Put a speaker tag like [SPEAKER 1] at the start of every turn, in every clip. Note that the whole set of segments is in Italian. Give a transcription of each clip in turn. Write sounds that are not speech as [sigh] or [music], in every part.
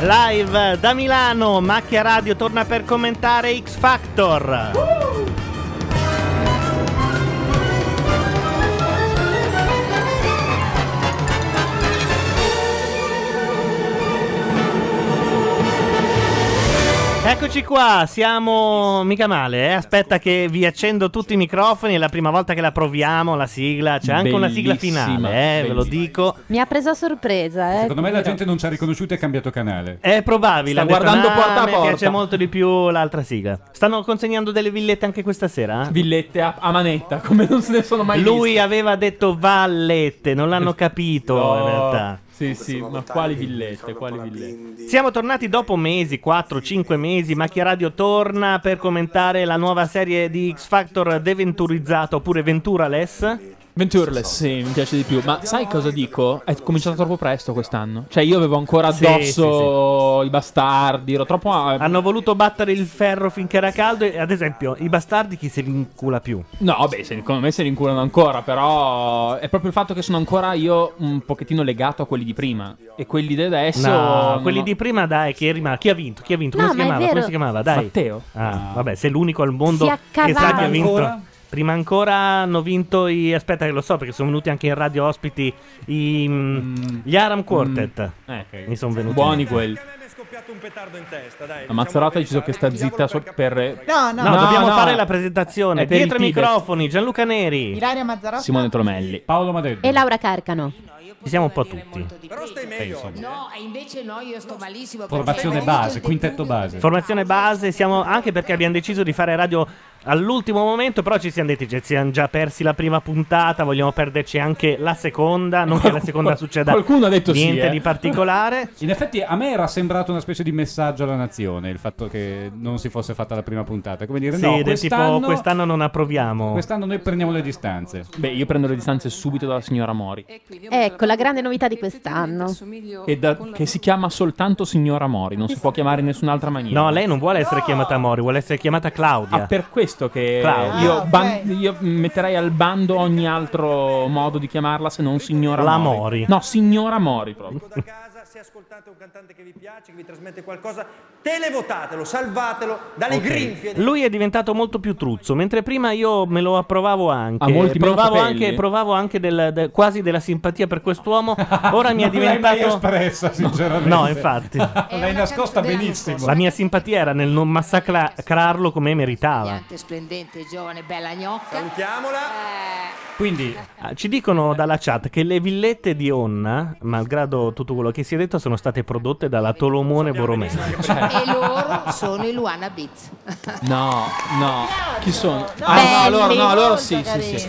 [SPEAKER 1] Live da Milano, Macchia Radio torna per commentare X Factor. Eccoci qua, siamo mica male, eh? aspetta che vi accendo tutti i microfoni, è la prima volta che la proviamo, la sigla, c'è anche una sigla
[SPEAKER 2] Bellissima,
[SPEAKER 1] finale, eh, ve lo dico.
[SPEAKER 3] Mi ha preso a sorpresa, eh.
[SPEAKER 2] Secondo me la gente non ci ha riconosciuto e ha cambiato canale.
[SPEAKER 1] È probabile.
[SPEAKER 2] Sta
[SPEAKER 1] ha detto,
[SPEAKER 2] guardando
[SPEAKER 1] "Nah,
[SPEAKER 2] porta a
[SPEAKER 1] mi
[SPEAKER 2] porta."
[SPEAKER 1] piace molto di più l'altra sigla. Stanno consegnando delle villette anche questa sera? eh?
[SPEAKER 4] Villette a, a manetta, [laughs] come non se ne sono mai
[SPEAKER 1] Lui
[SPEAKER 4] viste.
[SPEAKER 1] aveva detto vallette, non
[SPEAKER 2] [laughs]
[SPEAKER 1] l'hanno capito in realtà.
[SPEAKER 4] Sì, sì, ma quali villette, quali villette?
[SPEAKER 1] Siamo tornati dopo mesi, 4-5 mesi, Macchia Radio torna per commentare la nuova serie di X Factor deventurizzato oppure Venturales.
[SPEAKER 4] Ventureless, sì, mi piace di più. Ma sai cosa dico? È cominciato troppo presto quest'anno. Cioè, io avevo ancora
[SPEAKER 1] Sì,
[SPEAKER 4] addosso i bastardi. Ero troppo. eh.
[SPEAKER 1] Hanno voluto battere il ferro finché era caldo e ad esempio i bastardi chi se li incula più?
[SPEAKER 4] No, beh, se- secondo me se ne inculano ancora. Però è proprio il fatto che sono ancora io un pochettino legato a quelli di prima. E quelli di adesso.
[SPEAKER 1] No,
[SPEAKER 4] non
[SPEAKER 1] quelli
[SPEAKER 4] ho-
[SPEAKER 1] di prima dai, chi, è rimasto? chi ha vinto? Chi ha vinto?
[SPEAKER 4] No,
[SPEAKER 1] Come si
[SPEAKER 4] ma è
[SPEAKER 1] chiamava?
[SPEAKER 4] vero.
[SPEAKER 1] Come si chiamava? Dai.
[SPEAKER 4] Matteo.
[SPEAKER 1] Ah, vabbè, sei l'unico al mondo
[SPEAKER 4] Si
[SPEAKER 1] che sa chi ha
[SPEAKER 4] accavalla.
[SPEAKER 1] vinto.
[SPEAKER 4] Ancora?
[SPEAKER 1] Prima ancora hanno vinto i... Aspetta che lo so perché sono venuti anche in radio ospiti i, mm, gli Aram Quartet.
[SPEAKER 4] Mm. Eh, ok.
[SPEAKER 1] Mi sono venuti.
[SPEAKER 4] Buoni quelli. La Mazzarota ha deciso che sta zitta so- per.
[SPEAKER 5] No, no.
[SPEAKER 1] No, dobbiamo
[SPEAKER 4] no.
[SPEAKER 1] fare la presentazione.
[SPEAKER 4] È per il
[SPEAKER 1] Dietro i
[SPEAKER 4] Tibet.
[SPEAKER 1] microfoni, Gianluca Neri.
[SPEAKER 5] Ilaria Mazzarotta
[SPEAKER 4] Simone Tromelli.
[SPEAKER 1] Paolo Madetti.
[SPEAKER 3] E Laura Carcano.
[SPEAKER 1] Ci siamo un po' tutti.
[SPEAKER 6] No, e invece no, io sto malissimo.
[SPEAKER 1] Formazione
[SPEAKER 6] perché ho
[SPEAKER 1] base,
[SPEAKER 6] avuto il
[SPEAKER 1] quintetto
[SPEAKER 6] base.
[SPEAKER 1] Formazione base, siamo anche perché abbiamo deciso di fare radio all'ultimo momento, però ci siamo detti, cioè, ci siamo già persi la prima puntata, vogliamo perderci anche la seconda, non che la seconda succeda
[SPEAKER 2] qualcuno ha detto sì,
[SPEAKER 1] niente
[SPEAKER 2] eh.
[SPEAKER 1] di
[SPEAKER 2] [laughs]
[SPEAKER 1] particolare.
[SPEAKER 2] In effetti a me era sembrato una specie di messaggio alla nazione il fatto che non si fosse fatta la prima puntata. Come dire,
[SPEAKER 1] Sì,
[SPEAKER 2] no,
[SPEAKER 1] del
[SPEAKER 2] quest'anno,
[SPEAKER 1] tipo quest'anno non approviamo.
[SPEAKER 2] quest'anno noi prendiamo le distanze.
[SPEAKER 4] Beh, io prendo le distanze subito dalla signora Mori.
[SPEAKER 3] Ecco, la grande novità di quest'anno.
[SPEAKER 4] E da- che si chiama soltanto signora Mori, non si può chiamare in nessun'altra maniera.
[SPEAKER 1] No, lei non vuole essere chiamata Mori, vuole essere chiamata Claudia.
[SPEAKER 4] Ah, per questo che
[SPEAKER 1] Claudia.
[SPEAKER 4] io, ban- io metterei al bando ogni altro modo di chiamarla se non signora
[SPEAKER 1] La
[SPEAKER 4] Mori.
[SPEAKER 1] Mori.
[SPEAKER 4] No, signora
[SPEAKER 1] [laughs]
[SPEAKER 4] Mori proprio.
[SPEAKER 7] Se ascoltate un cantante che vi piace, che vi trasmette qualcosa, televotatelo, salvatelo dalle
[SPEAKER 1] Ok.
[SPEAKER 7] grinfie.
[SPEAKER 2] diciamo.
[SPEAKER 1] Lui è diventato molto più truzzo, mentre prima io me lo approvavo anche.
[SPEAKER 2] Ah,
[SPEAKER 4] Ha molti meno
[SPEAKER 1] provavo
[SPEAKER 4] capelli.
[SPEAKER 1] anche, provavo anche del- del- quasi della simpatia per quest'uomo. Ora mi è
[SPEAKER 2] [laughs] Non l'hai mai
[SPEAKER 1] diventato.
[SPEAKER 2] espressa,
[SPEAKER 1] [laughs]
[SPEAKER 2] sinceramente.
[SPEAKER 1] No, infatti.
[SPEAKER 2] L'hai nascosta benissimo.
[SPEAKER 1] La mia simpatia era nel non massacrarlo come meritava.
[SPEAKER 6] Piante splendente, giovane, bella gnocca.
[SPEAKER 1] Quindi ah, ci dicono dalla chat che le villette di Onna, malgrado tutto quello che si è detto, sono state prodotte dalla Tolomone Borromeo.
[SPEAKER 6] e loro sono i Luana Beats.
[SPEAKER 4] No, no. Chi sono?
[SPEAKER 6] Belli,
[SPEAKER 4] Ah, no, loro, no, loro
[SPEAKER 6] molto
[SPEAKER 4] sì, sì,
[SPEAKER 1] Anzi,
[SPEAKER 4] sì.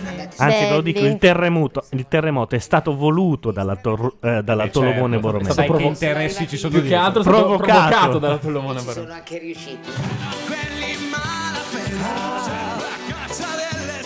[SPEAKER 1] ve lo
[SPEAKER 6] Belli.
[SPEAKER 1] dico, il terremoto, il terremoto è stato voluto dalla, Tor- eh, dalla
[SPEAKER 2] certo.
[SPEAKER 1] Tolomone Borromeo.
[SPEAKER 2] Sai che interessi ci sono
[SPEAKER 4] Più che
[SPEAKER 2] dietro.
[SPEAKER 4] altro è stato
[SPEAKER 1] Provocato.
[SPEAKER 4] provocato dalla Tolomona Barone.
[SPEAKER 6] anche riusciti.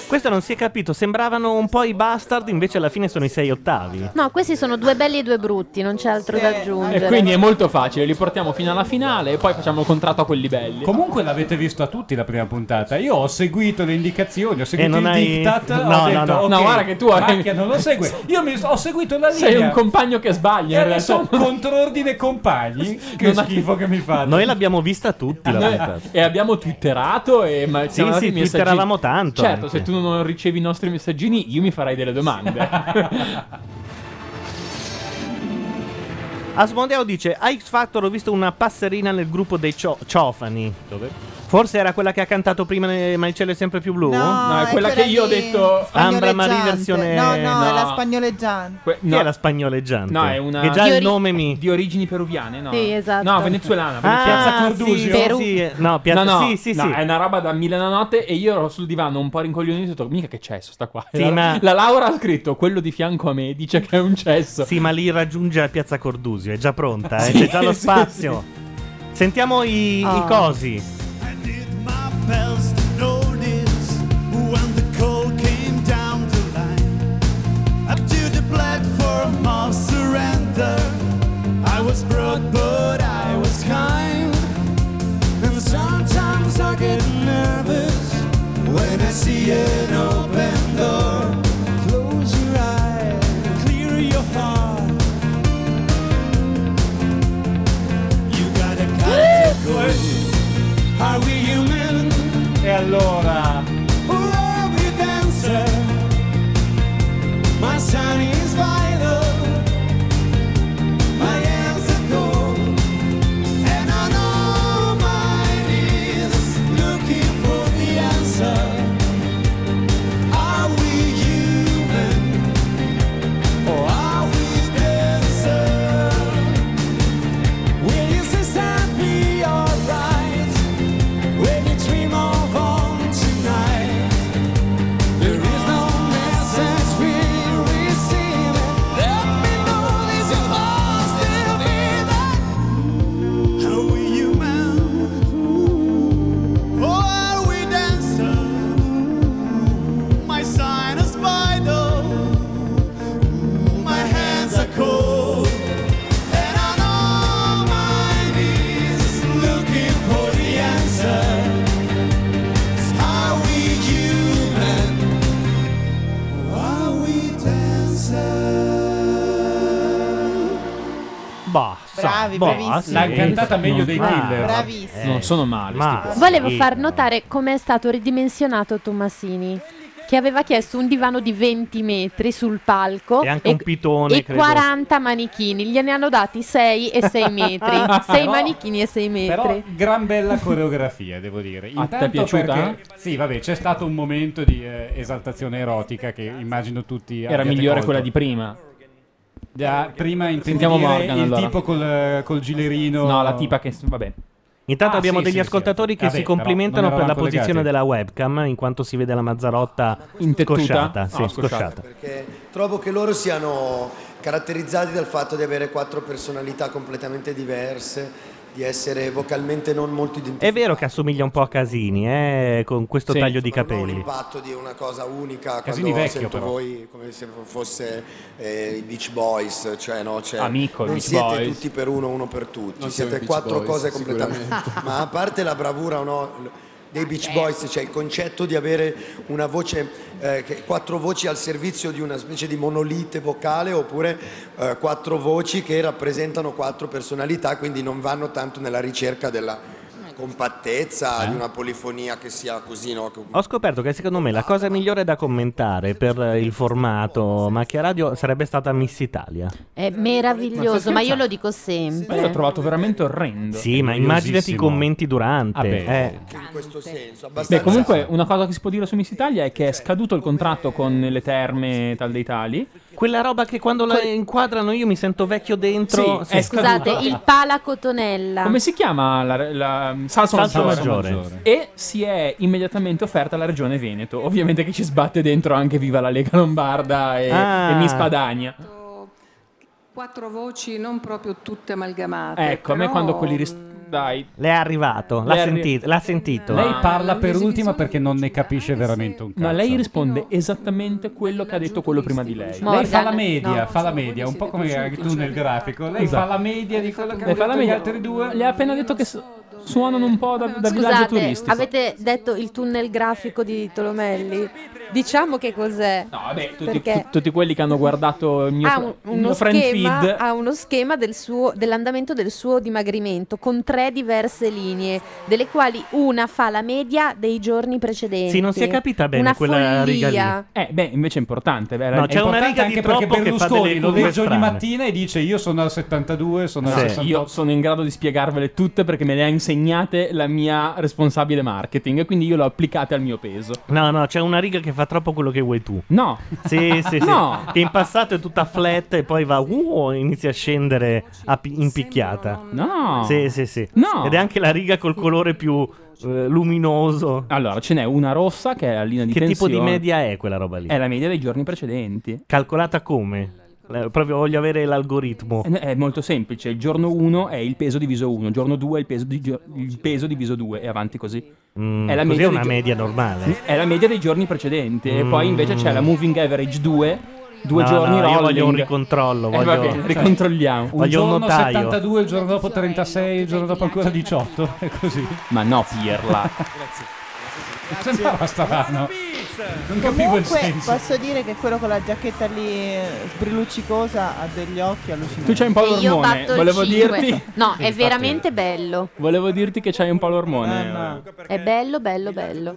[SPEAKER 1] Questo non si è capito, sembravano un po' i bastard, invece alla fine sono i sei ottavi.
[SPEAKER 3] No, questi sono due belli e due brutti, non c'è altro da aggiungere.
[SPEAKER 4] E quindi è molto facile, li portiamo fino alla finale e poi facciamo il contratto a quelli belli.
[SPEAKER 2] Comunque l'avete visto a tutti la prima puntata. Io ho seguito le indicazioni, ho seguito
[SPEAKER 4] non
[SPEAKER 2] il
[SPEAKER 4] hai-
[SPEAKER 2] diktat.
[SPEAKER 4] No,
[SPEAKER 2] ho
[SPEAKER 4] no,
[SPEAKER 2] detto,
[SPEAKER 4] no.
[SPEAKER 2] "Ok,
[SPEAKER 4] No, guarda che tu hai-
[SPEAKER 2] Macchia non lo
[SPEAKER 4] [laughs]
[SPEAKER 2] segue. Io mi- ho seguito la linea.
[SPEAKER 4] Sei un compagno che sbaglia.
[SPEAKER 2] E
[SPEAKER 4] in realtà.
[SPEAKER 2] adesso
[SPEAKER 4] [laughs]
[SPEAKER 2] controordine compagni. Che
[SPEAKER 4] Non ha-
[SPEAKER 2] schifo che mi fate. Eh,
[SPEAKER 1] Noi l'abbiamo vista tutti la
[SPEAKER 4] Noi-
[SPEAKER 1] puntata.
[SPEAKER 4] e abbiamo twitterato e ma siamo
[SPEAKER 1] sì,
[SPEAKER 4] andati in messaggi-
[SPEAKER 1] twitteravamo tanto
[SPEAKER 4] Certo,
[SPEAKER 1] anche.
[SPEAKER 4] se tu non ricevi i nostri messaggini, io mi farei delle [laughs] domande.
[SPEAKER 1] Asmodeo dice: A X Factor ho visto una passerina nel gruppo dei cio- ciofani. Dove? Forse era quella che ha cantato prima, ne- ma il cielo è sempre più blu.
[SPEAKER 4] No, è è quella quella che io ho lì, detto-
[SPEAKER 1] Ambra
[SPEAKER 4] spagnoleggiante.
[SPEAKER 1] Marie versione.
[SPEAKER 4] No, no, è la
[SPEAKER 5] spagnoleggiante.
[SPEAKER 4] Que-
[SPEAKER 1] Chi è la spagnoleggiante?
[SPEAKER 4] No, è una
[SPEAKER 1] Che già
[SPEAKER 4] di,
[SPEAKER 1] il nome mi.
[SPEAKER 4] origini peruviane, no?
[SPEAKER 1] Sì, esatto.
[SPEAKER 4] No, venezuelana,
[SPEAKER 1] Ah,
[SPEAKER 4] Piazza
[SPEAKER 1] sì,
[SPEAKER 4] Cordusio.
[SPEAKER 1] Perù. sì, eh, no, Piazza-
[SPEAKER 4] no, no,
[SPEAKER 1] sì, sì,
[SPEAKER 4] no,
[SPEAKER 1] sì.
[SPEAKER 4] è una roba da Milanotte e io ero sul divano un po' rincoglionito e ho detto mica che cesso sta qua. E
[SPEAKER 1] Sì,
[SPEAKER 4] la,
[SPEAKER 1] ma-
[SPEAKER 4] la Laura ha scritto quello di fianco a me [laughs] dice che è un cesso.
[SPEAKER 1] Sì, ma lì raggiunge la piazza Cordusio. È già pronta, eh,
[SPEAKER 4] Sì,
[SPEAKER 1] c'è già lo
[SPEAKER 4] sì,
[SPEAKER 1] spazio. Sentiamo i, i
[SPEAKER 8] Oh.
[SPEAKER 1] cosi.
[SPEAKER 8] best notice when the cold came down the line. Up to the platform of surrender, I was broad, but I was kind. And sometimes I get nervous when I see an open door. Close your eyes, clear your heart. You
[SPEAKER 2] E allora,
[SPEAKER 8] Love you dancer. My sun is vital. My hands are cold. And on all my knees, looking for the answer. Are we human? Or are we dancer? Will you say sadly alright? When you dream of on tonight? There is no message we receive. Let me know this your heart still beating. Are we human? Or are we dancing? My sign is vital. My hands are cold. And on all my knees, looking for the answer. Are we human? Are we dancers?
[SPEAKER 1] Bah,
[SPEAKER 5] Bravi,
[SPEAKER 1] boh,
[SPEAKER 5] bravissimi.
[SPEAKER 1] sì.
[SPEAKER 2] l'ha cantata meglio
[SPEAKER 1] Non
[SPEAKER 2] dei
[SPEAKER 1] male.
[SPEAKER 2] killer.
[SPEAKER 5] Bravissimo.
[SPEAKER 1] Eh,
[SPEAKER 4] Non sono male,
[SPEAKER 1] ma-
[SPEAKER 4] sti qua.
[SPEAKER 3] Volevo
[SPEAKER 1] sì.
[SPEAKER 3] far notare com'è stato ridimensionato Tommasini, che aveva chiesto un divano di 20 metri sul palco
[SPEAKER 1] E anche un pitone,
[SPEAKER 3] e
[SPEAKER 1] credo.
[SPEAKER 3] 40 manichini, gliene hanno dati 6 e
[SPEAKER 1] [laughs]
[SPEAKER 3] 6 metri, 6
[SPEAKER 2] Però-
[SPEAKER 3] manichini e 6 metri.
[SPEAKER 2] Però gran bella coreografia, devo dire.
[SPEAKER 4] A te è
[SPEAKER 2] Intanto
[SPEAKER 4] piaciuta?
[SPEAKER 2] perché- sì, vabbè, c'è stato un momento di eh, esaltazione erotica che immagino tutti
[SPEAKER 4] Era migliore quella di prima.
[SPEAKER 2] prima. Prima
[SPEAKER 4] Sentiamo
[SPEAKER 2] intendiamo Eh, dire
[SPEAKER 4] Morgan,
[SPEAKER 2] il
[SPEAKER 4] allora.
[SPEAKER 2] tipo col, eh, col gilerino.
[SPEAKER 4] No, la tipa che. Vabbè.
[SPEAKER 1] Intanto
[SPEAKER 2] Ah,
[SPEAKER 1] abbiamo
[SPEAKER 2] sì,
[SPEAKER 1] degli
[SPEAKER 2] sì,
[SPEAKER 1] ascoltatori
[SPEAKER 2] sì,
[SPEAKER 1] che
[SPEAKER 2] vabbè,
[SPEAKER 1] si
[SPEAKER 2] però
[SPEAKER 1] complimentano
[SPEAKER 2] non
[SPEAKER 1] per la
[SPEAKER 2] eravamo
[SPEAKER 1] posizione
[SPEAKER 2] collegati. Ah,
[SPEAKER 1] della webcam, in quanto si vede la Mazzarotta
[SPEAKER 4] Intettuta?
[SPEAKER 1] scosciata.
[SPEAKER 4] No,
[SPEAKER 1] Sì,
[SPEAKER 4] scosciata.
[SPEAKER 1] scosciata.
[SPEAKER 9] Perché trovo che loro siano caratterizzati dal fatto di avere quattro personalità completamente diverse, di essere vocalmente non
[SPEAKER 1] È
[SPEAKER 9] molto identificati.
[SPEAKER 1] vero che assomiglia un po' a Casini, eh, con questo
[SPEAKER 4] Sì.
[SPEAKER 1] taglio di
[SPEAKER 9] Secondo me
[SPEAKER 1] capelli.
[SPEAKER 9] un impatto di una cosa unica
[SPEAKER 2] Casini
[SPEAKER 9] quando
[SPEAKER 2] vecchio,
[SPEAKER 9] sento
[SPEAKER 2] però.
[SPEAKER 9] voi come se fosse eh, i Beach Boys, cioè no, cioè,
[SPEAKER 4] Amico,
[SPEAKER 9] non
[SPEAKER 4] Beach
[SPEAKER 9] siete
[SPEAKER 4] Boys.
[SPEAKER 9] tutti per uno, uno per tutti,
[SPEAKER 5] Non siamo
[SPEAKER 9] siete
[SPEAKER 5] i Beach
[SPEAKER 9] quattro
[SPEAKER 5] Boys,
[SPEAKER 9] cose completamente. [laughs] Ma a parte la bravura o no l- dei Beach Boys, cioè il concetto di avere una voce, eh, che- quattro voci al servizio di una specie di monolite vocale oppure eh, quattro voci che rappresentano quattro personalità, quindi non vanno tanto nella ricerca della compattezza, di una polifonia che sia così, no? che-
[SPEAKER 1] Ho scoperto che secondo me la cosa migliore da commentare per eh, il formato Macchia Radio sarebbe stata Miss Italia.
[SPEAKER 3] È meraviglioso, ma io lo dico
[SPEAKER 4] Ma io l'ho
[SPEAKER 3] sempre.
[SPEAKER 4] trovato veramente orrendo.
[SPEAKER 1] Sì, ma immaginati i commenti
[SPEAKER 4] Ah,
[SPEAKER 1] durante.
[SPEAKER 2] Vabbè.
[SPEAKER 1] eh.
[SPEAKER 9] in questo certo senso.
[SPEAKER 4] Beh,
[SPEAKER 9] Abbastanza.
[SPEAKER 4] comunque, una cosa che si può dire su Miss Italia è che è scaduto il contratto con le terme tal dei tali.
[SPEAKER 1] Quella roba che quando la
[SPEAKER 4] Que-
[SPEAKER 1] inquadrano io mi sento vecchio dentro.
[SPEAKER 4] Sì, è
[SPEAKER 3] Scusate,
[SPEAKER 4] scaduto.
[SPEAKER 3] il pala cotonella.
[SPEAKER 4] Come si chiama la, la- salsa,
[SPEAKER 1] Salsa
[SPEAKER 4] maggiore.
[SPEAKER 1] maggiore.
[SPEAKER 4] E si è immediatamente offerta alla regione Veneto. Ovviamente che ci sbatte dentro anche Viva la Lega Lombarda e,
[SPEAKER 1] Ah.
[SPEAKER 4] e Miss Padania.
[SPEAKER 10] Quattro voci non proprio tutte amalgamate.
[SPEAKER 4] Ecco, a me
[SPEAKER 10] però-
[SPEAKER 4] quando quelli. ris- Dai,
[SPEAKER 1] Le è arrivato, l'ha,
[SPEAKER 4] Le è arri-
[SPEAKER 1] sentito, l'ha sentito.
[SPEAKER 4] Lei
[SPEAKER 2] Lei parla per
[SPEAKER 10] All'esibizione
[SPEAKER 2] ultima perché non ne
[SPEAKER 10] giudica,
[SPEAKER 2] capisce
[SPEAKER 10] anche se-
[SPEAKER 2] veramente un cazzo.
[SPEAKER 4] No, lei risponde esattamente quello che ha detto quello prima di lei.
[SPEAKER 3] Ma-
[SPEAKER 2] Lei fa la
[SPEAKER 3] Morgan,
[SPEAKER 2] media,
[SPEAKER 10] no.
[SPEAKER 2] fa la media, un po' come anche tu
[SPEAKER 3] cioè,
[SPEAKER 2] nel grafico. Lei
[SPEAKER 4] Esatto.
[SPEAKER 2] fa la media di quello che
[SPEAKER 4] Lei
[SPEAKER 2] hanno
[SPEAKER 4] fa la
[SPEAKER 2] detto gli
[SPEAKER 4] media.
[SPEAKER 2] altri due.
[SPEAKER 4] Le ha appena detto che su- suonano un po' da, da villaggio
[SPEAKER 3] cioè, Scusate,
[SPEAKER 4] turistico.
[SPEAKER 3] avete detto il tunnel grafico di Tolomelli? Diciamo che cos'è?
[SPEAKER 4] No, vabbè, tutti,
[SPEAKER 3] Perché-
[SPEAKER 4] tu- tutti quelli che hanno guardato il mio,
[SPEAKER 3] ha
[SPEAKER 4] fr-
[SPEAKER 3] un-
[SPEAKER 4] il
[SPEAKER 3] uno
[SPEAKER 4] mio friend
[SPEAKER 3] schema,
[SPEAKER 4] feed.
[SPEAKER 3] ha uno schema del suo- dell'andamento del suo dimagrimento con tre diverse linee, delle quali una fa la media dei giorni precedenti.
[SPEAKER 1] Sì, non si è capita bene
[SPEAKER 3] una
[SPEAKER 1] quella riga
[SPEAKER 3] follia.
[SPEAKER 1] lì.
[SPEAKER 4] Eh, beh, invece è importante. beh,
[SPEAKER 1] No,
[SPEAKER 4] è
[SPEAKER 1] c'è una
[SPEAKER 2] Importante
[SPEAKER 1] riga di
[SPEAKER 2] anche perché
[SPEAKER 1] troppo che fa delle
[SPEAKER 2] Berlusconi lo
[SPEAKER 1] curve
[SPEAKER 2] legge ogni
[SPEAKER 1] strane.
[SPEAKER 2] mattina e dice io sono al 72, sono al
[SPEAKER 1] Sì.
[SPEAKER 2] 68.
[SPEAKER 4] Io sono in grado di spiegarvele tutte perché me le ha insegnate la mia responsabile marketing e quindi io le ho applicate al mio peso.
[SPEAKER 1] No, no, c'è una riga che fa troppo quello che vuoi tu.
[SPEAKER 4] No,
[SPEAKER 1] Sì, sì, sì.
[SPEAKER 4] [laughs] No.
[SPEAKER 1] Che in passato è tutta flat e poi va uh, e inizia a scendere a pi- in picchiata.
[SPEAKER 4] no.
[SPEAKER 1] Sì, sì, sì.
[SPEAKER 4] No.
[SPEAKER 1] Ed è anche la riga col colore più eh, luminoso.
[SPEAKER 4] Allora, ce n'è una rossa che è la linea di
[SPEAKER 1] Che tipo
[SPEAKER 4] tensione. Eh,
[SPEAKER 1] di media è quella roba lì?
[SPEAKER 4] È la media dei giorni precedenti.
[SPEAKER 1] Calcolata come? Eh, Proprio voglio avere l'algoritmo.
[SPEAKER 4] Eh, È molto semplice, il giorno 1 è il peso diviso 1, il giorno 2 è il peso, di- il peso diviso 2 e avanti così.
[SPEAKER 1] Mm,
[SPEAKER 4] è la
[SPEAKER 1] così
[SPEAKER 4] media
[SPEAKER 1] è
[SPEAKER 4] di
[SPEAKER 1] una
[SPEAKER 4] gio-
[SPEAKER 1] media normale.
[SPEAKER 4] [laughs]
[SPEAKER 1] Mm.
[SPEAKER 4] È la media dei giorni precedenti e poi invece c'è la moving average 2, due
[SPEAKER 1] No,
[SPEAKER 4] giorni
[SPEAKER 1] no,
[SPEAKER 4] rolling.
[SPEAKER 1] Io voglio un ricontrollo.
[SPEAKER 4] Eh, va
[SPEAKER 1] voglio- [laughs]
[SPEAKER 4] bene, ricontrolliamo.
[SPEAKER 2] Un
[SPEAKER 1] Voglio un
[SPEAKER 2] giorno
[SPEAKER 1] notaio.
[SPEAKER 2] 72, [laughs] il giorno dopo 36, il giorno dopo ancora 18, è così.
[SPEAKER 4] Ma no, Pirla.
[SPEAKER 2] Sembrava strano. Cioè, Non capivo il
[SPEAKER 5] Comunque,
[SPEAKER 2] senso.
[SPEAKER 5] posso dire che quello con la giacchetta lì eh, sbrilluccicosa ha degli occhi allucinanti.
[SPEAKER 4] Tu c'hai un po' l'ormone, Io batto il volevo cinque. dirti-
[SPEAKER 11] No,
[SPEAKER 4] Sì,
[SPEAKER 11] è
[SPEAKER 4] infatti.
[SPEAKER 11] veramente bello.
[SPEAKER 4] Volevo dirti che c'hai un palormone.
[SPEAKER 11] È bello, bello, bello.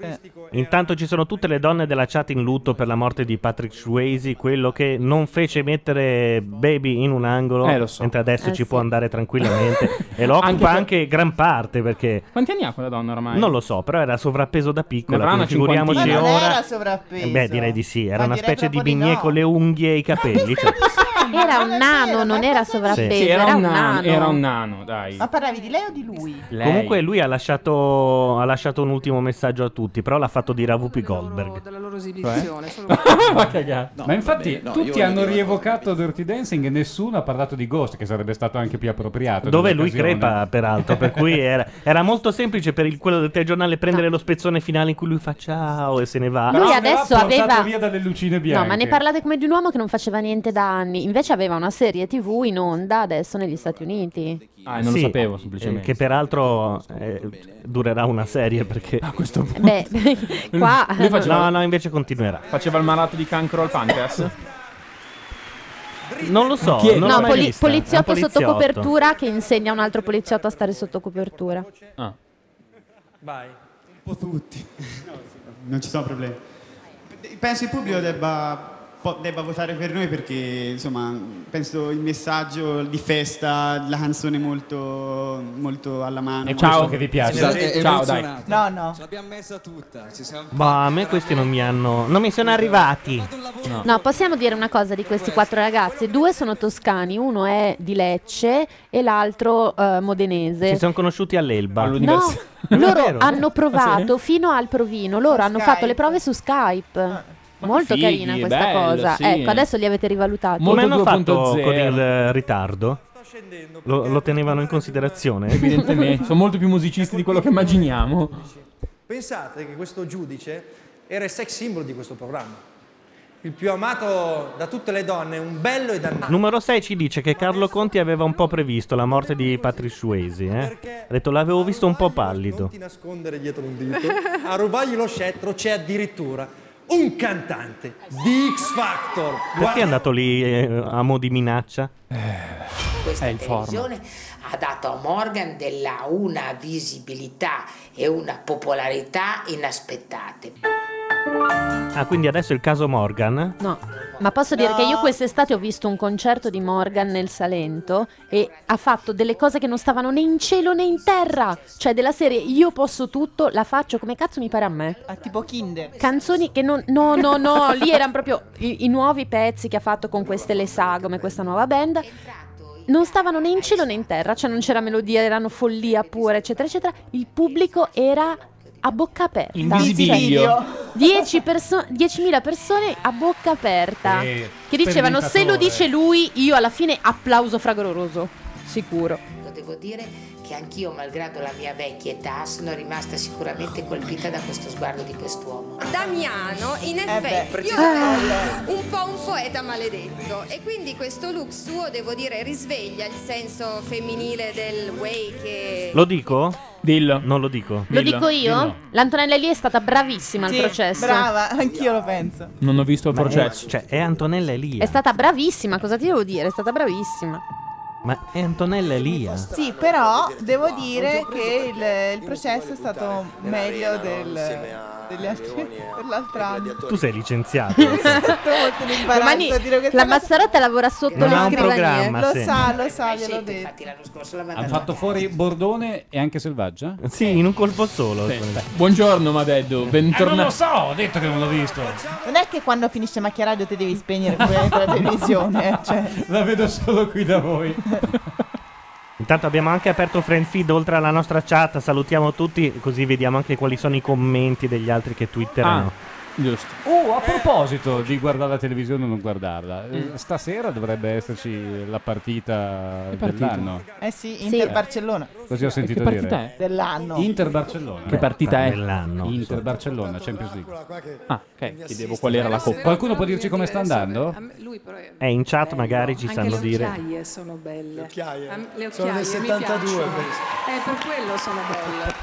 [SPEAKER 1] Intanto ci sono tutte le donne della chat in lutto per la morte di Patrick Swayze, quello che non fece mettere Baby in un angolo,
[SPEAKER 4] Eh, lo so.
[SPEAKER 1] mentre adesso
[SPEAKER 4] Eh,
[SPEAKER 1] ci
[SPEAKER 4] sì.
[SPEAKER 1] può andare tranquillamente e lo
[SPEAKER 4] Anche
[SPEAKER 1] occupa
[SPEAKER 4] per-
[SPEAKER 1] anche gran parte perché
[SPEAKER 4] Quanti anni ha quella donna ormai?
[SPEAKER 1] non lo so, però era sovrappeso da piccola,
[SPEAKER 4] Ne avrà
[SPEAKER 1] quindi
[SPEAKER 4] una
[SPEAKER 1] figuriamoci
[SPEAKER 5] Ma non
[SPEAKER 1] ora.
[SPEAKER 5] era sovrappeso.
[SPEAKER 1] Eh Beh, direi di sì, era
[SPEAKER 5] Ma
[SPEAKER 1] una
[SPEAKER 5] direi
[SPEAKER 1] specie di
[SPEAKER 5] proprio di
[SPEAKER 1] bignè
[SPEAKER 5] no.
[SPEAKER 1] con le unghie e i capelli. cioè.
[SPEAKER 11] Era un nano, non era sovrappeso,
[SPEAKER 1] Sì,
[SPEAKER 11] era, un nano.
[SPEAKER 1] era un
[SPEAKER 4] nano, dai.
[SPEAKER 5] Ma parlavi di lei o di lui?
[SPEAKER 1] Lei. Comunque lui ha lasciato, ha lasciato un ultimo messaggio a tutti, però l'ha fatto dire a Whoopi Goldberg.
[SPEAKER 10] della loro
[SPEAKER 4] Cioè?
[SPEAKER 1] Cioè?
[SPEAKER 10] esibizione.
[SPEAKER 1] [laughs]
[SPEAKER 10] Solo...
[SPEAKER 2] Ma infatti
[SPEAKER 10] va bene, no,
[SPEAKER 2] tutti
[SPEAKER 10] io
[SPEAKER 2] hanno
[SPEAKER 10] volevo dire
[SPEAKER 2] rievocato Dirty Dancing e nessuno ha parlato di Ghost, che sarebbe stato anche più appropriato.
[SPEAKER 1] Dove lui
[SPEAKER 2] nell'occasione.
[SPEAKER 1] crepa, peraltro, Esatto, per cui era, era molto semplice per il- quello del telegiornale prendere lo spezzone finale in cui lui fa ciao e se ne va.
[SPEAKER 11] Lui Però adesso aveva portato aveva- via
[SPEAKER 2] dalle lucine
[SPEAKER 11] No, ma ne parlate come di un uomo che non faceva niente da anni. Invece aveva una serie TV in onda adesso negli Stati Uniti.
[SPEAKER 4] Ah, non lo sapevo, semplicemente.
[SPEAKER 1] eh, Che peraltro eh, durerà una serie perché... A
[SPEAKER 4] Ah,
[SPEAKER 1] [laughs]
[SPEAKER 4] questo
[SPEAKER 11] Beh,
[SPEAKER 12] [laughs]
[SPEAKER 11] qua
[SPEAKER 1] Lui faceva- No, no, invece continuerà.
[SPEAKER 4] Faceva il malato di cancro al pancreas?
[SPEAKER 1] Non lo so.
[SPEAKER 4] Chi è?
[SPEAKER 1] non
[SPEAKER 4] No,
[SPEAKER 1] l'ho mai
[SPEAKER 4] poli-
[SPEAKER 1] vista.
[SPEAKER 11] poliziotto,
[SPEAKER 1] È un
[SPEAKER 11] sotto copertura che insegna a un altro poliziotto a stare sotto copertura.
[SPEAKER 4] Ah.
[SPEAKER 7] Vai.
[SPEAKER 8] Un po'
[SPEAKER 2] [laughs]
[SPEAKER 8] tutti. Non ci sono problemi. Penso il pubblico debba, po- debba votare per noi perché, insomma, penso il messaggio di festa, la canzone molto, molto alla mano.
[SPEAKER 2] È questo che vi piace.
[SPEAKER 4] ciao, dai.
[SPEAKER 5] No, no.
[SPEAKER 8] Ce l'abbiamo messa tutta. Ci siamo...
[SPEAKER 1] Ma Boh, a me questi non mi hanno... Non mi sono arrivati.
[SPEAKER 11] No, possiamo dire una cosa di questi quattro ragazzi. Due sono toscani, uno è di Lecce e l'altro eh, modenese.
[SPEAKER 1] Si sono conosciuti all'Elba.
[SPEAKER 11] No, loro
[SPEAKER 1] [laughs] Vero?
[SPEAKER 11] hanno provato fino al provino, loro hanno fatto le prove su Skype. Molto
[SPEAKER 1] Ah, fighi,
[SPEAKER 11] carina questa
[SPEAKER 1] bello,
[SPEAKER 11] cosa.
[SPEAKER 1] sì.
[SPEAKER 11] Ecco, adesso li avete rivalutati.
[SPEAKER 1] Come hanno fatto con il eh, ritardo? Lo, lo tenevano in considerazione?
[SPEAKER 4] Evidentemente, sono molto più musicisti di quello che immaginiamo.
[SPEAKER 7] Pensate che questo giudice era il sex symbol di questo programma. Il più amato da tutte le donne, un bello e dannato.
[SPEAKER 1] Numero 6 ci dice che Carlo Conti aveva un po' previsto la morte di Patrick Swayze. eh. Ha detto l'avevo visto un po' pallido.
[SPEAKER 7] Ti nascondere dietro un dito. A rubargli lo scettro c'è addirittura un cantante di X Factor.
[SPEAKER 1] Perché è andato lì eh, a mo' di minaccia?
[SPEAKER 4] Eh,
[SPEAKER 6] Questa
[SPEAKER 1] È il
[SPEAKER 6] televisione ha dato a Morgan della una visibilità e una popolarità inaspettate.
[SPEAKER 1] Ah, quindi adesso il caso Morgan?
[SPEAKER 11] No, ma posso dire che io quest'estate ho visto un concerto di Morgan nel Salento e ha fatto delle cose che non stavano né in cielo né in terra. Cioè della serie io posso tutto, la faccio come cazzo mi pare a me.
[SPEAKER 5] Ah, tipo Kinder.
[SPEAKER 11] Canzoni che non... No, no, no, lì erano proprio i, i nuovi pezzi che ha fatto con queste le sagome, questa nuova band. Non stavano né in cielo né in terra, cioè non c'era melodia, erano follia pura, eccetera, eccetera. Il pubblico era a bocca aperta.
[SPEAKER 4] Invisibilio.
[SPEAKER 11] 10 perso- 10.000 persone a bocca aperta
[SPEAKER 4] Eh,
[SPEAKER 11] che dicevano se lo
[SPEAKER 6] sperimentatore."
[SPEAKER 11] dice lui io alla fine applauso fragoroso sicuro
[SPEAKER 6] Lo Devo dire che anch'io, malgrado la mia vecchia età, sono rimasta sicuramente colpita da questo sguardo di quest'uomo.
[SPEAKER 13] Damiano,
[SPEAKER 12] Eh
[SPEAKER 13] in effetti, io ero un po' un poeta maledetto e quindi questo look suo, devo dire, risveglia il senso femminile del way che...
[SPEAKER 1] Lo dico?
[SPEAKER 4] Dillo.
[SPEAKER 1] Non lo dico.
[SPEAKER 11] lo dico io? l'Antonella lì è stata bravissima
[SPEAKER 5] Sì,
[SPEAKER 11] al processo
[SPEAKER 5] Brava, anch'io lo penso.
[SPEAKER 4] Non ho visto il
[SPEAKER 1] Ma è-
[SPEAKER 4] processo.
[SPEAKER 1] cioè, è Antonella Elia.
[SPEAKER 11] è stata bravissima cosa ti devo dire è stata bravissima
[SPEAKER 1] Ma è Antonella Elia.
[SPEAKER 5] Sì, però devo dire che il, il processo è stato meglio del, degli altri, [laughs] dell'altro anno.
[SPEAKER 1] Tu sei licenziato.
[SPEAKER 5] È stato molto un imbarazzo
[SPEAKER 11] Domani
[SPEAKER 5] a dire questa
[SPEAKER 11] la
[SPEAKER 5] cosa.
[SPEAKER 11] Mazzarotta lavora sotto
[SPEAKER 1] Non
[SPEAKER 11] le
[SPEAKER 1] ha un
[SPEAKER 11] scrivanie
[SPEAKER 1] programma,
[SPEAKER 5] Lo
[SPEAKER 1] sì.
[SPEAKER 5] sa, Ah, lo sa, gliel'ho detto.
[SPEAKER 2] Hanno fatto fuori Bordone e anche Selvaggia?
[SPEAKER 1] [laughs]
[SPEAKER 2] Eh,
[SPEAKER 1] Sì, in un colpo solo.
[SPEAKER 4] Buongiorno Madeddu, bentornato.
[SPEAKER 2] non lo so, ho detto che non l'ho visto.
[SPEAKER 5] Non è che quando finisce Macchia Radio ti devi spegnere per vedere la
[SPEAKER 4] [laughs]
[SPEAKER 5] televisione. eh, Cioè.
[SPEAKER 2] La vedo solo qui da voi.
[SPEAKER 1] Intanto abbiamo anche aperto Friend Feed oltre alla nostra chat. Salutiamo tutti, così vediamo anche quali sono i commenti degli altri che twitterano.
[SPEAKER 4] giusto.
[SPEAKER 2] Oh, Ah. a proposito di guardare la televisione o non
[SPEAKER 5] Mm.
[SPEAKER 2] guardarla, eh, stasera dovrebbe esserci la partita,
[SPEAKER 4] partita?
[SPEAKER 2] dell'anno.
[SPEAKER 5] Eh sì, Inter-Barcellona.
[SPEAKER 2] Così ho sentito
[SPEAKER 5] che partita
[SPEAKER 2] dire.
[SPEAKER 5] Dell'anno.
[SPEAKER 2] Inter-Barcellona.
[SPEAKER 4] Che partita è?
[SPEAKER 2] Inter-Barcellona, Champions League.
[SPEAKER 4] Ah, ok, chiedevo qual era la coppa.
[SPEAKER 2] Qualcuno può dirci come sta andando?
[SPEAKER 10] Lui però è...
[SPEAKER 1] Eh, in chat magari ci
[SPEAKER 10] Anche
[SPEAKER 1] sanno
[SPEAKER 10] le
[SPEAKER 1] dire.
[SPEAKER 10] occhiaie sono belle. Le occhiaie? le occhiaie
[SPEAKER 9] Sono del
[SPEAKER 10] mi
[SPEAKER 9] 72
[SPEAKER 10] piacciono. Eh, per quello sono belle.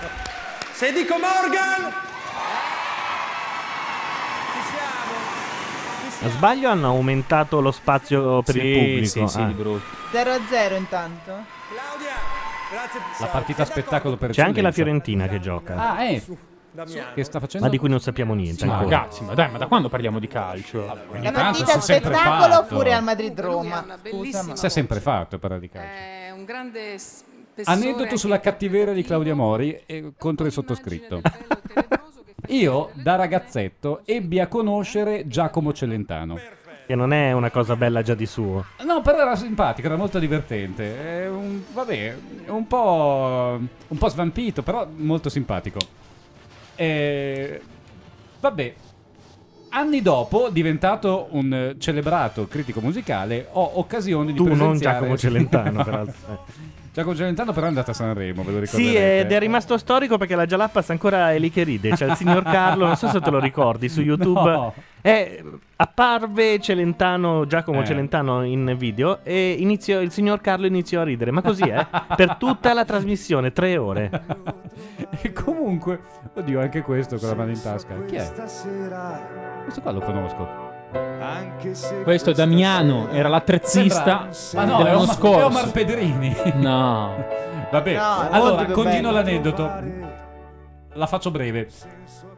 [SPEAKER 7] Se dico Morgan,
[SPEAKER 1] A sbaglio hanno aumentato lo spazio per
[SPEAKER 2] Sì,
[SPEAKER 1] il pubblico.
[SPEAKER 2] sì, sì,
[SPEAKER 1] ah.
[SPEAKER 2] di brutto.
[SPEAKER 5] 0-0 intanto.
[SPEAKER 2] La partita spettacolo per
[SPEAKER 1] C'è anche la
[SPEAKER 2] eccellenza.
[SPEAKER 1] Fiorentina che gioca.
[SPEAKER 2] Ah, eh. Che sta facendo?
[SPEAKER 1] Ma di cui non sappiamo niente
[SPEAKER 4] Ma
[SPEAKER 1] ancora.
[SPEAKER 4] ragazzi, ma dai, ma da quando parliamo di calcio?
[SPEAKER 5] La partita spettacolo oppure al Madrid-Roma. Scusa, ma-
[SPEAKER 2] Si è sempre fatto parlare di calcio.
[SPEAKER 5] Eh,
[SPEAKER 14] È un grande spessore
[SPEAKER 2] Aneddoto
[SPEAKER 14] anche
[SPEAKER 2] sulla cattiveria di Claudia Mori eh, contro il sottoscritto. Io da ragazzetto ebbi a conoscere Giacomo Celentano.
[SPEAKER 1] Che non è una cosa bella già di suo.
[SPEAKER 2] No, però era simpatico, era molto divertente. È un, vabbè, è un po', un po' svampito, però molto simpatico. E, vabbè, anni dopo, diventato un eh, celebrato critico musicale, ho occasione di
[SPEAKER 1] Tu, non
[SPEAKER 2] presenziare... [laughs]
[SPEAKER 1] Giacomo Celentano, peraltro.
[SPEAKER 2] Giacomo Celentano però è andato a Sanremo, ve lo ricordate.
[SPEAKER 1] Sì, ed è rimasto storico perché la Jalappas ancora è lì che ride. C'è il signor Carlo, non so se te lo ricordi,
[SPEAKER 2] [laughs]
[SPEAKER 1] su YouTube.
[SPEAKER 2] No.
[SPEAKER 1] Eh, apparve Celentano, Giacomo
[SPEAKER 2] Eh.
[SPEAKER 1] Celentano in video e iniziò, il signor Carlo iniziò a ridere. Ma così è? per tutta la trasmissione, tre ore.
[SPEAKER 2] E comunque, oddio, anche questo con la mano in tasca. Chi è?
[SPEAKER 15] Stasera,
[SPEAKER 2] Questo qua lo conosco.
[SPEAKER 15] anche se
[SPEAKER 4] Questo è Damiano, era l'attrezzista
[SPEAKER 2] Ma no, è
[SPEAKER 4] dell'anno
[SPEAKER 2] Omar,
[SPEAKER 4] scorso.
[SPEAKER 2] è Omar Pedrini.
[SPEAKER 4] No.
[SPEAKER 2] [laughs] Vabbè,
[SPEAKER 4] No, è
[SPEAKER 2] allora
[SPEAKER 4] molto più
[SPEAKER 2] continuo
[SPEAKER 4] bello.
[SPEAKER 2] l'aneddoto. La faccio breve.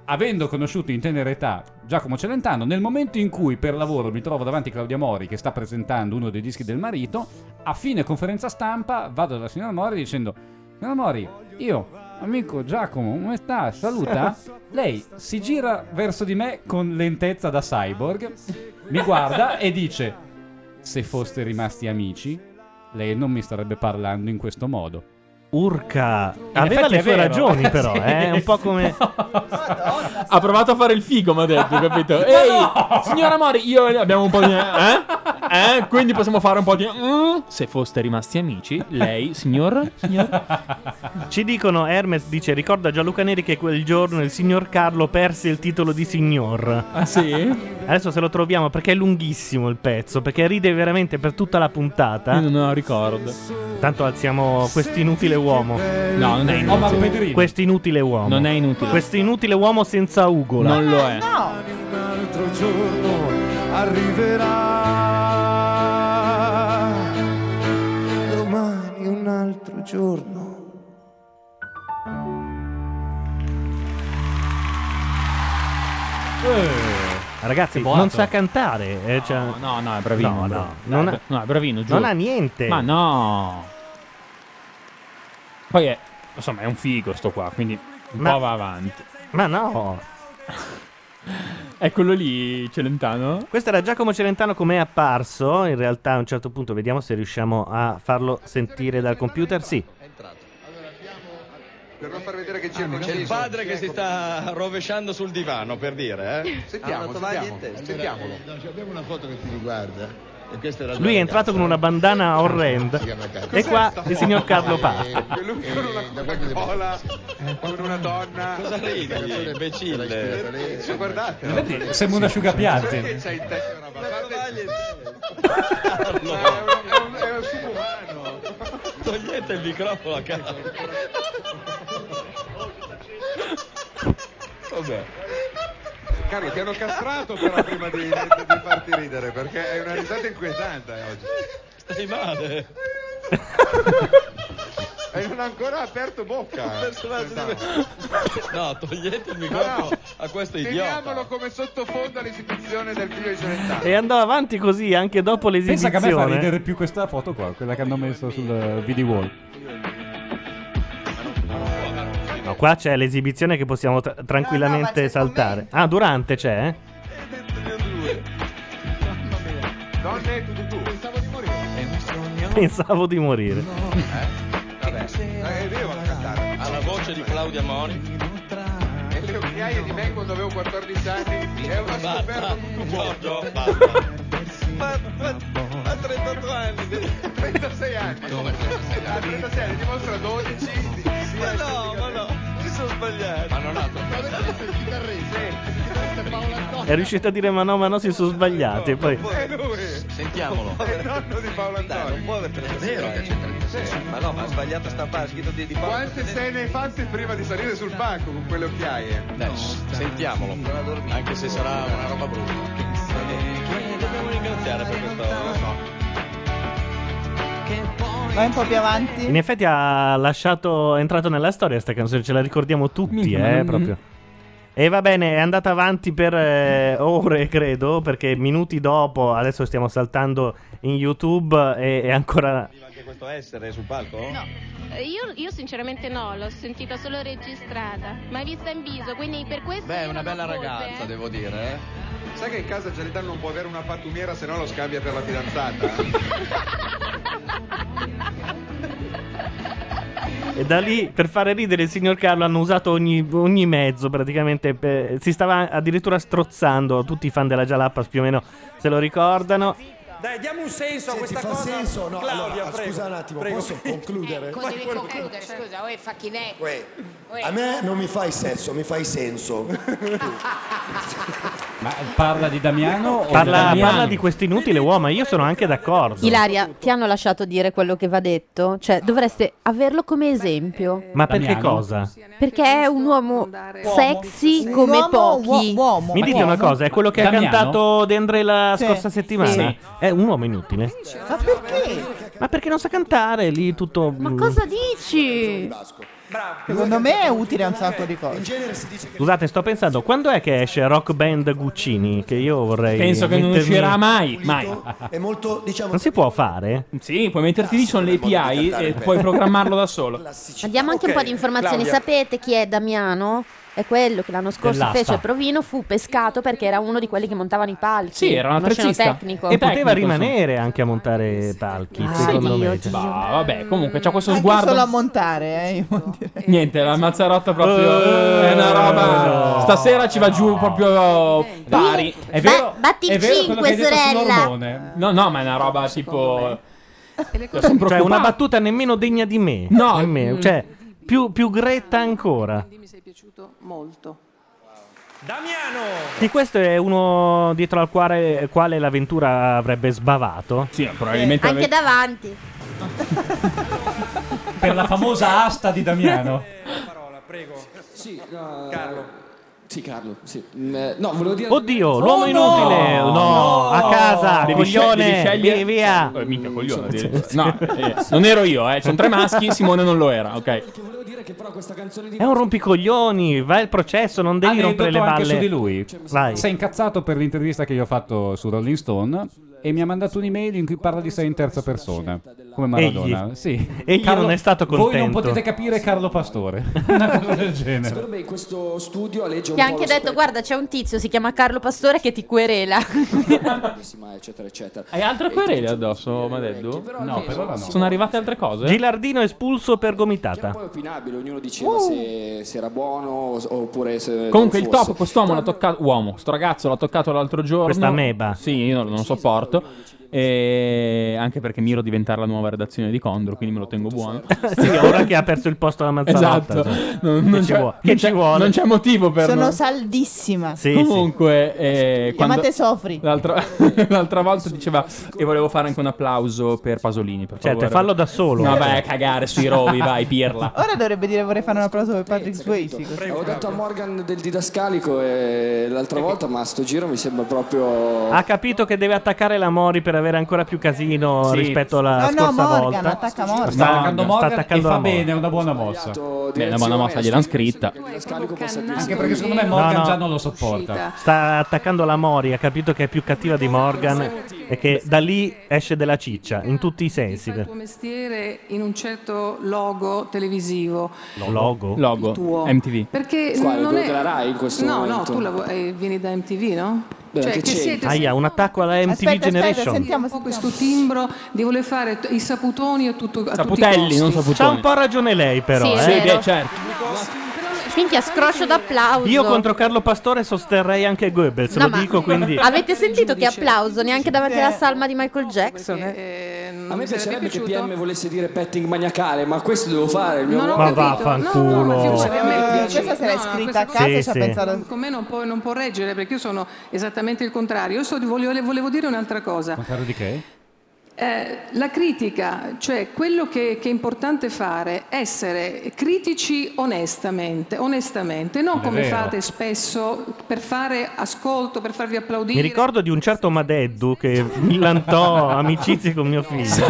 [SPEAKER 2] Avendo conosciuto in tenera età Giacomo Celentano, nel momento in cui per lavoro mi trovo davanti a Claudia Mori che sta presentando uno dei dischi del marito, a fine conferenza stampa vado dalla signora Mori dicendo: Signora Mori, io, amico Giacomo, come sta?
[SPEAKER 4] [laughs]
[SPEAKER 2] Saluta. Lei si gira verso di me con lentezza da cyborg, mi guarda e dice: Se foste rimasti amici, lei non mi starebbe parlando in questo modo.
[SPEAKER 1] Urca! Aveva le sue ragioni,
[SPEAKER 2] [laughs]
[SPEAKER 1] però, eh? Un po' come.
[SPEAKER 4] Ha provato a fare il figo, mi ha detto, [laughs] capito? Ehi, signora Mori, io e lei abbiamo un po' di... Eh? Eh? Quindi possiamo fare un po' di... Mm? Se foste rimasti amici, lei, signor...
[SPEAKER 1] Ci dicono, Hermes dice: Ricorda Gianluca Neri che quel giorno il signor Carlo perse il titolo di signor.
[SPEAKER 4] Ah, sì?
[SPEAKER 1] Adesso se lo troviamo perché è lunghissimo il pezzo, perché ride veramente per tutta la puntata.
[SPEAKER 4] Io non me lo ricordo.
[SPEAKER 1] Tanto alziamo questo inutile uomo.
[SPEAKER 4] No, non è inutile. Omar Pedrini.
[SPEAKER 1] Questo inutile uomo.
[SPEAKER 4] Non è inutile.
[SPEAKER 1] Questo inutile uomo senza ugola.
[SPEAKER 4] Non lo è.
[SPEAKER 15] un altro giorno arriverà. Domani un altro giorno.
[SPEAKER 1] Ragazzi,
[SPEAKER 4] Che boato.
[SPEAKER 1] Eh. non sa cantare. eh, cioè-
[SPEAKER 4] No, no, è bravino.
[SPEAKER 1] No, no,
[SPEAKER 4] No,
[SPEAKER 1] non ha-
[SPEAKER 4] è bra- no, è bravino, giù.
[SPEAKER 1] non ha niente.
[SPEAKER 4] Ma no. Poi è... Insomma, è un figo sto qua, quindi un
[SPEAKER 1] Ma-
[SPEAKER 4] po' va avanti.
[SPEAKER 1] Ma no.
[SPEAKER 4] [laughs] È quello lì, Celentano?
[SPEAKER 1] Questo era Giacomo Celentano com'è apparso. In realtà a un certo punto vediamo se riusciamo a farlo sentire dal computer. Sì.
[SPEAKER 8] Per Ah, non far vedere che
[SPEAKER 9] C'è il padre che si sta rovesciando sul divano, per dire, eh?
[SPEAKER 8] Sentiamo, sentiamo, sentiamolo.
[SPEAKER 9] abbiamo una foto che ti riguarda. E questa era
[SPEAKER 1] Lui è entrato con una bandana orrenda. E qua
[SPEAKER 9] Cos'è sta
[SPEAKER 1] il signor
[SPEAKER 9] foto?
[SPEAKER 1] Carlo
[SPEAKER 9] Eh,
[SPEAKER 1] parte.
[SPEAKER 8] Coca-Cola con una donna.
[SPEAKER 9] Cosa ridi? È imbecille.
[SPEAKER 8] Cioè, guardate.
[SPEAKER 2] Vedi, sembra un asciugapiatti.
[SPEAKER 8] Perché c'hai in testa una [laughs] barbata? Ma è un- è un- È un subumano.
[SPEAKER 9] Togliete il microfono a casa.
[SPEAKER 8] [laughs] Vabbè. Carlo, ti hanno castrato però prima di, di- di farti ridere, perché è una risata inquietante eh, oggi.
[SPEAKER 9] Stai male.
[SPEAKER 8] E non ha ancora aperto bocca. eh.
[SPEAKER 9] Personaggio No, togliete il
[SPEAKER 8] No,
[SPEAKER 9] microfono
[SPEAKER 8] no.
[SPEAKER 9] a questo idiota.
[SPEAKER 8] Teniamolo come sottofondo all'istituzione del figlio di Celentano.
[SPEAKER 1] E andò avanti così anche dopo
[SPEAKER 2] [laughs] Pensa
[SPEAKER 1] l'esibizione.
[SPEAKER 2] che a me fa ridere più questa foto qua, quella che hanno messo sul eh, video wall.
[SPEAKER 1] No, qua c'è l'esibizione che possiamo tra- tranquillamente saltare. Ah, durante c'è? eh? [laughs]
[SPEAKER 8] Donne, tu, tu, Pensavo di morire.
[SPEAKER 1] Pensavo di morire.
[SPEAKER 8] Vabbè, eh, io vado a cantare.
[SPEAKER 9] Alla voce di Claudia Mori.
[SPEAKER 8] E le occhiaie di me quando avevo 14 anni è una scoperta
[SPEAKER 9] Giorgio, basta.
[SPEAKER 8] a 34 anni. 36 anni. Ma come 36 anni? A 36 anni dimostra 12. Ma no, ma no, ci sono sbagliato. Ma non ha toccato. Il chitarrista.
[SPEAKER 1] È riuscito a dire ma no, ma no, si sono sbagliati. E poi
[SPEAKER 8] È lui.
[SPEAKER 9] Sentiamolo.
[SPEAKER 8] È il nonno di Paolo Antonio. eh.
[SPEAKER 9] Non può aver 36 anni. Ma no, ma ha sbagliato stampare, scritto di, di Paolo.
[SPEAKER 8] Quante sei ne hai fatte prima di salire sul
[SPEAKER 16] eh.
[SPEAKER 8] palco con quelle occhiaie?
[SPEAKER 9] Dai, sentiamolo, anche se sarà una roba brutta.
[SPEAKER 17] Chi Eh, dobbiamo ringraziare per questo? Non so.
[SPEAKER 5] Vai un po' più avanti.
[SPEAKER 1] In effetti ha lasciato, è entrato nella storia sta canzone, ce la ricordiamo tutti,
[SPEAKER 5] Minchia,
[SPEAKER 1] eh,
[SPEAKER 5] mm.
[SPEAKER 1] proprio. E va bene, è andata avanti per eh, ore, credo, perché minuti dopo, adesso stiamo saltando in YouTube e è ancora...
[SPEAKER 17] Anche questo essere sul palco? No.
[SPEAKER 15] Eh, Io, io sinceramente no, l'ho sentita solo registrata, ma vista in viso, quindi per questo...
[SPEAKER 17] Beh,
[SPEAKER 15] io
[SPEAKER 17] una
[SPEAKER 15] non ho
[SPEAKER 17] bella
[SPEAKER 15] colpe,
[SPEAKER 17] ragazza,
[SPEAKER 15] eh.
[SPEAKER 17] devo dire, eh.
[SPEAKER 16] Sai che in casa Gianitano non può avere una pattumiera se no lo scambia per la fidanzata?
[SPEAKER 1] E da lì, per fare ridere il signor Carlo, hanno usato ogni, ogni mezzo praticamente. per- si stava addirittura strozzando, tutti i fan della Jalapas più o meno se lo ricordano.
[SPEAKER 7] Dai, diamo un senso a
[SPEAKER 9] Se ti
[SPEAKER 7] questa
[SPEAKER 9] fa
[SPEAKER 7] cosa.
[SPEAKER 9] senso, no,
[SPEAKER 7] Claudia,
[SPEAKER 9] allora,
[SPEAKER 7] prego,
[SPEAKER 9] scusa un attimo,
[SPEAKER 7] prego.
[SPEAKER 9] posso concludere?
[SPEAKER 6] Ecco, devi concludere, scusa, uè facchinetto. Uè.
[SPEAKER 9] A me non mi fai sesso, mi fai senso.
[SPEAKER 2] Ma parla di Damiano o
[SPEAKER 1] Parla,
[SPEAKER 2] di Damiano?
[SPEAKER 1] parla di questo inutile uomo, io sono anche d'accordo.
[SPEAKER 3] Ilaria, ti hanno lasciato dire quello che va detto? Cioè, dovreste averlo come
[SPEAKER 5] eh,
[SPEAKER 3] esempio.
[SPEAKER 1] Ma perché
[SPEAKER 3] Damiano?
[SPEAKER 1] cosa?
[SPEAKER 3] Perché è un uomo sexy come
[SPEAKER 5] Uomo,
[SPEAKER 3] pochi.
[SPEAKER 5] uo- uomo.
[SPEAKER 1] Mi dite una cosa, è quello che
[SPEAKER 2] Damiano?
[SPEAKER 1] ha cantato Dendre la
[SPEAKER 5] Sì.
[SPEAKER 1] scorsa settimana?
[SPEAKER 5] Sì.
[SPEAKER 1] È un uomo inutile.
[SPEAKER 5] Ma perché?
[SPEAKER 1] Ma perché non sa cantare lì tutto... Ma
[SPEAKER 3] Cosa dici?
[SPEAKER 5] Secondo me è utile a un sacco di cose.
[SPEAKER 1] Scusate, sto pensando, quando è che esce Rock Band Guccini? Che io vorrei...
[SPEAKER 4] Penso che non
[SPEAKER 1] mettermi-
[SPEAKER 4] uscirà mai, mai.
[SPEAKER 9] È molto, diciamo,
[SPEAKER 1] Non si può fare?
[SPEAKER 4] Sì, puoi metterti lì, sono le API e eh, puoi programmarlo da solo.
[SPEAKER 3] Ma diamo anche un po' di informazioni.
[SPEAKER 4] Claudia.
[SPEAKER 3] Sapete chi è Damiano? È quello che l'anno scorso
[SPEAKER 4] Dell'asta.
[SPEAKER 3] fece a Provino, fu pescato perché era uno di quelli che montavano i palchi.
[SPEAKER 1] Sì, era un
[SPEAKER 3] uno
[SPEAKER 1] attrezzista.
[SPEAKER 3] scenotecnico.
[SPEAKER 1] E poteva rimanere anche a montare palchi, secondo me. cioè.
[SPEAKER 4] Bah, Ah, vabbè, comunque c'ha questo
[SPEAKER 5] Anche
[SPEAKER 4] sguardo.
[SPEAKER 5] solo a montare, eh, io vuol dire.
[SPEAKER 4] Niente, la Mazzarotta proprio
[SPEAKER 1] Eh,
[SPEAKER 4] è una roba. Stasera ci va giù proprio pari. È vero?
[SPEAKER 3] batti
[SPEAKER 4] è vero
[SPEAKER 3] cinque,
[SPEAKER 4] quello che hai detto
[SPEAKER 3] sorella.
[SPEAKER 4] sull'ormone. No, no, ma è una roba tipo sono
[SPEAKER 1] Cioè,
[SPEAKER 4] preoccupato.
[SPEAKER 1] una battuta nemmeno degna di me.
[SPEAKER 4] No.
[SPEAKER 1] Nemmeno,
[SPEAKER 4] Mm.
[SPEAKER 1] cioè, più, più gretta ancora.
[SPEAKER 10] Mi sei piaciuto molto.
[SPEAKER 1] Sì, questo è uno dietro al quale, quale l'avventura avrebbe sbavato.
[SPEAKER 4] Sì, probabilmente
[SPEAKER 3] Anche davanti.
[SPEAKER 2] Per la famosa asta di
[SPEAKER 1] [laughs]
[SPEAKER 2] Damiano.
[SPEAKER 7] Prego.
[SPEAKER 18] Sì, Carlo. Sì, Carlo, sì. Mm, eh, No, volevo dire... Oh,
[SPEAKER 1] Oddio, l'uomo inutile. No, a casa, coglione. Via, via.
[SPEAKER 4] Eh, mica coglione. addirittura.
[SPEAKER 1] Sì, sì.
[SPEAKER 4] No, eh, non ero io, eh. Sono tre maschi, Simone non lo era, ok.
[SPEAKER 1] È un rompicoglioni. Vai al processo, non devi
[SPEAKER 2] Aneddoto
[SPEAKER 1] rompere le balle. Cioè,
[SPEAKER 2] anche su di lui.
[SPEAKER 1] Vai.
[SPEAKER 2] Si è incazzato per l'intervista che gli ho fatto su Rolling Stone e mi ha mandato un'email in cui parla di sé in terza persona. Come Maradona.
[SPEAKER 1] Egli.
[SPEAKER 2] Sì.
[SPEAKER 1] Egli non è stato
[SPEAKER 2] Voi non
[SPEAKER 1] contento.
[SPEAKER 2] potete capire Carlo Pastore. [laughs] Una cosa del genere.
[SPEAKER 18] Secondo me questo studio alleggia un
[SPEAKER 3] Ti ha
[SPEAKER 18] po'
[SPEAKER 3] anche
[SPEAKER 18] lo
[SPEAKER 3] detto, guarda, c'è un tizio, si chiama Carlo Pastore, che ti querela. [laughs]
[SPEAKER 18] spessima, eccetera, eccetera.
[SPEAKER 4] Hai
[SPEAKER 1] Eh,
[SPEAKER 4] altre querele addosso, Madeddu?
[SPEAKER 18] No, per ora no.
[SPEAKER 4] Sono arrivate altre cose?
[SPEAKER 1] Gilardino espulso per gomitata.
[SPEAKER 18] Poi è opinabile, ognuno diceva
[SPEAKER 3] Uh!
[SPEAKER 18] se, se era buono o- oppure se
[SPEAKER 4] Comunque il
[SPEAKER 18] Eh, non fosse.
[SPEAKER 4] top, quest'uomo l'ha toccato. Uomo, sto ragazzo l'ha toccato l'altro giorno.
[SPEAKER 1] Questa meba.
[SPEAKER 4] Sì, io non lo sopporto. E anche perché miro diventare la nuova redazione di Condor, quindi me lo tengo buono.
[SPEAKER 1] [laughs] sì, ora che ha perso il posto alla Mazzarotta.
[SPEAKER 4] Esatto.
[SPEAKER 1] cioè.
[SPEAKER 4] Non,
[SPEAKER 1] che
[SPEAKER 4] non
[SPEAKER 1] ci
[SPEAKER 4] c'è,
[SPEAKER 1] vuole?
[SPEAKER 4] non
[SPEAKER 1] Che ci
[SPEAKER 4] c'è-
[SPEAKER 1] vuole?
[SPEAKER 4] non c'è motivo per.
[SPEAKER 5] Sono
[SPEAKER 4] non-
[SPEAKER 5] saldissima.
[SPEAKER 4] Comunque, eh, quando-
[SPEAKER 5] Chiamate Sofri.
[SPEAKER 4] l'altra, l'altra volta diceva e volevo fare anche un applauso per Pasolini. Per
[SPEAKER 1] Certo,
[SPEAKER 4] favore.
[SPEAKER 1] fallo da solo.
[SPEAKER 4] No, vai a cagare sui rovi, vai,
[SPEAKER 1] [laughs]
[SPEAKER 4] pirla.
[SPEAKER 5] Ora dovrebbe dire vorrei fare un applauso per Patrick Swayze. così.
[SPEAKER 18] Ho detto a Morgan del didascalico eh, l'altra volta, ma sto giro mi sembra proprio...
[SPEAKER 2] Ah,
[SPEAKER 1] Ha capito che deve attaccare la Mori per avere ancora più casino
[SPEAKER 18] Sì.
[SPEAKER 1] rispetto alla
[SPEAKER 5] No, no,
[SPEAKER 1] scorsa
[SPEAKER 5] Morgan,
[SPEAKER 1] volta.
[SPEAKER 5] attacca Morgan.
[SPEAKER 1] Sta
[SPEAKER 2] Sta
[SPEAKER 1] attaccando Morgan
[SPEAKER 2] attaccando Morgan e
[SPEAKER 1] e fa
[SPEAKER 2] fa
[SPEAKER 1] bene,
[SPEAKER 2] bene, è una buona mossa.
[SPEAKER 4] Beh, una buona mossa, gliel'hanno scritta.
[SPEAKER 2] Anche perché secondo me Morgan già non lo sopporta.
[SPEAKER 1] Sta attaccando la Mori, ha capito che è più cattiva di Morgan e che da lì esce della ciccia, in tutti i sensi.
[SPEAKER 10] Il tuo mestiere in un certo logo televisivo.
[SPEAKER 1] Logo.
[SPEAKER 4] Logo.
[SPEAKER 10] Tuo.
[SPEAKER 4] MTV.
[SPEAKER 10] Perché
[SPEAKER 4] Quale,
[SPEAKER 10] non
[SPEAKER 4] quello
[SPEAKER 10] è...
[SPEAKER 4] della Rai in questo
[SPEAKER 10] no,
[SPEAKER 4] momento?
[SPEAKER 10] No, no, tu lav- eh, vieni da MTV, no? Cioè,
[SPEAKER 1] Aia, un attacco alla MTV Generation.
[SPEAKER 10] un po' questo timbro di voler fare t- i saputoni a, tutto, a tutti i costi.
[SPEAKER 1] C'ha un po' ragione lei, però.
[SPEAKER 10] Sì, è
[SPEAKER 1] eh.
[SPEAKER 10] vero.
[SPEAKER 3] Minchia, scroscio d'applauso.
[SPEAKER 1] Io contro Carlo Pastore sosterrei anche Goebbels,
[SPEAKER 3] No,
[SPEAKER 1] lo
[SPEAKER 3] ma
[SPEAKER 1] dico
[SPEAKER 5] [laughs]
[SPEAKER 1] quindi.
[SPEAKER 3] Avete sentito che applauso neanche davanti
[SPEAKER 5] Eh.
[SPEAKER 3] alla salma di Michael Jackson?
[SPEAKER 18] A me piacerebbe che PM volesse dire petting maniacale, ma questo devo fare. Il mio
[SPEAKER 1] Non ho
[SPEAKER 18] ruolo.
[SPEAKER 1] Ma capito. vaffanculo. No, no, ma figurati, a me
[SPEAKER 5] Eh, questa se l'hai scritta
[SPEAKER 10] No,
[SPEAKER 5] a
[SPEAKER 10] questa
[SPEAKER 5] casa
[SPEAKER 1] cosa-
[SPEAKER 5] e ci ha
[SPEAKER 1] Sì, sì.
[SPEAKER 5] pensato.
[SPEAKER 10] Con me non può, non può reggere perché io sono esattamente il contrario. Io so di- voglio- volevo, dire un'altra cosa.
[SPEAKER 2] Contrario di che?
[SPEAKER 10] Eh, la critica, cioè quello che, che è importante fare, essere critici onestamente, onestamente non
[SPEAKER 1] È
[SPEAKER 10] come
[SPEAKER 1] vero.
[SPEAKER 10] fate spesso per fare ascolto, per
[SPEAKER 1] Mi
[SPEAKER 10] farvi applaudire.
[SPEAKER 1] ricordo di un certo Madeddu che
[SPEAKER 5] [laughs]
[SPEAKER 1] millantò amicizie con mio figlio.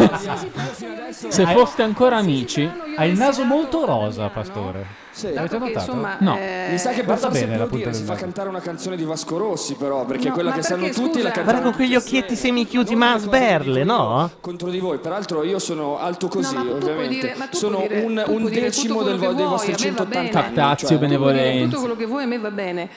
[SPEAKER 4] Se foste ancora amici,
[SPEAKER 2] Ha il naso molto rosa, Pastore.
[SPEAKER 18] Sì,
[SPEAKER 2] Avete
[SPEAKER 18] dato che,
[SPEAKER 2] notato?
[SPEAKER 18] insomma, eh, Mi sa che per
[SPEAKER 2] Guarda
[SPEAKER 18] farsi
[SPEAKER 2] bene la punta
[SPEAKER 18] applaudire
[SPEAKER 2] del
[SPEAKER 18] si fa
[SPEAKER 2] naso.
[SPEAKER 18] cantare una canzone di Vasco Rossi, però, perché
[SPEAKER 1] No,
[SPEAKER 18] quella
[SPEAKER 1] ma
[SPEAKER 18] che
[SPEAKER 1] perché,
[SPEAKER 18] sanno tutti la
[SPEAKER 1] scusa?
[SPEAKER 18] cantano.
[SPEAKER 1] Guarda con quegli occhietti semichiusi masberle, no?
[SPEAKER 18] Contro di voi, peraltro io sono alto così,
[SPEAKER 10] No, ma tu puoi
[SPEAKER 18] ovviamente.
[SPEAKER 10] dire- ma tu
[SPEAKER 18] sono
[SPEAKER 10] puoi dire-
[SPEAKER 18] un,
[SPEAKER 10] tu
[SPEAKER 18] un
[SPEAKER 10] puoi dire tutto
[SPEAKER 18] decimo
[SPEAKER 10] quello
[SPEAKER 18] del
[SPEAKER 10] che
[SPEAKER 18] vo- dei
[SPEAKER 10] vuoi,
[SPEAKER 18] vostri
[SPEAKER 10] a me va
[SPEAKER 18] 180
[SPEAKER 10] bene.
[SPEAKER 18] anni.
[SPEAKER 4] Captazio,
[SPEAKER 18] cioè,
[SPEAKER 10] Dire
[SPEAKER 4] benevolenza.
[SPEAKER 10] tutto quello che vuoi a me va bene.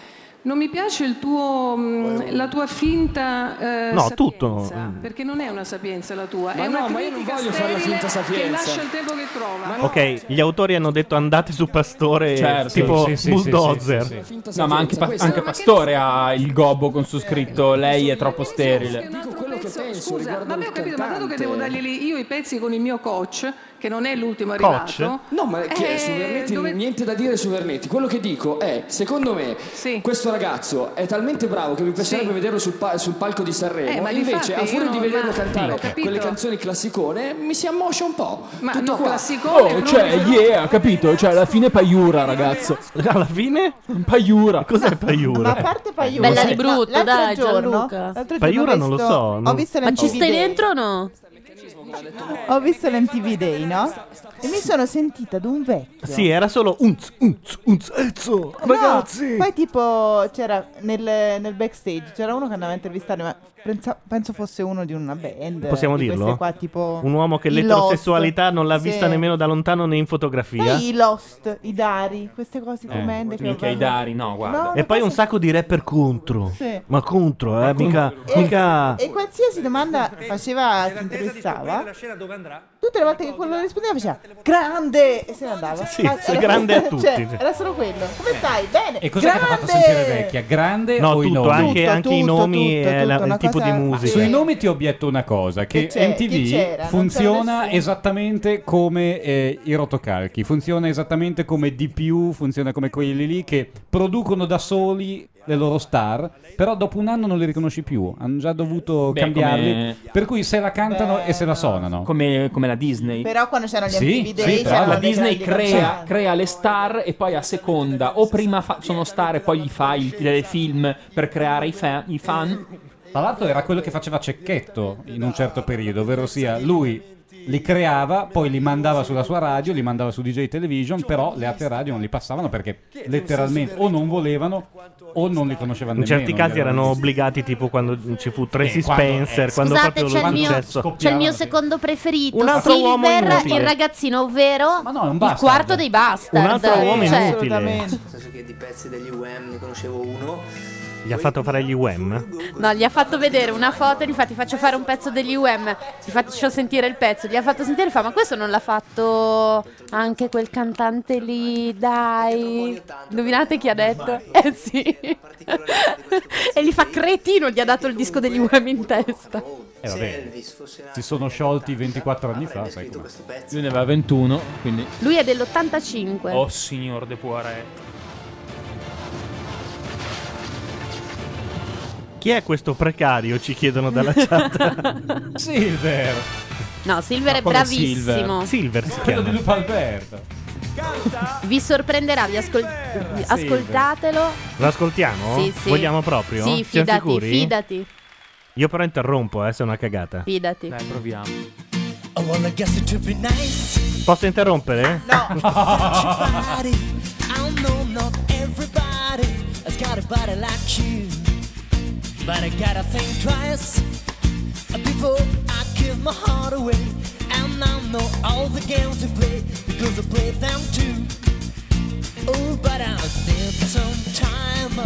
[SPEAKER 10] Non mi piace il tuo, mh, la tua finta eh,
[SPEAKER 1] No,
[SPEAKER 10] sapienza,
[SPEAKER 1] tutto. Mm.
[SPEAKER 10] perché non è una sapienza la tua,
[SPEAKER 18] Ma
[SPEAKER 10] è una
[SPEAKER 18] no, ma io non
[SPEAKER 10] critica
[SPEAKER 18] voglio fare la
[SPEAKER 10] sterile
[SPEAKER 18] finta
[SPEAKER 10] che
[SPEAKER 18] sapienza.
[SPEAKER 10] lascia il tempo che trova.
[SPEAKER 1] Ok, gli autori hanno detto andate su Pastore
[SPEAKER 4] Certo,
[SPEAKER 1] tipo
[SPEAKER 4] sì, sì,
[SPEAKER 1] bulldozer.
[SPEAKER 4] sì, sì, sì. No, ma anche, Pa- anche Pastore ha il gobbo con su scritto lei è troppo sterile.
[SPEAKER 10] Dico quello che penso, scusa, ma abbiamo capito, ma dato che devo dargli lì io i pezzi con il mio coach, che non è l'ultimo
[SPEAKER 18] Coach?
[SPEAKER 10] arrivato.
[SPEAKER 18] No, ma che
[SPEAKER 10] eh,
[SPEAKER 18] su Vernetti
[SPEAKER 10] dove-
[SPEAKER 18] niente da dire su Vernetti. Quello che dico è, secondo me, questo ragazzo è talmente bravo che mi piacerebbe vederlo sul, pa- sul palco di Sanremo.
[SPEAKER 10] Eh, ma difatti,
[SPEAKER 18] invece, a furia
[SPEAKER 10] io
[SPEAKER 18] di
[SPEAKER 10] non-
[SPEAKER 18] vederlo
[SPEAKER 10] ma-
[SPEAKER 18] cantare
[SPEAKER 10] ho capito.
[SPEAKER 18] quelle canzoni classicone, mi si ammoscia un po'.
[SPEAKER 10] Ma
[SPEAKER 18] Tutto
[SPEAKER 10] no,
[SPEAKER 18] qua.
[SPEAKER 10] classicone,
[SPEAKER 4] Oh, cioè, yeah, capito? Cioè, alla fine Paiura, ragazzo.
[SPEAKER 1] Alla fine?
[SPEAKER 4] Paiura.
[SPEAKER 1] Cos'è Paiura?
[SPEAKER 5] Ma a parte Paiura,
[SPEAKER 19] Bella di brutto,
[SPEAKER 5] l'altro
[SPEAKER 19] dai,
[SPEAKER 5] giorno-
[SPEAKER 19] Gianluca.
[SPEAKER 5] l'altro giorno
[SPEAKER 1] Paiura
[SPEAKER 5] ho
[SPEAKER 1] non lo
[SPEAKER 5] visto-
[SPEAKER 1] so,
[SPEAKER 5] Ho
[SPEAKER 1] non-
[SPEAKER 5] visto
[SPEAKER 19] Ma ci
[SPEAKER 5] l'MTV
[SPEAKER 19] stai
[SPEAKER 5] Day.
[SPEAKER 19] dentro o no?
[SPEAKER 5] Ho visto l'MTV Day, no? E mi sono sentita ad un vecchio.
[SPEAKER 1] Sì, era solo unz, unz, unz, ezzo,
[SPEAKER 5] No,
[SPEAKER 1] ragazzi.
[SPEAKER 5] poi tipo c'era nel, nel backstage c'era uno che andava a intervistare, ma pensa- penso fosse uno di una band.
[SPEAKER 1] Possiamo
[SPEAKER 5] di
[SPEAKER 1] dirlo?
[SPEAKER 5] queste Qua, tipo
[SPEAKER 1] Un uomo che
[SPEAKER 5] i
[SPEAKER 1] l'eterosessualità
[SPEAKER 5] Lost.
[SPEAKER 1] non l'ha
[SPEAKER 5] Sì.
[SPEAKER 1] vista nemmeno da lontano né in fotografia.
[SPEAKER 5] Poi i Lost, i Dari, queste
[SPEAKER 1] Eh,
[SPEAKER 5] cose tremende. che
[SPEAKER 1] mica i
[SPEAKER 5] vanno-
[SPEAKER 1] Dari,
[SPEAKER 4] no,
[SPEAKER 5] guarda. Eh, No,
[SPEAKER 1] e poi un sacco di rapper contro.
[SPEAKER 5] Sì.
[SPEAKER 1] Ma contro, eh, mica,
[SPEAKER 5] E,
[SPEAKER 1] mica...
[SPEAKER 5] e qualsiasi domanda faceva, ti interessava, tutte le volte che quello rispondeva faceva grande e se ne andava.
[SPEAKER 1] Sì,
[SPEAKER 5] Ah,
[SPEAKER 1] sì,
[SPEAKER 5] era-
[SPEAKER 1] grande a tutti.
[SPEAKER 5] cioè, era solo quello. Come stai? Bene.
[SPEAKER 2] E cos'è che ti ha fatto sentire vecchia? Grande
[SPEAKER 1] No,
[SPEAKER 2] o i
[SPEAKER 1] tutto,
[SPEAKER 2] nomi?
[SPEAKER 1] anche- Tutto, anche i tutto, nomi tutto, e la- tutto, il una tipo cosa- di musica.
[SPEAKER 2] Sui nomi ti ho obietto una cosa, che,
[SPEAKER 1] Che c'è- che c'era,
[SPEAKER 2] MTV
[SPEAKER 1] non c'era
[SPEAKER 2] funziona
[SPEAKER 1] nessuno.
[SPEAKER 2] esattamente come eh, i rotocalchi, funziona esattamente come di più, funziona come quelli lì che producono da soli le loro star, però dopo un anno non li riconosci più, hanno già dovuto
[SPEAKER 4] Beh,
[SPEAKER 2] cambiarli,
[SPEAKER 4] come-
[SPEAKER 2] per cui se la cantano e se la suonano.
[SPEAKER 4] Come, la Disney.
[SPEAKER 5] Però quando c'erano gli
[SPEAKER 2] Sì,
[SPEAKER 5] MTV Day
[SPEAKER 2] sì, tra
[SPEAKER 5] c'erano
[SPEAKER 4] La
[SPEAKER 5] dei
[SPEAKER 4] Disney
[SPEAKER 5] grandi
[SPEAKER 4] crea,
[SPEAKER 5] cantanti.
[SPEAKER 4] crea le star e poi a seconda o prima fa- sono star e poi gli fa i telefilm per creare i, fa- i fan.
[SPEAKER 2] Tra l'altro era quello che faceva Cecchetto in un certo periodo, ovvero sia lui li creava, poi li mandava sulla sua radio, li mandava su DJ Television, però le altre radio non li passavano perché letteralmente o non volevano o non li conoscevano
[SPEAKER 1] In certi
[SPEAKER 2] nemmeno,
[SPEAKER 1] casi erano obbligati, tipo quando ci fu Tracy
[SPEAKER 2] Eh, quando-
[SPEAKER 1] Spencer,
[SPEAKER 2] eh,
[SPEAKER 1] quando,
[SPEAKER 19] Scusate, c'è
[SPEAKER 1] proprio
[SPEAKER 19] il,
[SPEAKER 1] lo
[SPEAKER 19] mio,
[SPEAKER 1] successo.
[SPEAKER 19] c'è il mio secondo preferito,
[SPEAKER 1] Un altro uomo
[SPEAKER 19] Silver
[SPEAKER 1] inutile.
[SPEAKER 19] e il ragazzino, ovvero
[SPEAKER 1] un
[SPEAKER 19] il
[SPEAKER 1] bastard.
[SPEAKER 19] quarto dei bastard.
[SPEAKER 1] Un altro uomo
[SPEAKER 19] Cioè,
[SPEAKER 1] inutile.
[SPEAKER 19] assolutamente.
[SPEAKER 12] Nel senso che di pezzi degli UM ne conoscevo uno.
[SPEAKER 1] Gli ha fatto fare gli UM?
[SPEAKER 19] No, gli ha fatto vedere una foto e gli fa ti faccio fare un pezzo degli UM, ti faccio sentire il pezzo, gli ha fatto sentire e fa ma questo non l'ha fatto anche quel cantante lì, dai. Indovinate chi ha detto? Eh sì. [laughs] e gli fa cretino, gli ha dato il disco degli UM in testa.
[SPEAKER 2] Eh, vabbè, si sono sciolti 24 anni fa, sai com'è.
[SPEAKER 4] Lui ne aveva 21, quindi...
[SPEAKER 19] Lui è dell'85.
[SPEAKER 4] Oh signor De Puare.
[SPEAKER 1] Chi è questo precario? Ci
[SPEAKER 19] [laughs]
[SPEAKER 1] chiedono dalla chat.
[SPEAKER 2] Silver.
[SPEAKER 19] No, Silver è bravissimo.
[SPEAKER 1] Silver si
[SPEAKER 2] Quello di
[SPEAKER 1] chiama.
[SPEAKER 2] Lupo Alberto.
[SPEAKER 19] Vi sorprenderà, vi ascol- vi ascoltatelo.
[SPEAKER 1] Lo ascoltiamo?
[SPEAKER 19] Sì, sì.
[SPEAKER 1] Oh, Vogliamo proprio?
[SPEAKER 19] Sì,
[SPEAKER 1] Siamo
[SPEAKER 19] fidati,
[SPEAKER 1] sicuri?
[SPEAKER 19] fidati,
[SPEAKER 1] Io però interrompo, eh, se è una cagata.
[SPEAKER 19] fidati.
[SPEAKER 4] proviamo.
[SPEAKER 8] I wanna guess it to be nice.
[SPEAKER 1] Posso interrompere? [laughs]
[SPEAKER 8] Not everybody, I know not everybody has got a body like you. But I gotta think twice before I give my heart away. And I know all the games we play because I play them too. Oh, but I'll need some time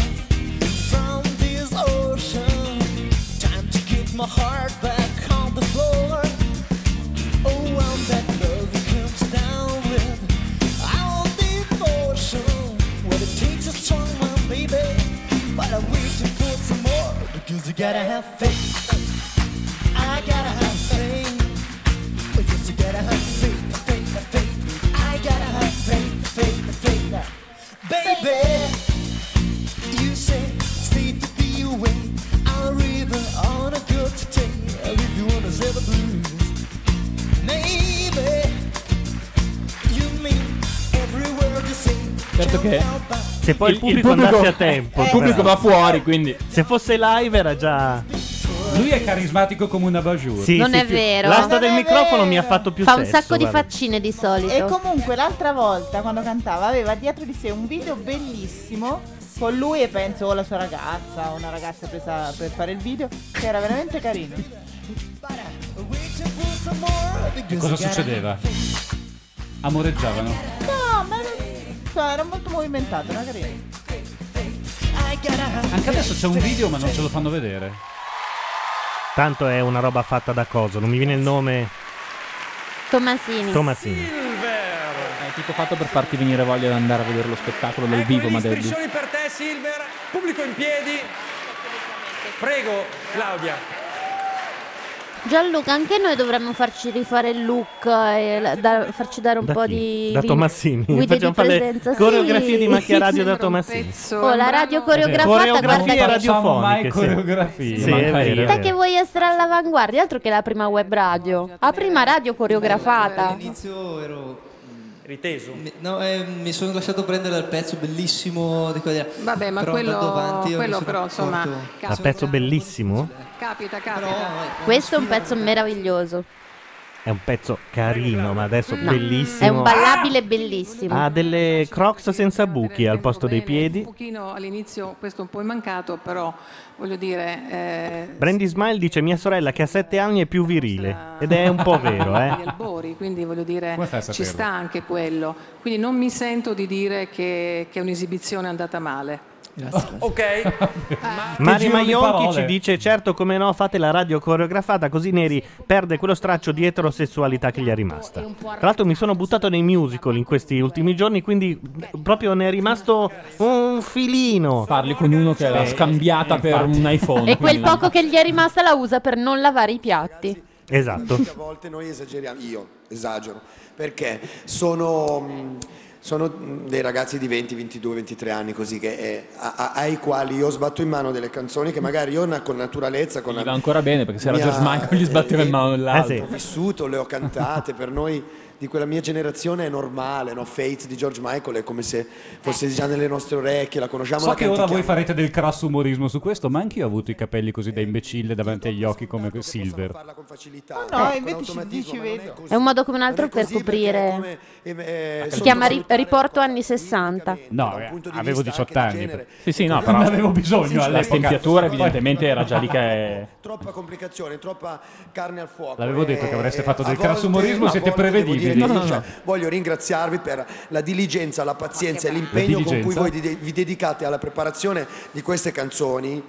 [SPEAKER 8] from this ocean. Time to get my heart back on the floor. Oh, when that love comes down with all devotion. Well, it takes a strong one, baby. But I'm waiting for some more. Because you gotta have faith. I gotta have faith. Because you gotta have faith, faith, faith. I gotta have faith, faith, faith. Baby, you say sleep to be away. I'll river on a good day. I'll leave you on a silver blue.
[SPEAKER 4] detto Certo che.
[SPEAKER 1] Se poi il pubblico, andasse a tempo.
[SPEAKER 4] Il pubblico
[SPEAKER 1] però.
[SPEAKER 4] va fuori, quindi.
[SPEAKER 1] Se fosse live era già.
[SPEAKER 2] Lui è carismatico come una bajour.
[SPEAKER 1] Sì,
[SPEAKER 19] Non
[SPEAKER 1] sì,
[SPEAKER 19] è
[SPEAKER 1] più-
[SPEAKER 19] vero.
[SPEAKER 1] L'asta
[SPEAKER 19] Non
[SPEAKER 1] del
[SPEAKER 19] è
[SPEAKER 1] microfono
[SPEAKER 19] vero.
[SPEAKER 1] mi ha fatto più
[SPEAKER 19] Fa un
[SPEAKER 1] sesso.
[SPEAKER 19] sacco di
[SPEAKER 1] guarda.
[SPEAKER 19] faccine di solito.
[SPEAKER 5] E comunque l'altra volta quando cantava aveva dietro di sé un video bellissimo con lui e penso o la sua ragazza, una ragazza presa per fare il video, che era veramente carino.
[SPEAKER 2] E cosa succedeva? Amoreggiavano.
[SPEAKER 5] No, ma non- so, era molto movimentato, era carino.
[SPEAKER 2] Anche adesso c'è un video, ma non ce lo fanno vedere.
[SPEAKER 1] Tanto è una roba fatta da coso, non mi viene il nome
[SPEAKER 19] Tommasini.
[SPEAKER 1] Tomasini.
[SPEAKER 4] È tutto fatto per farti venire voglia di andare a vedere lo spettacolo
[SPEAKER 5] Ecco,
[SPEAKER 4] dal vivo, ma devi.
[SPEAKER 7] Striscioni per te, Silver. Pubblico in piedi. Prego, Claudia.
[SPEAKER 19] Gianluca, anche noi dovremmo farci rifare il look e la- da- farci dare un
[SPEAKER 1] Da
[SPEAKER 19] po'
[SPEAKER 1] chi?
[SPEAKER 19] di
[SPEAKER 1] Da
[SPEAKER 19] ri-
[SPEAKER 1] Tomassini?
[SPEAKER 19] guide di
[SPEAKER 1] Facciamo fare le
[SPEAKER 19] presenza. Sì.
[SPEAKER 1] coreografie di macchia radio da Tomassini.
[SPEAKER 19] Oh, la radio coreografata, guarda
[SPEAKER 1] Coreografie
[SPEAKER 19] che
[SPEAKER 1] radiofoniche.
[SPEAKER 2] mai
[SPEAKER 1] sì.
[SPEAKER 2] coreografie,
[SPEAKER 1] Sì, è
[SPEAKER 2] manca
[SPEAKER 1] vero,
[SPEAKER 2] io.
[SPEAKER 1] è
[SPEAKER 19] Sai che
[SPEAKER 1] vero.
[SPEAKER 19] vuoi essere all'avanguardia, altro che la prima web radio. La prima radio coreografata.
[SPEAKER 12] All'inizio ero.
[SPEAKER 7] Riteso.
[SPEAKER 12] No, eh, mi sono lasciato prendere dal pezzo bellissimo di quella.
[SPEAKER 10] Vabbè, ma
[SPEAKER 12] però
[SPEAKER 10] quello-
[SPEAKER 12] andando avanti, io mi
[SPEAKER 10] quello
[SPEAKER 12] sono
[SPEAKER 10] però, insomma,
[SPEAKER 12] accorto- eh,
[SPEAKER 1] Un pezzo bellissimo.
[SPEAKER 10] Capita, capita.
[SPEAKER 19] Questo è un pezzo meraviglioso.
[SPEAKER 1] È un pezzo carino, ma adesso
[SPEAKER 19] No,
[SPEAKER 1] bellissimo.
[SPEAKER 19] È un ballabile bellissimo.
[SPEAKER 1] Ha delle crocs senza buchi al posto dei
[SPEAKER 10] Un
[SPEAKER 1] piedi.
[SPEAKER 10] pochino all'inizio questo un po' è mancato, però voglio dire, eh,
[SPEAKER 1] Brandy Smile dice: Mia sorella che ha 7 anni è più virile. Ed è un po' vero,
[SPEAKER 19] [laughs]
[SPEAKER 1] eh.
[SPEAKER 10] gli albori, quindi voglio dire,
[SPEAKER 1] Come fai a
[SPEAKER 10] ci
[SPEAKER 1] saperlo?
[SPEAKER 10] sta anche quello. Quindi non mi sento di dire che, che è un'esibizione andata male. Ah,
[SPEAKER 7] Ok. giro
[SPEAKER 1] Mari
[SPEAKER 7] di
[SPEAKER 1] Maionchi
[SPEAKER 7] parole.
[SPEAKER 1] ci dice: Certo, come no, fate la radio coreografata, così Neri perde quello straccio di eterosessualità che gli è rimasta. Tra l'altro, mi sono buttato nei musical in questi ultimi giorni, quindi mh, proprio ne è rimasto un filino.
[SPEAKER 4] Parli con uno che l'ha
[SPEAKER 1] Sì, Eh,
[SPEAKER 4] scambiata per un iPhone.
[SPEAKER 19] E quel
[SPEAKER 4] quindi-
[SPEAKER 19] poco che gli è rimasta la usa per non lavare i piatti.
[SPEAKER 1] Esatto.
[SPEAKER 9] A volte noi esageriamo, io esagero, perché sono, mh, sono mh, dei ragazzi di 20, 22, 23 anni così, che, eh, a- a- ai quali io sbatto in mano delle canzoni che magari io na- con naturalezza, con
[SPEAKER 4] Va ancora bene perché se era
[SPEAKER 9] Mia-
[SPEAKER 4] George Michael gli sbatteva in
[SPEAKER 2] Eh
[SPEAKER 4] mano l'altro.
[SPEAKER 9] ho vissuto, le ho cantate, per noi di quella mia generazione è normale, no? Fate di George Michael è come se fosse già nelle nostre orecchie, la conosciamo,
[SPEAKER 2] So
[SPEAKER 9] la
[SPEAKER 2] che ora
[SPEAKER 9] cantichiamo.
[SPEAKER 2] voi farete del crasso umorismo su questo, ma anch'io ho avuto i capelli così da imbecille davanti agli occhi come Silver.
[SPEAKER 9] con facilità.
[SPEAKER 5] No,
[SPEAKER 9] con
[SPEAKER 5] invece ci,
[SPEAKER 9] automatismo,
[SPEAKER 5] ci
[SPEAKER 9] ma non è
[SPEAKER 5] vedo.
[SPEAKER 19] È un modo come un altro per coprire. si chiama ri- Riporto anni 60.
[SPEAKER 2] No, eh, avevo 18 anni.
[SPEAKER 4] Sì, sì, no,
[SPEAKER 2] Non
[SPEAKER 4] però.
[SPEAKER 2] ne avevo bisogno
[SPEAKER 4] La
[SPEAKER 2] all'epoca.
[SPEAKER 4] stempiatura, evidentemente, era già lì
[SPEAKER 9] [laughs]
[SPEAKER 4] che.
[SPEAKER 9] troppa complicazione, troppa carne al fuoco. Eh,
[SPEAKER 2] L'avevo detto che avreste fatto
[SPEAKER 9] a
[SPEAKER 2] del
[SPEAKER 9] volte-
[SPEAKER 2] crassumorismo,
[SPEAKER 9] a
[SPEAKER 2] siete
[SPEAKER 9] volte devo
[SPEAKER 2] prevedibili.
[SPEAKER 9] dire di
[SPEAKER 2] No, no,
[SPEAKER 9] sì,
[SPEAKER 2] no.
[SPEAKER 9] cioè, voglio ringraziarvi per la diligenza, la pazienza e l'impegno
[SPEAKER 2] La
[SPEAKER 9] con cui
[SPEAKER 2] diligenza?
[SPEAKER 9] voi di- vi dedicate alla preparazione di queste canzoni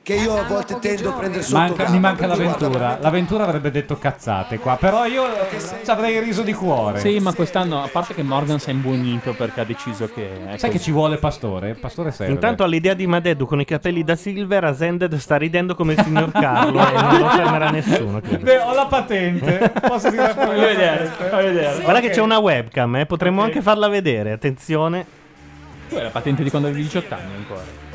[SPEAKER 9] che io a volte tendo a prendere sotto
[SPEAKER 2] Manca- mi
[SPEAKER 9] gamba,
[SPEAKER 2] manca
[SPEAKER 9] perché guarda,
[SPEAKER 2] l'avventura. L'avventura avrebbe detto cazzate qua, però io eh, ci avrei riso di cuore.
[SPEAKER 4] Sì, ma quest'anno, a parte che Morgan si è imbuonito perché ha deciso che. ecco.
[SPEAKER 2] Sai che ci vuole Pastore? Pastore serve.
[SPEAKER 1] Intanto all'idea di Madeddu con i capelli da Silver, Ascended sta ridendo come il signor Carlo e non lo fermerà nessuno. credo.
[SPEAKER 2] Beh, ho la patente. Posso [laughs] dire
[SPEAKER 4] Fammi vedere, fammi vedere.
[SPEAKER 1] Guarda che c'è una webcam, eh, potremmo anche farla vedere, attenzione.
[SPEAKER 4] Tu hai la patente di quando avevi 18 anni ancora.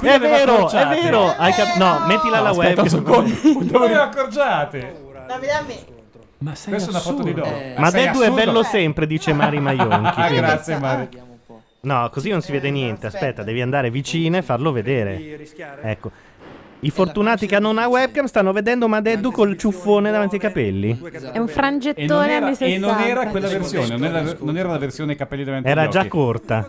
[SPEAKER 1] È vero, è vero. hai cap- no, mettila alla
[SPEAKER 4] aspetta un
[SPEAKER 1] webcam.
[SPEAKER 2] Dove vi accorgiate?
[SPEAKER 5] Dammi, dammi.
[SPEAKER 4] Ma sei
[SPEAKER 2] Questa è una foto di loro. Eh,
[SPEAKER 1] Ma
[SPEAKER 2] sei
[SPEAKER 1] Deddu è
[SPEAKER 2] assurdo.
[SPEAKER 1] bello sempre, dice Mari Maionchi.
[SPEAKER 2] Ah, grazie, Mari.
[SPEAKER 1] No, così non si vede niente. Aspetta, devi andare vicino e farlo vedere. Ecco. I fortunati che hanno una webcam stanno vedendo Madeddu col ciuffone davanti ai capelli.
[SPEAKER 19] È un
[SPEAKER 2] E non,
[SPEAKER 19] frangettone
[SPEAKER 2] era,
[SPEAKER 19] anni 60.
[SPEAKER 2] e non era quella versione, non era, non era la versione capelli davanti
[SPEAKER 1] Era
[SPEAKER 2] agli
[SPEAKER 1] già
[SPEAKER 2] occhi.
[SPEAKER 1] corta.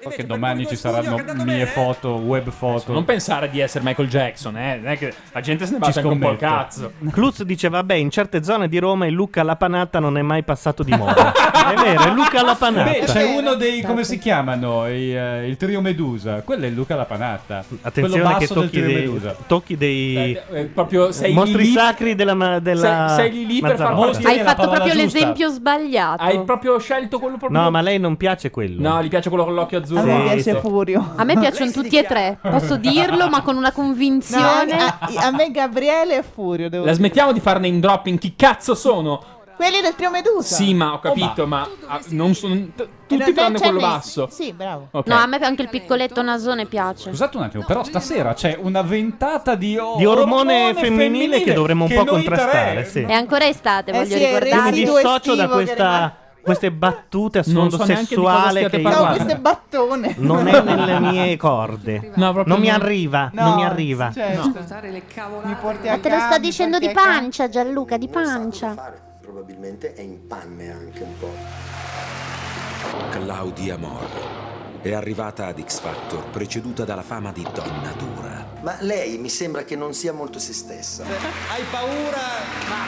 [SPEAKER 2] Perché domani ci saranno mie foto, web foto.
[SPEAKER 4] Non pensare di essere Michael Jackson, eh. Non è che la gente se ne va anche un po' il cazzo.
[SPEAKER 1] Cluz dice: Vabbè, in certe zone di Roma il look alla panatta non è mai passato di moda. è vero, è Luca alla panatta.
[SPEAKER 2] Beh, c'è uno dei come si chiamano? I, eh, il trio Medusa. Quello è Luca la Panatta.
[SPEAKER 1] Attenzione
[SPEAKER 2] Quello
[SPEAKER 1] che
[SPEAKER 2] basso del
[SPEAKER 1] tocchi
[SPEAKER 2] trio
[SPEAKER 1] dei,
[SPEAKER 2] Medusa.
[SPEAKER 1] tocchi dei
[SPEAKER 4] eh, proprio [laughs] sei
[SPEAKER 1] mostri
[SPEAKER 4] lì lì-
[SPEAKER 1] sacri della, ma- della
[SPEAKER 4] sei, sei lì lì per far
[SPEAKER 1] Mazzarotta.
[SPEAKER 4] partire
[SPEAKER 19] Hai
[SPEAKER 4] la
[SPEAKER 19] fatto
[SPEAKER 4] parola
[SPEAKER 19] proprio
[SPEAKER 4] giusta.
[SPEAKER 19] l'esempio sbagliato.
[SPEAKER 4] Hai proprio scelto quello proprio.
[SPEAKER 1] No, ma lei non piace quello. Esatto.
[SPEAKER 4] No, gli piace quello con l'occhio azzurro.
[SPEAKER 1] A me piace
[SPEAKER 4] Esatto.
[SPEAKER 1] Sì.
[SPEAKER 5] Furio.
[SPEAKER 19] A me piacciono tutti e tre, posso dirlo, ma con una
[SPEAKER 5] No,
[SPEAKER 19] convinzione.
[SPEAKER 5] a, a me Gabriele e Furio devo
[SPEAKER 4] La
[SPEAKER 5] dire.
[SPEAKER 4] smettiamo di farne in dropping. Chi cazzo sono?
[SPEAKER 5] Quelli del trio Medusa.
[SPEAKER 4] Sì, ma ho capito, ma ah, non sono. t- tutti tranne quello basso.
[SPEAKER 5] Sì, bravo.
[SPEAKER 4] Ok.
[SPEAKER 19] No, a me anche il piccoletto nasone piace.
[SPEAKER 2] Scusate un attimo, però stasera c'è una ventata di, o-
[SPEAKER 1] Di ormone femminile che dovremmo un po'
[SPEAKER 2] noi
[SPEAKER 1] contrastare,
[SPEAKER 2] tre-
[SPEAKER 1] sì.
[SPEAKER 19] È ancora estate,
[SPEAKER 5] Eh
[SPEAKER 19] voglio
[SPEAKER 5] sì, è
[SPEAKER 19] ricordare.
[SPEAKER 1] Mi
[SPEAKER 5] residuo
[SPEAKER 1] dissocio da
[SPEAKER 5] estivo che
[SPEAKER 1] questa queste battute a
[SPEAKER 4] Non
[SPEAKER 1] scondo
[SPEAKER 4] so neanche di cosa
[SPEAKER 1] sessuale
[SPEAKER 4] stiate
[SPEAKER 1] che
[SPEAKER 5] No,
[SPEAKER 1] io
[SPEAKER 5] questo è battone.
[SPEAKER 19] [laughs]
[SPEAKER 1] non è nelle mie corde. non mi arriva,
[SPEAKER 5] No,
[SPEAKER 1] non mi arriva.
[SPEAKER 5] certo. Mi porti a
[SPEAKER 11] Ma te lo
[SPEAKER 5] casa,
[SPEAKER 11] sto
[SPEAKER 5] mi
[SPEAKER 11] dicendo di
[SPEAKER 5] porti a casa.
[SPEAKER 11] pancia, Gianluca, di pancia.
[SPEAKER 9] Probabilmente è in panne anche un po'.
[SPEAKER 20] Claudia Mor è arrivata ad X Factor preceduta dalla fama di donna dura.
[SPEAKER 9] Ma lei mi sembra che non sia molto se stessa.
[SPEAKER 7] Hai paura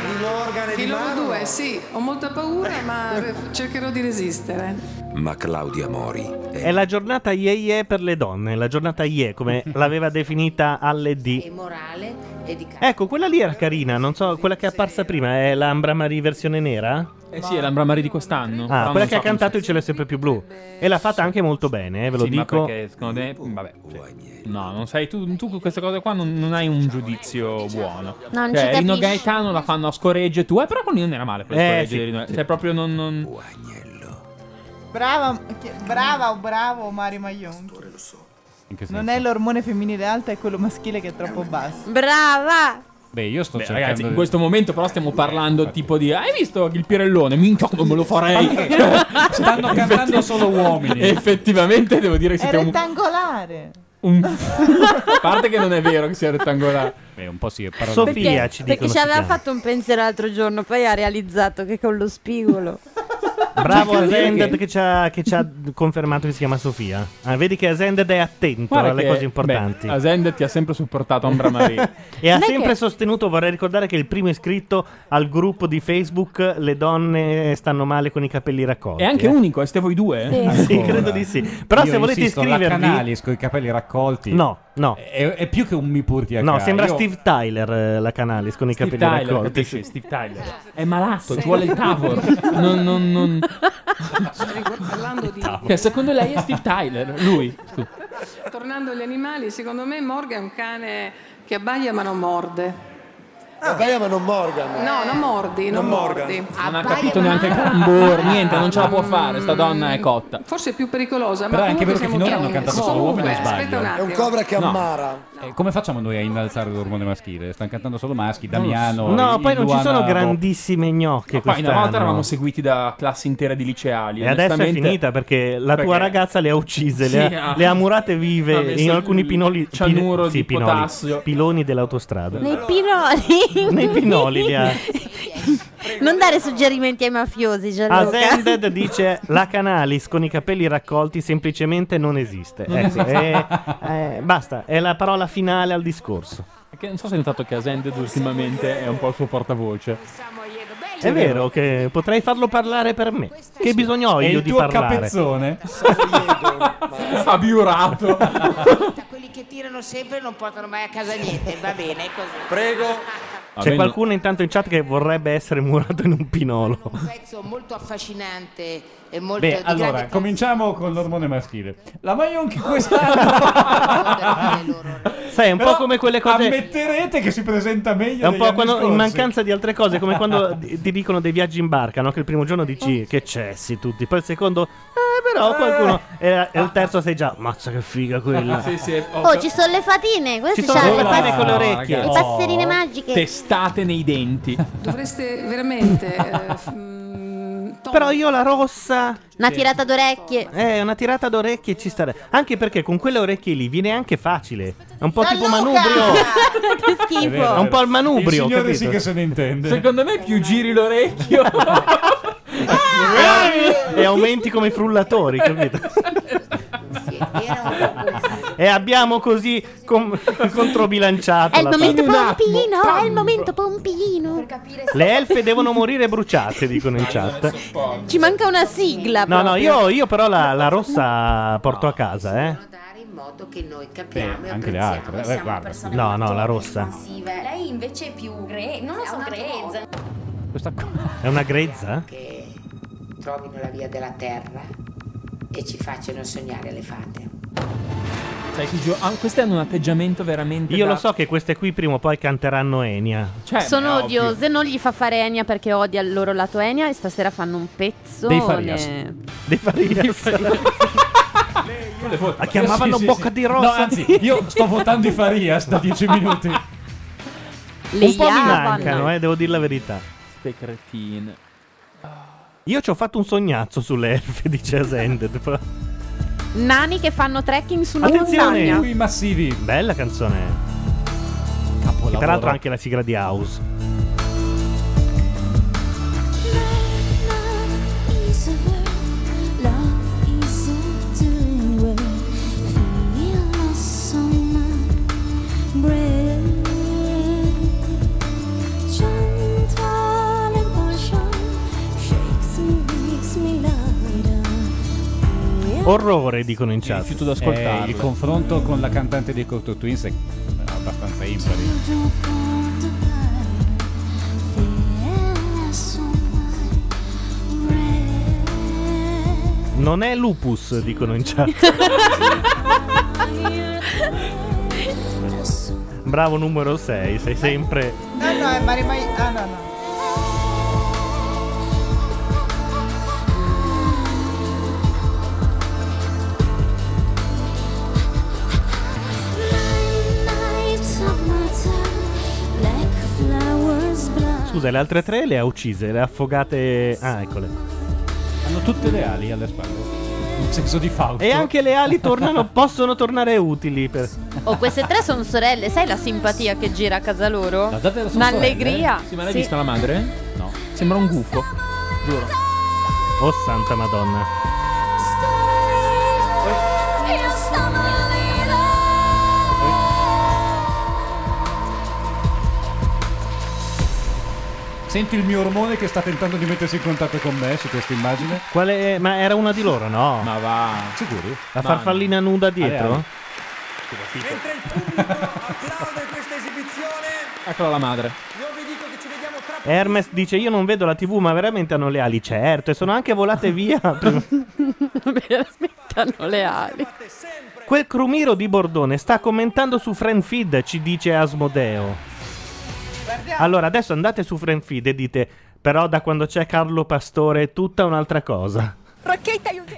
[SPEAKER 7] di Morgan e di
[SPEAKER 10] Di loro
[SPEAKER 7] Manu?
[SPEAKER 10] due, sì, ho molta paura, ma re- cercherò di resistere.
[SPEAKER 20] Ma Claudia Mori
[SPEAKER 1] È la giornata Ye Ye per le donne, la giornata Ye,
[SPEAKER 4] [laughs]
[SPEAKER 1] come l'aveva definita alle D.
[SPEAKER 6] morale e di
[SPEAKER 1] Ecco, quella lì era carina, non so, quella che è apparsa prima, è l'Ambra Marie versione nera?
[SPEAKER 4] Eh sì, è l'Ambra Marie di quest'anno. Però
[SPEAKER 1] Ah,
[SPEAKER 4] non
[SPEAKER 1] quella che
[SPEAKER 4] so
[SPEAKER 1] ha cantato Il cielo è sempre più blu. E l'ha fatta anche molto bene, eh, ve lo
[SPEAKER 4] Sì, ma
[SPEAKER 1] dico.
[SPEAKER 4] perché secondo me, vabbè, cioè, no, non sai tu, tu con queste cose qua non, non hai un giudizio buono.
[SPEAKER 11] Non ci
[SPEAKER 4] cioè, Rino
[SPEAKER 11] capisci.
[SPEAKER 4] Gaetano la fanno a scoreggio e tu, eh, però con non era male per
[SPEAKER 1] Eh,
[SPEAKER 4] scoreggio
[SPEAKER 1] sì,
[SPEAKER 4] di Rino. Cioè, proprio non, non...
[SPEAKER 5] Brava, che- brava o bravo Mario Maionchi. Non è l'ormone femminile alto, è quello maschile che è troppo basso.
[SPEAKER 11] Brava!
[SPEAKER 2] Beh, io sto
[SPEAKER 4] Beh,
[SPEAKER 2] cercando
[SPEAKER 4] ragazzi, in
[SPEAKER 2] di-
[SPEAKER 4] questo momento però stiamo parlando tipo di Hai visto il Pirellone? Minchia come me lo farei Cioè,
[SPEAKER 2] Stanno cantando solo uomini
[SPEAKER 4] Effettivamente devo dire che
[SPEAKER 5] È
[SPEAKER 4] siete un...
[SPEAKER 5] rettangolare.
[SPEAKER 4] un- A parte che non è vero che sia rettangolare
[SPEAKER 2] Beh, un po' sì
[SPEAKER 11] perché perché ci aveva fatto un pensiero l'altro giorno, poi ha realizzato che con
[SPEAKER 1] [laughs]
[SPEAKER 11] lo spigolo.
[SPEAKER 1] Bravo
[SPEAKER 11] Devo dire
[SPEAKER 1] Ascended
[SPEAKER 11] che-
[SPEAKER 1] che ci ha, che ci ha confermato che si chiama Sofia. Ah, vedi che Ascended è attento
[SPEAKER 4] Guarda
[SPEAKER 1] alle
[SPEAKER 4] che-
[SPEAKER 1] cose importanti.
[SPEAKER 4] beh, Ascended ti ha sempre supportato Ambra [laughs] Marie
[SPEAKER 1] e ha
[SPEAKER 4] Non è
[SPEAKER 1] sempre
[SPEAKER 4] che-
[SPEAKER 1] sostenuto, vorrei ricordare, che il primo iscritto al gruppo di Facebook Le donne stanno male con i capelli raccolti.
[SPEAKER 4] È anche
[SPEAKER 1] eh.
[SPEAKER 4] unico, e siete voi due? eh?
[SPEAKER 1] Sì, credo di sì. Però
[SPEAKER 2] Io
[SPEAKER 1] se volete
[SPEAKER 2] insisto, la
[SPEAKER 1] iscrivervi...
[SPEAKER 2] Canalis con i capelli raccolti.
[SPEAKER 1] No, no.
[SPEAKER 2] È, è più che un mi purti a
[SPEAKER 1] No,
[SPEAKER 2] cara.
[SPEAKER 1] sembra
[SPEAKER 2] Io-
[SPEAKER 1] Steve Tyler eh, la Canalis con i capelli
[SPEAKER 4] Tyler,
[SPEAKER 1] raccolti. Ah,
[SPEAKER 4] capisci? Steve Tyler. È malato, ci vuole il tavolo. Non, non, non...
[SPEAKER 10] Parlando di...
[SPEAKER 4] Cioè, secondo lei è Steve Tyler, lui.
[SPEAKER 10] Tornando agli animali, secondo me Morgan è un cane che abbaia ma non morde.
[SPEAKER 9] Ah. Bella ma non Morgan.
[SPEAKER 10] No, non mordi, non, mordi.
[SPEAKER 4] Non ha capito neanche il cambor, niente, non ce la può fare, sta donna è cotta.
[SPEAKER 10] Forse è più pericolosa,
[SPEAKER 2] Però
[SPEAKER 10] ma
[SPEAKER 2] è anche vero
[SPEAKER 10] comunque
[SPEAKER 2] che
[SPEAKER 10] siamo
[SPEAKER 2] finora
[SPEAKER 10] chiari.
[SPEAKER 2] hanno cantato solo
[SPEAKER 10] Comunque,
[SPEAKER 2] uomini, non
[SPEAKER 10] Aspetta
[SPEAKER 2] sbaglio.
[SPEAKER 10] un attimo.
[SPEAKER 2] No. Eh, come facciamo noi a innalzare l'ormone maschile? Stanno cantando solo maschi,
[SPEAKER 4] Non lo so.
[SPEAKER 2] Damiano.
[SPEAKER 1] [laughs] No, poi non ci sono
[SPEAKER 2] grandi
[SPEAKER 1] grandissime gnocche
[SPEAKER 4] Poi una volta
[SPEAKER 1] quest'anno.
[SPEAKER 4] eravamo seguiti da classi intere di liceali.
[SPEAKER 1] E adesso è
[SPEAKER 4] onestamente-
[SPEAKER 1] finita perché la tua
[SPEAKER 4] Perché-
[SPEAKER 1] ragazza le ha uccise, le,
[SPEAKER 4] Sì,
[SPEAKER 1] ha,
[SPEAKER 4] ha-
[SPEAKER 1] le ha murate
[SPEAKER 4] ha
[SPEAKER 1] vive
[SPEAKER 4] messo
[SPEAKER 1] in
[SPEAKER 4] il
[SPEAKER 1] alcuni pinoli,
[SPEAKER 4] cianuro
[SPEAKER 1] sì,
[SPEAKER 4] di
[SPEAKER 1] pinoli,
[SPEAKER 4] potassio.
[SPEAKER 1] piloni dell'autostrada.
[SPEAKER 11] Nei pinoli.
[SPEAKER 1] Nei pinoli li ha.
[SPEAKER 11] Non dare suggerimenti ai mafiosi, Gianluca.
[SPEAKER 1] Ascended dice la Canalis con i capelli raccolti semplicemente non esiste.
[SPEAKER 4] Non
[SPEAKER 1] Ecco,
[SPEAKER 4] esiste.
[SPEAKER 1] è- è- Eh, basta, è la parola finale al discorso.
[SPEAKER 4] Perché non so se hai notato che Asended ultimamente è un po' il suo portavoce.
[SPEAKER 1] È vero che potrei farlo parlare per me. Che bisogno ho
[SPEAKER 4] È
[SPEAKER 1] io
[SPEAKER 4] il
[SPEAKER 1] di
[SPEAKER 4] tuo
[SPEAKER 1] parlare?
[SPEAKER 4] capezzone? [laughs] Abiurato.
[SPEAKER 6] Quelli che tirano sempre non portano mai a casa niente, va bene, è così.
[SPEAKER 7] Prego.
[SPEAKER 1] C'è qualcuno intanto in chat che vorrebbe essere murato in un pinolo.
[SPEAKER 6] Un pezzo molto affascinante e molto
[SPEAKER 2] Beh,
[SPEAKER 6] di
[SPEAKER 2] allora,
[SPEAKER 6] grande
[SPEAKER 2] cominciamo con l'ormone maschile. La Maionchi quest'anno...
[SPEAKER 1] Sai, è un po' come quelle cose-
[SPEAKER 2] Ammetterete che si presenta meglio
[SPEAKER 1] È un
[SPEAKER 2] degli
[SPEAKER 1] po'
[SPEAKER 2] anni
[SPEAKER 1] quando, in
[SPEAKER 2] scorsi.
[SPEAKER 1] mancanza di altre cose, come
[SPEAKER 4] [laughs]
[SPEAKER 1] quando
[SPEAKER 2] [laughs]
[SPEAKER 1] di- ti dicono dei viaggi in barca, no? Che il primo giorno
[SPEAKER 4] Eh.
[SPEAKER 1] dici che cessi tutti, poi il secondo, eh, però qualcuno, e, e il terzo sei già, mazza che figa quella.
[SPEAKER 4] Ah. [laughs] Sì, sì, ho-
[SPEAKER 11] Oh, ci sono le fatine, queste
[SPEAKER 1] Ci sono
[SPEAKER 11] c'hanno
[SPEAKER 1] le
[SPEAKER 11] le
[SPEAKER 1] fatine
[SPEAKER 11] pas-
[SPEAKER 1] con le orecchie.
[SPEAKER 11] Le
[SPEAKER 4] Oh.
[SPEAKER 11] passerine magiche.
[SPEAKER 4] Testate nei denti.
[SPEAKER 10] Dovreste veramente... eh, f-
[SPEAKER 1] Però io la rossa.
[SPEAKER 11] Una tirata d'orecchie.
[SPEAKER 1] Eh, una tirata d'orecchie ci sta. Anche perché con quelle orecchie lì viene anche facile. È un po' tipo manubrio.
[SPEAKER 11] [laughs] che schifo.
[SPEAKER 1] È vero, è un po' il manubrio.
[SPEAKER 2] Il signore
[SPEAKER 1] capito?
[SPEAKER 2] sì che se ne intende.
[SPEAKER 4] Secondo me più giri l'orecchio.
[SPEAKER 1] [laughs] e aumenti come i frullatori, capito? e abbiamo così com- [laughs] controbilanciato
[SPEAKER 11] È il
[SPEAKER 1] la
[SPEAKER 11] momento
[SPEAKER 1] parte.
[SPEAKER 11] pompino, è il momento pompino.
[SPEAKER 1] Le elfe devono morire bruciate, dicono in chat.
[SPEAKER 11] Ci manca una sigla.
[SPEAKER 1] No, no,
[SPEAKER 11] proprio.
[SPEAKER 1] io, io però la, la rossa porto a casa, eh.
[SPEAKER 6] in modo che noi
[SPEAKER 1] Beh,
[SPEAKER 6] capiamo e
[SPEAKER 1] anche le
[SPEAKER 6] apprezziamo.
[SPEAKER 1] altre. eh,
[SPEAKER 6] Siamo persone
[SPEAKER 1] No, no, la rossa.
[SPEAKER 21] Lei invece è più gre... non lo so, grezza.
[SPEAKER 1] Questa qua. È una grezza? eh.
[SPEAKER 6] che trovino la via della terra e ci facciano sognare le fate.
[SPEAKER 4] Sai, che gio- ah, queste hanno un atteggiamento veramente.
[SPEAKER 1] Io
[SPEAKER 4] da- Cioè,
[SPEAKER 1] lo so che queste qui prima o poi canteranno Enia.
[SPEAKER 3] Sono
[SPEAKER 1] beh, Cioè, ovvio.
[SPEAKER 3] odiose, non gli fa fare Enya perché odia il loro lato Enya e stasera fanno un pezzo.
[SPEAKER 1] Dei Farias. Dei
[SPEAKER 2] La
[SPEAKER 1] chiamavano Bocca di Rossa.
[SPEAKER 2] No, anzi, [laughs] io sto votando i Farias da 10 minuti.
[SPEAKER 1] Un po' mi mancano, eh, devo dire la verità.
[SPEAKER 4] Ste cretine.
[SPEAKER 1] Io ci ho fatto un sognazzo sulle elfe, [laughs] dice Ascended. però-
[SPEAKER 11] Nani che fanno trekking su una
[SPEAKER 1] Attenzione!
[SPEAKER 11] montagna.
[SPEAKER 2] massivi.
[SPEAKER 1] Bella canzone. Che peraltro ha anche la sigla di House. Orrore, dicono in chat.
[SPEAKER 2] rifiuto d'ascoltarlo. Eh, il confronto con la cantante dei Cocteau Twins è abbastanza impari.
[SPEAKER 1] Non è lupus, dicono in chat. Bravo numero 6, sei sempre...
[SPEAKER 5] No, no, è Mari Mai. Ah, no, no.
[SPEAKER 1] Scusa, le altre tre le ha uccise, le ha affogate... Ah, eccole.
[SPEAKER 2] Hanno tutte le ali alle spalle. Un senso di Fausto.
[SPEAKER 1] E anche le ali tornano, possono tornare utili per...
[SPEAKER 11] Oh, queste tre sono sorelle, sai la simpatia che gira a casa loro?
[SPEAKER 4] Guardate,
[SPEAKER 1] eh?
[SPEAKER 4] sono
[SPEAKER 11] Un'allegria.
[SPEAKER 4] sorelle. Sì, ma l'hai
[SPEAKER 11] [laughs]
[SPEAKER 4] vista la madre? No. Sembra un gufo. Giuro.
[SPEAKER 1] Oh, santa madonna.
[SPEAKER 2] Senti il mio ormone che sta tentando di mettersi in contatto con me su questa immagine.
[SPEAKER 1] Quale... Ma era una di loro, no?
[SPEAKER 4] Ma va.
[SPEAKER 2] Sicuri?
[SPEAKER 1] La farfallina nuda dietro?
[SPEAKER 2] Ale,
[SPEAKER 8] Mentre il pubblico applaude questa esibizione,
[SPEAKER 4] Eccola la madre.
[SPEAKER 8] io vi dico che ci vediamo tra
[SPEAKER 1] Hermes dice io non vedo la tv ma veramente hanno le ali certo e sono anche volate
[SPEAKER 4] [laughs]
[SPEAKER 1] via prima-
[SPEAKER 11] Hanno le ali.
[SPEAKER 1] quel crumiro di Bordone sta commentando su FriendFeed ci dice Asmodeo allora adesso andate su FriendFeed e dite però da quando c'è Carlo Pastore è tutta un'altra cosa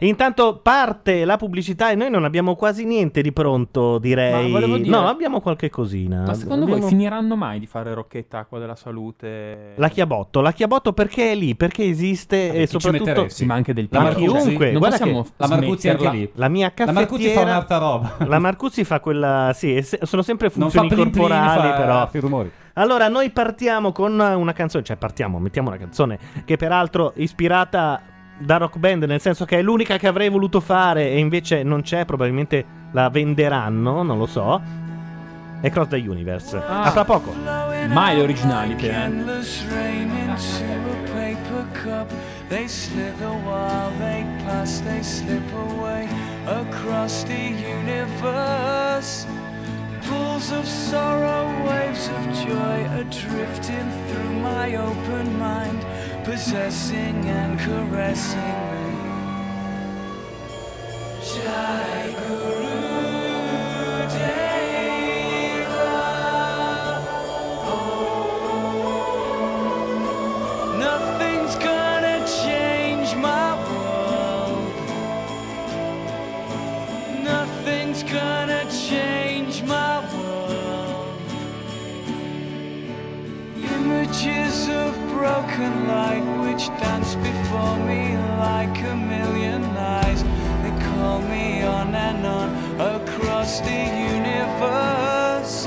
[SPEAKER 1] intanto parte la pubblicità e noi non abbiamo quasi niente di pronto direi
[SPEAKER 4] Ma volevo dire-
[SPEAKER 1] no abbiamo qualche cosina
[SPEAKER 4] Ma secondo voi
[SPEAKER 1] Abbiamo-
[SPEAKER 4] finiranno mai di fare rocchetta acqua della salute?
[SPEAKER 1] La Chiabotto, la Chiabotto perché è lì, perché esiste e
[SPEAKER 4] chi ci
[SPEAKER 1] soprattutto
[SPEAKER 4] metteresti? Ma anche del
[SPEAKER 1] la
[SPEAKER 4] Marcuzzi?
[SPEAKER 1] chiunque,
[SPEAKER 4] Non
[SPEAKER 1] guarda
[SPEAKER 4] possiamo
[SPEAKER 1] che
[SPEAKER 4] La Marcuzzi è anche smetterla. lì.
[SPEAKER 1] La mia
[SPEAKER 4] La
[SPEAKER 1] caffettiera
[SPEAKER 4] Marcuzzi fa un'altra roba.
[SPEAKER 1] La Marcuzzi fa quella sì, e se- sono sempre
[SPEAKER 2] Non fa
[SPEAKER 1] funzioni
[SPEAKER 2] plin plin,
[SPEAKER 1] corporali
[SPEAKER 2] fa-
[SPEAKER 1] però.
[SPEAKER 2] fa i rumori.
[SPEAKER 1] Allora noi partiamo con una canzone, cioè partiamo, mettiamo una canzone che peraltro è ispirata da Rock Band, nel senso che è l'unica che avrei voluto fare e invece non c'è, probabilmente la venderanno, non lo so. È Cross the Universe.
[SPEAKER 4] Ah.
[SPEAKER 1] A fra poco.
[SPEAKER 4] Mai le originali, che, eh.
[SPEAKER 17] Endless rain into a paper cup. They slither while they pass, they slip away across the universe. Pools of sorrow, waves of joy are drifting through my open mind, possessing and caressing me. Jai Guru Deva. Nothing's gonna change my world. Nothing's gonna change my world. Images of broken light which dance before me like a million lies. They call me on and on across the universe.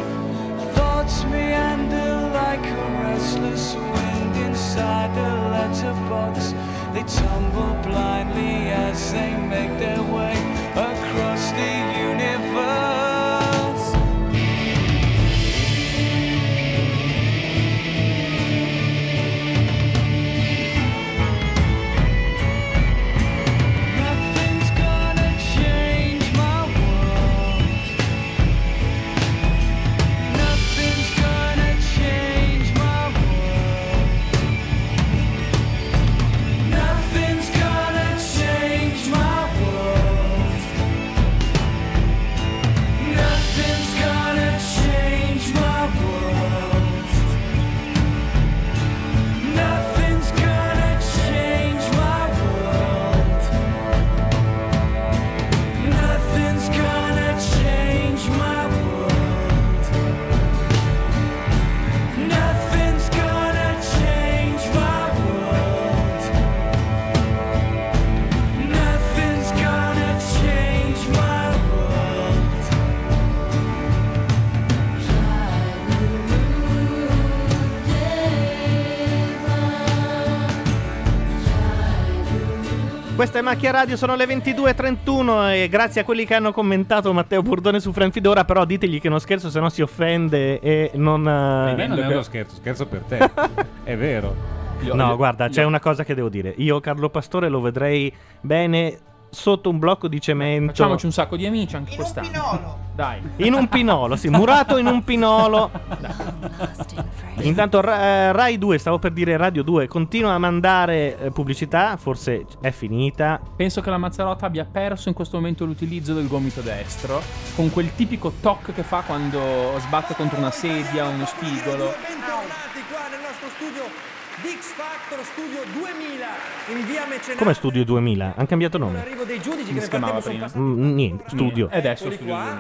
[SPEAKER 17] Thoughts meander like a restless wind inside a letterbox. They tumble blindly as they make their way across the universe. Nothing's gonna change my world. Nothing's gonna change my world. Nothing's gonna change my world.
[SPEAKER 1] Questa è Macchia Radio, sono le 22.31 e grazie a quelli che hanno commentato Matteo Burdone su Franfidora, però ditegli che è uno scherzo, se no si offende e non... eh,
[SPEAKER 2] Per me non è uno scherzo, scherzo per
[SPEAKER 1] [laughs]
[SPEAKER 2] te. è vero.
[SPEAKER 1] No, guarda, c'è una cosa che devo dire. Io Carlo Pastore lo vedrei bene sotto un blocco di cemento.
[SPEAKER 4] Facciamoci un sacco di amici anche quest'anno. Dai.
[SPEAKER 1] In un pinolo, sì, murato in un pinolo. Intanto Ra- eh, Rai 2, stavo per dire Radio 2, continua a mandare eh, pubblicità, forse è finita.
[SPEAKER 4] Penso che la Mazzarotta abbia perso in questo momento l'utilizzo del gomito destro, con quel tipico toc che fa quando sbatte contro una sedia, uno spigolo.
[SPEAKER 7] Bentornati qua nel nostro studio di X Factor Studio 2000 in via Mecenate.
[SPEAKER 1] Come Studio 2000? Hanno cambiato nome?
[SPEAKER 7] L'arrivo dei giudici che
[SPEAKER 1] Come
[SPEAKER 7] nel
[SPEAKER 1] si chiamava
[SPEAKER 7] frattempo sono
[SPEAKER 1] prima?
[SPEAKER 7] passati.
[SPEAKER 1] Mm, niente, studio.
[SPEAKER 4] E adesso
[SPEAKER 7] Eccoli
[SPEAKER 4] studio
[SPEAKER 7] qua.
[SPEAKER 4] 2000.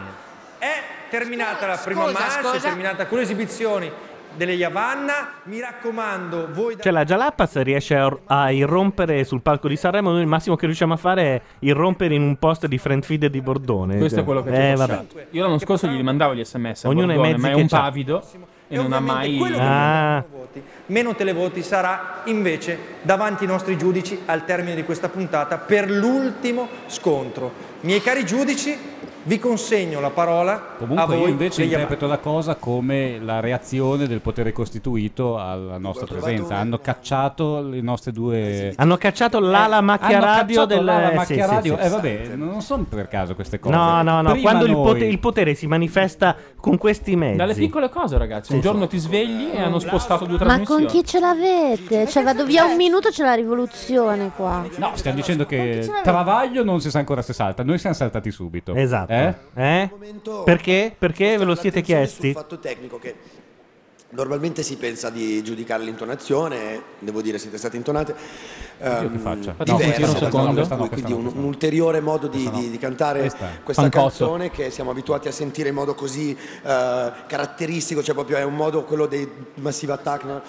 [SPEAKER 7] È terminata la prima
[SPEAKER 16] scusa,
[SPEAKER 7] marcia,
[SPEAKER 16] scusa.
[SPEAKER 7] è terminata con le esibizioni delle Yavanna. Mi raccomando, voi da
[SPEAKER 1] Cioè la Jalapas riesce a, a irrompere sul palco di Sanremo, noi il massimo che riusciamo a fare è irrompere in un post di Friend Feed di Bordone.
[SPEAKER 4] Questo
[SPEAKER 1] Cioè,
[SPEAKER 4] è quello che
[SPEAKER 1] Eh
[SPEAKER 4] ci
[SPEAKER 1] vabbè.
[SPEAKER 4] vabbè. Io l'anno scorso gli mandavo gli sms a
[SPEAKER 1] Ognuno ha i
[SPEAKER 4] Bordone,
[SPEAKER 1] mezzi
[SPEAKER 4] ma è
[SPEAKER 1] che
[SPEAKER 4] un
[SPEAKER 1] c'ha.
[SPEAKER 4] pavido e non ha mai
[SPEAKER 7] quello che meno voti, meno televoti sarà invece davanti ai nostri giudici al termine di questa puntata per l'ultimo scontro. Miei cari giudici, vi consegno la parola a
[SPEAKER 2] Ah, Comunque
[SPEAKER 7] voi
[SPEAKER 2] io invece
[SPEAKER 7] degli
[SPEAKER 2] interpreto la cosa come la reazione del potere costituito alla nostra presenza. Hanno cacciato le nostre due...
[SPEAKER 1] Hanno cacciato l'ala macchia
[SPEAKER 2] Eh, Hanno
[SPEAKER 1] radio
[SPEAKER 2] cacciato
[SPEAKER 1] del
[SPEAKER 2] l'ala
[SPEAKER 1] eh,
[SPEAKER 2] macchia
[SPEAKER 1] sì, sì,
[SPEAKER 2] radio.
[SPEAKER 1] sì.
[SPEAKER 2] Eh, vabbè, non sono per caso queste cose.
[SPEAKER 1] No, no, no,
[SPEAKER 2] Prima
[SPEAKER 1] quando il,
[SPEAKER 2] noi-
[SPEAKER 1] pote- il potere si manifesta con questi mezzi.
[SPEAKER 4] Dalle piccole cose, ragazzi. Un
[SPEAKER 1] Sì, sì.
[SPEAKER 4] giorno ti svegli e hanno spostato due
[SPEAKER 11] Ma
[SPEAKER 4] trasmissioni.
[SPEAKER 11] con chi ce l'avete? Cioè, vado via un minuto, c'è la rivoluzione qua.
[SPEAKER 2] No, stiamo dicendo che Travaglio non si sa ancora se salta. Noi siamo saltati subito.
[SPEAKER 1] Esatto.
[SPEAKER 2] Eh?
[SPEAKER 1] Eh? Perché? Perché ve lo siete chiesti?
[SPEAKER 9] Sul fatto tecnico che normalmente si pensa di giudicare l'intonazione, devo dire siete state intonate, ehm,
[SPEAKER 2] che faccia?
[SPEAKER 9] diverse,
[SPEAKER 2] No, questa no, questa
[SPEAKER 9] da
[SPEAKER 2] no,
[SPEAKER 9] quelle
[SPEAKER 2] questa no, questa
[SPEAKER 9] altrui, quindi
[SPEAKER 2] no,
[SPEAKER 9] un,
[SPEAKER 2] questa
[SPEAKER 9] un ulteriore modo di, di- di cantare
[SPEAKER 2] Questa
[SPEAKER 9] questa,
[SPEAKER 2] è.
[SPEAKER 4] Pancozzo.
[SPEAKER 9] canzone che siamo abituati a sentire in modo così eh, caratteristico, cioè proprio è un modo quello dei Massive Attack. no?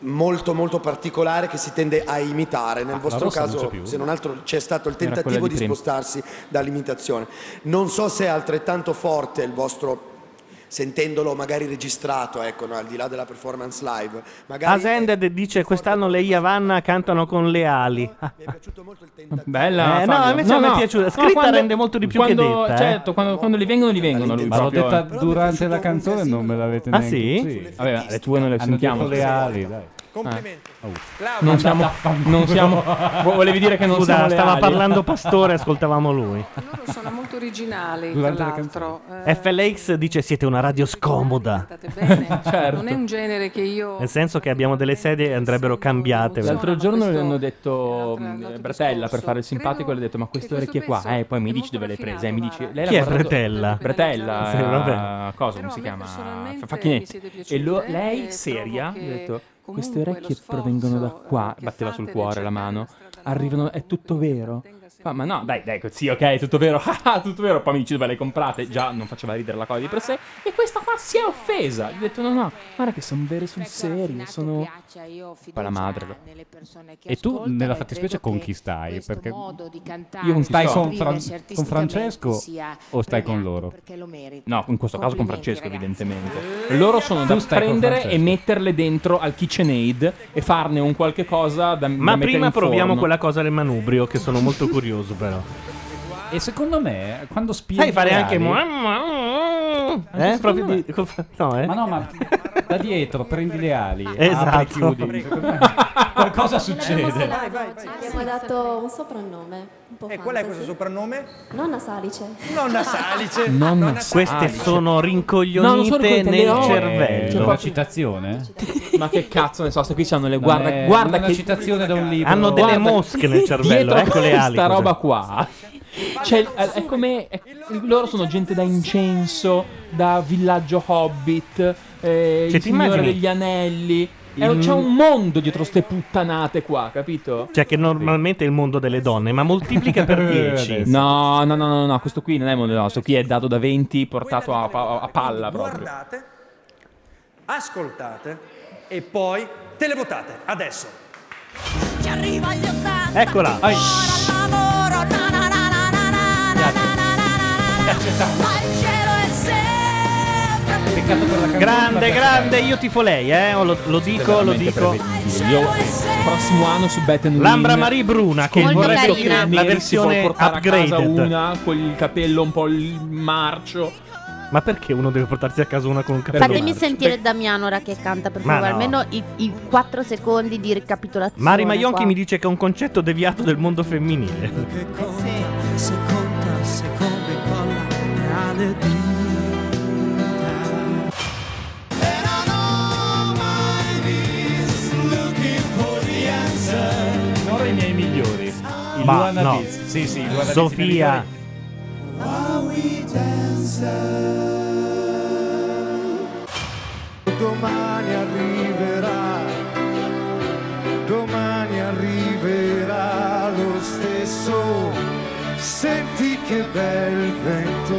[SPEAKER 9] Molto molto particolare che si tende a imitare. Nel vostro
[SPEAKER 2] Ah, rossa non c'è
[SPEAKER 9] caso,
[SPEAKER 2] più.
[SPEAKER 9] se non altro, c'è stato il
[SPEAKER 2] Era quella
[SPEAKER 9] tentativo
[SPEAKER 2] di
[SPEAKER 9] di
[SPEAKER 2] prima.
[SPEAKER 9] spostarsi dall'imitazione. Non so se è altrettanto forte il vostro sentendolo magari registrato, ecco, no, al di là della performance live. Magari
[SPEAKER 1] Asended dice quest'anno le Yavanna cantano con le ali.
[SPEAKER 4] Bella.
[SPEAKER 1] Eh, no,
[SPEAKER 4] Fabio.
[SPEAKER 1] invece a me è piaciuta. Scritta rende molto di più che
[SPEAKER 4] quando-
[SPEAKER 1] detta, eh.
[SPEAKER 4] Certo, quando, quando li vengono, li vengono. Lui
[SPEAKER 2] Ma l'ho
[SPEAKER 4] proprio,
[SPEAKER 2] detta
[SPEAKER 4] eh.
[SPEAKER 2] durante la canzone, non me l'avete
[SPEAKER 4] Ah,
[SPEAKER 2] neanche.
[SPEAKER 4] sì? Vabbè, le tue non le
[SPEAKER 2] Hanno
[SPEAKER 4] sentiamo.
[SPEAKER 2] detto le ali, dai.
[SPEAKER 7] Complimenti.
[SPEAKER 2] Oh.
[SPEAKER 4] Non siamo, non siamo. vo- Volevi dire che non
[SPEAKER 1] Ah. [laughs] Scusa,
[SPEAKER 4] siamo le
[SPEAKER 1] stava
[SPEAKER 4] ali?
[SPEAKER 1] parlando
[SPEAKER 4] [laughs]
[SPEAKER 1] Pastore, ascoltavamo lui.
[SPEAKER 10] Loro sono molto originali,
[SPEAKER 1] Durante
[SPEAKER 10] tra
[SPEAKER 1] la
[SPEAKER 10] l'altro. Eh,
[SPEAKER 1] FLX dice siete una radio scomoda.
[SPEAKER 10] state
[SPEAKER 4] [laughs]
[SPEAKER 10] bene.
[SPEAKER 1] Certo.
[SPEAKER 10] Non è un genere che io
[SPEAKER 1] Nel senso che abbiamo delle sedie e andrebbero cambiate.
[SPEAKER 4] L'altro giorno le hanno detto mh, Bretella Ehm, eh, per fare il simpatico, le ho detto ma queste orecchie qua, eh, poi mi dici dove le hai prese, eh, mi dici... Lei
[SPEAKER 1] Chi
[SPEAKER 4] l'ha
[SPEAKER 1] è
[SPEAKER 4] guardato-
[SPEAKER 1] Bretella?
[SPEAKER 4] Bretella,
[SPEAKER 1] Sì, vabbè.
[SPEAKER 4] eh, cosa, come si chiama? Fa- Facchinetti. E lo- lei, seria, gli ho detto, queste orecchie provengono da qua, batteva sul cuore la mano, arrivano, è tutto vero? Fa, ma no, dai, dai, sì, ok, è tutto vero, [laughs] ah, ah, tutto vero, poi mi dici dove le hai comprate, già non faceva ridere la cosa di per sé, e questa qua si è offesa, gli ho detto no, no, guarda che sono vere sul serio, sono... Poi la madre... lo-
[SPEAKER 2] E tu nella fattispecie con chi stai? Perché
[SPEAKER 4] Io con chi
[SPEAKER 2] stai
[SPEAKER 4] sto?
[SPEAKER 2] con, Fran-
[SPEAKER 4] Viversi
[SPEAKER 2] con
[SPEAKER 4] artisticamente
[SPEAKER 2] Francesco Oh,
[SPEAKER 4] sia
[SPEAKER 2] o stai con loro?
[SPEAKER 4] No, in questo caso con Francesco, evidentemente. Loro sono da
[SPEAKER 2] Tu stai con
[SPEAKER 4] prendere
[SPEAKER 2] Francesco.
[SPEAKER 4] e metterle dentro al KitchenAid e farne un qualche cosa da,
[SPEAKER 1] Ma prima proviamo quella cosa del manubrio, che sono molto curioso però.
[SPEAKER 2] E secondo me, quando spieghi.
[SPEAKER 1] Sai fare
[SPEAKER 2] le
[SPEAKER 1] anche...
[SPEAKER 2] ali-
[SPEAKER 4] eh?
[SPEAKER 1] mo-
[SPEAKER 2] Anche
[SPEAKER 1] Eh,
[SPEAKER 2] secondo
[SPEAKER 1] proprio
[SPEAKER 2] me.
[SPEAKER 1] di... [laughs] No, eh?
[SPEAKER 2] Ma no, ma da dietro prendi le ali.
[SPEAKER 1] Esatto.
[SPEAKER 2] Apri,
[SPEAKER 1] [laughs]
[SPEAKER 2] chiudi. [laughs] Qualcosa succede.
[SPEAKER 22] Abbiamo dato un soprannome. Un po' e
[SPEAKER 7] Eh, qual è questo soprannome?
[SPEAKER 22] Nonna Salice. [laughs]
[SPEAKER 7] Nonna Salice.
[SPEAKER 1] Ah,
[SPEAKER 2] Ah,
[SPEAKER 1] Queste sono rincoglionite
[SPEAKER 4] le
[SPEAKER 1] nel
[SPEAKER 4] ho.
[SPEAKER 1] cervello.
[SPEAKER 2] C'è una citazione? eh?
[SPEAKER 4] Ma che cazzo ne so, queste qui c'hanno le
[SPEAKER 2] Non
[SPEAKER 4] guarda,
[SPEAKER 2] è-
[SPEAKER 4] guarda
[SPEAKER 2] non è
[SPEAKER 4] che
[SPEAKER 2] Eh, una citazione da un libro.
[SPEAKER 1] Hanno delle
[SPEAKER 2] [laughs]
[SPEAKER 1] mosche nel cervello,
[SPEAKER 4] dietro
[SPEAKER 1] ecco le ali.
[SPEAKER 4] Questa
[SPEAKER 1] cos'è.
[SPEAKER 4] roba qua. Cioè, è è come è- loro sono gente da incenso, da villaggio hobbit, eh,
[SPEAKER 1] Cioè,
[SPEAKER 4] il
[SPEAKER 1] ti
[SPEAKER 4] signore
[SPEAKER 1] immagini-
[SPEAKER 4] degli anelli. È-
[SPEAKER 1] Il-
[SPEAKER 4] C'è un mondo dietro ste puttanate qua, capito?
[SPEAKER 1] Cioè che normalmente è il mondo delle donne, ma moltiplica per 10.
[SPEAKER 4] No, no, no, no, no, questo qui non è mondo, no, questo qui è dato da 20, portato a, a- a palla proprio.
[SPEAKER 7] Guardate, ascoltate e poi televotate adesso.
[SPEAKER 8] Ci arriva agli 80
[SPEAKER 1] Eccola.
[SPEAKER 8] Ora al lavoro na na na na na na na na na na na Ma il cielo è sempre più
[SPEAKER 2] Peccato per la canzone.
[SPEAKER 1] Grande,
[SPEAKER 2] perché-
[SPEAKER 1] grande, io tifo lei, eh. Lo, lo dico, lo dico.
[SPEAKER 4] Io prossimo anno su Bet and
[SPEAKER 1] Lambra
[SPEAKER 4] Win.
[SPEAKER 1] Marie Bruna, che
[SPEAKER 4] Molto
[SPEAKER 1] vorrebbe
[SPEAKER 4] carina.
[SPEAKER 1] dire la
[SPEAKER 4] Neri si
[SPEAKER 1] versione
[SPEAKER 4] può portare a casa
[SPEAKER 1] upgraded.
[SPEAKER 4] una con il capello un po' il marcio.
[SPEAKER 1] Ma perché uno deve portarsi a casa una con un capello?
[SPEAKER 11] Fatemi
[SPEAKER 1] marcio?
[SPEAKER 11] sentire Damiano ora che canta, per
[SPEAKER 1] Ma
[SPEAKER 11] favore.
[SPEAKER 1] no.
[SPEAKER 11] Almeno i, i 4 secondi di ricapitolazione.
[SPEAKER 1] Mari Maionchi
[SPEAKER 11] qua.
[SPEAKER 1] mi dice che è un concetto deviato del mondo femminile.
[SPEAKER 8] Se conta, se come colla tra le dita. And on all my knees, looking for the answer.
[SPEAKER 2] Sono i miei migliori. Il
[SPEAKER 1] Ma
[SPEAKER 2] Luana
[SPEAKER 1] no.
[SPEAKER 2] Biz. Sì, sì, il Luana Biz i miei
[SPEAKER 1] Sofia,
[SPEAKER 2] migliori.
[SPEAKER 8] While we dance,
[SPEAKER 16] Domani arriverà, domani arriverà lo stesso. Senti che bel vento,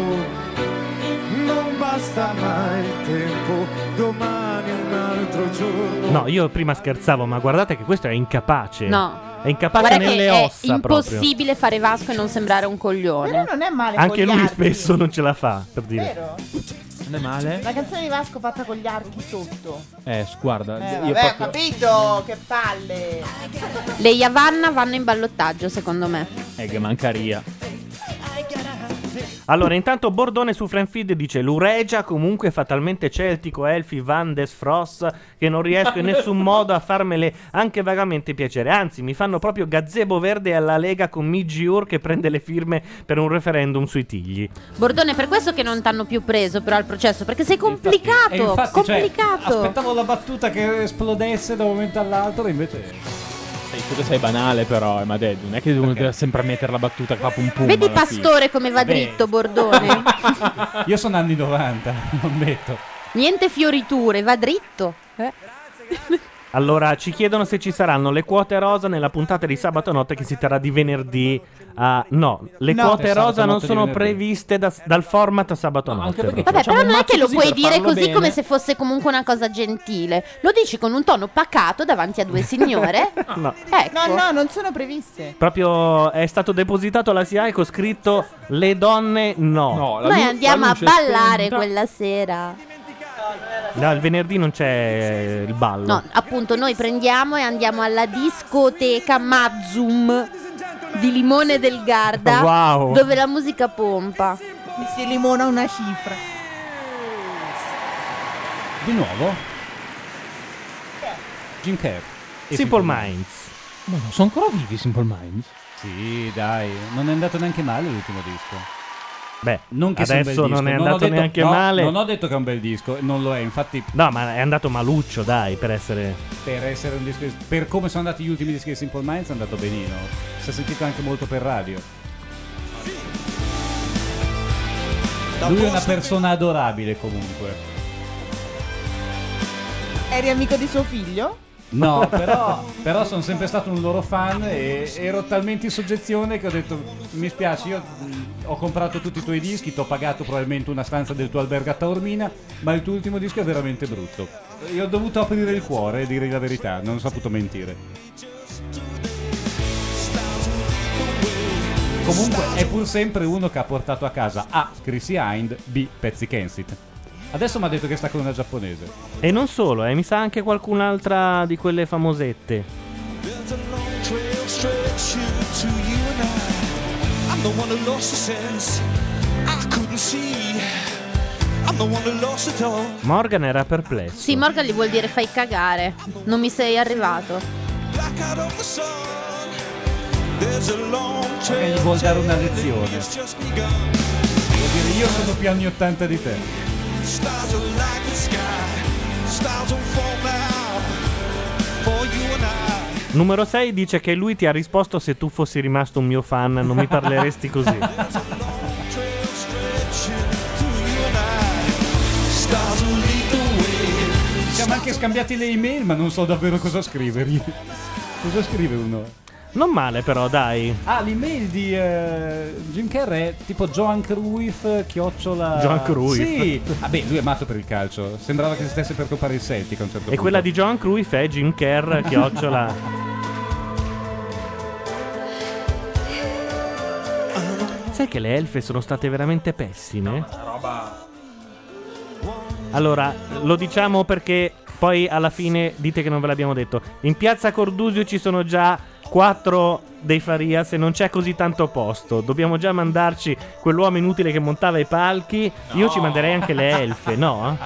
[SPEAKER 16] non basta mai il tempo, domani è un altro giorno.
[SPEAKER 1] no, io prima scherzavo, ma guardate che questo è incapace.
[SPEAKER 3] No.
[SPEAKER 1] È incapace
[SPEAKER 3] Guarda
[SPEAKER 1] nelle
[SPEAKER 3] che è
[SPEAKER 1] ossa proprio.
[SPEAKER 3] impossibile fare Vasco e non sembrare un coglione. Però
[SPEAKER 5] non è male
[SPEAKER 1] Anche lui spesso non ce la fa, per dire.
[SPEAKER 5] Vero?
[SPEAKER 4] Non è male?
[SPEAKER 5] La canzone di Vasco fatta con gli archi sotto.
[SPEAKER 4] Eh, guarda,
[SPEAKER 5] Eh,
[SPEAKER 4] io
[SPEAKER 5] vabbè, ho
[SPEAKER 4] proprio...
[SPEAKER 5] capito, che palle.
[SPEAKER 11] Le Yavanna vanno in ballottaggio, secondo me.
[SPEAKER 4] Eh, che mancaria.
[SPEAKER 1] Allora, intanto Bordone su Franfid dice: L'Uregia comunque è fatalmente celtico, Elfi, Van des Fross, che non riesco in nessun modo a farmele anche vagamente piacere. Anzi, mi fanno proprio gazebo verde alla Lega con Migiur che prende le firme per un referendum sui tigli.
[SPEAKER 11] Bordone, è per questo che non t'hanno più preso però al processo, perché sei complicato,
[SPEAKER 2] E infatti, cioè,
[SPEAKER 11] complicato.
[SPEAKER 2] aspettavo la battuta che esplodesse da un momento all'altro, invece.
[SPEAKER 4] Sei, tu che sei banale però, eh, ma Dead, non è che devo sempre mettere la battuta che fa pum pum
[SPEAKER 11] Vedi
[SPEAKER 4] alla fine.
[SPEAKER 11] Pastore come va
[SPEAKER 4] Vabbè.
[SPEAKER 11] dritto,
[SPEAKER 1] [laughs]
[SPEAKER 11] Bordone.
[SPEAKER 2] Io sono anni 90, lo ammetto.
[SPEAKER 11] Niente fioriture, va dritto. Eh.
[SPEAKER 1] Allora, ci chiedono se ci saranno le quote rosa nella puntata di sabato notte che si terrà di venerdì. a- no, le
[SPEAKER 2] No.
[SPEAKER 1] quote
[SPEAKER 2] Sabato
[SPEAKER 1] rosa non
[SPEAKER 2] notte di
[SPEAKER 1] sono
[SPEAKER 2] venerdì.
[SPEAKER 1] previste da- dal format sabato notte. però.
[SPEAKER 11] Vabbè, però non è che lo puoi dire così come se fosse comunque una cosa gentile. Lo dici con un tono pacato davanti a
[SPEAKER 1] [laughs]
[SPEAKER 11] due signore.
[SPEAKER 1] No.
[SPEAKER 11] Ecco.
[SPEAKER 5] No, no, non sono previste.
[SPEAKER 1] Proprio è stato depositato alla SIAE con scritto Le donne no.
[SPEAKER 11] Noi andiamo a ballare quella sera.
[SPEAKER 1] No, il venerdì non c'è il ballo.
[SPEAKER 11] No, appunto, noi prendiamo e andiamo alla discoteca Mazum di Limone del Garda,
[SPEAKER 1] Wow.
[SPEAKER 11] dove la musica pompa.
[SPEAKER 5] Mi si limona una cifra.
[SPEAKER 2] Di nuovo? Jim Kerr. E
[SPEAKER 1] Simple Minds.
[SPEAKER 4] Ma non sono ancora vivi i Simple Minds?
[SPEAKER 2] Sì, dai, non è andato neanche male l'ultimo disco.
[SPEAKER 1] Beh,
[SPEAKER 2] Non che sia un bel
[SPEAKER 1] adesso non
[SPEAKER 2] disco,
[SPEAKER 1] è
[SPEAKER 2] ho
[SPEAKER 1] andato
[SPEAKER 2] detto-
[SPEAKER 1] neanche
[SPEAKER 2] no,
[SPEAKER 1] male.
[SPEAKER 2] Non ho detto che è un bel disco, non lo è, infatti
[SPEAKER 1] No, ma è andato maluccio, dai, per essere.
[SPEAKER 2] per essere un disco per come sono andati gli ultimi dischi di Simple Minds è andato benino. Si è sentito anche molto per radio. Lui è una persona adorabile comunque.
[SPEAKER 5] Eri amico di suo figlio?
[SPEAKER 2] No,
[SPEAKER 5] [laughs]
[SPEAKER 2] però, però sono sempre stato un loro fan e ero talmente in soggezione che ho detto mi spiace, io mh, ho comprato tutti i tuoi dischi, ti ho pagato probabilmente una stanza del tuo albergo a Taormina, ma il tuo ultimo disco è veramente brutto. Io ho dovuto aprire il cuore e direi la verità, non ho saputo mentire. Comunque è pur sempre uno che ha portato a casa A. Chrissy Hind, B. Pezzi Kensit. Adesso mi ha detto che sta con una giapponese.
[SPEAKER 1] E non solo, eh, mi sa anche qualcun'altra di quelle famosette.
[SPEAKER 8] There's a long trail stretching to you and I. I'm the one who lost the sense I couldn't see. I'm the one who lost it all.
[SPEAKER 1] Morgan era perplesso.
[SPEAKER 11] Sì, Morgan gli vuol dire fai cagare. Non mi sei
[SPEAKER 1] [laughs]
[SPEAKER 11] arrivato.
[SPEAKER 8] Blackout of the sun. There's a long
[SPEAKER 2] Perché
[SPEAKER 8] trail.
[SPEAKER 2] gli vuol dare una lezione.
[SPEAKER 8] It's just begun.
[SPEAKER 2] Vuol dire, Io sono più anni 80 di te.
[SPEAKER 8] Stars are like the sky. Stars will fall now. For you and I.
[SPEAKER 1] Numero 6 dice che lui ti ha risposto se tu fossi rimasto un mio fan, non mi parleresti così.
[SPEAKER 8] There's a long trail stretching to you and I. Stars will lead the way.
[SPEAKER 2] Ci Siamo anche scambiati le email, ma non so davvero cosa scrivergli. Cosa scrive uno?
[SPEAKER 1] Non male però, dai.
[SPEAKER 2] Ah, l'email di eh, Jim Carrey è tipo Joan Cruyff, chiocciola...
[SPEAKER 1] Johan Cruyff.
[SPEAKER 2] Sì! Vabbè, lui è matto per il calcio. Sembrava che stesse per copare il Celtic a un certo punto.
[SPEAKER 1] E quella di John Cruyff è Jim Kerr, chiocciola. Sai che le elfe sono state veramente pessime?
[SPEAKER 4] Roba...
[SPEAKER 1] Allora, lo diciamo perché poi alla fine dite che non ve l'abbiamo detto. In piazza Cordusio ci sono già quattro dei Farias e non c'è così tanto posto. Dobbiamo già mandarci quell'uomo inutile che montava i palchi. Io ci manderei anche le elfe, no?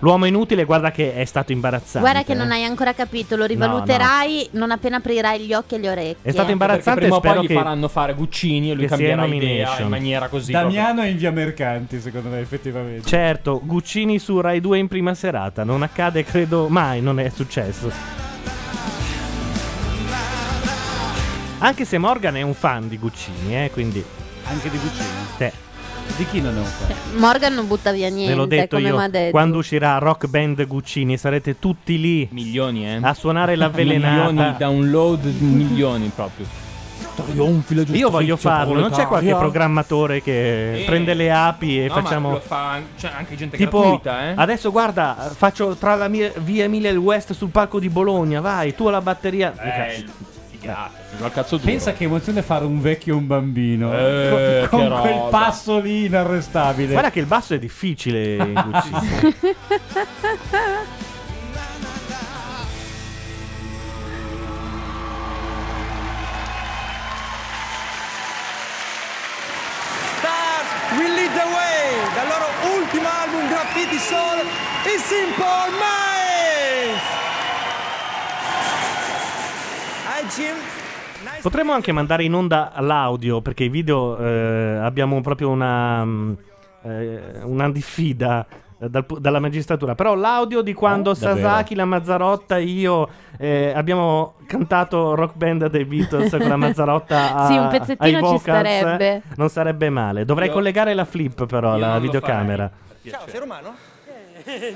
[SPEAKER 1] L'uomo inutile, guarda che è stato imbarazzante.
[SPEAKER 11] Guarda che
[SPEAKER 1] eh.
[SPEAKER 11] non hai ancora capito, lo rivaluterai non appena aprirai gli occhi e le orecchie.
[SPEAKER 1] È stato imbarazzante,
[SPEAKER 4] Perché prima o poi
[SPEAKER 1] spero
[SPEAKER 4] gli
[SPEAKER 1] che-
[SPEAKER 4] faranno fare Guccini e lui
[SPEAKER 1] che sia
[SPEAKER 4] cambierà idea
[SPEAKER 1] nomination.
[SPEAKER 4] in maniera così.
[SPEAKER 2] Damiano è in via Mercanti, secondo me, effettivamente.
[SPEAKER 1] Certo, Guccini su Rai 2 in prima serata. Non accade, credo, mai, non è successo. Anche se Morgan è un fan di Guccini, eh, quindi...
[SPEAKER 2] Anche di Guccini?
[SPEAKER 1] Sì.
[SPEAKER 2] Di chi non è un fan?
[SPEAKER 11] Morgan non butta via Cioè, niente,
[SPEAKER 1] Ve l'ho detto
[SPEAKER 11] come
[SPEAKER 1] io.
[SPEAKER 11] m'ha detto.
[SPEAKER 1] Quando uscirà Rock Band Guccini sarete tutti lì.
[SPEAKER 4] Milioni, eh.
[SPEAKER 1] A [laughs] suonare la velenata.
[SPEAKER 4] Milioni, download, milioni proprio.
[SPEAKER 1] Io voglio farlo, non c'è qualche programmatore che
[SPEAKER 4] Eh.
[SPEAKER 1] prende le api e
[SPEAKER 4] No, ma
[SPEAKER 1] facciamo...
[SPEAKER 4] lo fa- c'è anche gente
[SPEAKER 1] Tipo,
[SPEAKER 4] gratuita, eh.
[SPEAKER 1] adesso guarda, faccio tra la mia- via Emilia e il West sul palco di Bologna, vai, tu alla batteria.
[SPEAKER 4] Bello, figata. Al cazzo duro.
[SPEAKER 2] Pensa che emozione fare un vecchio e un bambino.
[SPEAKER 4] Eh,
[SPEAKER 2] con
[SPEAKER 4] che
[SPEAKER 2] con quel
[SPEAKER 4] roba.
[SPEAKER 2] passo lì inarrestabile.
[SPEAKER 1] Guarda che il basso è
[SPEAKER 4] [laughs]
[SPEAKER 1] difficile in Guccini.
[SPEAKER 7] Stars Will Lead the Way, dal loro ultimo album Graffiti Soul, i Simple Minds! Hi Jim,
[SPEAKER 1] Potremmo anche mandare in onda l'audio perché i video eh, abbiamo proprio una, mm, eh, una diffida eh, dal pu- dalla magistratura. Però l'audio di quando
[SPEAKER 4] Oh, davvero?
[SPEAKER 1] Sasaki, la Mazzarotta e io eh, abbiamo cantato rock band dei Beatles
[SPEAKER 4] [laughs]
[SPEAKER 1] con la Mazzarotta a,
[SPEAKER 19] Sì, un pezzettino
[SPEAKER 1] ai
[SPEAKER 19] ci
[SPEAKER 1] vocals,
[SPEAKER 19] starebbe.
[SPEAKER 1] eh, Non sarebbe male. Dovrei
[SPEAKER 19] Io-
[SPEAKER 1] colllegare la flip però,
[SPEAKER 4] non
[SPEAKER 1] la
[SPEAKER 4] lo
[SPEAKER 1] videocamera.
[SPEAKER 7] Ciao, sei romano?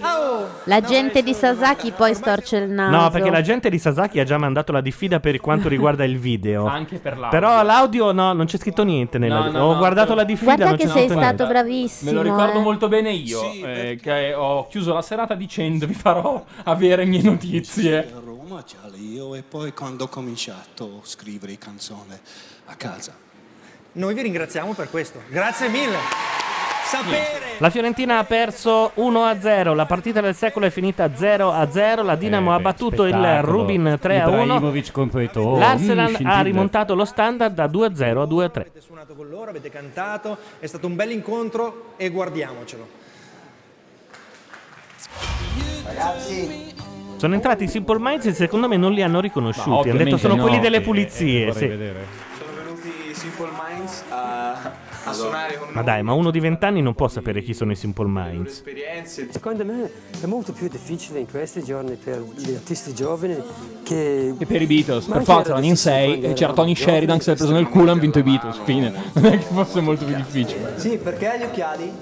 [SPEAKER 5] Oh.
[SPEAKER 11] La gente di Sasaki poi storce il naso.
[SPEAKER 1] No, perché la gente di Sasaki ha già mandato la diffida per
[SPEAKER 11] [laughs]
[SPEAKER 1] quanto riguarda il video.
[SPEAKER 4] Anche per l'audio.
[SPEAKER 1] Però l'audio no, non c'è scritto niente. Nella...
[SPEAKER 4] No, no,
[SPEAKER 1] Ho
[SPEAKER 4] no,
[SPEAKER 1] guardato
[SPEAKER 4] te-
[SPEAKER 1] la diffida.
[SPEAKER 11] Guarda
[SPEAKER 1] non
[SPEAKER 11] che
[SPEAKER 1] c'è
[SPEAKER 11] sei
[SPEAKER 1] scritto niente.
[SPEAKER 11] stato bravissimo.
[SPEAKER 4] Me lo ricordo
[SPEAKER 11] eh.
[SPEAKER 4] molto bene io, eh, che ho chiuso la serata dicendo vi farò avere mie notizie.
[SPEAKER 13] A Roma già io e poi quando ho cominciato a scrivere canzoni a casa.
[SPEAKER 7] Noi vi ringraziamo per questo. Grazie mille. Sapere
[SPEAKER 1] La Fiorentina ha perso 1-0, la partita del secolo è finita 0-0, la Dinamo
[SPEAKER 2] Eh,
[SPEAKER 1] ha
[SPEAKER 2] beh,
[SPEAKER 1] battuto il
[SPEAKER 2] spettacolo.
[SPEAKER 1] Rubin 3-1,
[SPEAKER 2] Ibrahimovic contro Eto'o. Mm,
[SPEAKER 1] l'Arsenal ha
[SPEAKER 2] scintille.
[SPEAKER 1] rimontato lo standard da 2-0 a 2-3.
[SPEAKER 7] suonato con loro, avete cantato, è stato un bel incontro e guardiamocelo.
[SPEAKER 23] Ragazzi,
[SPEAKER 1] Sono entrati i Simple Minds e secondo me non li hanno
[SPEAKER 2] Ma
[SPEAKER 1] riconosciuti, hanno
[SPEAKER 2] ovviamente
[SPEAKER 1] detto sono
[SPEAKER 2] no,
[SPEAKER 1] quelli delle
[SPEAKER 2] che-
[SPEAKER 1] pulizie.
[SPEAKER 2] vorrei
[SPEAKER 1] sì.
[SPEAKER 2] vedere.
[SPEAKER 23] sono venuti i Simple Minds a, a suonare con
[SPEAKER 1] Ma dai, ma uno di vent'anni non può sapere chi sono i Simple Minds.
[SPEAKER 23] esperienze.
[SPEAKER 24] Secondo me è molto più difficile in questi giorni per gli artisti giovani che...
[SPEAKER 4] E per i Beatles,
[SPEAKER 24] Ma
[SPEAKER 4] per
[SPEAKER 24] anche
[SPEAKER 4] forza,
[SPEAKER 24] era
[SPEAKER 4] anni in 6,
[SPEAKER 24] difficile
[SPEAKER 4] c'era Tony
[SPEAKER 24] quando
[SPEAKER 4] Sheridan che si è preso nel culo e hanno vinto i Beatles, fine. [laughs] Non
[SPEAKER 1] [laughs]
[SPEAKER 4] è che fosse molto più difficile.
[SPEAKER 23] Sì, perché hai gli occhiali?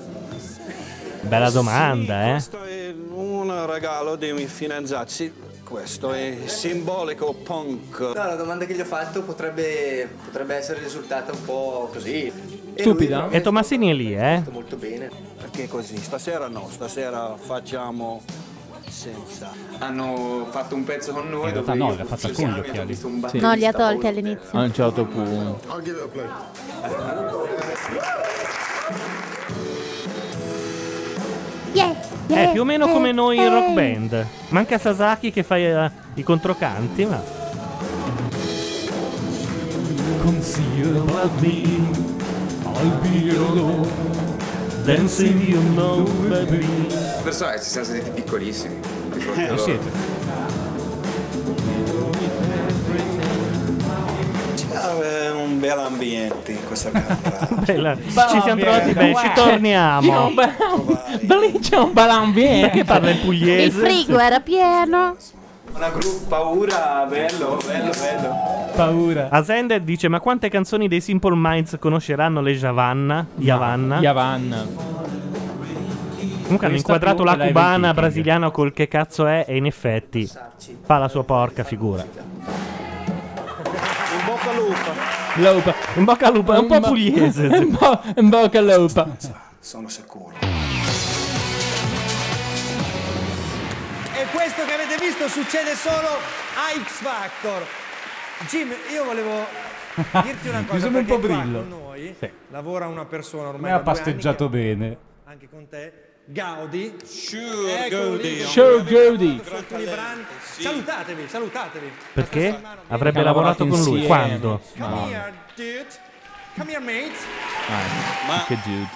[SPEAKER 1] Bella domanda, eh.
[SPEAKER 23] Un regalo dei miei fidanzati. Questo è simbolico punk. No, la domanda che gli ho fatto potrebbe, potrebbe essere risultata un po' così. E lui
[SPEAKER 1] E Tomassini è lì, eh.
[SPEAKER 23] ha molto bene. Perché così? Stasera no, stasera facciamo senza. Hanno fatto un pezzo con noi.
[SPEAKER 2] In realtà no, l'ha fatta con gli occhiali.
[SPEAKER 11] No, li ha tolti all'inizio.
[SPEAKER 4] A un certo punto.
[SPEAKER 23] I'll give it a play.
[SPEAKER 1] È Eh, più o meno come noi in rock band. Manca Sasaki che fa eh, i controcanti, ma...
[SPEAKER 8] Consider about me, I'll be alone. Dancing in the baby.
[SPEAKER 23] Personale, ci siamo sentiti piccolissimi.
[SPEAKER 1] Eh,
[SPEAKER 8] Lo siete.
[SPEAKER 23] C'è un bel ambiente in questa camera.
[SPEAKER 1] Bella- Ci siamo trovati bene, ci
[SPEAKER 4] C'è
[SPEAKER 1] torniamo.
[SPEAKER 4] un bel, lì c'è un bel ambiente.
[SPEAKER 1] Perché parla in
[SPEAKER 11] Il
[SPEAKER 1] pugliese?
[SPEAKER 11] frigo era pieno.
[SPEAKER 23] Una gru- paura, bello, bello, bello.
[SPEAKER 1] Paura. Asender dice: Ma quante canzoni dei Simple Minds conosceranno le Javanna? Yavanna?
[SPEAKER 4] Yavanna.
[SPEAKER 1] Comunque hanno
[SPEAKER 4] Questa
[SPEAKER 1] inquadrato
[SPEAKER 4] più
[SPEAKER 1] la
[SPEAKER 4] te l'hai
[SPEAKER 1] cubana
[SPEAKER 4] venduta.
[SPEAKER 1] brasiliana col che cazzo è, e in effetti fa la sua porca figura.
[SPEAKER 23] In bocca al lupo.
[SPEAKER 4] Lopa.
[SPEAKER 1] In bocca al lupo, è un po' pugliese.
[SPEAKER 4] In, bo- in bocca al lupo.
[SPEAKER 23] Sono sicuro.
[SPEAKER 7] E questo che avete visto succede solo a X Factor. Jim, io volevo dirti una
[SPEAKER 1] [laughs]
[SPEAKER 2] Mi
[SPEAKER 7] cosa.
[SPEAKER 2] sembra un
[SPEAKER 7] perché
[SPEAKER 2] po'
[SPEAKER 7] qua
[SPEAKER 2] brillo.
[SPEAKER 7] con noi
[SPEAKER 2] Sì.
[SPEAKER 7] lavora una persona ormai
[SPEAKER 2] Me ha
[SPEAKER 7] da due anni
[SPEAKER 2] pasteggiato bene.
[SPEAKER 7] che- anche con te Gaudi. Ecco
[SPEAKER 23] Sure,
[SPEAKER 7] Gaudi.
[SPEAKER 4] Sure, Gaudi.
[SPEAKER 7] Salutatevi, salutatevi.
[SPEAKER 1] Perché? Avrebbe
[SPEAKER 4] Hanno
[SPEAKER 1] lavorato con
[SPEAKER 4] lavorato
[SPEAKER 1] lui.
[SPEAKER 4] insieme.
[SPEAKER 1] Quando?
[SPEAKER 7] Come here, dude. Come here, mate. Oh,
[SPEAKER 4] Ma... Che dude.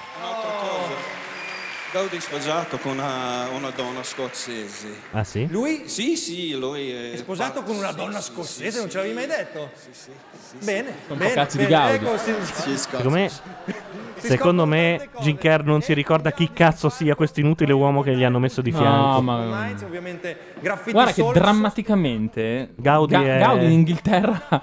[SPEAKER 23] Gaudi è sposato con una, una donna scozzese.
[SPEAKER 1] Ah sì?
[SPEAKER 23] Lui? Sì, sì, lui è...
[SPEAKER 7] È sposato con una donna scozzese, non ce l'avevi mai detto? Bene,
[SPEAKER 23] Sono un po'
[SPEAKER 7] bene,
[SPEAKER 23] cazzi
[SPEAKER 1] di
[SPEAKER 7] bene.
[SPEAKER 1] Gaudi.
[SPEAKER 7] Ecco, si-
[SPEAKER 1] Secondo me, secondo me Jim Kerr non si ricorda chi cazzo sia questo inutile uomo che gli hanno messo di
[SPEAKER 4] No,
[SPEAKER 1] fianco.
[SPEAKER 4] ma-
[SPEAKER 7] Ovviamente graffiti
[SPEAKER 4] Guarda che
[SPEAKER 7] solo-
[SPEAKER 4] drammaticamente
[SPEAKER 1] Gaudi,
[SPEAKER 4] Ga-
[SPEAKER 1] è...
[SPEAKER 4] Gaudi in Inghilterra
[SPEAKER 1] eh.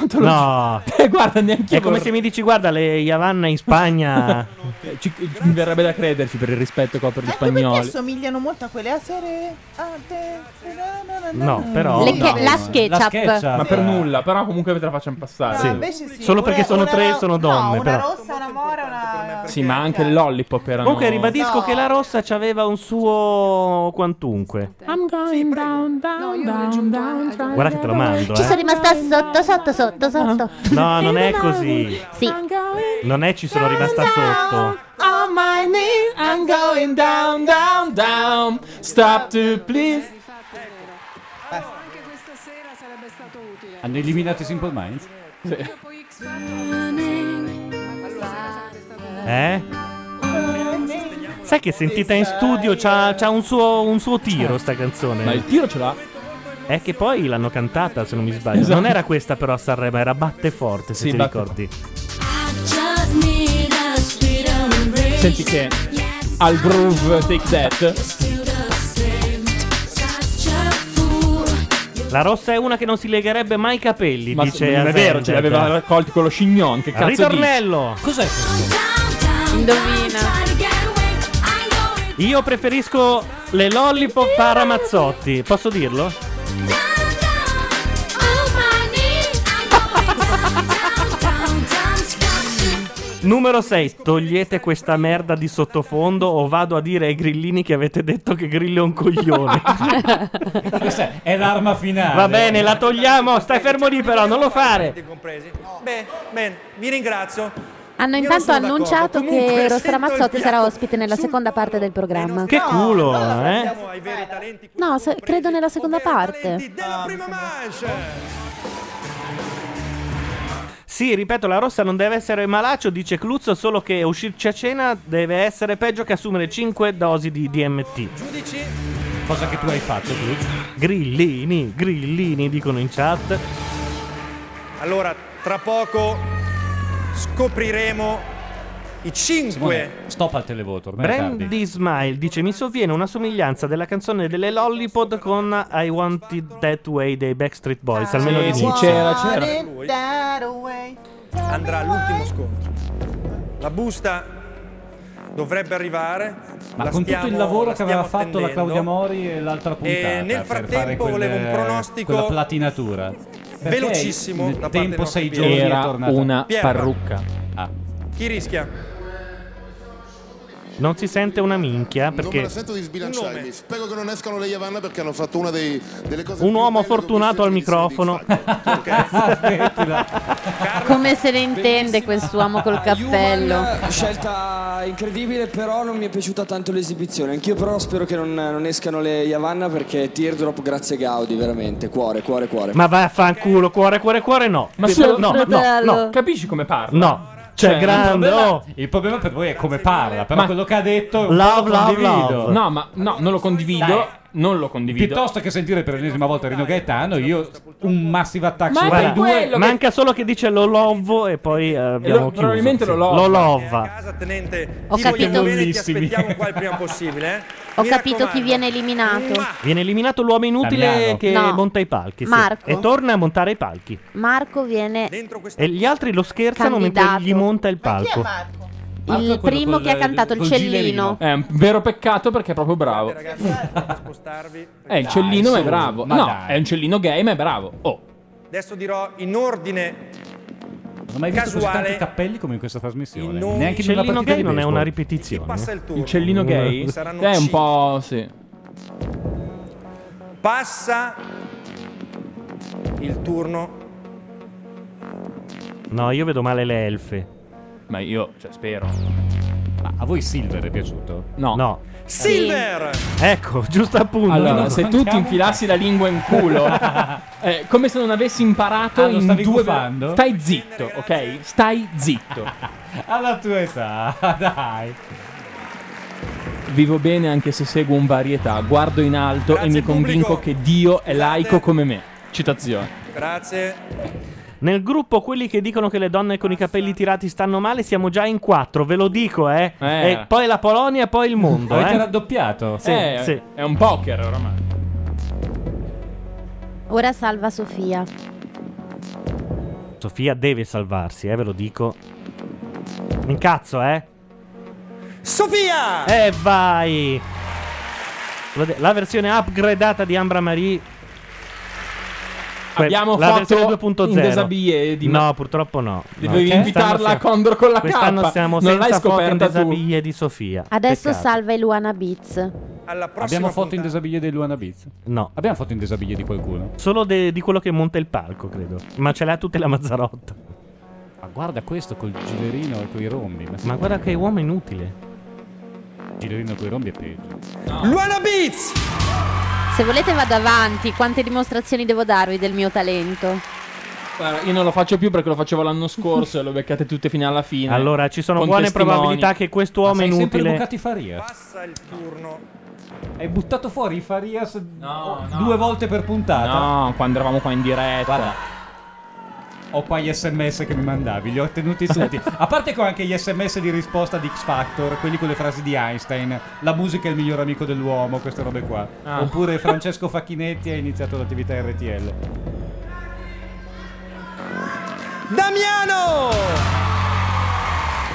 [SPEAKER 1] No.
[SPEAKER 4] te lo Eh,
[SPEAKER 1] No.
[SPEAKER 4] guarda, neanche
[SPEAKER 1] È come se mi dici, guarda, le Yavanna in
[SPEAKER 4] [laughs]
[SPEAKER 1] Spagna...
[SPEAKER 4] Eh, ci- mi verrebbe da crederci per il rispetto che ho per gli
[SPEAKER 5] Perché
[SPEAKER 4] spagnoli.
[SPEAKER 5] assomigliano molto a quelle a serie. a te- na- na- na- na-
[SPEAKER 4] No,
[SPEAKER 5] però- Le che- la SketchUp.
[SPEAKER 4] Ma per nulla, però comunque ve la facciamo passare.
[SPEAKER 5] No, Ah, invece sì, Solo una- perché sono una- tre, sono no, donne, una però. rossa, una mora, una.
[SPEAKER 4] Sì, ma anche il lollipop erano
[SPEAKER 1] Comunque ribadisco
[SPEAKER 5] No.
[SPEAKER 1] che la rossa c'aveva un suo quantunque.
[SPEAKER 4] I'm going down, down, down, down, down.
[SPEAKER 1] Guarda che te lo mando,
[SPEAKER 11] Ci sono
[SPEAKER 1] eh.
[SPEAKER 11] rimasta sotto, sotto, sotto, sotto.
[SPEAKER 1] Ah. No, non è così.
[SPEAKER 11] Sì.
[SPEAKER 1] Non è ci sono rimasta sotto.
[SPEAKER 4] On my knees, I'm going down, down, down. Stop to please.
[SPEAKER 2] Hanno eliminato i Simple Minds?
[SPEAKER 1] Eh? Sai che sentita in studio c'ha, c'ha un, suo, un suo tiro sta canzone.
[SPEAKER 4] Ma il tiro ce l'ha.
[SPEAKER 1] È che poi l'hanno cantata, se non mi sbaglio.
[SPEAKER 4] Esatto.
[SPEAKER 1] Non era questa però a Sanremo, era Batte Forte, se
[SPEAKER 4] Sì,
[SPEAKER 1] ti
[SPEAKER 4] Batte
[SPEAKER 1] ricordi.
[SPEAKER 4] Senti che al groove take that.
[SPEAKER 1] La rossa è una che non si legherebbe mai i capelli,
[SPEAKER 4] Ma
[SPEAKER 1] dice
[SPEAKER 4] non è vero, ce
[SPEAKER 1] Ascended.
[SPEAKER 4] l'aveva raccolti con lo scignon. Che cazzo
[SPEAKER 1] Ritornello.
[SPEAKER 4] dici? Cos'è questo?
[SPEAKER 1] Io preferisco le lollipop a Ramazzotti, posso dirlo? Numero 6, togliete questa merda di sottofondo o vado a dire ai grillini che avete detto che Grillo è un [laughs] coglione.
[SPEAKER 2] Questa è l'arma finale.
[SPEAKER 1] Va bene, la togliamo, stai fermo lì però, non lo fare.
[SPEAKER 7] compresi. Bene, bene, vi ringrazio.
[SPEAKER 11] Hanno
[SPEAKER 7] Io non
[SPEAKER 11] intanto
[SPEAKER 7] sono d'accordo.
[SPEAKER 11] annunciato
[SPEAKER 7] Comunque,
[SPEAKER 11] che Rosa
[SPEAKER 7] sento il
[SPEAKER 11] Ramazzotti
[SPEAKER 7] piatto
[SPEAKER 11] sarà ospite nella seconda parte del programma.
[SPEAKER 1] Che culo, eh?
[SPEAKER 7] Siamo ai veri talenti
[SPEAKER 11] No, se- credo nella seconda parte.
[SPEAKER 7] della prima manche.
[SPEAKER 1] Sì, ripeto, la rossa non deve essere malaccio, dice Cluzzo, solo che uscirci a cena deve essere peggio che assumere 5 dosi di DMT.
[SPEAKER 7] Giudici,
[SPEAKER 1] Cosa che tu hai fatto, Cluzzo? Grillini, grillini, dicono in chat.
[SPEAKER 7] Allora, tra poco scopriremo i cinque.
[SPEAKER 2] Simone, stop al televoto, ormai è tardi.
[SPEAKER 1] Brandy Smile dice: Mi sovviene una somiglianza della canzone delle Lollipop con I Want It That Way dei Backstreet Boys. Almeno
[SPEAKER 4] Ah, Sì, sì,
[SPEAKER 1] l'inizio.
[SPEAKER 4] c'era, c'era.
[SPEAKER 7] Lui andrà l'ultimo scontro. La busta dovrebbe arrivare.
[SPEAKER 2] Ma
[SPEAKER 7] la
[SPEAKER 2] con
[SPEAKER 7] stiamo-
[SPEAKER 2] tutto il lavoro
[SPEAKER 7] la
[SPEAKER 2] che aveva
[SPEAKER 7] stiamo
[SPEAKER 2] fatto la
[SPEAKER 7] attendendo.
[SPEAKER 2] Claudia Mori e l'altra puntata
[SPEAKER 7] nel
[SPEAKER 2] per
[SPEAKER 7] frattempo
[SPEAKER 2] fare quel- eh,
[SPEAKER 7] volevo un pronostico
[SPEAKER 2] quella platinatura Perché
[SPEAKER 7] velocissimo da
[SPEAKER 2] nel
[SPEAKER 7] parte dei
[SPEAKER 2] tempo
[SPEAKER 7] nostri
[SPEAKER 2] sei
[SPEAKER 7] piedi.
[SPEAKER 2] giorni
[SPEAKER 7] Era
[SPEAKER 2] è tornata.
[SPEAKER 4] una
[SPEAKER 7] Pierra.
[SPEAKER 4] parrucca.
[SPEAKER 2] Ah.
[SPEAKER 7] Chi rischia?
[SPEAKER 1] Non si sente una minchia
[SPEAKER 17] Non me
[SPEAKER 1] perché
[SPEAKER 17] la sento di sbilanciarmi. Spero che non escano le Yavanna perché hanno fatto una dei- delle cose.
[SPEAKER 1] un uomo fortunato al microfono. [laughs]
[SPEAKER 19] Come se ne intende quest'uomo col cappello?
[SPEAKER 21] Human, scelta incredibile, però non mi è piaciuta tanto l'esibizione. Anch'io però spero che non, non escano le Yavanna perché Teardrop grazie Gaudi, veramente. Cuore, cuore, cuore.
[SPEAKER 1] Ma vaffanculo, cuore, cuore, cuore, no.
[SPEAKER 21] Ma
[SPEAKER 1] Per-
[SPEAKER 21] solo-
[SPEAKER 1] no, no, no.
[SPEAKER 4] Capisci come parla?
[SPEAKER 1] No. Cioè,
[SPEAKER 4] Cioè,
[SPEAKER 1] grande.
[SPEAKER 2] il,
[SPEAKER 1] oh.
[SPEAKER 2] problema, il problema per voi è come parla però
[SPEAKER 4] Ma-
[SPEAKER 2] quello che ha detto un
[SPEAKER 4] Love,
[SPEAKER 2] po' lo
[SPEAKER 4] love,
[SPEAKER 2] condivido.
[SPEAKER 4] love. No, ma no, non lo condivido.
[SPEAKER 2] Dai.
[SPEAKER 4] Non lo condivido.
[SPEAKER 2] piuttosto che sentire per l'ennesima volta Rino Gaetano io un massive attack su
[SPEAKER 1] Guarda,
[SPEAKER 2] Rai due
[SPEAKER 1] manca solo che dice lo lovo e poi eh, abbiamo chiuso.
[SPEAKER 2] probabilmente lo lova.
[SPEAKER 1] Lo lova.
[SPEAKER 7] Casa tenente,
[SPEAKER 11] Ho
[SPEAKER 7] ti vogliamo
[SPEAKER 11] capito.
[SPEAKER 7] bene, ti
[SPEAKER 1] Bellissimi.
[SPEAKER 7] aspettiamo qua il prima possibile. eh.
[SPEAKER 11] Ho
[SPEAKER 7] Mi
[SPEAKER 11] capito chi
[SPEAKER 7] raccomando.
[SPEAKER 11] viene eliminato.
[SPEAKER 1] Viene eliminato l'uomo inutile
[SPEAKER 11] Damiano.
[SPEAKER 1] che
[SPEAKER 11] No.
[SPEAKER 1] monta i palchi. sì.
[SPEAKER 11] Marco.
[SPEAKER 1] E torna a montare i palchi.
[SPEAKER 11] Marco viene
[SPEAKER 1] E gli altri lo scherzano
[SPEAKER 11] Candidato.
[SPEAKER 1] mentre gli monta il palco.
[SPEAKER 11] il primo che ha cantato il cellino.
[SPEAKER 4] È un Eh, vero peccato perché è proprio bravo. È il
[SPEAKER 7] Dai,
[SPEAKER 4] cellino, ma è
[SPEAKER 7] su,
[SPEAKER 4] bravo.
[SPEAKER 7] ma
[SPEAKER 4] no,
[SPEAKER 7] dai.
[SPEAKER 4] è un cellino gay, ma è bravo. Oh.
[SPEAKER 7] Adesso dirò in ordine
[SPEAKER 2] non ho mai visto così
[SPEAKER 7] Casuale.
[SPEAKER 2] tanti cappelli come in questa trasmissione
[SPEAKER 7] nomi-
[SPEAKER 2] neanche in una
[SPEAKER 1] Cellino
[SPEAKER 2] partita
[SPEAKER 1] gay
[SPEAKER 2] di
[SPEAKER 1] non è
[SPEAKER 2] baseball.
[SPEAKER 1] una ripetizione. Chi passa
[SPEAKER 7] il turno?
[SPEAKER 4] Il cellino gay? Cioè,
[SPEAKER 7] Saranno
[SPEAKER 4] È un
[SPEAKER 7] cinque.
[SPEAKER 4] po'. Sì.
[SPEAKER 7] passa il turno.
[SPEAKER 1] No, io vedo male le elfe.
[SPEAKER 4] Ma io, cioè, spero.
[SPEAKER 2] a voi Silver è piaciuto?
[SPEAKER 4] No.
[SPEAKER 1] No.
[SPEAKER 2] Silver!
[SPEAKER 1] Ecco, giusto appunto.
[SPEAKER 4] Allora, se tu ti infilassi la lingua in culo, eh, come se non avessi imparato
[SPEAKER 2] Ah, lo
[SPEAKER 4] in
[SPEAKER 2] stavi
[SPEAKER 4] due
[SPEAKER 2] gufando?
[SPEAKER 4] Stai zitto, ok? Stai zitto.
[SPEAKER 2] [laughs] Alla tua età, [laughs] dai.
[SPEAKER 4] Vivo bene anche se seguo un varietà, guardo in alto e mi convinco che Dio è laico come me. Citazione.
[SPEAKER 7] Grazie.
[SPEAKER 1] Nel gruppo quelli che dicono che le donne con i capelli tirati stanno male siamo già in quattro, ve lo dico, eh.
[SPEAKER 4] Eh.
[SPEAKER 1] E poi la Polonia e poi il mondo,
[SPEAKER 4] Avete
[SPEAKER 1] eh.
[SPEAKER 2] raddoppiato?
[SPEAKER 1] Sì,
[SPEAKER 4] Eh,
[SPEAKER 1] sì.
[SPEAKER 4] È un poker oramai.
[SPEAKER 11] Ora salva Sofia.
[SPEAKER 1] Sofia deve salvarsi, eh, ve lo dico. Mi cazzo, eh.
[SPEAKER 7] Sofia!
[SPEAKER 1] E vai! La versione upgradata di Ambra Marie. Que-
[SPEAKER 4] Abbiamo
[SPEAKER 1] la
[SPEAKER 4] fatto
[SPEAKER 1] versione 2.0.
[SPEAKER 4] in desabie eh, di-
[SPEAKER 1] No, purtroppo no.
[SPEAKER 4] Dovevi
[SPEAKER 1] No.
[SPEAKER 4] invitarla
[SPEAKER 1] Quest'anno
[SPEAKER 4] a Condor con la
[SPEAKER 1] Quest'anno
[SPEAKER 4] K.
[SPEAKER 1] siamo
[SPEAKER 4] Non l'hai
[SPEAKER 1] senza foto in
[SPEAKER 4] scoperta tu.
[SPEAKER 1] desabie di Sofia.
[SPEAKER 11] Adesso
[SPEAKER 1] Peccato.
[SPEAKER 11] salva Iluana Beats.
[SPEAKER 2] Abbiamo foto in desabiglie di Luana Biz?
[SPEAKER 1] No.
[SPEAKER 2] Abbiamo foto in desabiglie di qualcuno?
[SPEAKER 1] Solo de- di quello che monta il palco, credo. Ma ce l'ha tutta la Mazzarotta.
[SPEAKER 2] Ma guarda questo col gilerino e coi rombi. Ma,
[SPEAKER 1] Ma guarda che uomo inutile.
[SPEAKER 2] Gilerino coi rombi è peggio.
[SPEAKER 7] Luana Beats!
[SPEAKER 11] Se volete vado avanti, quante dimostrazioni devo darvi del mio talento?
[SPEAKER 4] Guarda, Eh, io non lo faccio più perché lo facevo l'anno scorso e lo beccate tutte fino alla fine.
[SPEAKER 1] Allora, ci sono
[SPEAKER 4] Con
[SPEAKER 1] buone
[SPEAKER 4] testimoni.
[SPEAKER 1] probabilità che quest'uomo
[SPEAKER 4] Ma sei sempre
[SPEAKER 1] inutile.
[SPEAKER 4] Bucati
[SPEAKER 2] Faria.
[SPEAKER 7] Passa il turno.
[SPEAKER 2] Hai buttato fuori i Farias due volte per puntata?
[SPEAKER 4] No, quando eravamo qua in diretta.
[SPEAKER 2] Ho qua gli sms che mi mandavi, li ho tenuti
[SPEAKER 1] [laughs]
[SPEAKER 2] tutti. A parte che ho anche gli sms di risposta di X Factor, quelli con le frasi di Einstein, la musica è il miglior amico dell'uomo, queste robe qua.
[SPEAKER 4] Ah.
[SPEAKER 2] Oppure Francesco Facchinetti ha iniziato l'attività RTL.
[SPEAKER 7] Damiano!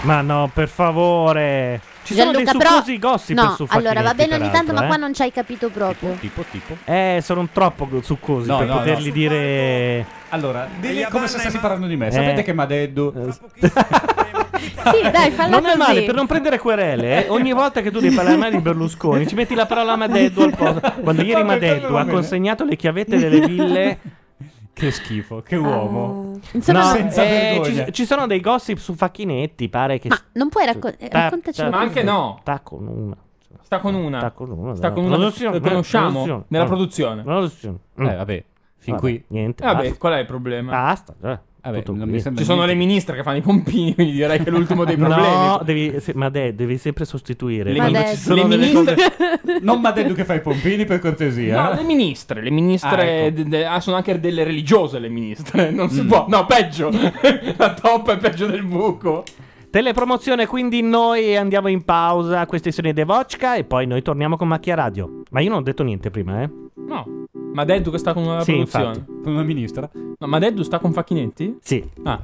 [SPEAKER 1] Ma no, per favore. Ci
[SPEAKER 11] Gianluca,
[SPEAKER 1] sono dei
[SPEAKER 11] però-
[SPEAKER 1] succosi gossip
[SPEAKER 11] no,
[SPEAKER 1] su
[SPEAKER 11] allora va bene ogni tanto,
[SPEAKER 1] peraltro,
[SPEAKER 11] ma
[SPEAKER 1] eh.
[SPEAKER 11] qua non ci hai capito proprio.
[SPEAKER 2] Tipo, tipo.
[SPEAKER 1] Eh, sono troppo go- succosi
[SPEAKER 2] No,
[SPEAKER 1] per
[SPEAKER 2] no,
[SPEAKER 1] poterli
[SPEAKER 2] no.
[SPEAKER 1] dire. Eh,
[SPEAKER 2] Allora, Dilli come se stessi parlando di me. Sapete che Madeddu... [laughs]
[SPEAKER 1] Sì,
[SPEAKER 2] dai, falla
[SPEAKER 1] Non è
[SPEAKER 2] così.
[SPEAKER 1] male, per non prendere querele, eh, ogni volta che tu devi parlare male di Berlusconi, ci metti la parola Madeddu al posto. Quando ieri
[SPEAKER 2] Vabbè, quello
[SPEAKER 1] Madeddu
[SPEAKER 2] va
[SPEAKER 1] ha
[SPEAKER 2] bene.
[SPEAKER 1] consegnato le chiavette delle
[SPEAKER 2] [laughs]
[SPEAKER 1] ville.
[SPEAKER 2] Che schifo, che
[SPEAKER 1] No,
[SPEAKER 2] uomo. senza
[SPEAKER 1] eh, [laughs]
[SPEAKER 2] vergogna.
[SPEAKER 1] ci, ci sono dei gossip su Facchinetti, pare che.
[SPEAKER 11] Ma non puoi racco- eh, raccontaci
[SPEAKER 1] ta-
[SPEAKER 11] una
[SPEAKER 1] ma
[SPEAKER 11] cosa.
[SPEAKER 1] anche no. Sta con una.
[SPEAKER 4] Sta con una.
[SPEAKER 1] Sta con una.
[SPEAKER 4] Sta con una, lo conosciamo? Nella produzione.
[SPEAKER 2] Eh, vabbè, fin qui.
[SPEAKER 1] Mm. Niente.
[SPEAKER 4] Eh, vabbè,
[SPEAKER 1] basta.
[SPEAKER 4] qual è il problema?
[SPEAKER 1] Basta. tutto
[SPEAKER 2] non
[SPEAKER 1] qui.
[SPEAKER 2] mi sembra
[SPEAKER 4] Ci sono le ministre che fanno i pompini, quindi direi che è l'ultimo dei problemi.
[SPEAKER 1] [laughs] No, devi, se- ma de- devi sempre sostituire.
[SPEAKER 4] Le
[SPEAKER 1] Quando
[SPEAKER 4] ministre-
[SPEAKER 1] ci sono
[SPEAKER 4] le
[SPEAKER 1] delle
[SPEAKER 4] ministre-
[SPEAKER 1] cose-
[SPEAKER 4] [laughs]
[SPEAKER 1] eh.
[SPEAKER 2] Non Madeddu che fa i pompini, per cortesia.
[SPEAKER 4] No, le ministre, le ministre
[SPEAKER 2] Ah, ecco.
[SPEAKER 4] de- de- ah, sono anche delle religiose le ministre, [laughs] non si
[SPEAKER 2] Mm.
[SPEAKER 4] può. No, peggio. [laughs] La top è peggio del buco.
[SPEAKER 1] Telepromozione, quindi noi andiamo in pausa. Queste sono i Devocca e poi noi torniamo con Macchia Radio. Ma io non ho detto niente prima, eh.
[SPEAKER 4] No. Ma Deddu che sta con una
[SPEAKER 1] Sì,
[SPEAKER 4] produzione.
[SPEAKER 1] infatti.
[SPEAKER 2] Con una ministra?
[SPEAKER 4] No, ma Deddu sta con Facchinetti?
[SPEAKER 1] Sì.
[SPEAKER 4] Ah.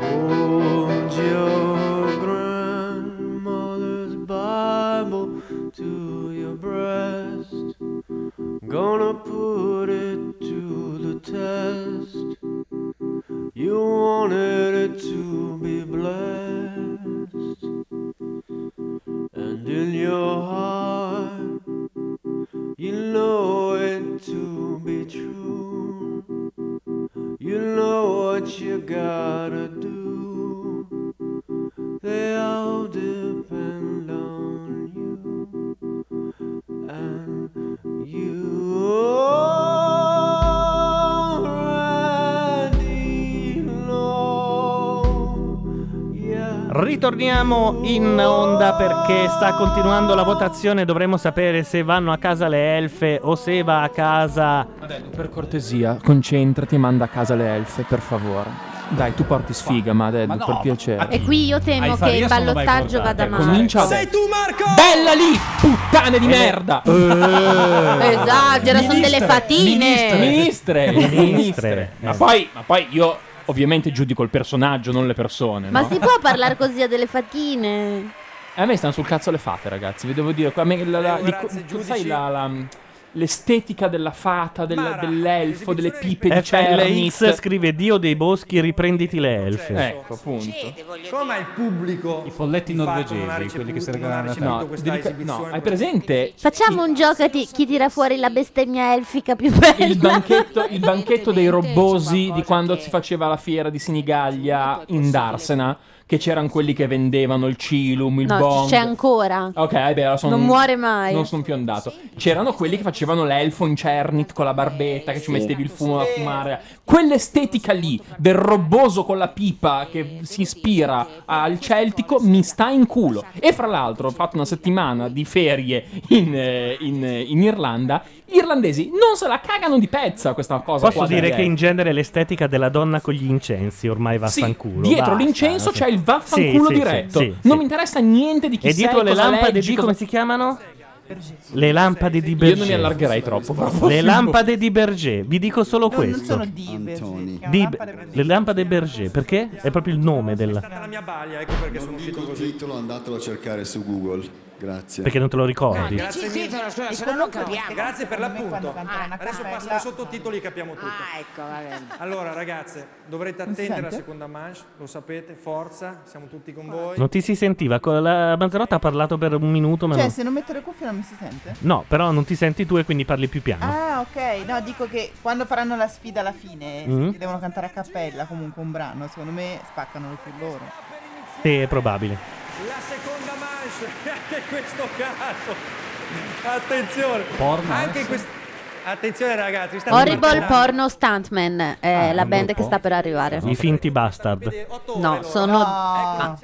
[SPEAKER 15] Hold your grandmother's Bible to your breast. Gonna put it to the test. You wanted it to be blessed. And in your heart, you know it to be true. You know what you gotta do. They all depend on you and you. already know. Yeah.
[SPEAKER 1] Ritorniamo in onda perché sta continuando la votazione. Dovremmo sapere se vanno a casa le elfe o se va a casa.
[SPEAKER 4] Per cortesia, concentrati e manda a casa le elfe, per favore. Dai, tu porti sfiga, ma Deddu,
[SPEAKER 11] no,
[SPEAKER 4] Eh, per piacere.
[SPEAKER 11] E qui io temo che il ballottaggio vada male.
[SPEAKER 4] Comincia adesso.
[SPEAKER 7] tu Marco!
[SPEAKER 4] Bella lì, puttane di merda!
[SPEAKER 11] Eh, Esagera, sono esatto, delle fatine.
[SPEAKER 4] Ministre,
[SPEAKER 1] Ministre. eh.
[SPEAKER 4] ministre. Ma, poi, ma poi io ovviamente giudico il personaggio, non le persone.
[SPEAKER 11] Ma
[SPEAKER 4] no?
[SPEAKER 11] si può parlare così a delle fatine?
[SPEAKER 4] Eh, A me stanno sul cazzo le fate, ragazzi. Vi devo dire. qua, a me la- la- di- tu sai la- la- l'estetica della fata, della- dell'elfo, delle pipe di
[SPEAKER 1] FLX
[SPEAKER 4] Cernit.
[SPEAKER 1] scrive Dio dei boschi, riprenditi le elfe.
[SPEAKER 4] Ecco, appunto.
[SPEAKER 7] Come il pubblico? I
[SPEAKER 2] folletti
[SPEAKER 7] ricevuto-
[SPEAKER 2] norvegesi, quelli che si regalano a
[SPEAKER 7] ricevuto
[SPEAKER 2] Natale.
[SPEAKER 7] questa esibizione.
[SPEAKER 4] hai
[SPEAKER 7] [laughs]
[SPEAKER 4] presente
[SPEAKER 11] Facciamo un gioco di chi tira fuori la bestemmia elfica più bella.
[SPEAKER 4] il
[SPEAKER 7] [laughs]
[SPEAKER 4] banchetto, il banchetto dei robosi di quando si faceva la fiera di Sinigaglia in Darsena? Che c'erano quelli che vendevano il Cilum, il Oh,
[SPEAKER 19] No,
[SPEAKER 4] Bong.
[SPEAKER 19] c'è ancora.
[SPEAKER 4] Ok, eh, beh, allora sono-
[SPEAKER 19] Non muore mai.
[SPEAKER 4] Non sono più andato. C'erano quelli che facevano l'elfo in Cernit con la barbetta, che ci mettevi il fumo a fumare. Quell'estetica lì del roboso con la pipa che si ispira al celtico mi sta in culo. E fra l'altro ho fatto una settimana di ferie in, eh, in, eh, in Irlanda. Gli irlandesi non se la cagano di pezza questa cosa.
[SPEAKER 1] Posso
[SPEAKER 4] qua
[SPEAKER 1] dire
[SPEAKER 4] del-
[SPEAKER 1] che in genere l'estetica della donna con gli incensi ormai va
[SPEAKER 4] Sì,
[SPEAKER 1] fanculo.
[SPEAKER 4] dietro
[SPEAKER 1] basta,
[SPEAKER 4] l'incenso
[SPEAKER 1] sì.
[SPEAKER 4] c'è il vaffanculo
[SPEAKER 1] Sì, sì,
[SPEAKER 4] diretto.
[SPEAKER 1] sì, sì,
[SPEAKER 4] non mi interessa niente di chi
[SPEAKER 1] E dietro
[SPEAKER 4] sei,
[SPEAKER 1] le
[SPEAKER 4] cosa
[SPEAKER 1] lampade
[SPEAKER 4] leggi,
[SPEAKER 1] di- come si chiamano? Le lampade di
[SPEAKER 4] Io
[SPEAKER 1] Berger.
[SPEAKER 4] non mi allargherei troppo. però
[SPEAKER 1] Le
[SPEAKER 4] fossimo-
[SPEAKER 1] lampade di Berger, vi dico solo questo.
[SPEAKER 5] sono di Berger, cioè,
[SPEAKER 1] Di- le lampade Berger, perché? È proprio il nome della.
[SPEAKER 7] La mia baglia, ecco perché sono uscito così.
[SPEAKER 17] Il titolo andatelo a cercare su Google. Grazie.
[SPEAKER 1] Perché non te lo ricordi.
[SPEAKER 7] Grazie mille. Grazie per l'appunto. Eh, Adesso passano i sottotitoli e capiamo tutto. [laughs] Allora, ragazze, dovrete attendere la
[SPEAKER 1] sente?
[SPEAKER 7] seconda manche, lo sapete, forza, siamo tutti con voi.
[SPEAKER 1] Non ti si sentiva. con La Mazzarotta ha parlato per un minuto, ma
[SPEAKER 5] Cioè,
[SPEAKER 1] non-
[SPEAKER 5] se non metto le cuffie non mi si sente?
[SPEAKER 1] No, però non ti senti tu e quindi parli più piano.
[SPEAKER 5] Ah, ok. No, dico che quando faranno la sfida alla fine,
[SPEAKER 1] Mm.
[SPEAKER 5] che devono cantare a cappella comunque un brano, secondo me spaccano più loro.
[SPEAKER 1] Sì, è probabile.
[SPEAKER 7] La seconda manche, [laughs] anche in questo caso. Attenzione.
[SPEAKER 1] Porno,
[SPEAKER 7] anche
[SPEAKER 1] eh?
[SPEAKER 7] in quest- Attenzione ragazzi, vi state
[SPEAKER 11] Horrible
[SPEAKER 7] immaginando-
[SPEAKER 11] Porno Stuntman è la band che sta per arrivare.
[SPEAKER 1] I finti bastard.
[SPEAKER 11] No, sono. ah.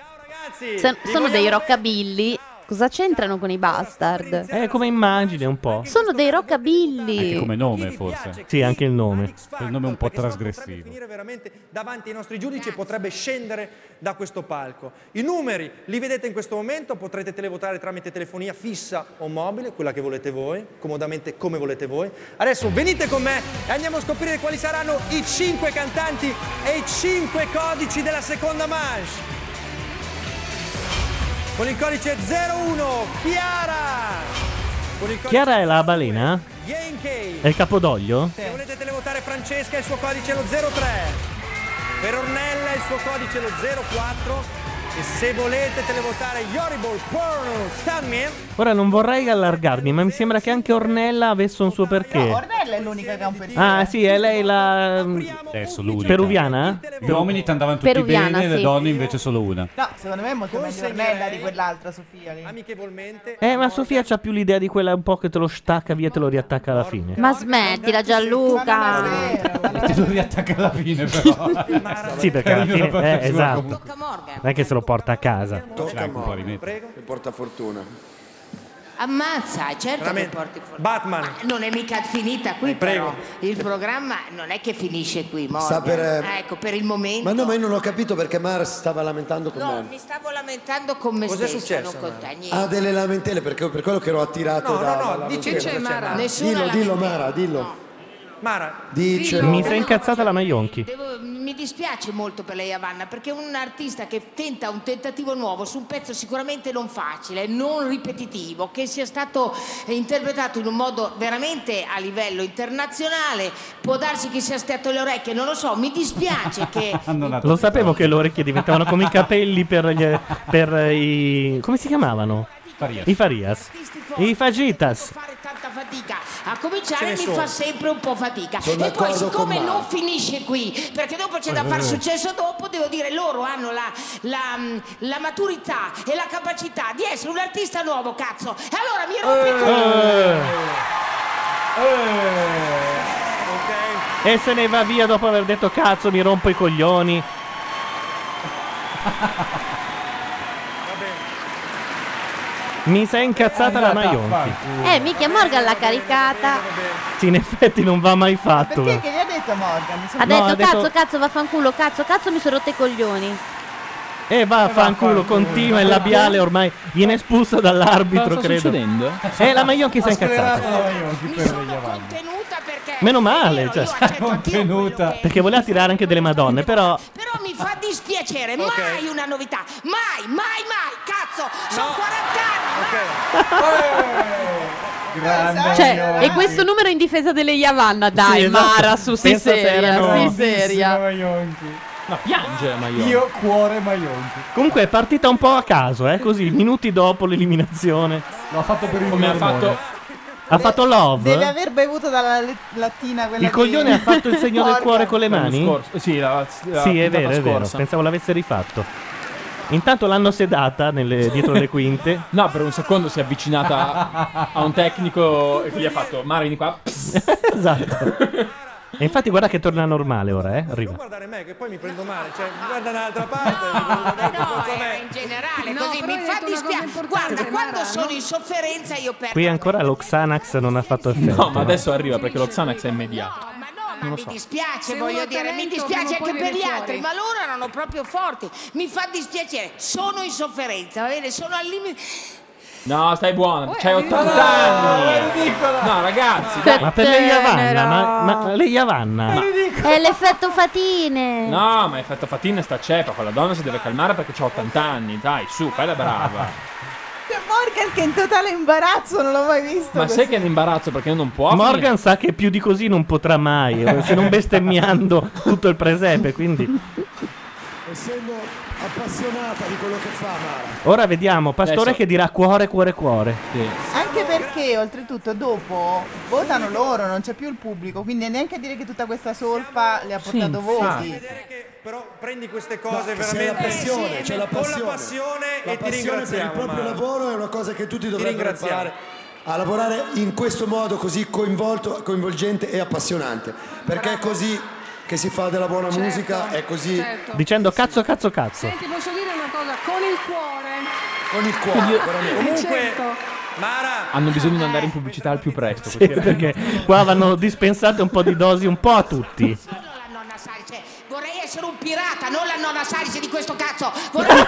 [SPEAKER 11] So- sono dei rockabilly. Cosa c'entrano con i bastard?
[SPEAKER 1] È Eh, come immagine un po'.
[SPEAKER 11] Sono dei rockabilly.
[SPEAKER 2] Anche come nome, forse.
[SPEAKER 1] Sì, anche il nome.
[SPEAKER 2] Il nome un po' trasgressivo.
[SPEAKER 7] finire veramente davanti ai nostri giudici e potrebbe scendere da questo palco. I numeri li vedete in questo momento, potrete televotare tramite telefonia fissa o mobile, quella che volete voi, comodamente come volete voi. Adesso venite con me e andiamo a scoprire quali saranno i 5 cantanti e i 5 codici della seconda manche. Con il codice 01 Chiara. Con il codice
[SPEAKER 1] Chiara è la balena?
[SPEAKER 7] Yankee.
[SPEAKER 1] È il capodoglio?
[SPEAKER 7] Se volete televotare Francesca il suo codice è lo 03. Per Ornella il suo codice è lo 04. E se volete televotare Yoribol Porno eh. Stanmir,
[SPEAKER 1] Ora non vorrei allargarmi, ma mi sembra che anche Ornella avesse un suo perché.
[SPEAKER 5] Ornella è l'unica che ha un perché.
[SPEAKER 1] Ah, sì, è lei la.
[SPEAKER 2] Adesso l'unica.
[SPEAKER 1] Peruviana?
[SPEAKER 2] Gli uomini ti andavano tutti
[SPEAKER 5] Peruviana,
[SPEAKER 2] bene, le
[SPEAKER 5] sì.
[SPEAKER 2] donne invece solo una.
[SPEAKER 5] No, secondo me è molto meglio Ornella di quell'altra Sofia lì.
[SPEAKER 7] Amichevolmente.
[SPEAKER 1] Eh, ma Sofia c'ha più l'idea di quella un po' che te lo stacca via e te lo riattacca alla fine.
[SPEAKER 11] Ma smettila, Gianluca.
[SPEAKER 2] Ti lo riattacca alla fine, però.
[SPEAKER 1] Sì, perché alla
[SPEAKER 2] Ognuno
[SPEAKER 1] fine.
[SPEAKER 2] per
[SPEAKER 1] Eh,
[SPEAKER 2] sé,
[SPEAKER 1] esatto.
[SPEAKER 2] comunque.
[SPEAKER 1] Non è che se lo porta a casa.
[SPEAKER 17] Certo,
[SPEAKER 7] Tocca
[SPEAKER 2] a me.
[SPEAKER 9] Mi porta fortuna.
[SPEAKER 6] Ammazza, certo
[SPEAKER 9] Veramente. Eh,
[SPEAKER 6] che porti fuori.
[SPEAKER 7] Batman.
[SPEAKER 6] Ma non è mica finita qui,
[SPEAKER 9] Prego.
[SPEAKER 6] però. Il programma non è che finisce qui, Morgan.
[SPEAKER 9] Sta per, eh,
[SPEAKER 6] Ah, Ecco, per il momento.
[SPEAKER 9] Ma no, ma io non ho capito perché Mars stava lamentando con
[SPEAKER 6] No,
[SPEAKER 9] me.
[SPEAKER 6] mi stavo lamentando con me
[SPEAKER 9] Cos'è
[SPEAKER 6] stesso,
[SPEAKER 9] successo,
[SPEAKER 6] non con te, niente.
[SPEAKER 9] Ha delle lamentele perché per quello che ero attirato
[SPEAKER 6] No, no,
[SPEAKER 9] da
[SPEAKER 6] no,
[SPEAKER 9] dalla
[SPEAKER 6] dici
[SPEAKER 9] lamentela.
[SPEAKER 6] che c'è Mara.
[SPEAKER 9] Dillo,
[SPEAKER 6] Nessuna
[SPEAKER 9] dillo
[SPEAKER 6] lamentela.
[SPEAKER 9] Mara, dillo.
[SPEAKER 7] Mara,
[SPEAKER 9] Dicelo.
[SPEAKER 1] Mi sei incazzata la Maionchi.
[SPEAKER 6] Devo- mi dispiace molto per lei Avanna perché è un artista che tenta un tentativo nuovo su un pezzo sicuramente non facile, non ripetitivo, che sia stato interpretato in un modo veramente a livello internazionale, può darsi che sia stato le orecchie, non lo so, mi dispiace che
[SPEAKER 1] Ah, Lo sapevo che le orecchie diventavano come i capelli per, gli- per i. come si chiamavano?
[SPEAKER 2] Farias.
[SPEAKER 1] I Farias. I Fagitas.
[SPEAKER 6] tanta fatica. A
[SPEAKER 9] Ce ne
[SPEAKER 6] cominciare mi
[SPEAKER 9] sono.
[SPEAKER 6] fa sempre un po' fatica.
[SPEAKER 9] Sono
[SPEAKER 6] e poi
[SPEAKER 9] d'accordo
[SPEAKER 6] siccome
[SPEAKER 9] con Mara.
[SPEAKER 6] non finisce qui, perché dopo c'è da
[SPEAKER 9] Eh.
[SPEAKER 6] far successo dopo, devo dire loro hanno la, la, mh, la maturità e la capacità di essere un artista nuovo, cazzo. E allora mi rompi
[SPEAKER 9] Eh.
[SPEAKER 1] Eh.
[SPEAKER 6] il
[SPEAKER 1] E se ne va via dopo aver detto cazzo, mi rompo i coglioni. Mi sei incazzata la Maionchi.
[SPEAKER 11] Eh, mica Morgan l'ha caricata.
[SPEAKER 1] Sì, in effetti non va mai fatto.
[SPEAKER 5] Perché che gli ha detto Morgan? Mi
[SPEAKER 11] Ha
[SPEAKER 5] sembra-
[SPEAKER 11] detto
[SPEAKER 1] ha detto-
[SPEAKER 11] cazzo, cazzo, vaffanculo, cazzo, cazzo, mi sono rotto i coglioni.
[SPEAKER 1] E va a fanculo, continua il labiale ormai. Viene espulsa dall'arbitro,
[SPEAKER 4] Cosa sta
[SPEAKER 1] credo.
[SPEAKER 4] succedendo?
[SPEAKER 1] Eh, la Maionchi si è incazzata. cioè, Meno male, cioè.
[SPEAKER 2] Contenuta.
[SPEAKER 1] Perché voleva tirare anche delle madonne, però
[SPEAKER 6] Però mi fa dispiacere,
[SPEAKER 16] Ok.
[SPEAKER 6] mai una novità, mai, mai, mai, cazzo, sono
[SPEAKER 16] No.
[SPEAKER 6] 40 anni,
[SPEAKER 9] Eh.
[SPEAKER 16] Grande
[SPEAKER 3] Cioè, e questo numero in difesa delle Yavanna, dai,
[SPEAKER 4] Sì, esatto.
[SPEAKER 3] Mara, su, si
[SPEAKER 4] Pensa se
[SPEAKER 3] seria,
[SPEAKER 4] erano-
[SPEAKER 3] si seria.
[SPEAKER 4] Ma piange, ma io.
[SPEAKER 1] cuore Maionchi. Comunque è partita un po' a caso, eh, così, minuti dopo l'eliminazione.
[SPEAKER 2] L'ha fatto per il
[SPEAKER 1] Come ha
[SPEAKER 2] marmone.
[SPEAKER 1] fatto ha fatto love?
[SPEAKER 5] Deve aver bevuto dalla le- lattina quella
[SPEAKER 1] Il coglione ha fatto
[SPEAKER 5] [laughs]
[SPEAKER 1] il segno del cuore con le
[SPEAKER 4] L'anno
[SPEAKER 1] mani?
[SPEAKER 4] scorso. Sì, la- la
[SPEAKER 1] sì, è vero,
[SPEAKER 4] puntata
[SPEAKER 1] è vero.
[SPEAKER 4] scorsa.
[SPEAKER 1] Pensavo l'avesse rifatto. Intanto l'hanno sedata nelle- dietro le quinte.
[SPEAKER 4] No, per un secondo si è avvicinata a un tecnico e gli ha fatto Mara vieni qua.
[SPEAKER 1] [laughs] esatto. E infatti guarda che torna normale ora, eh? Arriva.
[SPEAKER 7] Guardare me che poi mi prendo male, cioè guarda un'altra parte. mi prendo dentro, forza me.
[SPEAKER 6] eh, in generale,
[SPEAKER 10] No,
[SPEAKER 6] così mi
[SPEAKER 10] però hai
[SPEAKER 6] fa
[SPEAKER 10] detto una cosa
[SPEAKER 6] dispiacere.
[SPEAKER 10] importante,
[SPEAKER 6] Guarda, quando
[SPEAKER 10] Mara,
[SPEAKER 6] sono
[SPEAKER 10] no?
[SPEAKER 6] in sofferenza io perdo.
[SPEAKER 1] Qui ancora l'Oxanax non ha fatto effetto.
[SPEAKER 4] No, ma adesso arriva perché lo Xanax è immediato.
[SPEAKER 1] Non lo
[SPEAKER 6] Mi
[SPEAKER 1] so.
[SPEAKER 6] dispiace,
[SPEAKER 10] Se uno
[SPEAKER 6] voglio
[SPEAKER 10] ha
[SPEAKER 6] dire, mi
[SPEAKER 10] talento,
[SPEAKER 6] dispiace
[SPEAKER 10] prima o
[SPEAKER 6] anche
[SPEAKER 10] poi
[SPEAKER 6] per gli
[SPEAKER 10] viene
[SPEAKER 6] altri,
[SPEAKER 10] fuori.
[SPEAKER 6] ma loro erano proprio forti. Mi fa dispiacere, sono in sofferenza, va bene, sono al limite.
[SPEAKER 4] No, stai buona. C'hai 80
[SPEAKER 1] no,
[SPEAKER 4] anni. No, ragazzi. dai.
[SPEAKER 1] Ma per lei Yavanna? Ma, ma lei Yavanna? Ma-
[SPEAKER 11] È l'effetto fatine.
[SPEAKER 4] No, ma hai fatto fatina sta ceppa. Quella donna si deve calmare perché c'ha 80 anni. Dai, su, fai la brava.
[SPEAKER 5] C'è Morgan che è in totale imbarazzo, non l'ho mai visto.
[SPEAKER 4] ma
[SPEAKER 5] così.
[SPEAKER 4] sai che è un imbarazzo perché non può.
[SPEAKER 1] Morgan sa che più di così non potrà mai, eh, se non
[SPEAKER 4] [laughs]
[SPEAKER 1] bestemmiando tutto il presepe, quindi...
[SPEAKER 16] Essendo appassionata di quello che fa Mara.
[SPEAKER 1] Ora vediamo, Pastore
[SPEAKER 16] Adesso-
[SPEAKER 1] che dirà cuore, cuore, cuore.
[SPEAKER 5] Anche perché oltretutto dopo votano loro, non c'è più il pubblico, quindi neanche a dire che tutta questa solfa le ha portato voti.
[SPEAKER 7] Però prendi queste cose
[SPEAKER 5] No,
[SPEAKER 16] c'è
[SPEAKER 7] veramente
[SPEAKER 16] la passione, c'è la
[SPEAKER 7] Eh con la
[SPEAKER 16] passione.
[SPEAKER 7] passione
[SPEAKER 16] La
[SPEAKER 7] e ti
[SPEAKER 16] passione per il
[SPEAKER 7] ringraziamo.
[SPEAKER 16] proprio
[SPEAKER 7] Mara.
[SPEAKER 16] lavoro è una cosa che tutti
[SPEAKER 7] Ti
[SPEAKER 16] dovrebbero
[SPEAKER 7] ringraziamo.
[SPEAKER 16] imparare.
[SPEAKER 9] A lavorare in questo modo così coinvolto, coinvolgente e appassionante. Perché è così che si fa della buona musica, è così
[SPEAKER 10] certo.
[SPEAKER 1] Dicendo cazzo, cazzo, cazzo.
[SPEAKER 2] Certo.
[SPEAKER 7] Eh,
[SPEAKER 10] Senti, posso dire una cosa con il cuore?
[SPEAKER 9] con il cuore. veramente.
[SPEAKER 7] Mara,
[SPEAKER 4] Hanno bisogno di andare in pubblicità al più presto.
[SPEAKER 1] Sì, perché qua vanno dispensate un po' di dosi un po' a tutti.
[SPEAKER 6] Nonna Salice, vorrei essere un pirata, non la nonna Salice di questo cazzo. Vorrei...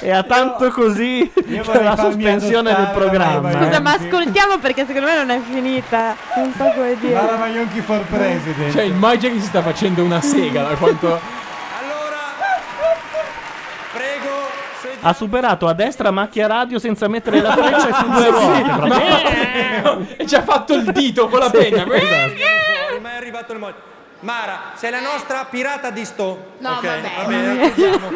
[SPEAKER 1] E a tanto così c'è
[SPEAKER 16] vorrei
[SPEAKER 1] la
[SPEAKER 16] farmi
[SPEAKER 1] sospensione del
[SPEAKER 16] adottare,
[SPEAKER 1] programma.
[SPEAKER 16] vai,
[SPEAKER 1] eh.
[SPEAKER 19] Scusa, ma ascoltiamo perché secondo me non è finita. Non so come dire.
[SPEAKER 16] Mara Maionchi for president.
[SPEAKER 4] Cioè, il Magic si sta facendo una sega da quanto.
[SPEAKER 1] Ha
[SPEAKER 11] Ah.
[SPEAKER 1] superato a destra macchia radio senza mettere la freccia su due
[SPEAKER 4] [laughs] Sì,
[SPEAKER 1] ruote.
[SPEAKER 4] sì,
[SPEAKER 1] proprio.
[SPEAKER 4] [laughs] E ci ha fatto il dito con la
[SPEAKER 1] Sì,
[SPEAKER 4] penna.
[SPEAKER 1] esatto.
[SPEAKER 7] fuori, ma è arrivato il modo. Mara, sei la nostra pirata di sto.
[SPEAKER 6] No,
[SPEAKER 7] ok,
[SPEAKER 6] vabbè.
[SPEAKER 7] va bene,
[SPEAKER 6] [laughs]
[SPEAKER 7] chiudiamo,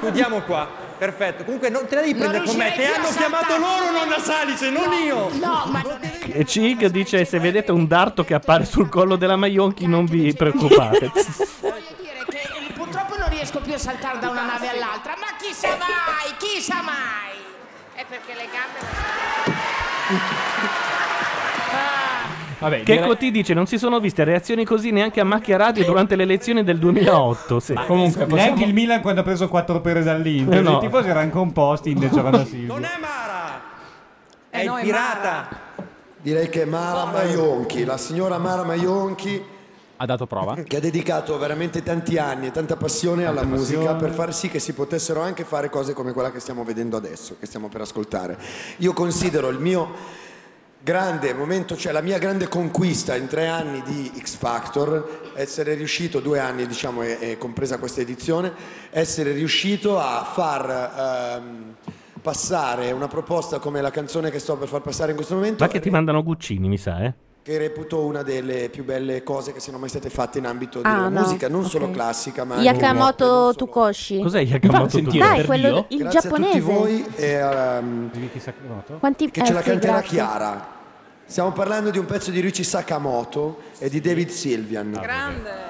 [SPEAKER 7] chiudiamo qua. Perfetto. Comunque non te la devi
[SPEAKER 6] Non
[SPEAKER 7] prendere con me. Te
[SPEAKER 6] riuscirei più
[SPEAKER 7] hanno
[SPEAKER 6] a
[SPEAKER 7] chiamato loro nonna Salice, non io.
[SPEAKER 6] No, ma non è...
[SPEAKER 1] [laughs] E Cig dice: Se vedete un darto che appare sul collo della Maionchi, non vi
[SPEAKER 4] [laughs]
[SPEAKER 1] preoccupate.
[SPEAKER 6] [laughs] voglio dire che eh, purtroppo non riesco più a saltare da una nave all'altra, ma chi sa mai, chi sa mai. È perché le gambe...
[SPEAKER 4] Vabbè,
[SPEAKER 1] Che
[SPEAKER 4] direi-
[SPEAKER 1] Coti dice: Non si sono viste reazioni così neanche a macchia radio durante le elezioni del 2008. Sì.
[SPEAKER 4] comunque,
[SPEAKER 1] possiamo-
[SPEAKER 18] Neanche il Milan quando ha preso 4 pere dall'Inter.
[SPEAKER 1] Eh no.
[SPEAKER 18] I tifosi erano composti in
[SPEAKER 1] [laughs]
[SPEAKER 18] Giovanna Silvia.
[SPEAKER 7] È il pirata.
[SPEAKER 9] Direi che Mara Maionchi, la signora Mara Maionchi,
[SPEAKER 4] Ha dato prova.
[SPEAKER 9] che ha dedicato veramente tanti anni e tanta passione alla musica per far sì che si potessero anche fare cose come quella che stiamo vedendo adesso, che stiamo per ascoltare. Io considero il mio grande momento, cioè la mia grande conquista in tre anni di X Factor, essere riuscito, due anni diciamo, e, e compresa questa edizione, essere riuscito a far... ehm, passare una proposta come la canzone che sto per far passare in questo momento
[SPEAKER 1] Ma che ti mandano Guccini, mi sa, eh.
[SPEAKER 9] che reputo una delle più belle cose che siano mai state fatte in ambito
[SPEAKER 11] Ah,
[SPEAKER 9] della
[SPEAKER 11] no,
[SPEAKER 9] musica, non
[SPEAKER 11] ok.
[SPEAKER 9] solo classica, ma anche
[SPEAKER 11] Yakamoto Tukoshi.
[SPEAKER 1] Cos'è Yakamoto
[SPEAKER 11] sentire, Dai, per quello- Dio. il
[SPEAKER 9] Grazie
[SPEAKER 11] giapponese.
[SPEAKER 9] a tutti voi e ehm,
[SPEAKER 11] Quanti-
[SPEAKER 9] che ce
[SPEAKER 11] eh,
[SPEAKER 9] la
[SPEAKER 11] sì,
[SPEAKER 9] canterà
[SPEAKER 11] grazie.
[SPEAKER 9] Chiara. Stiamo parlando di un pezzo di Ryuichi Sakamoto e di David Sylvian.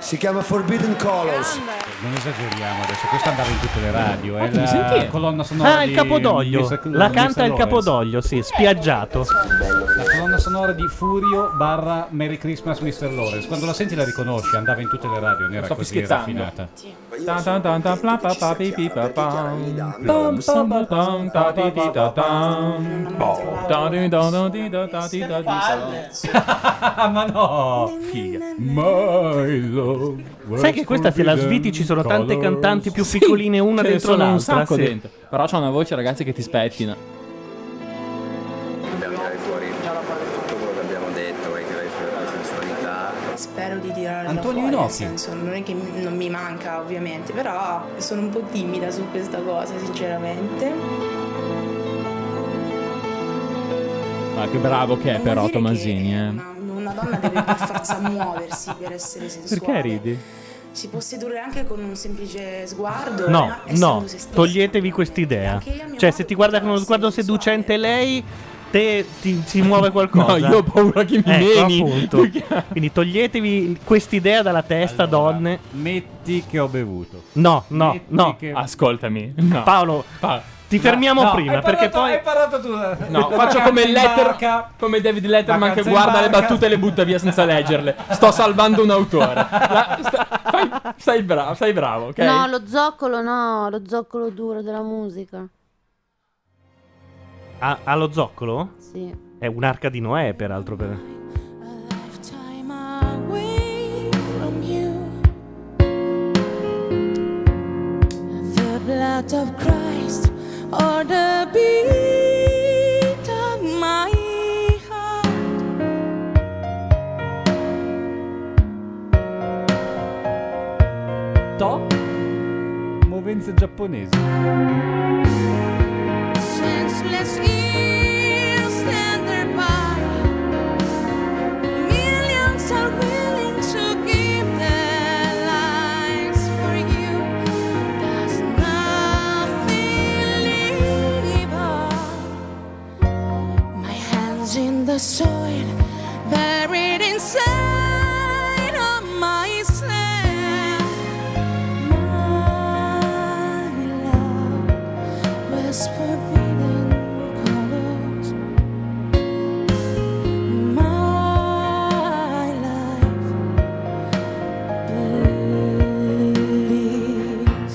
[SPEAKER 9] Si chiama Forbidden Colors.
[SPEAKER 18] Non esageriamo adesso, questo andava in tutte le radio. È
[SPEAKER 1] Fatemi
[SPEAKER 18] la
[SPEAKER 1] sentire.
[SPEAKER 18] colonna sonora
[SPEAKER 1] Ah, il
[SPEAKER 18] di
[SPEAKER 1] capodoglio.
[SPEAKER 18] Mr.
[SPEAKER 1] La canta
[SPEAKER 18] Mr.
[SPEAKER 1] il
[SPEAKER 18] Lawrence.
[SPEAKER 1] capodoglio, sì, spiaggiato.
[SPEAKER 18] La colonna sonora di Furio barra Merry Christmas Mr. Lawrence. Quando la senti la riconosci, andava in tutte le radio, non era
[SPEAKER 4] Sto
[SPEAKER 18] così
[SPEAKER 4] fischiettando.
[SPEAKER 18] raffinata.
[SPEAKER 4] Tan tan tan tan, pla pa pa pi pi pa pam. Pam pam pa tan, ta ti ti ta tam. Boh. Ta ti ta ta ti ta ta ti ta ti ta.
[SPEAKER 18] [laughs] Ma no! My love.
[SPEAKER 1] Sai che questa se la sviti ci sono tante cantanti più
[SPEAKER 4] Sì,
[SPEAKER 1] piccoline una
[SPEAKER 4] ce ne
[SPEAKER 1] dentro
[SPEAKER 4] sono un
[SPEAKER 1] l'altra.
[SPEAKER 4] sacco
[SPEAKER 1] sì.
[SPEAKER 4] dentro. Però c'ha una voce, ragazzi, che ti spettina.
[SPEAKER 23] Dobbiamo tirare fuori tutto quello che abbiamo detto e tirare fuori la sensualità.
[SPEAKER 25] spero di tirarla
[SPEAKER 2] Antonio
[SPEAKER 25] fuori, nel
[SPEAKER 2] Inoki.
[SPEAKER 25] senso non è che mi- non mi manca ovviamente, però sono un po' timida su questa cosa sinceramente.
[SPEAKER 4] Ma che bravo che è però Tomasini, eh.
[SPEAKER 25] Una donna deve per forza muoversi per essere sensuale.
[SPEAKER 4] Perché ridi?
[SPEAKER 25] Si può sedurre anche con un semplice sguardo.
[SPEAKER 1] No,
[SPEAKER 25] ma essendo
[SPEAKER 1] no,
[SPEAKER 25] se stessa.
[SPEAKER 1] toglietevi quest'idea. Cioè, se ti guarda con uno sguardo seducente lei, te ti, si muove qualcosa.
[SPEAKER 4] No, io ho paura che mi
[SPEAKER 1] ecco,
[SPEAKER 4] meni. [laughs]
[SPEAKER 1] appunto. Quindi toglietevi quest'idea dalla testa, donne.
[SPEAKER 2] Metti che ho bevuto.
[SPEAKER 1] No, no,
[SPEAKER 2] Metti
[SPEAKER 1] no.
[SPEAKER 2] che-
[SPEAKER 4] Ascoltami. No.
[SPEAKER 1] Paolo, ti
[SPEAKER 2] No,
[SPEAKER 1] fermiamo
[SPEAKER 2] no,
[SPEAKER 1] prima
[SPEAKER 2] hai
[SPEAKER 1] perché
[SPEAKER 2] parlato-
[SPEAKER 1] poi...
[SPEAKER 2] hai parlato tu. [laughs]
[SPEAKER 4] No, faccio come Letter,
[SPEAKER 2] Letterman
[SPEAKER 4] come David Letterman che
[SPEAKER 2] Vacanza in
[SPEAKER 4] guarda le
[SPEAKER 2] barca.
[SPEAKER 4] battute e le butta via senza leggerle. Sto salvando un autore. La- sta- fai- stai bravo, stai bravo, ok?
[SPEAKER 11] No, lo zoccolo no, lo zoccolo duro della musica.
[SPEAKER 1] Ha, ha lo zoccolo?
[SPEAKER 11] Sì.
[SPEAKER 1] È un'arca di Noè, peraltro. Per...
[SPEAKER 8] from you. The blood of Christ or the beat of my heart.
[SPEAKER 2] To movenze giapponesi.
[SPEAKER 8] Senseless ears stand thereby. Millions are willing to give their lives for you. There's nothing evil. My hands in the soil, buried inside of myself. My love was forbidden colors. My life bleeds.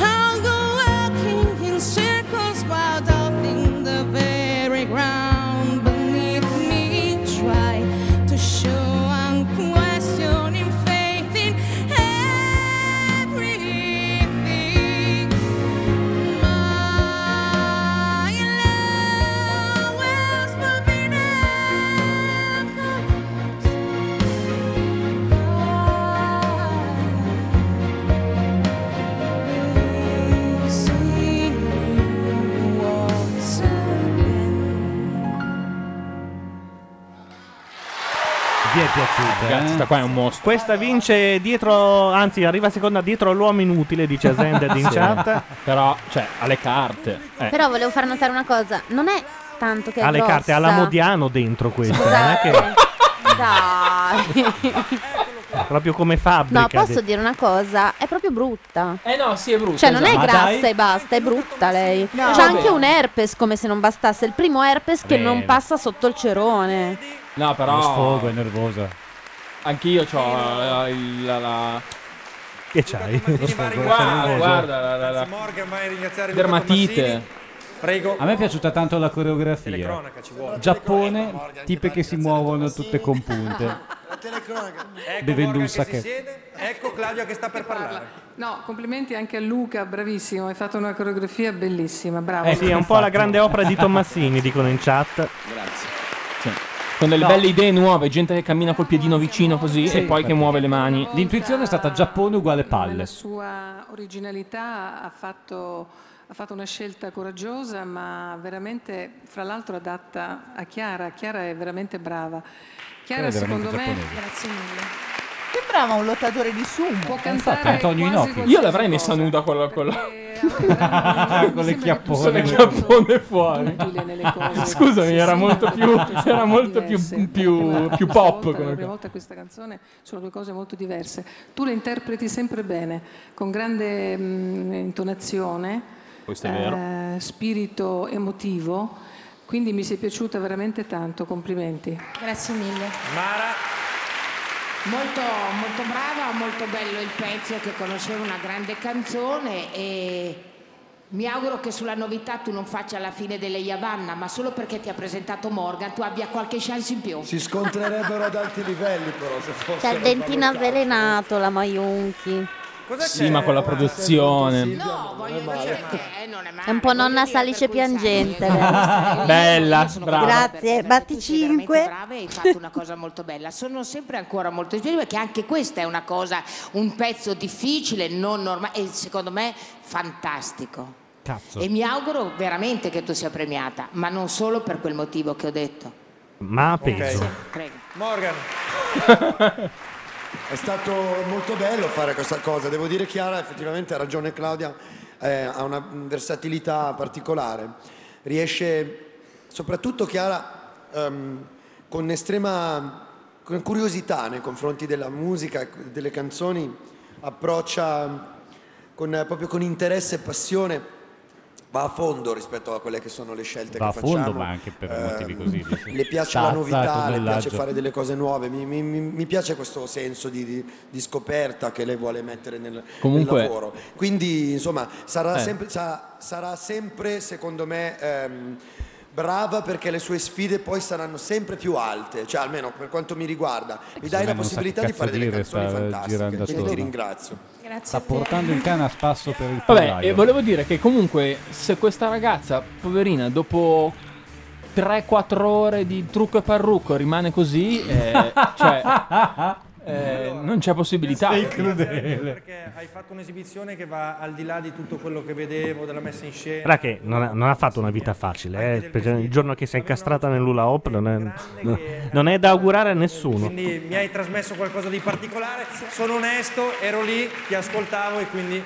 [SPEAKER 8] I'll go walking in circles while doubting the very ground beneath me. Try to show unquestioning faith in everything. My love was forbidden colors. Sing me once
[SPEAKER 1] Vi è piaciuta?
[SPEAKER 4] Ragazzi, sta qua è un mostro.
[SPEAKER 1] Questa vince dietro, anzi, arriva seconda dietro l'uomo inutile, dice Ascended in
[SPEAKER 4] Sì.
[SPEAKER 1] chat.
[SPEAKER 4] Però, cioè, alle carte. Eh.
[SPEAKER 11] Però volevo far notare una cosa, non è tanto che è
[SPEAKER 1] Ha le carte, ha la
[SPEAKER 11] grossa.
[SPEAKER 1] Modiano dentro questa. Non è che
[SPEAKER 11] Dai.
[SPEAKER 1] proprio come fabbrica.
[SPEAKER 11] Ah. [laughs] No, posso
[SPEAKER 1] de-
[SPEAKER 11] dire una cosa? È proprio brutta.
[SPEAKER 4] Eh no, sì, è brutta.
[SPEAKER 11] Cioè, non è
[SPEAKER 1] esatto. Ma
[SPEAKER 11] grassa
[SPEAKER 1] dai.
[SPEAKER 11] e basta, è brutta lei.
[SPEAKER 1] No,
[SPEAKER 11] C'ha
[SPEAKER 1] vabbè.
[SPEAKER 11] anche un herpes, come se non bastasse. Il primo herpes che
[SPEAKER 4] Bene.
[SPEAKER 11] non passa sotto il cerone.
[SPEAKER 4] No, però.
[SPEAKER 2] esatto. Lo sfogo, è Eh,
[SPEAKER 4] nervosa. Anch'io ho la. la...
[SPEAKER 1] Che c'hai?
[SPEAKER 4] Guarda, guarda la, la, la-
[SPEAKER 7] Morgan vai a ringraziare Luca
[SPEAKER 4] Dermatite.
[SPEAKER 7] Prego.
[SPEAKER 2] A me è piaciuta tanto la coreografia.
[SPEAKER 7] Telecronaca ci vuole.
[SPEAKER 2] Giappone, tipe che si muovono tutte con
[SPEAKER 7] [laughs]
[SPEAKER 10] Ah.
[SPEAKER 2] punte.
[SPEAKER 7] Ecco
[SPEAKER 2] Bevendo
[SPEAKER 7] Morgan
[SPEAKER 2] un
[SPEAKER 7] che si
[SPEAKER 2] sake.
[SPEAKER 7] siede, ecco Claudia che sta per parlare.
[SPEAKER 10] No, complimenti anche a Luca, bravissimo, hai fatto una coreografia bellissima, bravo.
[SPEAKER 1] Eh sì, è un po' la grande opera di Tommasini, dicono in chat.
[SPEAKER 4] Grazie. Con delle belle idee nuove, gente che cammina col piedino vicino così
[SPEAKER 2] Sì.
[SPEAKER 4] e poi che muove le mani.
[SPEAKER 2] L'intuizione è stata Giappone uguale palle.
[SPEAKER 10] sua originalità ha fatto, ha fatto una scelta coraggiosa, ma veramente, fra l'altro, adatta a Chiara. Chiara è veramente brava. Chiara,
[SPEAKER 2] Chiara è veramente
[SPEAKER 10] secondo me,
[SPEAKER 2] giapponese.
[SPEAKER 10] grazie mille.
[SPEAKER 5] Sembrava un lottatore di sumo. Può
[SPEAKER 10] cantare
[SPEAKER 2] Antonio quasi Inoki.
[SPEAKER 4] Io l'avrei messa nuda con, la- con, la- [laughs]
[SPEAKER 11] eh,
[SPEAKER 2] Con le chiappone.
[SPEAKER 4] con le chiappone fuori. [laughs] Scusami, era molto più, era molto più, più, più pop.
[SPEAKER 10] Per la
[SPEAKER 4] come-
[SPEAKER 10] prima volta questa canzone sono due cose molto diverse. Tu le interpreti sempre bene, con grande mm, intonazione,
[SPEAKER 4] Questo è vero.
[SPEAKER 10] eh, spirito emotivo. Quindi mi sei piaciuta veramente tanto, complimenti.
[SPEAKER 25] Grazie mille.
[SPEAKER 7] Mara.
[SPEAKER 6] Molto, molto brava, molto bello il pezzo che conoscevo una grande canzone e mi auguro che sulla novità tu non faccia la fine delle Yavanna, ma solo perché ti ha presentato Morgan tu abbia qualche chance in più. [laughs]
[SPEAKER 9] Si
[SPEAKER 11] Cioè,
[SPEAKER 9] scontrerebbero ad alti livelli però se fosse...
[SPEAKER 11] C'è il dentino avvelenato, la Maiunchi.
[SPEAKER 4] Sì, ma con la produzione.
[SPEAKER 11] È un po' nonna salice piangente.
[SPEAKER 6] Bella,
[SPEAKER 4] brava.
[SPEAKER 6] Grazie,
[SPEAKER 11] batti
[SPEAKER 6] 5. Brava e hai fatto una cosa molto bella. Sono sempre ancora molto felice perché anche questa è una cosa, un pezzo difficile, non normale e secondo me fantastico.
[SPEAKER 1] Cazzo.
[SPEAKER 6] E mi auguro veramente che tu sia premiata, ma non solo per quel motivo che ho detto.
[SPEAKER 1] Ma a peso.
[SPEAKER 6] Prego.
[SPEAKER 7] Morgan.
[SPEAKER 9] È stato molto bello fare questa cosa, devo dire Chiara, effettivamente ha ragione Claudia, eh, ha una versatilità particolare, riesce soprattutto Chiara ehm, con estrema con curiosità nei confronti della musica, delle canzoni, approccia con- proprio con interesse e passione, va a fondo rispetto a quelle che sono le scelte
[SPEAKER 2] Va a
[SPEAKER 9] che facciamo. Ehm,
[SPEAKER 2] fondo, ma anche per motivi così.
[SPEAKER 9] Le piace
[SPEAKER 2] Tazza
[SPEAKER 9] la
[SPEAKER 2] e
[SPEAKER 9] novità, le
[SPEAKER 2] tonnellaggio.
[SPEAKER 9] piace fare delle cose nuove, mi, mi- mi- mi piace questo senso di, di- di scoperta che lei vuole mettere nel, nel
[SPEAKER 4] Comunque-
[SPEAKER 9] lavoro. Quindi insomma sarà,
[SPEAKER 4] Eh.
[SPEAKER 9] sempre, sa- sarà sempre, secondo me, ehm, brava perché le sue sfide poi saranno sempre più alte, cioè almeno per quanto mi riguarda. Mi dai la
[SPEAKER 2] non sa
[SPEAKER 9] possibilità
[SPEAKER 2] che
[SPEAKER 9] di fare
[SPEAKER 2] cazzo
[SPEAKER 9] delle
[SPEAKER 2] dire,
[SPEAKER 9] canzoni
[SPEAKER 2] sta girando
[SPEAKER 9] fantastiche, quindi ti
[SPEAKER 2] attorno.
[SPEAKER 9] ringrazio.
[SPEAKER 2] Sta portando il cane a spasso per il
[SPEAKER 4] Vabbè, e
[SPEAKER 2] pollaio.
[SPEAKER 4] volevo dire che comunque se questa ragazza, poverina, dopo 3-4 ore di trucco e parrucco rimane così, eh,
[SPEAKER 1] [laughs]
[SPEAKER 4] cioè, eh, non c'è possibilità.
[SPEAKER 7] Perché hai fatto un'esibizione che va al di là di tutto quello che vedevo, della messa in scena.
[SPEAKER 1] Guarda che non ha, non ha fatto una vita facile, eh, perché il giorno che si è incastrata nell'Ula Hop non è, non è da augurare a nessuno.
[SPEAKER 7] Quindi mi hai trasmesso qualcosa di particolare. Sono onesto, ero lì, ti ascoltavo e quindi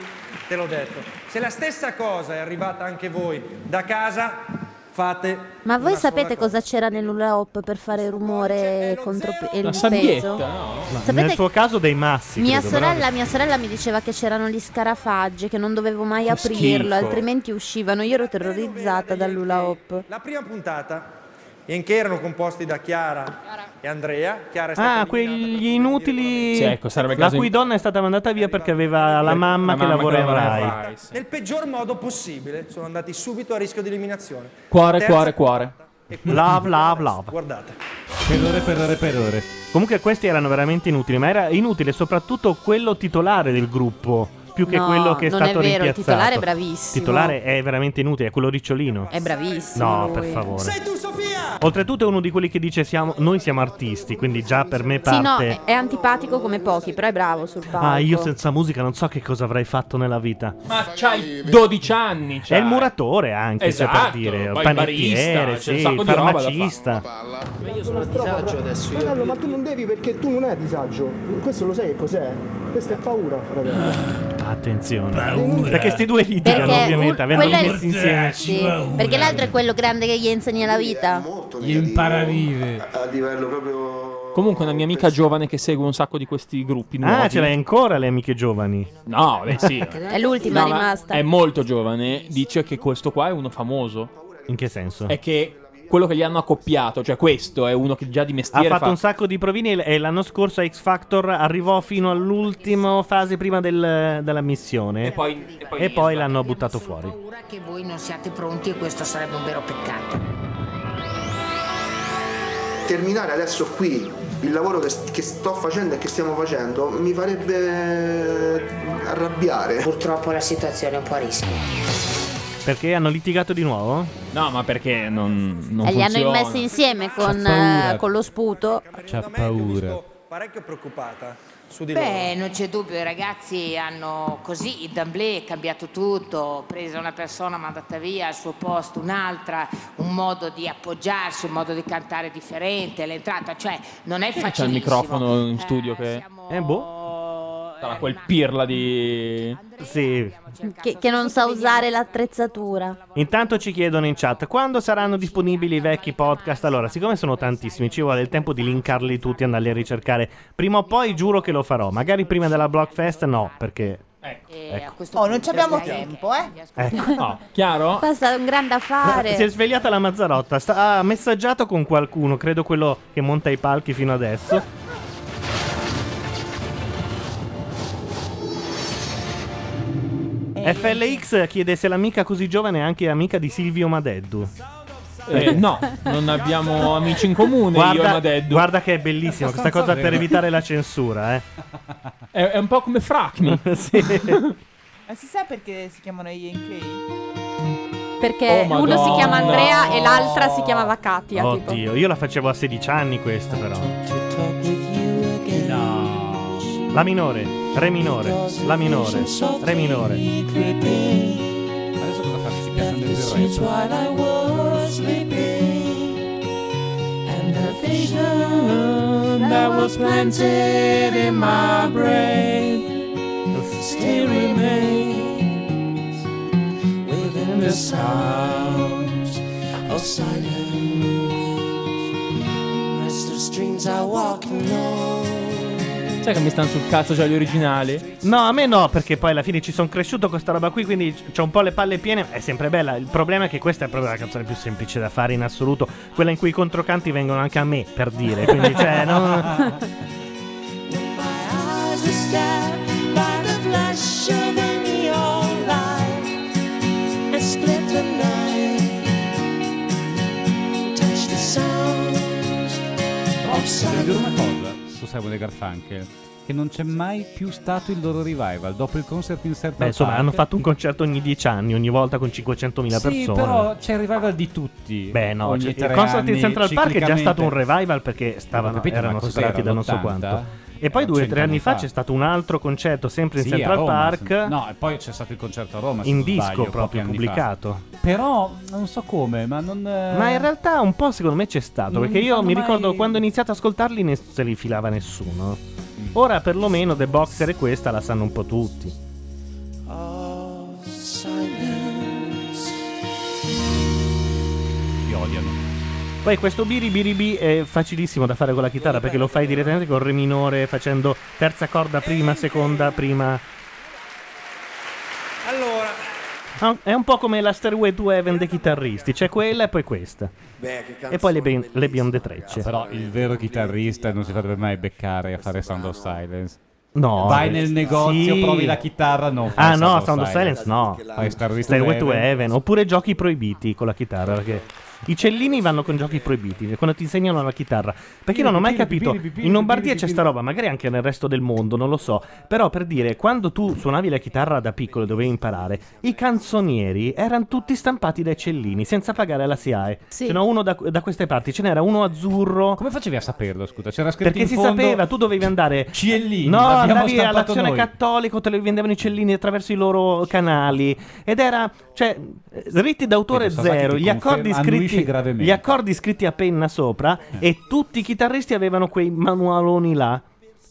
[SPEAKER 7] te l'ho detto. Se la stessa cosa è arrivata anche voi da casa, fate.
[SPEAKER 11] Ma voi
[SPEAKER 7] una sola
[SPEAKER 11] sapete
[SPEAKER 7] cosa.
[SPEAKER 11] cosa c'era nell'hula hop per fare rumore contro pe- il peso?
[SPEAKER 1] Ma
[SPEAKER 11] Sapete
[SPEAKER 1] nel
[SPEAKER 11] che-
[SPEAKER 1] suo caso dei massi.
[SPEAKER 11] Mia
[SPEAKER 1] credo, però.
[SPEAKER 11] sorella, mia sorella mi diceva che c'erano gli scarafaggi, che non dovevo mai aprirlo,
[SPEAKER 7] schifo.
[SPEAKER 11] altrimenti uscivano. Io ero terrorizzata dall'ula hop.
[SPEAKER 7] La prima puntata, in che erano composti da Chiara e Andrea. Chiara è stata
[SPEAKER 1] Ah, quegli inutili.
[SPEAKER 4] Sì, ecco, sarebbe il
[SPEAKER 1] la
[SPEAKER 4] caso in-
[SPEAKER 1] cui donna è stata mandata via perché aveva la mamma,
[SPEAKER 4] mamma
[SPEAKER 1] che lavora
[SPEAKER 4] che
[SPEAKER 1] in
[SPEAKER 4] lavora in
[SPEAKER 1] Rai.
[SPEAKER 4] Rai.
[SPEAKER 7] nel peggior modo possibile. Sono andati subito a rischio di eliminazione.
[SPEAKER 4] Cuore,
[SPEAKER 7] Terza-
[SPEAKER 4] cuore, cuore.
[SPEAKER 1] Love, love, love.
[SPEAKER 7] Guardate.
[SPEAKER 1] Perore, perore, perore. Comunque questi erano veramente inutili, ma era inutile soprattutto quello titolare del gruppo, più che
[SPEAKER 11] No,
[SPEAKER 1] quello che è
[SPEAKER 11] non
[SPEAKER 1] stato
[SPEAKER 11] è vero, il
[SPEAKER 1] rimpiazzato.
[SPEAKER 11] titolare è bravissimo.
[SPEAKER 1] Titolare è veramente inutile, è quello ricciolino.
[SPEAKER 11] È bravissimo.
[SPEAKER 1] No,
[SPEAKER 11] lui.
[SPEAKER 1] per favore. Oltretutto è uno di quelli che dice siamo, noi siamo artisti, quindi già per me
[SPEAKER 11] Sì, no,
[SPEAKER 1] parte...
[SPEAKER 11] è, è antipatico come pochi, però è bravo sul palco.
[SPEAKER 1] Ah, io senza musica non so che cosa avrei fatto nella vita.
[SPEAKER 4] Ma c'hai 12 anni, cioè.
[SPEAKER 1] È il muratore anche, cioè, per
[SPEAKER 4] Esatto,
[SPEAKER 1] dire,
[SPEAKER 4] poi il
[SPEAKER 1] panettiere,
[SPEAKER 4] barista, c'è un
[SPEAKER 1] sì,
[SPEAKER 4] sacco
[SPEAKER 1] il
[SPEAKER 4] di roba da
[SPEAKER 1] farmacista.
[SPEAKER 13] Ma io sono a disagio adesso. Ma Carlo, ma tu non devi perché tu non hai disagio. Questo lo sai che cos'è? Questa è paura, fratello.
[SPEAKER 1] Attenzione. Perché sti due litigano
[SPEAKER 11] Perché
[SPEAKER 1] ovviamente,
[SPEAKER 11] un-
[SPEAKER 1] avendo
[SPEAKER 11] quello è-
[SPEAKER 1] messi insieme.
[SPEAKER 11] Sì, perché l'altro è quello grande che gli insegna la vita.
[SPEAKER 4] Gli imparavive.
[SPEAKER 13] A livello proprio.
[SPEAKER 4] Comunque una mia amica giovane che segue un sacco di questi gruppi nuovi.
[SPEAKER 1] Ah, ce l'hai ancora le amiche giovani?
[SPEAKER 4] No, lei sì.
[SPEAKER 11] È l'ultima
[SPEAKER 4] No, ma
[SPEAKER 11] rimasta.
[SPEAKER 4] È molto giovane, dice che questo qua è uno famoso.
[SPEAKER 1] In che senso?
[SPEAKER 4] È che quello che gli hanno accoppiato, cioè questo è uno che già di
[SPEAKER 1] Ha
[SPEAKER 4] mestiere
[SPEAKER 1] fatto
[SPEAKER 4] fa-
[SPEAKER 1] un sacco di provini e- e l'anno scorso a X Factor arrivò fino all'ultima fase prima del- della missione. E
[SPEAKER 4] poi,
[SPEAKER 1] l'hanno buttato fuori.
[SPEAKER 6] Ora che voi non siate pronti e questo sarebbe un vero peccato.
[SPEAKER 13] Terminare adesso qui il lavoro che, che sto facendo e che stiamo facendo mi farebbe eh, arrabbiare.
[SPEAKER 6] Purtroppo la situazione è un po' a rischio.
[SPEAKER 1] Perché hanno litigato di nuovo?
[SPEAKER 4] No, ma perché non, non
[SPEAKER 11] e Eh, li hanno
[SPEAKER 4] funziona.
[SPEAKER 11] immessi insieme con,
[SPEAKER 4] C'ho paura.
[SPEAKER 11] eh, con lo sputo.
[SPEAKER 4] C'ha paura.
[SPEAKER 7] Parecchio preoccupata su di loro.
[SPEAKER 6] Beh, non c'è dubbio, i ragazzi hanno così, il D'Amblè è cambiato tutto, presa una persona, mandata via al suo posto un'altra, un modo di appoggiarsi, un modo di cantare differente, l'entrata, cioè non è
[SPEAKER 4] Perché C'è il
[SPEAKER 6] facile.
[SPEAKER 4] microfono in studio che...
[SPEAKER 1] Eh, boh.
[SPEAKER 4] Sarà quel pirla di...
[SPEAKER 1] Sì.
[SPEAKER 11] Che, che non sa usare l'attrezzatura.
[SPEAKER 1] Intanto ci chiedono in chat quando saranno disponibili i vecchi podcast. Allora, siccome sono tantissimi, ci vuole il tempo di linkarli tutti e andarli a ricercare. Prima o poi giuro che lo farò. Magari prima della Blockfest, no, perché.
[SPEAKER 11] Eh,
[SPEAKER 1] Ecco.
[SPEAKER 5] Oh, non ci abbiamo tempo, eh.
[SPEAKER 1] Ecco.
[SPEAKER 4] chiaro?
[SPEAKER 11] Basta è un grande affare.
[SPEAKER 1] [laughs] Si è svegliata la Mazzarotta. sta- ha messaggiato con qualcuno, credo quello che monta i palchi fino adesso. FLX chiede se l'amica così giovane è anche amica di Silvio Madeddu.
[SPEAKER 4] Eh, no, non abbiamo amici in comune io e
[SPEAKER 1] Guarda,
[SPEAKER 4] Madeddu.
[SPEAKER 1] guarda che è bellissima questa
[SPEAKER 4] Abbastanza
[SPEAKER 1] cosa per
[SPEAKER 4] vero.
[SPEAKER 1] evitare la censura, eh.
[SPEAKER 4] [laughs] È, è un po' come
[SPEAKER 1] [laughs]
[SPEAKER 4] Fracmi.
[SPEAKER 5] Ma si sa perché si chiamano Ian
[SPEAKER 3] Perché
[SPEAKER 1] Oh,
[SPEAKER 3] uno si
[SPEAKER 1] Madonna.
[SPEAKER 3] chiama Andrea e l'altra si chiamava Katia. tipo.
[SPEAKER 1] Oddio, io la facevo a 16 anni questa però. No. La minore, re minore, la minore, re minore.
[SPEAKER 2] Adesso cosa faccio? Ci piacciono del
[SPEAKER 12] Since while I was sleeping, and the vision that was planted in my brain still remains within the sounds of silence. Restless dreams I walk alone.
[SPEAKER 4] Sai che mi stanno sul cazzo già gli originali?
[SPEAKER 1] No, a me no, perché poi alla fine ci sono cresciuto con sta roba qui, quindi c- c'ho un po' le palle piene. È sempre bella. Il problema è che questa è proprio la canzone più semplice da fare in assoluto. Quella in cui i controcanti vengono anche a me, per dire. Quindi, cioè, no.
[SPEAKER 12] eyes were stabbed by the flash of the neon light and split the night. Touch the sounds of
[SPEAKER 2] Devo dire una
[SPEAKER 12] silence.
[SPEAKER 2] cosa su Simon e Garfunkel che non c'è mai più stato il loro revival dopo il concert in Serpa
[SPEAKER 1] Beh, insomma, hanno fatto un concerto ogni 10 anni, ogni volta con 500.000
[SPEAKER 2] sì,
[SPEAKER 1] persone.
[SPEAKER 2] però c'è il revival di tutti.
[SPEAKER 1] Beh, no,
[SPEAKER 2] Ogni
[SPEAKER 1] cioè, il
[SPEAKER 2] tre
[SPEAKER 1] concert in
[SPEAKER 2] anni,
[SPEAKER 1] Central Park è già
[SPEAKER 2] ciclicamente.
[SPEAKER 1] stato un revival perché stavano,
[SPEAKER 2] Ho capito, ma
[SPEAKER 1] erano
[SPEAKER 2] cos'era,
[SPEAKER 1] separati da non so
[SPEAKER 2] l'80?
[SPEAKER 1] quanto. E
[SPEAKER 2] Erano
[SPEAKER 1] poi due o tre anni
[SPEAKER 2] cent'anni
[SPEAKER 1] fa,
[SPEAKER 2] fa.
[SPEAKER 1] c'è stato un altro concerto sempre in
[SPEAKER 2] Sì, a
[SPEAKER 1] Central
[SPEAKER 2] Roma,
[SPEAKER 1] Park
[SPEAKER 2] se- No, e poi c'è stato il concerto a Roma. se
[SPEAKER 1] in
[SPEAKER 2] non
[SPEAKER 1] disco
[SPEAKER 2] sbaglio, pochi
[SPEAKER 1] proprio
[SPEAKER 2] anni fa.
[SPEAKER 1] pubblicato.
[SPEAKER 2] Però non so come, ma non. eh,
[SPEAKER 1] Ma in realtà un po' secondo me c'è stato,
[SPEAKER 2] Non
[SPEAKER 1] perché
[SPEAKER 2] mi
[SPEAKER 1] io
[SPEAKER 2] fanno
[SPEAKER 1] mi
[SPEAKER 2] mai-
[SPEAKER 1] ricordo quando ho iniziato ad ascoltarli ne se li filava nessuno. Ora perlomeno The Boxer e questa la sanno un po' tutti.
[SPEAKER 12] Of silence.
[SPEAKER 2] Ti odiano.
[SPEAKER 1] Poi questo biribiribi è facilissimo da fare con la chitarra perché lo fai direttamente con re minore facendo terza corda prima, seconda, prima.
[SPEAKER 7] Allora,
[SPEAKER 1] Ah, È un po' come la Stairway to Heaven dei chitarristi, c'è quella e poi questa.
[SPEAKER 9] Beh, che
[SPEAKER 1] E poi le, ben- le bionde trecce.
[SPEAKER 2] Però il vero chitarrista non si dovrebbe mai beccare a fare Sound of Silence.
[SPEAKER 1] No.
[SPEAKER 2] Vai nel
[SPEAKER 1] Sì.
[SPEAKER 2] negozio, provi la chitarra, no. fai
[SPEAKER 1] Ah no, Sound
[SPEAKER 2] Sound
[SPEAKER 1] of Silence no.
[SPEAKER 2] Fai Stairway to
[SPEAKER 1] Stairway to
[SPEAKER 2] Heaven.
[SPEAKER 1] Heaven. Oppure giochi proibiti con la chitarra. Perché i cellini vanno con giochi proibiti. cioè, Quando ti insegnano la chitarra. Perché io non ho mai capito. In Lombardia c'è sta roba, magari anche nel resto del mondo, non lo so. Però per dire, quando tu suonavi la chitarra da piccolo e dovevi imparare, i canzonieri erano tutti stampati dai cellini, senza pagare la SIAE. Ce n'è uno da, da queste parti, ce n'era uno azzurro.
[SPEAKER 2] Come facevi a saperlo, scusa? C'era scritto
[SPEAKER 1] Perché
[SPEAKER 2] in
[SPEAKER 1] si
[SPEAKER 2] fondo-
[SPEAKER 1] sapeva, tu dovevi andare.
[SPEAKER 2] Ciellini,
[SPEAKER 1] No,
[SPEAKER 2] l'abbiamo
[SPEAKER 1] andavi
[SPEAKER 2] stampato
[SPEAKER 1] all'azione
[SPEAKER 2] noi.
[SPEAKER 1] cattolico, te lo vendevano i cellini attraverso i loro canali. Ed era. Cioè, eh, diritti d'autore
[SPEAKER 2] Ecco, Sasaki
[SPEAKER 1] zero.
[SPEAKER 2] ti
[SPEAKER 1] Gli accordi,
[SPEAKER 2] conferma- annuisce
[SPEAKER 1] scritti,
[SPEAKER 2] gravemente. Eh.
[SPEAKER 1] gli accordi scritti a penna sopra. E tutti i chitarristi avevano quei manualoni là.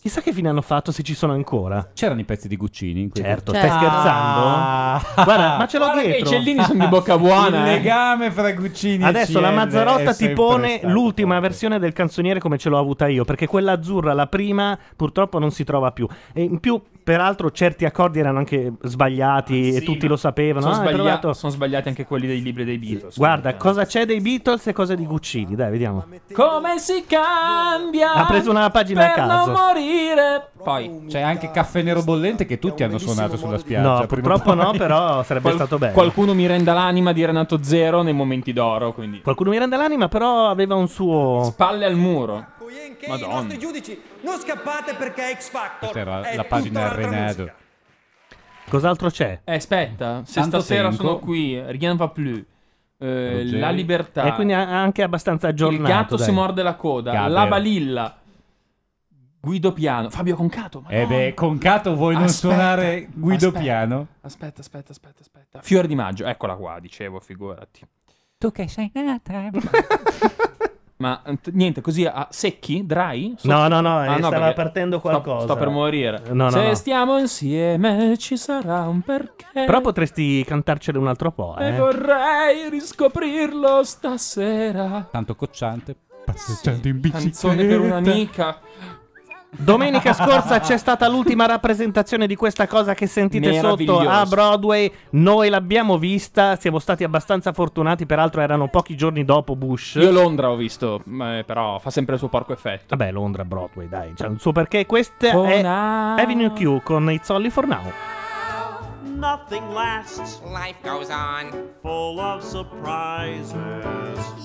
[SPEAKER 1] Chissà che fine hanno fatto se ci sono ancora.
[SPEAKER 2] C'erano i pezzi di Guccini in quei Ah.
[SPEAKER 1] Certo,
[SPEAKER 2] Certo.
[SPEAKER 1] stai scherzando? Guarda, ma ce l'ho
[SPEAKER 2] Guarda che
[SPEAKER 1] dietro.
[SPEAKER 2] i cellini sono di [laughs]
[SPEAKER 1] [laughs]
[SPEAKER 2] bocca buona, Il eh. legame fra Guccini e
[SPEAKER 1] Adesso la
[SPEAKER 2] CL è
[SPEAKER 1] Mazzarotta ti
[SPEAKER 2] sempre
[SPEAKER 1] pone
[SPEAKER 2] stato
[SPEAKER 1] l'ultima versione del canzoniere come ce l'ho avuta io, perché quella azzurra, la prima, purtroppo non si trova più. E in più, peraltro, certi accordi erano anche sbagliati
[SPEAKER 2] Ah,
[SPEAKER 1] e tutti lo sapevano.
[SPEAKER 4] Sono,
[SPEAKER 1] Ah, hai
[SPEAKER 4] sbaglia-
[SPEAKER 1] trovato-
[SPEAKER 4] sono sbagliati anche quelli dei libri dei Beatles.
[SPEAKER 1] Guarda, cosa c'è dei Beatles e cosa di Guccini? Dai, vediamo.
[SPEAKER 4] Come si cambia?
[SPEAKER 1] Ha preso una pagina a
[SPEAKER 4] per
[SPEAKER 1] caso.
[SPEAKER 4] non morire. Poi
[SPEAKER 2] C'è anche Caffè Nero Bollente che tutti hanno suonato sulla spiaggia.
[SPEAKER 1] No,
[SPEAKER 2] prima
[SPEAKER 1] purtroppo
[SPEAKER 2] o poi.
[SPEAKER 1] no, però sarebbe
[SPEAKER 4] Qual-
[SPEAKER 1] stato bello.
[SPEAKER 4] Qualcuno mi renda l'anima di Renato Zero nei momenti d'oro, quindi.
[SPEAKER 1] Qualcuno mi rende l'anima, però aveva un suo.
[SPEAKER 4] Palle al muro.
[SPEAKER 7] i
[SPEAKER 4] Madonna.
[SPEAKER 7] nostri giudici, non scappate perché X Factor
[SPEAKER 2] Questa era
[SPEAKER 7] è
[SPEAKER 2] la
[SPEAKER 7] tutta
[SPEAKER 2] pagina
[SPEAKER 7] un'altra
[SPEAKER 2] Renato.
[SPEAKER 1] Cos'altro c'è?
[SPEAKER 4] Eh, aspetta, se
[SPEAKER 1] Tanto
[SPEAKER 4] stasera
[SPEAKER 1] tempo.
[SPEAKER 4] sono qui, rien va plus. eh,
[SPEAKER 1] Ruggeri.
[SPEAKER 4] la libertà.
[SPEAKER 1] E quindi ha- anche abbastanza
[SPEAKER 4] il
[SPEAKER 1] aggiornato.
[SPEAKER 4] gatto
[SPEAKER 1] dai.
[SPEAKER 4] si morde la coda.
[SPEAKER 1] Gaber.
[SPEAKER 4] La balilla. Guido Piano. Fabio Concato. ma-
[SPEAKER 2] Eh beh, Concato vuoi non
[SPEAKER 4] Aspetta,
[SPEAKER 2] suonare Guido
[SPEAKER 4] aspetta.
[SPEAKER 2] Piano?
[SPEAKER 4] Aspetta, aspetta, aspetta, aspetta. Fior di maggio. Eccola qua, dicevo, figurati.
[SPEAKER 2] Tu che sei nata.
[SPEAKER 4] Ma eh, t- niente, così a secchi, dry?
[SPEAKER 1] No,
[SPEAKER 4] Ah,
[SPEAKER 1] no, no, eh, stava
[SPEAKER 4] perché
[SPEAKER 1] partendo
[SPEAKER 4] sto-
[SPEAKER 1] qualcosa.
[SPEAKER 4] Sto, per morire.
[SPEAKER 1] No, no,
[SPEAKER 4] Se
[SPEAKER 1] no.
[SPEAKER 4] stiamo insieme ci sarà un perché.
[SPEAKER 1] Però potresti cantarcene un altro po',
[SPEAKER 4] E
[SPEAKER 1] eh.
[SPEAKER 4] vorrei riscoprirlo stasera.
[SPEAKER 2] Tanto cocciante. Passeggiando in bicicletta.
[SPEAKER 4] Canzone per un'amica. [laughs]
[SPEAKER 1] Domenica scorsa c'è stata l'ultima rappresentazione di questa cosa che sentite sotto
[SPEAKER 4] Meraviglioso.
[SPEAKER 1] a Broadway. Noi l'abbiamo vista, siamo stati abbastanza fortunati, peraltro erano pochi giorni dopo Bush.
[SPEAKER 4] Io Londra ho visto, eh, però fa sempre il suo porco effetto.
[SPEAKER 1] Vabbè, Londra, Broadway, dai. C'è un suo perché. Questa è Avenue Q con It's Only for Now.
[SPEAKER 15] nothing lasts.
[SPEAKER 8] Life goes on.
[SPEAKER 15] Full of surprises.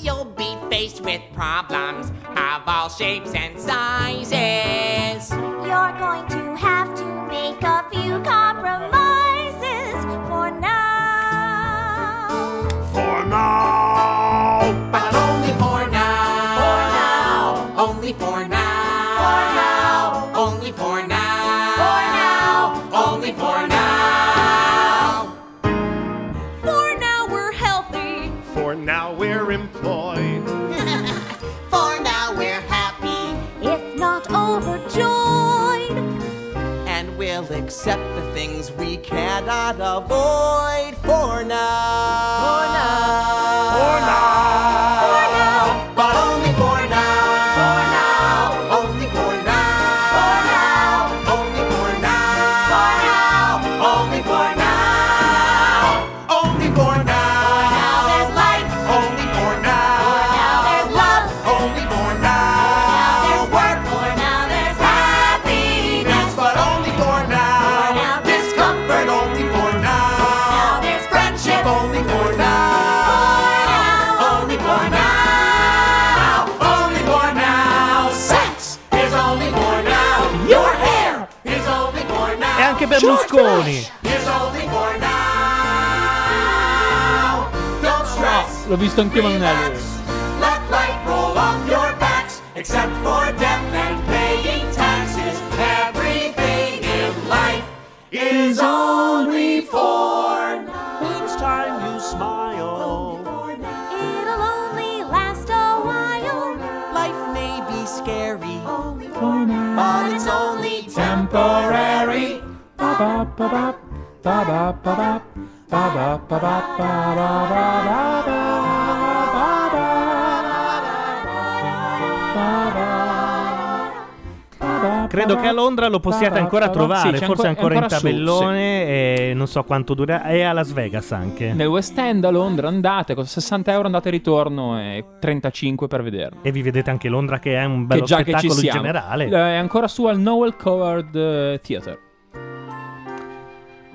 [SPEAKER 8] You'll be faced with problems of all shapes and sizes.
[SPEAKER 20] You're going to have to make a few compromises for now.
[SPEAKER 15] For now.
[SPEAKER 8] But only for now. Only for now. Only for now. Only for now.
[SPEAKER 20] For now, we're healthy.
[SPEAKER 15] For now we're employed.
[SPEAKER 8] [laughs] For now we're happy
[SPEAKER 20] If not overjoyed,
[SPEAKER 8] and we'll accept the things we cannot avoid for now. For now. For now. For now. But only for now. For now. Only for now. For now. Only for now. For now. Only for now. Only for now. For now there's life. Only for now. For now there's love. Only for now. For now there's work. For now there's happiness. But only for now. For now discomfort. Only for now. For now there's friendship. Only for now. For now. Only for now. Only for now. Sex is only for now. Your hair is only for now.
[SPEAKER 1] E anche Berlusconi.
[SPEAKER 8] Is only for now. Don't stress.
[SPEAKER 4] L'ho visto anch'io, ma non è lui.
[SPEAKER 8] Let life roll off your backs, except for death and paying taxes. Everything in life is only for
[SPEAKER 15] Each time you smile.
[SPEAKER 20] it'll only last a while.
[SPEAKER 8] life may be scary, but it's only temporary.
[SPEAKER 1] Credo che a Londra lo possiate ancora
[SPEAKER 4] Sì,
[SPEAKER 1] trovare,
[SPEAKER 4] c'è
[SPEAKER 1] forse ancora,
[SPEAKER 4] ancora- ancora
[SPEAKER 1] in
[SPEAKER 4] su,
[SPEAKER 1] tabellone e non so quanto dura. E a Las Vegas anche.
[SPEAKER 4] Nel West End a Londra andate, con 60 euro andate e ritorno e 35 per vederlo.
[SPEAKER 1] E vi vedete anche Londra che è un bello
[SPEAKER 4] che già che ci
[SPEAKER 1] spettacolo in
[SPEAKER 4] siamo.
[SPEAKER 1] generale.
[SPEAKER 4] Eh, È ancora su al Noel Coward eh,
[SPEAKER 1] [laughs]
[SPEAKER 4] Theatre.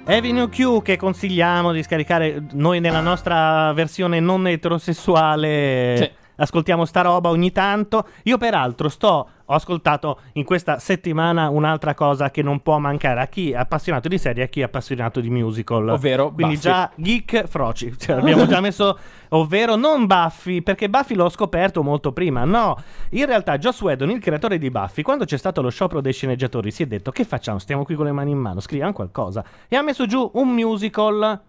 [SPEAKER 1] Avenue Q che consigliamo di scaricare noi nella nostra versione non eterosessuale. Ascoltiamo sta roba ogni tanto. Io peraltro sto ho ascoltato in questa settimana un'altra cosa che non può mancare a chi è appassionato di serie e a chi è appassionato di musical.
[SPEAKER 4] Ovvero
[SPEAKER 1] quindi
[SPEAKER 4] Buffy.
[SPEAKER 1] già geek froci. [laughs] Cioè, abbiamo già messo ovvero non Buffy, perché Buffy l'ho scoperto molto prima. No, in realtà Joss Whedon, il creatore di Buffy, quando c'è stato lo sciopero dei sceneggiatori, si è detto che facciamo? Stiamo qui con le mani in mano, scriviamo qualcosa. E ha messo giù un musical.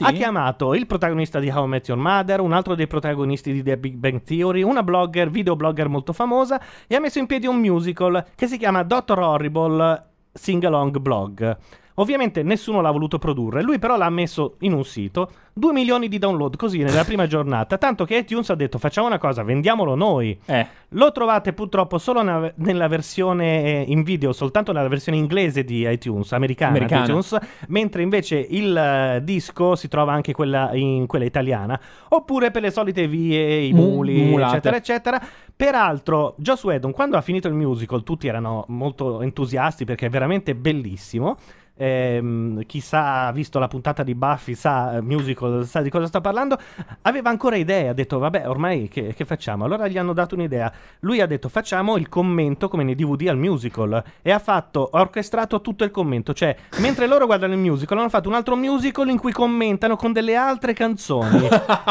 [SPEAKER 1] Ha chiamato il protagonista di How I Met Your Mother, un altro dei protagonisti di The Big Bang Theory, una blogger, videoblogger molto famosa e ha messo in piedi un musical che si chiama Dr. Horrible Sing Along Blog. Ovviamente nessuno l'ha voluto produrre, lui però l'ha messo in un sito, 2 milioni di download così nella prima giornata, tanto che iTunes ha detto facciamo una cosa, vendiamolo noi. Lo trovate purtroppo solo na- nella versione eh, in video, soltanto nella versione inglese di iTunes, americana, di
[SPEAKER 4] Americana.
[SPEAKER 1] iTunes, mentre invece il eh, disco si trova anche quella in quella italiana, oppure per le solite vie, i
[SPEAKER 4] Mu-
[SPEAKER 1] muli,
[SPEAKER 4] mulate.
[SPEAKER 1] eccetera, eccetera. Peraltro, Joss Whedon, quando ha finito il musical, tutti erano molto entusiasti perché è veramente bellissimo. Ehm, chi sa, ha visto la puntata di Buffy, sa eh, musical, sa di cosa sta parlando. Aveva ancora idee, ha detto: Vabbè, ormai che, che facciamo? Allora gli hanno dato un'idea. Lui ha detto: Facciamo il commento come nei DVD al musical. E ha fatto, ha orchestrato tutto il commento. Cioè, mentre loro guardano il musical, hanno fatto un altro musical in cui commentano con delle altre canzoni. [laughs]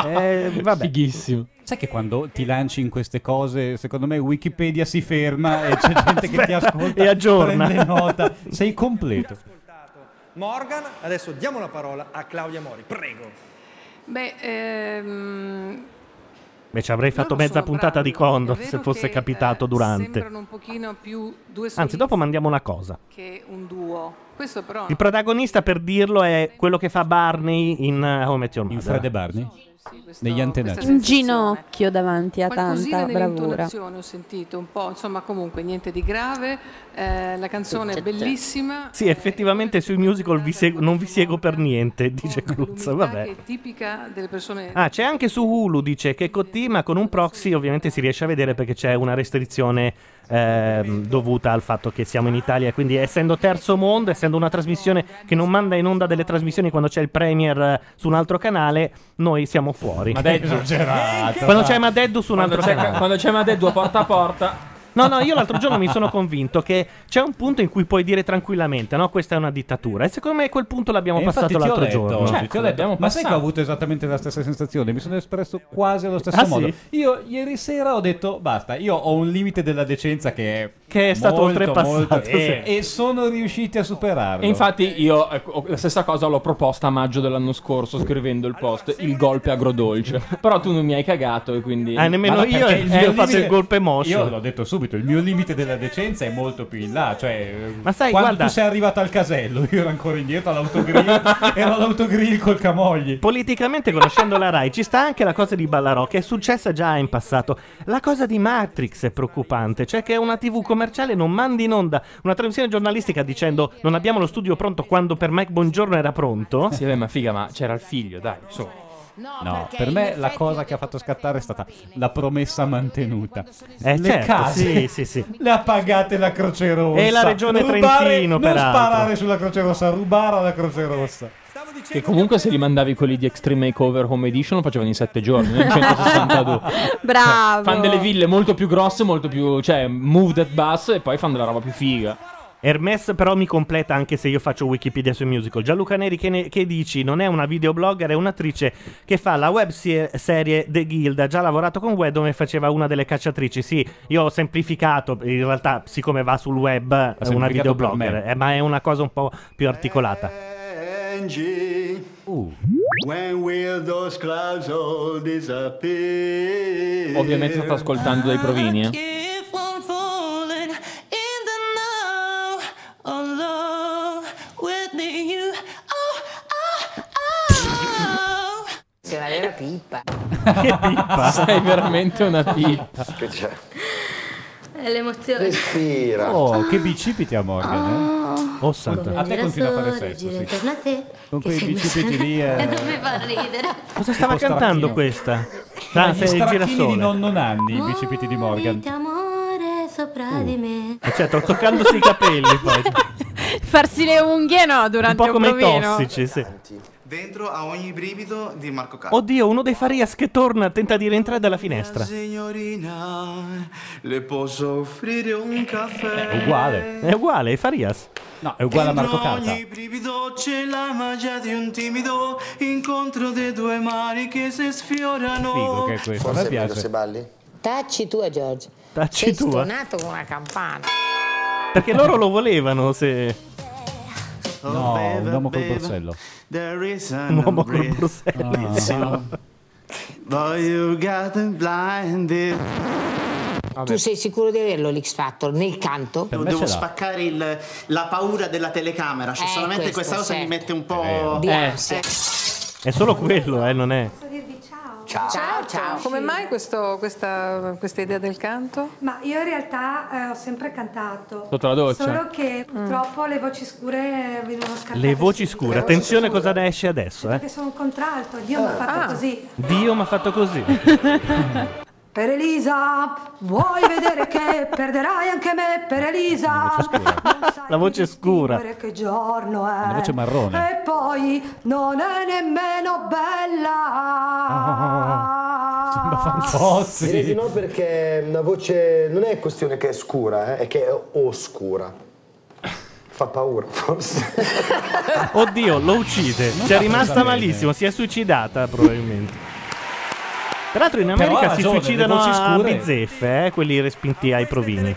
[SPEAKER 1] eh, vabbè.
[SPEAKER 4] Fighissimo.
[SPEAKER 2] Sai che quando ti lanci in queste cose, secondo me Wikipedia si
[SPEAKER 1] [laughs]
[SPEAKER 2] ferma e c'è gente che ti
[SPEAKER 1] Aspetta,
[SPEAKER 2] ascolta
[SPEAKER 1] e aggiorna.
[SPEAKER 2] prende nota. Sei completo.
[SPEAKER 7] Morgan, adesso diamo la parola a Claudia Mori, prego.
[SPEAKER 10] Beh, ehm,
[SPEAKER 1] Beh, ci avrei fatto
[SPEAKER 10] Loro
[SPEAKER 1] mezza
[SPEAKER 10] sono
[SPEAKER 1] puntata
[SPEAKER 10] bravi.
[SPEAKER 1] di Condor
[SPEAKER 10] È vero
[SPEAKER 1] se fosse
[SPEAKER 10] che,
[SPEAKER 1] capitato
[SPEAKER 10] eh,
[SPEAKER 1] durante.
[SPEAKER 10] sembrano un pochino più due
[SPEAKER 1] Anzi, dopo mandiamo una cosa.
[SPEAKER 10] che un duo. Questo però
[SPEAKER 1] Il protagonista, per dirlo, è quello che fa Barney in eh, How I Met Your Mother. In
[SPEAKER 2] Fred e Barney? Negli antenati.
[SPEAKER 3] In ginocchio davanti a
[SPEAKER 10] Qualcosina
[SPEAKER 3] tanta bravura.
[SPEAKER 10] nell'intonazione ho sentito un po', insomma comunque niente di grave, eh, la canzone è bellissima,
[SPEAKER 1] Sì, effettivamente sui musical vi seg- non vi seguo per niente, dice Cruz. Vabbè.
[SPEAKER 10] è tipica delle persone
[SPEAKER 1] Ah, c'è anche su Hulu, dice che Cotti, ma con un proxy ovviamente si riesce a vedere perché c'è una restrizione ehm, dovuta al fatto che siamo in Italia. Quindi, essendo terzo mondo, essendo una trasmissione che non manda in onda delle trasmissioni quando c'è il Premier eh, su un altro canale, noi siamo fuori. [laughs]
[SPEAKER 4] Madeddu. Esagerato,
[SPEAKER 1] quando
[SPEAKER 4] dai.
[SPEAKER 1] c'è Madeddu su un
[SPEAKER 4] Quando
[SPEAKER 1] altro
[SPEAKER 4] c'è-
[SPEAKER 1] canale.
[SPEAKER 4] quando c'è Madeddu a porta a porta.
[SPEAKER 1] No, no, io l'altro giorno mi
[SPEAKER 4] [laughs]
[SPEAKER 1] sono convinto che c'è un punto in cui puoi dire tranquillamente, no, questa è una dittatura. E secondo me quel punto l'abbiamo
[SPEAKER 2] E infatti
[SPEAKER 1] passato
[SPEAKER 2] ti ho
[SPEAKER 1] l'altro
[SPEAKER 2] detto,
[SPEAKER 1] giorno. Certo.
[SPEAKER 2] oggi, ti ho detto, ma sai che ho avuto esattamente la stessa sensazione? Mi sono espresso quasi allo stesso
[SPEAKER 1] Ah, sì?
[SPEAKER 2] modo. Io ieri sera ho detto basta, io ho un limite della decenza che è,
[SPEAKER 1] Che è stato
[SPEAKER 2] molto,
[SPEAKER 1] oltrepassato,
[SPEAKER 2] molto-
[SPEAKER 1] [laughs] sì.
[SPEAKER 2] eh, e sono riusciti a superarlo.
[SPEAKER 4] E infatti io eh, ho- la stessa cosa l'ho proposta a maggio dell'anno scorso scrivendo il post il
[SPEAKER 1] [laughs]
[SPEAKER 4] golpe agrodolce. Però tu non mi hai cagato e quindi...
[SPEAKER 1] Eh, nemmeno
[SPEAKER 4] Ma no, perché
[SPEAKER 2] mio
[SPEAKER 4] mio
[SPEAKER 2] limite-
[SPEAKER 4] limite-
[SPEAKER 2] Io l'ho detto subito, il mio limite della decenza è molto più in là. Cioè,
[SPEAKER 1] Ma sai,
[SPEAKER 2] quando
[SPEAKER 1] guarda-
[SPEAKER 2] tu sei arrivato al casello, [laughs] io ero ancora indietro all'autogrill, ero all'autogrill col camogli.
[SPEAKER 1] Politicamente, conoscendo la Rai, ci sta anche la cosa di Ballarò, che è successa già in passato. La cosa di Matrix è preoccupante, cioè che una TV commerciale non mandi in onda una trasmissione giornalistica dicendo non abbiamo lo studio pronto quando per Mike Buongiorno era pronto.
[SPEAKER 4] Sì, beh, ma figa, ma c'era il figlio, dai, su.
[SPEAKER 2] [laughs] No, per me la cosa che ha fatto scattare è stata la promessa mantenuta.
[SPEAKER 1] Eh,
[SPEAKER 2] le
[SPEAKER 1] certo,
[SPEAKER 2] case
[SPEAKER 1] sì, sì, sì.
[SPEAKER 2] le ha pagate la Croce Rossa.
[SPEAKER 1] E la Regione
[SPEAKER 2] Rubare-
[SPEAKER 1] Trentino,
[SPEAKER 2] non
[SPEAKER 1] peraltro.
[SPEAKER 2] sparare sulla Croce Rossa, rubare alla Croce Rossa.
[SPEAKER 4] Che comunque se li mandavi quelli di Extreme Makeover Home Edition lo facevano in 7 giorni, non in 162.
[SPEAKER 1] Cioè.
[SPEAKER 11] Bravo.
[SPEAKER 4] Fanno delle ville molto più grosse, molto più... cioè, move that bus e poi fanno della roba più figa.
[SPEAKER 1] Hermes però mi completa anche se io faccio Wikipedia sui musical. Gianluca Neri che, ne- che dici non è una videoblogger, è un'attrice che fa la web se- serie The Guild, ha già lavorato con Web dove faceva una delle cacciatrici. Sì, io ho semplificato, in realtà siccome va sul web è una
[SPEAKER 2] semplificato
[SPEAKER 1] videoblogger,
[SPEAKER 2] per me.
[SPEAKER 1] eh, ma è una cosa un po' più articolata.
[SPEAKER 8] Angie,
[SPEAKER 2] Uh.
[SPEAKER 8] when will those clouds all disappear?
[SPEAKER 4] Ovviamente sto ascoltando dei provini, eh.
[SPEAKER 12] If I'm falling in the now, alone with you. Oh,
[SPEAKER 6] [laughs]
[SPEAKER 12] oh, oh.
[SPEAKER 6] Sei una vera pippa.
[SPEAKER 4] Che pippa. Sei veramente una pippa.
[SPEAKER 9] Che c'è?
[SPEAKER 12] È l'emozione.
[SPEAKER 9] Respira.
[SPEAKER 2] Oh, che bicipiti a Morgan. Eh?
[SPEAKER 1] Oh,
[SPEAKER 2] santo. A te continua a fare sesso, sì.
[SPEAKER 12] intorno a te.
[SPEAKER 2] Con
[SPEAKER 12] che
[SPEAKER 2] quei
[SPEAKER 12] sei
[SPEAKER 2] bicipiti lì,
[SPEAKER 12] una-
[SPEAKER 2] eh.
[SPEAKER 12] [laughs] Non mi fa ridere.
[SPEAKER 1] Cosa stava
[SPEAKER 2] Tipo
[SPEAKER 1] cantando
[SPEAKER 2] stracchino.
[SPEAKER 1] questa?
[SPEAKER 2] Ma
[SPEAKER 1] Ah,
[SPEAKER 2] gli
[SPEAKER 1] sei il
[SPEAKER 2] stracchini
[SPEAKER 1] girasole.
[SPEAKER 2] di nonno Nanni, i bicipiti di Morgan.
[SPEAKER 4] Ah,
[SPEAKER 12] Muoviti, amore sopra di me.
[SPEAKER 1] Eh, Certo, toccandosi i capelli poi.
[SPEAKER 11] [laughs] Farsi le unghie no
[SPEAKER 1] Un
[SPEAKER 11] durante
[SPEAKER 1] po'
[SPEAKER 11] un,
[SPEAKER 1] come i
[SPEAKER 11] provino.
[SPEAKER 1] tossici, sì.
[SPEAKER 8] Dentro a ogni brivido di Marco Carlo.
[SPEAKER 1] Oddio, uno dei Farias che torna, tenta di rientrare dalla finestra.
[SPEAKER 8] Signorina, le posso offrire un caffè?
[SPEAKER 1] È uguale. È uguale, è Farias.
[SPEAKER 2] No, Eh, è uguale a
[SPEAKER 8] Dentro
[SPEAKER 2] Marco Carta.
[SPEAKER 8] ogni brivido c'è la magia di un timido incontro dei due mari che si sfiorano.
[SPEAKER 2] Figo che è questo, a me piace.
[SPEAKER 8] balli?
[SPEAKER 6] Tacci tu a Giorgio.
[SPEAKER 1] Tacci
[SPEAKER 6] Sei
[SPEAKER 1] tu, eh.
[SPEAKER 6] stonato come una campana.
[SPEAKER 1] Perché loro lo volevano, se...
[SPEAKER 6] Oh,
[SPEAKER 2] No, un uomo col borsello. Ah.
[SPEAKER 8] There is an
[SPEAKER 1] Un uomo col
[SPEAKER 8] umbrella.
[SPEAKER 1] borsello.
[SPEAKER 8] It's you. But you got them blinded.
[SPEAKER 6] Tu sei sicuro di averlo l'X Factor nel canto?
[SPEAKER 8] Devo spaccare il- la paura della telecamera. Cioè,
[SPEAKER 6] Eh,
[SPEAKER 8] solamente questa
[SPEAKER 6] questo,
[SPEAKER 8] cosa mi
[SPEAKER 6] certo.
[SPEAKER 8] mette un
[SPEAKER 1] vero.
[SPEAKER 8] po'. Eh,
[SPEAKER 6] Di ansia.
[SPEAKER 1] È solo quello, eh, non è.
[SPEAKER 6] Ciao, ciao.
[SPEAKER 10] Come mai questo- questa, questa idea del canto?
[SPEAKER 13] Ma io in realtà eh, ho sempre cantato.
[SPEAKER 1] Sotto la doccia?
[SPEAKER 13] Solo che
[SPEAKER 12] Mm.
[SPEAKER 13] purtroppo le voci scure eh, venivano scartate.
[SPEAKER 1] Le voci scure, attenzione cosa ne esce adesso, eh. Ah.
[SPEAKER 13] Perché sono un contralto, Dio mi ha fatto così.
[SPEAKER 1] Dio mi ha fatto così.
[SPEAKER 13] Per Elisa, vuoi vedere che perderai anche me? Per Elisa,
[SPEAKER 1] La voce scura.
[SPEAKER 13] per che giorno è?
[SPEAKER 1] Una voce
[SPEAKER 8] Eh,
[SPEAKER 1] marrone.
[SPEAKER 13] E poi non è nemmeno bella.
[SPEAKER 8] Ah.
[SPEAKER 2] Ah. Sembra
[SPEAKER 7] Ah.
[SPEAKER 4] [laughs] Oh,
[SPEAKER 8] Fantozzi.
[SPEAKER 7] Direi di no perché la voce non è questione che è scura, eh, è che è oscura. Fa paura, forse.
[SPEAKER 1] Oddio, lo uccide.
[SPEAKER 7] Non
[SPEAKER 1] Ci è
[SPEAKER 7] l'ha
[SPEAKER 1] rimasta
[SPEAKER 7] presa bene.
[SPEAKER 1] malissimo, si è suicidata probabilmente. Tra l'altro in
[SPEAKER 2] Però ha
[SPEAKER 1] America si
[SPEAKER 2] ragione, le
[SPEAKER 1] suicidano
[SPEAKER 2] voci
[SPEAKER 1] a
[SPEAKER 2] scure-
[SPEAKER 1] bizzeffe, eh, quelli respinti ai provini.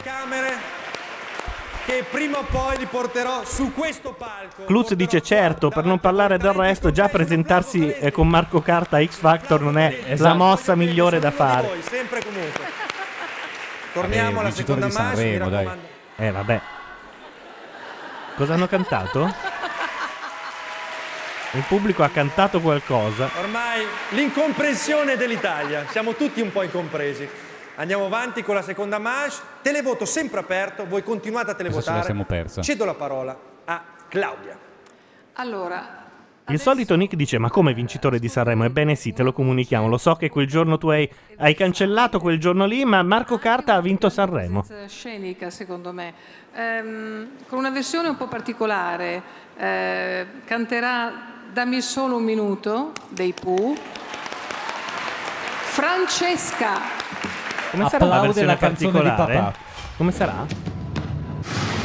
[SPEAKER 7] che prima o poi li porterò su questo palco.
[SPEAKER 1] Cluz dice certo, per non parlare del resto, già presentarsi eh, con Marco Carta a X Factor non è la
[SPEAKER 7] Esatto.
[SPEAKER 1] mossa migliore da fare.
[SPEAKER 7] Voi, sempre e comunque.
[SPEAKER 1] Vabbè,
[SPEAKER 7] Torniamo
[SPEAKER 1] Eh, il
[SPEAKER 7] alla
[SPEAKER 1] vincitore
[SPEAKER 7] seconda
[SPEAKER 1] di
[SPEAKER 7] manche, mi
[SPEAKER 1] Sanremo, dai.
[SPEAKER 7] raccomando.
[SPEAKER 1] Eh, vabbè. Cosa hanno cantato? Il pubblico ha cantato qualcosa.
[SPEAKER 7] Ormai l'incomprensione dell'Italia, siamo tutti un po' incompresi. Andiamo avanti con la seconda manche, televoto sempre aperto, voi continuate a
[SPEAKER 2] Questa ce la
[SPEAKER 7] televotare.
[SPEAKER 2] siamo persa.
[SPEAKER 7] Cedo la parola a Claudia.
[SPEAKER 10] Allora,
[SPEAKER 1] Il solito Nick dice: Ma come vincitore di Sanremo? Ebbene sì, te lo comunichiamo. Lo so che quel giorno tu hai, hai cancellato quel giorno lì, ma Marco Carta ha vinto Sanremo.
[SPEAKER 10] eh, scenica secondo me, Ehm, con una versione un po' particolare. Eh, canterà Dammi solo un minuto dei Pooh. Francesca,
[SPEAKER 1] Come sarà la
[SPEAKER 4] Applaude
[SPEAKER 1] versione
[SPEAKER 4] la canzone di
[SPEAKER 1] particolare?
[SPEAKER 4] papà.
[SPEAKER 1] Come sarà?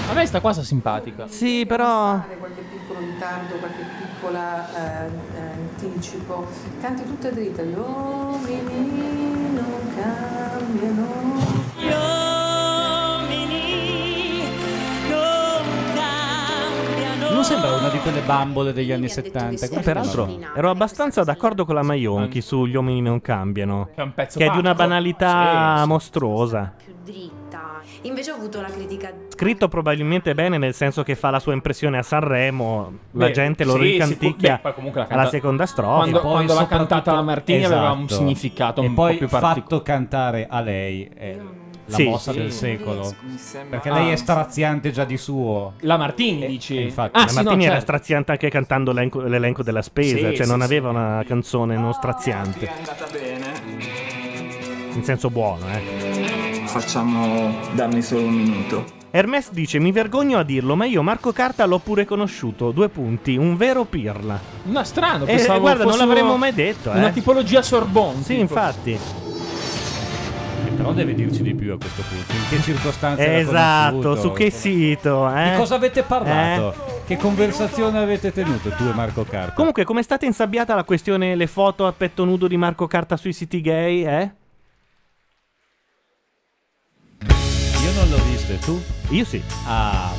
[SPEAKER 4] A me sta qua sta simpatica.
[SPEAKER 1] Sì, però.
[SPEAKER 16] qualche piccolo ritardo, qualche piccola eh, eh, anticipo. Canti tutta dritta, gli uomini non cambiano. Gli uomini non cambiano.
[SPEAKER 2] Non sembra una di quelle bambole degli anni 70. come si
[SPEAKER 1] Peraltro
[SPEAKER 2] chiamava?
[SPEAKER 1] ero abbastanza d'accordo con la Maionchi sugli uomini non cambiano.
[SPEAKER 4] Che è un pezzo
[SPEAKER 1] Che è di una
[SPEAKER 4] pacco.
[SPEAKER 1] banalità
[SPEAKER 4] Sì, sì.
[SPEAKER 1] mostruosa.
[SPEAKER 16] dritta. Invece ho avuto la critica
[SPEAKER 1] Scritto probabilmente bene, nel senso che fa la sua impressione a Sanremo, la
[SPEAKER 4] Beh,
[SPEAKER 1] gente lo
[SPEAKER 4] sì,
[SPEAKER 1] ricanticchia
[SPEAKER 4] sicur- beh, poi comunque la
[SPEAKER 1] alla
[SPEAKER 4] canta-
[SPEAKER 1] seconda strofa.
[SPEAKER 4] Quando- quando l'ha
[SPEAKER 1] soprattutto-
[SPEAKER 4] cantata la Martini aveva un significato
[SPEAKER 2] Esatto. e
[SPEAKER 4] un
[SPEAKER 2] poi
[SPEAKER 4] po' più
[SPEAKER 2] fatto cantare a lei è la
[SPEAKER 4] Sì.
[SPEAKER 2] mossa
[SPEAKER 4] Sì.
[SPEAKER 2] del
[SPEAKER 4] Sì.
[SPEAKER 2] secolo.
[SPEAKER 4] Mi sembra-
[SPEAKER 2] Perché lei
[SPEAKER 4] Ah.
[SPEAKER 2] è straziante già di suo.
[SPEAKER 4] La Martini dice.
[SPEAKER 1] Eh, Infatti,
[SPEAKER 4] ah,
[SPEAKER 1] la
[SPEAKER 4] sì, no,
[SPEAKER 1] Martini era
[SPEAKER 4] certo.
[SPEAKER 1] straziante anche cantando l'elenco, l'elenco della spesa,
[SPEAKER 4] Sì,
[SPEAKER 1] cioè
[SPEAKER 4] sì,
[SPEAKER 1] non
[SPEAKER 4] sì.
[SPEAKER 1] aveva una canzone non straziante,
[SPEAKER 23] andata bene.
[SPEAKER 1] in senso buono, eh.
[SPEAKER 23] Facciamo dammi solo un minuto.
[SPEAKER 1] Hermes dice: Mi vergogno a dirlo, ma io Marco Carta l'ho pure conosciuto. Due punti, un vero pirla.
[SPEAKER 4] No, strano,
[SPEAKER 1] Eh,
[SPEAKER 4] pensavo
[SPEAKER 1] guarda, non
[SPEAKER 4] fossimo
[SPEAKER 1] l'avremmo mai detto, eh.
[SPEAKER 4] Una tipologia Sorbonne.
[SPEAKER 1] Sì,
[SPEAKER 4] tipo.
[SPEAKER 1] infatti.
[SPEAKER 2] E Però deve dirci di più a questo punto. In che circostanze l'ha
[SPEAKER 1] Esatto,
[SPEAKER 2] conosciuto?
[SPEAKER 1] su che sito? Eh?
[SPEAKER 2] Di cosa avete parlato?
[SPEAKER 1] Eh?
[SPEAKER 2] Che conversazione avete tenuto tu e Marco Carta?
[SPEAKER 1] Comunque, come è stata insabbiata la questione le foto a petto nudo di Marco Carta sui siti gay? Eh?
[SPEAKER 2] Io non l'ho viste, tu?
[SPEAKER 1] Io sì.
[SPEAKER 2] Ah,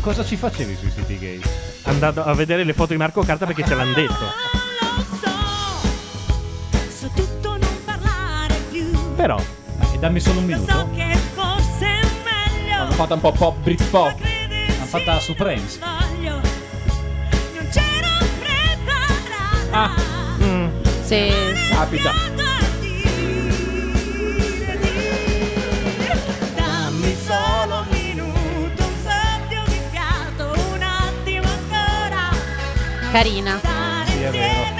[SPEAKER 2] cosa ci facevi sui siti gay?
[SPEAKER 1] Andando a vedere le foto di Marco Carta perché ce l'hanno detto.
[SPEAKER 12] Su tutto non parlare più.
[SPEAKER 1] Però.
[SPEAKER 2] E dammi solo un
[SPEAKER 12] Lo
[SPEAKER 2] minuto.
[SPEAKER 12] so che forse è meglio.
[SPEAKER 2] L'hanno fatta un po' pop Britpop. L'hanno fatta su Prince.
[SPEAKER 12] Voglio. Non c'ero preparata.
[SPEAKER 4] Ah.
[SPEAKER 5] Mm.
[SPEAKER 12] Sì.
[SPEAKER 4] Capita.
[SPEAKER 12] Dammi solo un minuto, un soffio di fiato, un attimo ancora.
[SPEAKER 11] Carina.
[SPEAKER 1] Sì, è vero.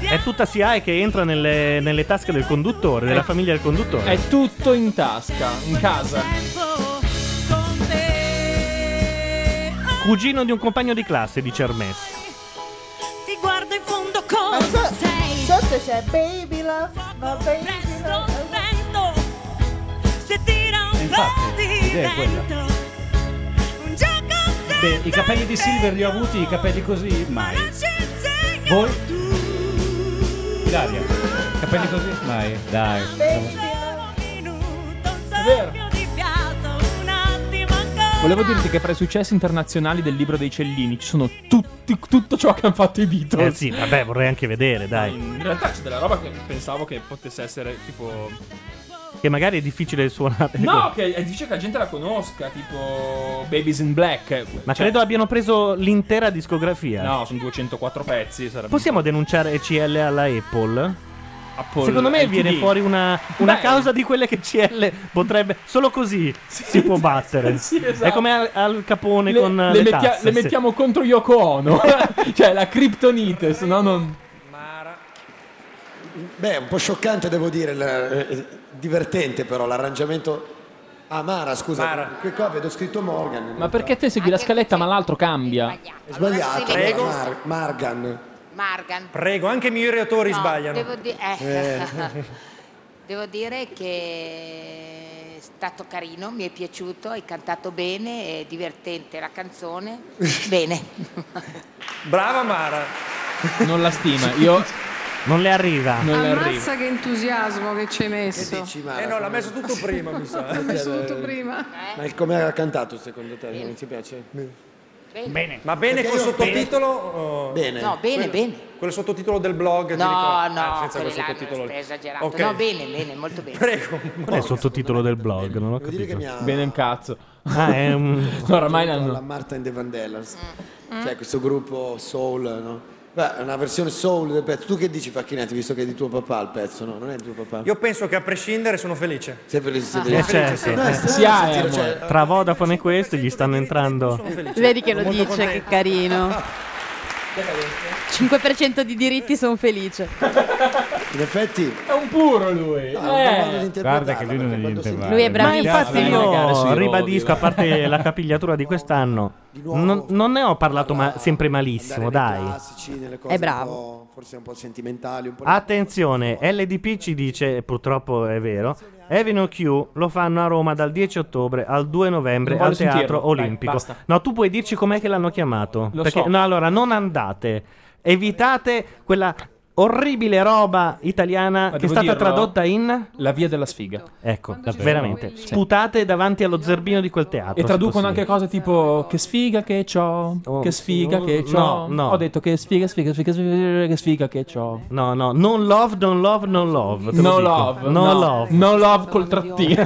[SPEAKER 1] È tutta SIAE che entra nelle, nelle tasche del conduttore, della famiglia del conduttore.
[SPEAKER 4] È tutto in tasca, in casa.
[SPEAKER 1] Cugino di un compagno di classe, dice Hermes.
[SPEAKER 12] Ti guardo in fondo come sei.
[SPEAKER 5] Sotto c'è Baby Love, ma Baby Love.
[SPEAKER 12] Se tira un po'
[SPEAKER 2] Infatti,
[SPEAKER 12] di
[SPEAKER 2] l'idea è quella.
[SPEAKER 12] vento, un gioco
[SPEAKER 2] Beh, i capelli di Silver li ho avuti, i capelli così mai. Voi? Ilaria, capelli così mai. Dai.
[SPEAKER 12] soffio di fiato, un attimo ancora.
[SPEAKER 4] Volevo dirti che fra i successi internazionali del libro dei Cellini ci sono tutti, tutto ciò che hanno fatto i Beatles.
[SPEAKER 1] Eh sì, vabbè, vorrei anche vedere, dai.
[SPEAKER 4] In realtà c'è della roba che pensavo che potesse essere
[SPEAKER 1] [laughs]
[SPEAKER 4] tipo.
[SPEAKER 1] Che magari è difficile suonare.
[SPEAKER 4] No, che è difficile che la gente la conosca, tipo Babies in Black.
[SPEAKER 1] Ma
[SPEAKER 4] Cioè,
[SPEAKER 1] credo abbiano preso l'intera discografia.
[SPEAKER 4] No, sono 204 pezzi. Sarebbe
[SPEAKER 1] Possiamo denunciare CL alla Apple?
[SPEAKER 4] Apple
[SPEAKER 1] Secondo me
[SPEAKER 4] LTD.
[SPEAKER 1] viene fuori una, una
[SPEAKER 4] Beh.
[SPEAKER 1] causa di quelle che CL potrebbe. Solo così si può battere.
[SPEAKER 4] [laughs] sì, esatto.
[SPEAKER 1] È come al, Al Capone con eh, le,
[SPEAKER 4] le, mettia-
[SPEAKER 1] tasse,
[SPEAKER 4] le
[SPEAKER 1] sì.
[SPEAKER 4] mettiamo contro Yoko Ono. [laughs] cioè, la Kryptonite, se no non.
[SPEAKER 9] Beh, è un po' scioccante devo dire, la- eh, divertente però l'arrangiamento... Ah, Mara, scusa, qui qua vedo scritto Morgan.
[SPEAKER 4] Ma perché te segui la scaletta, ma l'altro cambia?
[SPEAKER 9] È sbagliato,
[SPEAKER 6] Allora si vede-
[SPEAKER 4] Eh?
[SPEAKER 9] Mar- Margan. Ah.
[SPEAKER 6] Margan.
[SPEAKER 7] Prego, anche i migliori autori
[SPEAKER 6] No,
[SPEAKER 7] sbagliano.
[SPEAKER 6] Devo, di- eh.
[SPEAKER 7] Eh.
[SPEAKER 6] [laughs] Devo dire che è stato carino, mi è piaciuto, hai cantato bene, è divertente la canzone. bene.
[SPEAKER 7] Brava Mara.
[SPEAKER 4] Non la stima, io.
[SPEAKER 1] Non le arriva.
[SPEAKER 10] ammazza che entusiasmo che ci hai messo.
[SPEAKER 9] Mara? Eh no, l'ha messo tutto prima, mi sa.
[SPEAKER 10] [laughs]
[SPEAKER 9] Cioè,
[SPEAKER 10] L'ha messo tutto prima.
[SPEAKER 9] Ma il come ha cantato secondo te? Non ti piace?
[SPEAKER 2] Bene.
[SPEAKER 7] Ma bene
[SPEAKER 9] Perché
[SPEAKER 7] col
[SPEAKER 9] io-
[SPEAKER 7] sottotitolo? o-
[SPEAKER 9] Bene. No, bene,
[SPEAKER 7] Quello- Quel sottotitolo del blog. ti
[SPEAKER 6] No,
[SPEAKER 7] ricordi?
[SPEAKER 6] no,
[SPEAKER 7] Ah, senza quel
[SPEAKER 6] quelli là
[SPEAKER 7] sottotitolo.
[SPEAKER 6] non
[SPEAKER 7] lì.
[SPEAKER 6] è esagerato.
[SPEAKER 7] Ok.
[SPEAKER 6] No, bene, bene, molto bene.
[SPEAKER 7] Prego.
[SPEAKER 1] Qual è il sottotitolo del blog? Non ho capito.
[SPEAKER 4] Bene un cazzo.
[SPEAKER 1] Ah, è
[SPEAKER 4] [laughs]
[SPEAKER 1] un.
[SPEAKER 4] Oramai
[SPEAKER 9] La
[SPEAKER 4] l'hanno.
[SPEAKER 9] Marta in the Vandellas.
[SPEAKER 11] Mm.
[SPEAKER 9] Cioè, questo gruppo soul, no? Beh, è una versione soul del pezzo. Tu che dici, Facchinetti, visto che è di tuo papà il pezzo, no? Non è di tuo papà.
[SPEAKER 7] Io penso che a prescindere sono felice.
[SPEAKER 9] Sei felice, sei
[SPEAKER 7] Ah.
[SPEAKER 9] felice.
[SPEAKER 1] Eh, certo.
[SPEAKER 9] No, è strano
[SPEAKER 1] Si ha,
[SPEAKER 9] sentire,
[SPEAKER 1] eh,
[SPEAKER 9] cioè,
[SPEAKER 1] amore. Tra Vodafone e questo gli stanno entrando.
[SPEAKER 7] felice.
[SPEAKER 19] Vedi che lo
[SPEAKER 7] Molto
[SPEAKER 19] dice, che
[SPEAKER 7] contento.
[SPEAKER 1] [laughs]
[SPEAKER 19] carino.
[SPEAKER 26] Decadente.
[SPEAKER 11] 5% di diritti sono felice.
[SPEAKER 27] In effetti.
[SPEAKER 4] È un puro lui. Eh.
[SPEAKER 2] Guarda che lui non è niente male.
[SPEAKER 11] Lui è bravissimo.
[SPEAKER 1] Ma infatti
[SPEAKER 2] Magari sui
[SPEAKER 1] io
[SPEAKER 2] roghi,
[SPEAKER 1] ribadisco, a
[SPEAKER 2] dai.
[SPEAKER 1] parte la capigliatura di quest'anno, non, non ne ho parlato ma- sempre malissimo, dai.
[SPEAKER 27] classici, nelle cose
[SPEAKER 11] È bravo. Ah.
[SPEAKER 27] un po', forse un po' sentimentali, un po'
[SPEAKER 1] Attenzione, LDP ci dice, e purtroppo è vero, Evino Q lo fanno a Roma dal 10 ottobre al 2 novembre
[SPEAKER 4] Non voglio
[SPEAKER 1] al Teatro
[SPEAKER 4] sentirlo. Dai,
[SPEAKER 1] Olimpico.
[SPEAKER 4] basta.
[SPEAKER 1] no, tu puoi dirci com'è che l'hanno chiamato?
[SPEAKER 4] Lo
[SPEAKER 1] Perché,
[SPEAKER 4] so.
[SPEAKER 1] No, allora, non andate. Evitate quella orribile roba italiana che è stata tradotta in...
[SPEAKER 4] La via della sfiga.
[SPEAKER 1] Ecco, dav- veramente. Sputate davanti allo zerbino di quel teatro.
[SPEAKER 4] E
[SPEAKER 1] se
[SPEAKER 4] traducono
[SPEAKER 1] possibile.
[SPEAKER 4] anche cose tipo che sfiga che c'ho, che sfiga che c'ho.
[SPEAKER 1] Oh, no, no.
[SPEAKER 4] Ho detto che sfiga, sfiga, sfiga, sfiga, che sfiga che c'ho.
[SPEAKER 1] No, no, non love, non love, non love. te lo
[SPEAKER 4] No
[SPEAKER 1] dico.
[SPEAKER 4] love,
[SPEAKER 1] No,
[SPEAKER 4] no.
[SPEAKER 1] love.
[SPEAKER 4] No love col
[SPEAKER 1] [laughs]
[SPEAKER 4] trattino.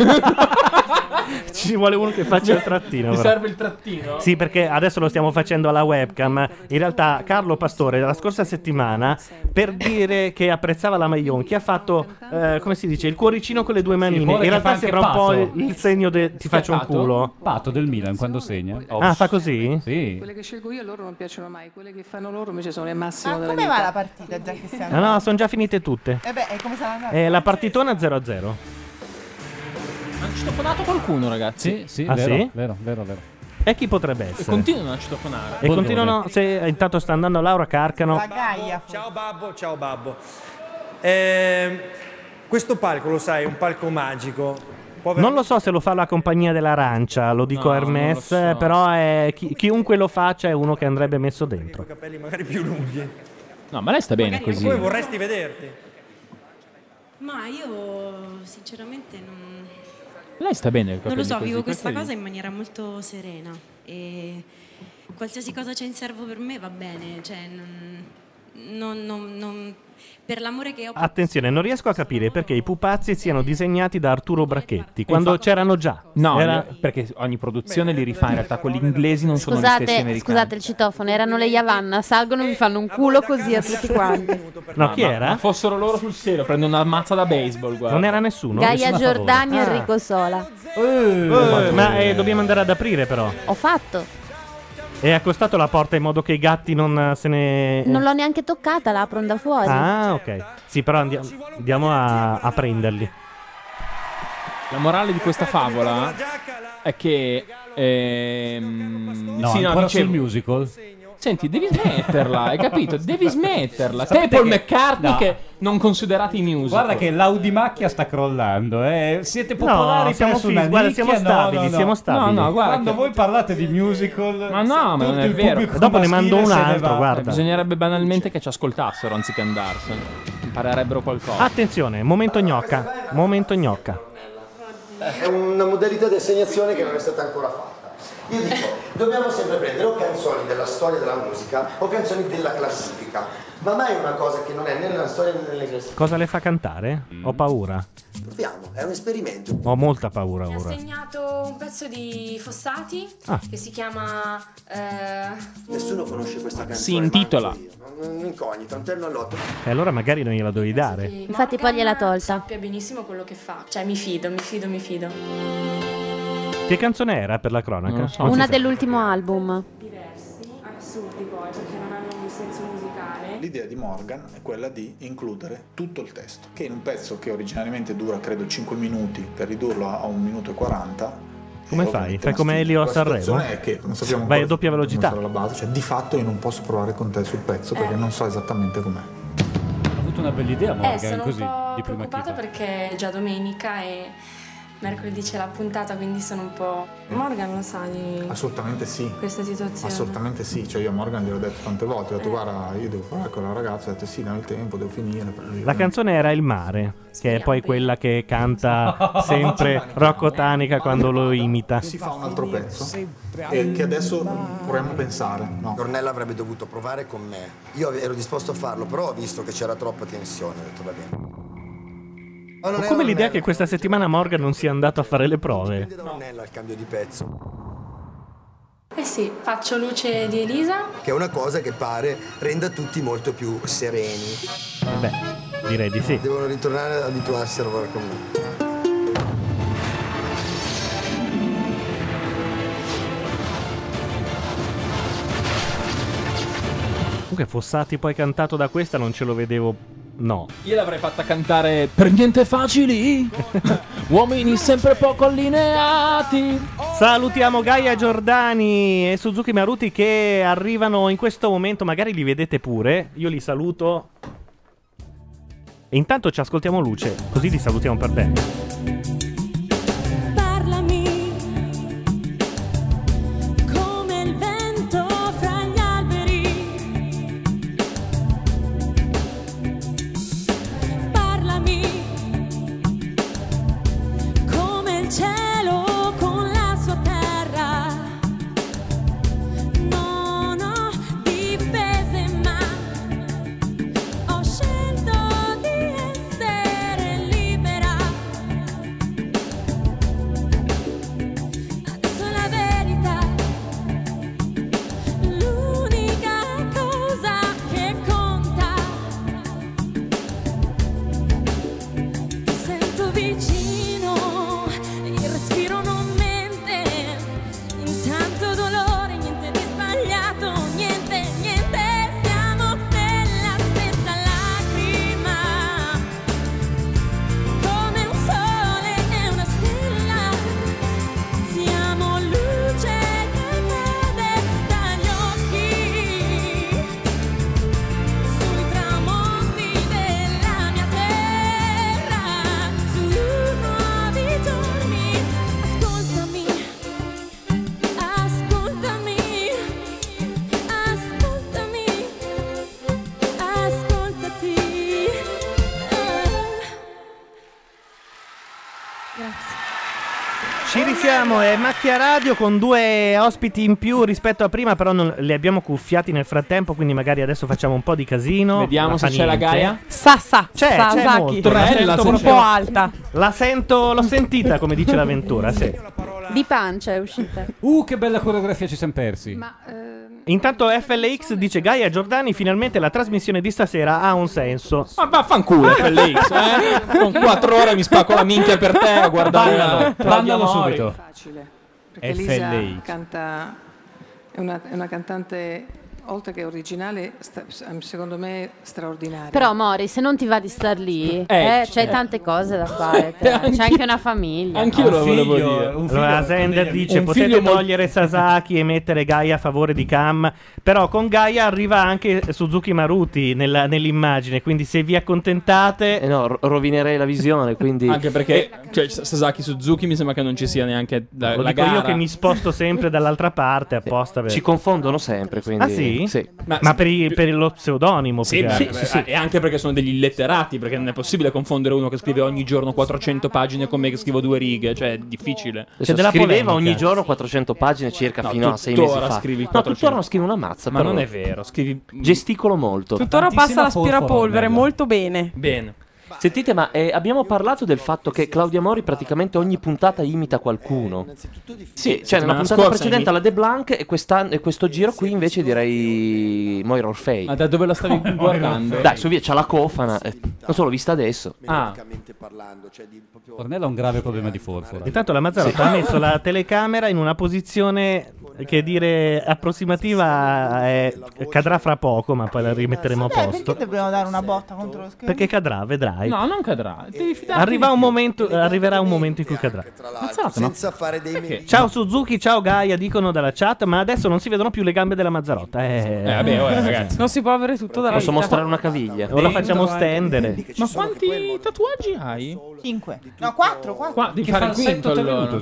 [SPEAKER 1] Ci vuole uno che faccia il trattino.
[SPEAKER 4] Mi
[SPEAKER 1] però.
[SPEAKER 4] serve il trattino.
[SPEAKER 1] Sì, perché adesso lo stiamo facendo alla webcam. In realtà, Carlo Pastore, la scorsa settimana, per dire che apprezzava la Maionchi, ha fatto, eh, come si dice, il cuoricino con le due
[SPEAKER 2] Il
[SPEAKER 1] manine.
[SPEAKER 2] cuore
[SPEAKER 1] In
[SPEAKER 2] che fa
[SPEAKER 1] realtà
[SPEAKER 2] anche
[SPEAKER 1] sembra un po'
[SPEAKER 2] pato.
[SPEAKER 1] il, il segno del ti faccio un
[SPEAKER 2] Pato?
[SPEAKER 1] culo.
[SPEAKER 2] Pato del Milan quando segna.
[SPEAKER 1] Ah, fa così?
[SPEAKER 2] Sì.
[SPEAKER 10] Quelle che scelgo io a loro non piacciono mai, quelle che fanno loro invece sono il massimo
[SPEAKER 5] Ma
[SPEAKER 10] della
[SPEAKER 5] come
[SPEAKER 10] vita.
[SPEAKER 5] va la partita già che siamo?
[SPEAKER 1] No, no, sono già finite tutte.
[SPEAKER 5] E Ah, beh, e come sarà andata?
[SPEAKER 1] Eh, la partitona 0-0.
[SPEAKER 4] Ha citofonato qualcuno, ragazzi.
[SPEAKER 2] Sì,
[SPEAKER 1] Ah,
[SPEAKER 2] vero,
[SPEAKER 1] sì?
[SPEAKER 2] vero, vero, vero.
[SPEAKER 1] E chi potrebbe
[SPEAKER 4] E
[SPEAKER 1] essere?
[SPEAKER 4] continuano a citofonare.
[SPEAKER 1] E continuano. Se, intanto sta andando Laura Carcano.
[SPEAKER 7] Ciao babbo, ciao babbo. Eh, questo palco, lo sai, è un palco magico. Può
[SPEAKER 1] Non lo so se lo fa la compagnia dell'arancia, lo dico
[SPEAKER 7] No,
[SPEAKER 1] a
[SPEAKER 7] non lo
[SPEAKER 1] Hermes,
[SPEAKER 7] so.
[SPEAKER 1] però è chi- chiunque lo faccia è uno che andrebbe messo dentro.
[SPEAKER 7] capelli magari più lunghi.
[SPEAKER 4] No, Ah, ma lei sta bene così.
[SPEAKER 7] Poi vorresti vederti.
[SPEAKER 12] Ma io sinceramente non,
[SPEAKER 4] Lei sta bene. con i
[SPEAKER 12] non lo
[SPEAKER 4] capelli
[SPEAKER 12] so,
[SPEAKER 4] così,
[SPEAKER 12] vivo questa
[SPEAKER 4] quelli-
[SPEAKER 12] cosa in maniera molto serena e qualsiasi cosa c'è in serbo per me va bene, cioè non, non- non- non- per l'amore che ho
[SPEAKER 1] Attenzione, non riesco a capire perché i pupazzi siano disegnati da Arturo Brachetti, quando c'erano già.
[SPEAKER 4] No,
[SPEAKER 1] Era-
[SPEAKER 4] io- perché ogni produzione li rifà. In realtà quelli inglesi non sono gli stessi
[SPEAKER 11] Scusate,
[SPEAKER 4] americani.
[SPEAKER 11] scusate il citofono, erano le Yavanna, salgono e vi fanno un culo così a tutti quanti.
[SPEAKER 1] No, chi
[SPEAKER 4] ma-
[SPEAKER 1] era?
[SPEAKER 4] ma fossero loro sul serio, prendo una mazza da baseball, guarda.
[SPEAKER 1] Non era nessuno? Nessuno
[SPEAKER 11] Gaia
[SPEAKER 1] a favore.
[SPEAKER 11] Giordani e
[SPEAKER 1] Ah.
[SPEAKER 11] Enrico Sola.
[SPEAKER 1] Eh, ma eh, dobbiamo andare ad aprire però.
[SPEAKER 11] Ho fatto,
[SPEAKER 1] E accostato la porta in modo che i gatti non eh, se ne...
[SPEAKER 11] non l'ho neanche toccata, la apro da fuori.
[SPEAKER 1] Ah, ok. Sì, però andia- andiamo a, a prenderli.
[SPEAKER 4] La morale di questa favola è che. Ehm,
[SPEAKER 2] No, ancora sul musical.
[SPEAKER 4] Senti, devi smetterla, hai capito? Devi smetterla. Te e
[SPEAKER 2] Sapete
[SPEAKER 4] Paul
[SPEAKER 2] che-
[SPEAKER 4] McCartney
[SPEAKER 2] no.
[SPEAKER 4] che non considerate i musical.
[SPEAKER 2] Guarda che l'audimacchia sta crollando, eh. Siete popolari
[SPEAKER 4] No, siamo
[SPEAKER 2] presso una
[SPEAKER 4] fi- guarda,
[SPEAKER 2] nicchia,
[SPEAKER 4] siamo
[SPEAKER 2] no,
[SPEAKER 4] stabili,
[SPEAKER 2] no, no.
[SPEAKER 4] siamo stabili. No, no, guarda
[SPEAKER 2] Quando
[SPEAKER 4] che-
[SPEAKER 2] voi parlate di musical,
[SPEAKER 4] Ma no, ma
[SPEAKER 2] tutto
[SPEAKER 4] non è
[SPEAKER 2] il
[SPEAKER 4] vero.
[SPEAKER 2] pubblico maschile se ne va.
[SPEAKER 4] Bisognerebbe banalmente che ci ascoltassero anziché andarsene. Imparerebbero qualcosa.
[SPEAKER 1] Attenzione, momento gnocca. Momento gnocca.
[SPEAKER 9] È una modalità di assegnazione che non è stata ancora fatta. Io dico, dobbiamo sempre prendere o canzoni della storia della musica o canzoni della classifica, ma mai una cosa che non è né nella storia né nelle classifiche.
[SPEAKER 1] Cosa le fa cantare? Ho paura.
[SPEAKER 9] Proviamo, è un esperimento.
[SPEAKER 1] Ho molta paura
[SPEAKER 12] Mi ha
[SPEAKER 1] ora.
[SPEAKER 12] segnato un pezzo di Fossati
[SPEAKER 1] Ah.
[SPEAKER 12] che si chiama eh,
[SPEAKER 9] Nessuno conosce questa canzone.
[SPEAKER 1] Si intitola.
[SPEAKER 9] ma Un un incognito, un terno all'otto.
[SPEAKER 1] E allora magari non gliela dovevi dare.
[SPEAKER 12] Infatti poi gliela tolta. Sappia benissimo quello che fa. Cioè mi fido, mi fido, mi fido.
[SPEAKER 1] Che canzone era per la cronaca?
[SPEAKER 11] Una dell'ultimo album.
[SPEAKER 12] Assurdi poi, perché non hanno un senso musicale.
[SPEAKER 28] L'idea di Morgan è quella di includere tutto il testo, che in un pezzo che originariamente dura credo 5 minuti, per ridurlo a 1 minuto e 40.
[SPEAKER 1] Come
[SPEAKER 28] è
[SPEAKER 1] fai?
[SPEAKER 28] ovviamente
[SPEAKER 1] Fai come
[SPEAKER 28] maschile.
[SPEAKER 1] Elio a
[SPEAKER 28] La
[SPEAKER 1] Sanremo?
[SPEAKER 28] situazione è che non sappiamo
[SPEAKER 1] Vai a
[SPEAKER 28] ancora
[SPEAKER 1] doppia velocità.
[SPEAKER 28] come sarà la base, cioè di fatto io non posso provare con te sul pezzo perché non so esattamente com'è.
[SPEAKER 2] Ha avuto una bella idea
[SPEAKER 12] Eh,
[SPEAKER 2] Morgan
[SPEAKER 12] sono
[SPEAKER 2] così
[SPEAKER 12] un po'
[SPEAKER 2] di prima
[SPEAKER 12] preoccupata
[SPEAKER 2] chita.
[SPEAKER 12] perché è già domenica e mercoledì c'è la puntata, quindi sono un po'. Morgan lo sa di
[SPEAKER 28] Assolutamente sì.
[SPEAKER 12] questa situazione.
[SPEAKER 28] Assolutamente sì, cioè io a Morgan gliel'ho detto tante volte, ho detto guarda io devo parlare con la ragazza, ho detto sì, dammi il tempo, devo finire.
[SPEAKER 1] La canzone era Il mare, che è poi quella che canta
[SPEAKER 28] [laughs]
[SPEAKER 1] sempre Rocco Tanica quando lo imita.
[SPEAKER 28] Si fa un altro pezzo e che adesso proviamo a pensare. No.
[SPEAKER 9] Ornella avrebbe dovuto provare con me. Io ero disposto a farlo, però ho visto che c'era troppa tensione, ho detto va bene. Ma non
[SPEAKER 1] Ho
[SPEAKER 9] era
[SPEAKER 1] come l'idea
[SPEAKER 9] Ornella,
[SPEAKER 1] che questa settimana Morgan non sia andato a fare le prove.
[SPEAKER 9] era Ornella al cambio di pezzo,
[SPEAKER 12] Eh sì, faccio luce di Elisa.
[SPEAKER 9] che è una cosa che pare renda tutti molto più sereni.
[SPEAKER 1] Eh Beh, direi di sì.
[SPEAKER 9] Devono ritornare ad abituarsi a lavorare con me.
[SPEAKER 1] Comunque Fossati poi cantato da questa non ce lo vedevo. No.
[SPEAKER 4] Io l'avrei fatta cantare per
[SPEAKER 1] [laughs]
[SPEAKER 4] niente facili. Uomini sempre poco allineati.
[SPEAKER 1] Salutiamo Gaia Giordani e Suzuki Maruti che arrivano in questo momento, magari li vedete pure. Io li saluto. E intanto ci ascoltiamo luce, così li salutiamo per bene.
[SPEAKER 12] Parlami come il vento fra gli alberi. Parlami come il cielo con la sua terra. Non ho difese ma ho scelto di essere libera. Adesso la verità, l'unica cosa che conta. Ti sento vicino, il respiro non mente. Intanto dolore, niente di sbagliato, niente, niente. Siamo nella stessa lacrima. Come un sole e una stella Siamo luce che cade dagli occhi Sui tramonti della mia terra Sui nuovi giorni Ascoltami, ascoltami Ascoltami, ascoltati
[SPEAKER 1] Ci risiamo, è Macchia Radio con due ospiti in più rispetto a prima, però non- li abbiamo cuffiati nel frattempo, quindi magari adesso facciamo un po' di casino.
[SPEAKER 4] Vediamo
[SPEAKER 1] Ma
[SPEAKER 4] se
[SPEAKER 1] fa
[SPEAKER 4] c'è la
[SPEAKER 1] niente.
[SPEAKER 4] Gaia.
[SPEAKER 13] Sassa,
[SPEAKER 1] C'è,
[SPEAKER 13] sa,
[SPEAKER 1] Cioè, c'è
[SPEAKER 13] Sacchi.
[SPEAKER 1] molto.
[SPEAKER 13] La
[SPEAKER 1] Bella,
[SPEAKER 13] sento un po'
[SPEAKER 1] sincero.
[SPEAKER 13] alta.
[SPEAKER 1] La sento, l'ho sentita, come dice l'avventura, sì.
[SPEAKER 3] Di pancia è uscita.
[SPEAKER 2] Uh, che bella coreografia ci siamo persi.
[SPEAKER 1] Intanto FLX dice Gaia Giordani, finalmente la trasmissione di stasera ha un senso.
[SPEAKER 2] Ah,
[SPEAKER 4] Ma
[SPEAKER 1] [laughs]
[SPEAKER 4] vaffanculo FLX, eh? Con quattro
[SPEAKER 2] [laughs]
[SPEAKER 4] ore mi spacco la minchia per te a guardare la-
[SPEAKER 1] Bannalo,
[SPEAKER 4] Claudia
[SPEAKER 1] bannalo
[SPEAKER 4] Mori.
[SPEAKER 1] subito.
[SPEAKER 10] facile. Perché Lisa
[SPEAKER 4] FLX.
[SPEAKER 10] canta, è una, è una cantante, oltre che originale, sta- secondo me straordinaria.
[SPEAKER 3] Però Mori, se non ti va di star lì,
[SPEAKER 10] Eh,
[SPEAKER 3] eh, c'è
[SPEAKER 10] eh.
[SPEAKER 3] tante cose da fare. te.
[SPEAKER 10] Anch'io-
[SPEAKER 3] C'è anche una famiglia.
[SPEAKER 1] Anch'io
[SPEAKER 4] lo volevo dire. un figlio-
[SPEAKER 1] Allora, Sender dice:
[SPEAKER 4] un
[SPEAKER 1] potete
[SPEAKER 4] figlio mol-
[SPEAKER 1] togliere Sasaki e mettere Gaia a favore di Cam. Però con Gaia arriva anche Suzuki Maruti nella- nell'immagine. Quindi, se vi accontentate.
[SPEAKER 15] Eh
[SPEAKER 1] Eh,
[SPEAKER 15] no, rovinerei la visione. Quindi.
[SPEAKER 4] Anche perché cioè, Sasaki Suzuki mi sembra che non ci sia neanche la,
[SPEAKER 1] Lo
[SPEAKER 4] la
[SPEAKER 1] dico io
[SPEAKER 4] gara.
[SPEAKER 1] che mi sposto sempre dall'altra parte apposta. Per...
[SPEAKER 15] Ci confondono sempre. Quindi...
[SPEAKER 1] Ah, sì?
[SPEAKER 15] Sì.
[SPEAKER 1] Ma, per, i- per lo pseudonimo.
[SPEAKER 4] Sì,
[SPEAKER 1] più che
[SPEAKER 4] beh,
[SPEAKER 1] altro.
[SPEAKER 4] beh, e anche perché sono degli illetterati, perché non è possibile confondere uno che scrive ogni giorno 400 pagine con me che scrivo due righe, cioè è difficile.
[SPEAKER 15] Adesso scriveva ogni giorno 400 pagine circa
[SPEAKER 4] No,
[SPEAKER 15] fino a 6 mesi
[SPEAKER 4] tuttora
[SPEAKER 15] fa.
[SPEAKER 4] scrivi
[SPEAKER 15] no,
[SPEAKER 4] 400.
[SPEAKER 15] tuttora non scrivo una mazza.
[SPEAKER 4] Ma
[SPEAKER 15] però-
[SPEAKER 4] non è vero, scrivi
[SPEAKER 15] Gesticolo molto.
[SPEAKER 13] Tuttora passa l'aspirapolvere, molto bene.
[SPEAKER 4] Bene.
[SPEAKER 15] Sentite, ma eh, abbiamo parlato del fatto che Claudia Mori praticamente ogni puntata imita
[SPEAKER 2] Eh,
[SPEAKER 15] qualcuno. Sì, cioè nella
[SPEAKER 4] Ma
[SPEAKER 15] puntata
[SPEAKER 4] scorsa
[SPEAKER 15] precedente
[SPEAKER 4] imi-
[SPEAKER 15] alla De Blanc e, quest'an- e questo giro qui invece direi Moira Orfei.
[SPEAKER 4] Ma da dove la
[SPEAKER 2] [laughs]
[SPEAKER 4] stavi guardando?
[SPEAKER 15] Dai, su via, c'ha la cofana. eh, non solo vista adesso.
[SPEAKER 4] Ah.
[SPEAKER 2] Ornella ha un grave problema di forfora.
[SPEAKER 1] Intanto la Mazzarotta ha messo la telecamera in una posizione che dire approssimativa eh, cadrà fra poco, ma poi la rimetteremo a
[SPEAKER 5] Beh,
[SPEAKER 1] posto.
[SPEAKER 5] perché dobbiamo dare una botta contro lo schermo? Ah,
[SPEAKER 1] Perché cadrà, vedrai.
[SPEAKER 4] No, non cadrà. Devi fidarti.
[SPEAKER 1] Arriva un momento, arriverà un momento in cui cadrà.
[SPEAKER 9] Mazzarotta, no? senza fare dei Perché?
[SPEAKER 1] Ciao Suzuki, ciao Gaia, dicono dalla chat, ma adesso non si vedono più le gambe della Mazzarotta. Eh,
[SPEAKER 4] vabbè,
[SPEAKER 1] [laughs]
[SPEAKER 4] ora, ragazzi.
[SPEAKER 13] Non si può avere tutto dalla
[SPEAKER 15] Posso
[SPEAKER 13] vita.
[SPEAKER 15] mostrare una caviglia?
[SPEAKER 1] O la facciamo stendere.
[SPEAKER 4] Ma quanti tatuaggi hai?
[SPEAKER 5] 5. No, 4, 4.
[SPEAKER 4] Qua devi fare il quinto allora.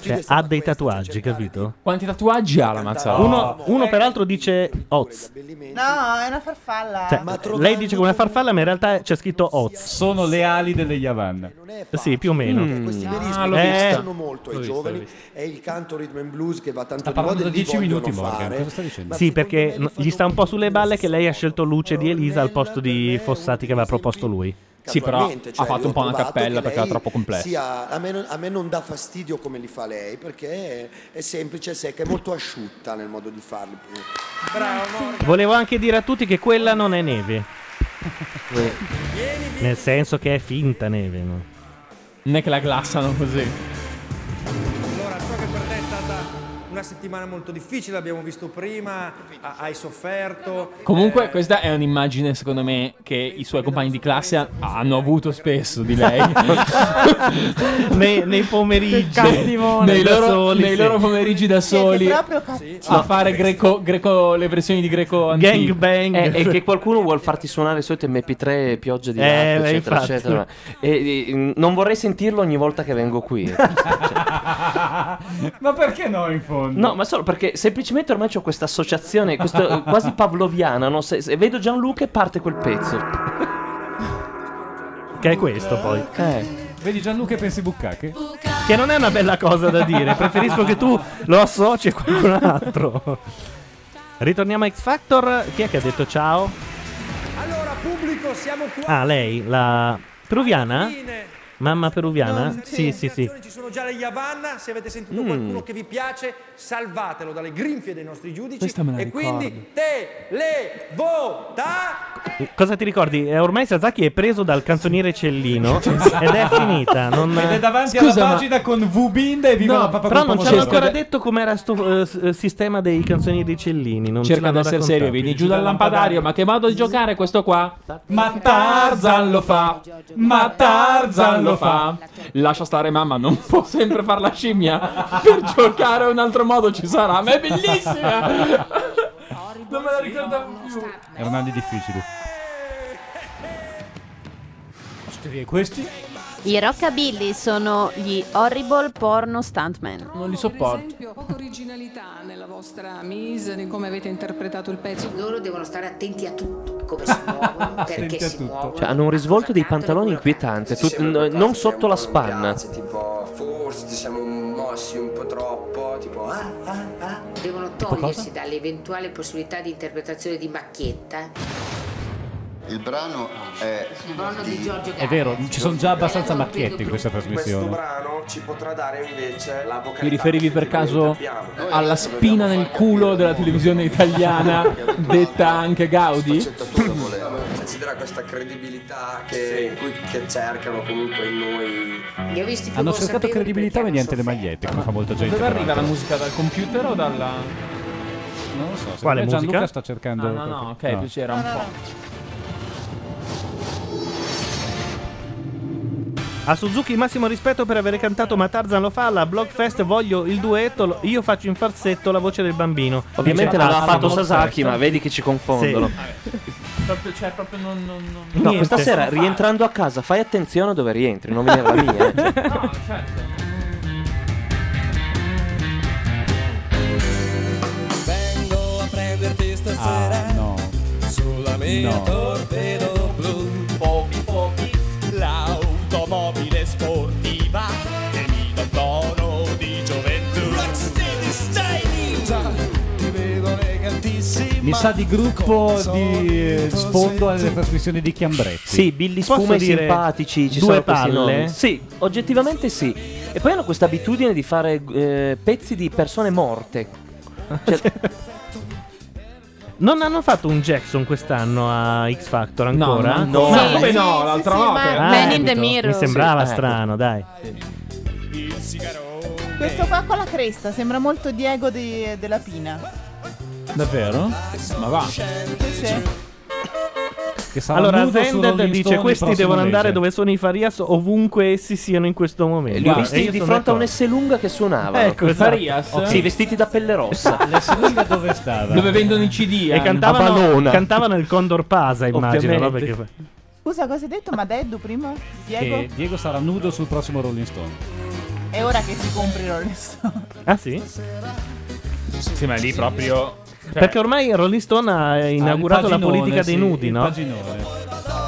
[SPEAKER 1] Cioè, ha dei tatuaggi, capito?
[SPEAKER 4] Quanti tatuaggi ha la Mazzarotta?
[SPEAKER 1] Uno, uno peraltro dice Oz.
[SPEAKER 5] No, è una farfalla.
[SPEAKER 1] Cioè, lei dice come una farfalla, ma in realtà c'è scritto Oz.
[SPEAKER 2] Sono le ali delle Yavan.
[SPEAKER 1] Sì, più o meno.
[SPEAKER 9] Questi
[SPEAKER 4] Mm.
[SPEAKER 9] verismi
[SPEAKER 1] Ah, l'ho
[SPEAKER 9] piacciono
[SPEAKER 1] visto.
[SPEAKER 9] molto
[SPEAKER 1] L'ho
[SPEAKER 9] ai
[SPEAKER 1] visto, l'ho
[SPEAKER 9] giovani. È il canto rhythm and blues che va tanto
[SPEAKER 2] Sta
[SPEAKER 9] di moda
[SPEAKER 2] parlando
[SPEAKER 9] e
[SPEAKER 2] da
[SPEAKER 9] li
[SPEAKER 2] 10
[SPEAKER 9] vogliono
[SPEAKER 2] minuti, Morgan.
[SPEAKER 9] fare.
[SPEAKER 2] Cosa sta dicendo?
[SPEAKER 1] Sì, perché n- gli sta un po' sulle balle che lei ha scelto Luce di Elisa al posto di Fossati che aveva proposto lui.
[SPEAKER 4] Sì, però
[SPEAKER 9] Casualmente, cioè,
[SPEAKER 4] ha fatto
[SPEAKER 9] io
[SPEAKER 4] un po'
[SPEAKER 9] ho
[SPEAKER 4] una
[SPEAKER 9] trovato
[SPEAKER 4] cappella
[SPEAKER 9] che
[SPEAKER 4] perché era
[SPEAKER 9] lei
[SPEAKER 4] troppo complessa.
[SPEAKER 9] sia- a, me non, a me non dà fastidio come li fa lei perché è, è semplice, è secca, è molto asciutta nel modo di farli.
[SPEAKER 1] Volevo anche dire a tutti che quella non è neve. Nel senso che è finta neve. no?
[SPEAKER 4] Non è che la glassano così.
[SPEAKER 7] Allora, so che per te è stata una settimana molto difficile, l'abbiamo visto prima, ha- hai sofferto.
[SPEAKER 4] Comunque, questa è un'immagine, secondo me, che i suoi compagni di classe ha- hanno avuto spesso di
[SPEAKER 15] [laughs]
[SPEAKER 4] lei.
[SPEAKER 1] [laughs]
[SPEAKER 4] [laughs]
[SPEAKER 1] nei, nei pomeriggi.
[SPEAKER 5] cattivone.
[SPEAKER 4] nei,
[SPEAKER 1] Da
[SPEAKER 4] loro,
[SPEAKER 1] soli, sì.
[SPEAKER 4] nei loro pomeriggi da soli.
[SPEAKER 5] proprio cattivi.
[SPEAKER 4] A fare greco, greco, le versioni di greco antico.
[SPEAKER 15] Gangbang. Eh, E, e che qualcuno vuol farti suonare il solito MP3, pioggia di latte,
[SPEAKER 1] Eh, beh,
[SPEAKER 15] eccetera,
[SPEAKER 1] infatti.
[SPEAKER 15] eccetera. E, e, non vorrei sentirlo ogni volta che vengo
[SPEAKER 1] [laughs]
[SPEAKER 15] qui.
[SPEAKER 2] Ma perché no, in fondo?
[SPEAKER 15] No, ma solo perché semplicemente ormai ho questa associazione questo- eh, quasi pavloviana. no? Se, se vedo Gianluca e parte quel pezzo.
[SPEAKER 1] Che è questo poi.
[SPEAKER 15] Eh.
[SPEAKER 2] Vedi Gianluca e pensi bucacche?
[SPEAKER 1] Che non è una bella cosa da dire. Preferisco che tu lo associ a qualcun altro. Ritorniamo a X Factor. Chi è che ha detto ciao?
[SPEAKER 7] Allora, pubblico, siamo qua.
[SPEAKER 1] Ah, lei, la peruviana? Mamma peruviana?
[SPEAKER 7] Non-
[SPEAKER 1] Sì, sì, sì.
[SPEAKER 7] Ci sono già le Yavanna, se avete sentito
[SPEAKER 1] Mm.
[SPEAKER 7] qualcuno che vi piace, salvatelo dalle grinfie dei nostri giudici.
[SPEAKER 1] Questa me la
[SPEAKER 7] e
[SPEAKER 1] ricordo.
[SPEAKER 7] quindi te le vota.
[SPEAKER 1] Cosa ti ricordi? Eh, Ormai Sasaki è preso dal canzoniere Cellino ed è finita. Non...
[SPEAKER 2] Ed è davanti
[SPEAKER 1] Scusa,
[SPEAKER 2] alla
[SPEAKER 1] ma-
[SPEAKER 2] pagina con Vubinda e viva
[SPEAKER 1] No,
[SPEAKER 2] la Papa
[SPEAKER 1] però non
[SPEAKER 2] Coppa
[SPEAKER 1] ci hanno
[SPEAKER 2] Mosca.
[SPEAKER 1] ancora detto com'era sto eh, s- eh, sistema dei canzonieri Cellini. Non
[SPEAKER 4] Cerca di essere serio, vieni giù dal lampadario. Ma che modo di giocare questo qua? Ma Tarzan lo fa. Ma Tarzan lo fa. Lascia stare, mamma, non può sempre far la [laughs] scimmia. Per giocare un altro modo ci sarà. Ma è bellissima. Non me la ricordavo più.
[SPEAKER 2] Era un anno difficile. E questi?
[SPEAKER 19] I rockabilly sono gli horrible porno stuntman.
[SPEAKER 4] Non li
[SPEAKER 10] Per
[SPEAKER 4] sopporto.
[SPEAKER 10] esempio, poca originalità nella vostra mise di come avete interpretato il pezzo.
[SPEAKER 6] Loro devono stare attenti a tutto, come
[SPEAKER 10] [laughs]
[SPEAKER 6] si muovono, perché si muovono.
[SPEAKER 15] Cioè, hanno un risvolto dei pantaloni inquietante, tut- n- non sotto la spanna.
[SPEAKER 23] Tipo, forse ci siamo mossi un po' troppo, tipo, ah, ah, ah.
[SPEAKER 6] Devono togliersi dall'eventuale possibilità di interpretazione di macchietta.
[SPEAKER 17] Il brano è
[SPEAKER 6] Il brano di Giorgio
[SPEAKER 2] È vero, ci sono già abbastanza macchiette in questa trasmissione.
[SPEAKER 23] brano ci potrà dare invece la vocalità.
[SPEAKER 4] Ti riferivi per caso alla spina nel culo della televisione italiana, detta anche Gaudi?
[SPEAKER 23] Considera questa credibilità che, cui- che cercano comunque in noi.
[SPEAKER 6] Li ho visti più
[SPEAKER 2] Hanno cercato
[SPEAKER 6] consapevoli
[SPEAKER 2] credibilità mediante le magliette, come fa molta gente.
[SPEAKER 4] Dove arriva la
[SPEAKER 2] peraltro.
[SPEAKER 4] musica dal computer o dalla.
[SPEAKER 2] Non lo so, secondo
[SPEAKER 1] Quale
[SPEAKER 2] me Gianluca
[SPEAKER 1] musica?
[SPEAKER 2] sta cercando.
[SPEAKER 4] Ah, no, no, ok,
[SPEAKER 2] qualcosa.
[SPEAKER 4] c'era un po'.
[SPEAKER 1] A Suzuki massimo rispetto per aver cantato Ma Tarzan lo fa alla Blockfest voglio il duetto, lo- io faccio in farsetto la voce del bambino.
[SPEAKER 15] Ovviamente
[SPEAKER 1] Dice,
[SPEAKER 15] l'ha
[SPEAKER 1] ah,
[SPEAKER 15] fatto
[SPEAKER 1] la Blockfest.
[SPEAKER 15] Sasaki, ma vedi che ci confondono.
[SPEAKER 1] Sì.
[SPEAKER 4] Proprio, cioè, proprio non. non, non...
[SPEAKER 15] No, questa sera rientrando a casa, fai attenzione dove rientri, non venire la mia. eh.
[SPEAKER 4] No, certo.
[SPEAKER 12] Vengo a prenderti stasera
[SPEAKER 2] Ah,
[SPEAKER 12] sulla mia
[SPEAKER 2] No.
[SPEAKER 12] torpedo blu. Pochi pochi, l'automobile sportiva che mi dà un tono di gioventù. Rocksteady style! Già, ti vedo elegantissima.
[SPEAKER 2] Mi sa di gruppo di sfondo alle trasmissioni di Chiambretti.
[SPEAKER 15] Sì, Billy Spuma e i simpatici, ci sono questi nomi. Sì, oggettivamente sì. E poi hanno questa abitudine di fare eh, pezzi di persone morte. Cioè,
[SPEAKER 1] Non hanno fatto un Jackson quest'anno a X Factor ancora?
[SPEAKER 4] no, no. Ma Sì, come no? sì, L'altra sì, sì, volta. ma-
[SPEAKER 1] Ah,
[SPEAKER 4] Man in
[SPEAKER 1] capito.
[SPEAKER 4] the Mirror.
[SPEAKER 1] Mi sembrava
[SPEAKER 4] Sì, ecco.
[SPEAKER 1] strano, dai.
[SPEAKER 5] Questo qua con la cresta sembra molto Diego di- della Pina.
[SPEAKER 2] Davvero? Ma va.
[SPEAKER 5] Sì.
[SPEAKER 2] Che sarà
[SPEAKER 1] Allora,
[SPEAKER 2] nudo su
[SPEAKER 1] Zended
[SPEAKER 2] Rolling
[SPEAKER 1] dice:
[SPEAKER 2] Stone il
[SPEAKER 1] Questi
[SPEAKER 2] prossimo
[SPEAKER 1] devono andare
[SPEAKER 2] mese."
[SPEAKER 1] dove sono i Farias, ovunque essi siano in questo momento.
[SPEAKER 15] li ho
[SPEAKER 1] E
[SPEAKER 15] visti
[SPEAKER 1] io
[SPEAKER 15] di
[SPEAKER 1] sono
[SPEAKER 15] fronte a un
[SPEAKER 1] d'accordo.
[SPEAKER 15] S lunga che suonava.
[SPEAKER 1] Ecco, esatto. Farias?
[SPEAKER 15] Sì, vestiti da pelle rossa.
[SPEAKER 1] [laughs]
[SPEAKER 2] La seconda dove stava?
[SPEAKER 4] Dove vendono i
[SPEAKER 1] E
[SPEAKER 4] CD? eh? A
[SPEAKER 1] cantavano,
[SPEAKER 4] Valona.
[SPEAKER 1] cantavano il Condor Pasa, immagino. no?
[SPEAKER 4] Ovviamente.
[SPEAKER 1] Perché-
[SPEAKER 5] Scusa, cosa hai detto? Ma Deddu prima? Diego?
[SPEAKER 2] Che Diego sarà nudo sul prossimo Rolling Stone.
[SPEAKER 5] È ora che si compri Rolling Stone.
[SPEAKER 1] Ah, sì?
[SPEAKER 4] Sì, ma lì proprio. Cioè,
[SPEAKER 1] Perché ormai Rolling Stone ha inaugurato la
[SPEAKER 2] Cioè, Ah, paginone,
[SPEAKER 1] politica dei
[SPEAKER 2] sì,
[SPEAKER 1] nudi,
[SPEAKER 2] il
[SPEAKER 1] no?
[SPEAKER 2] paginone.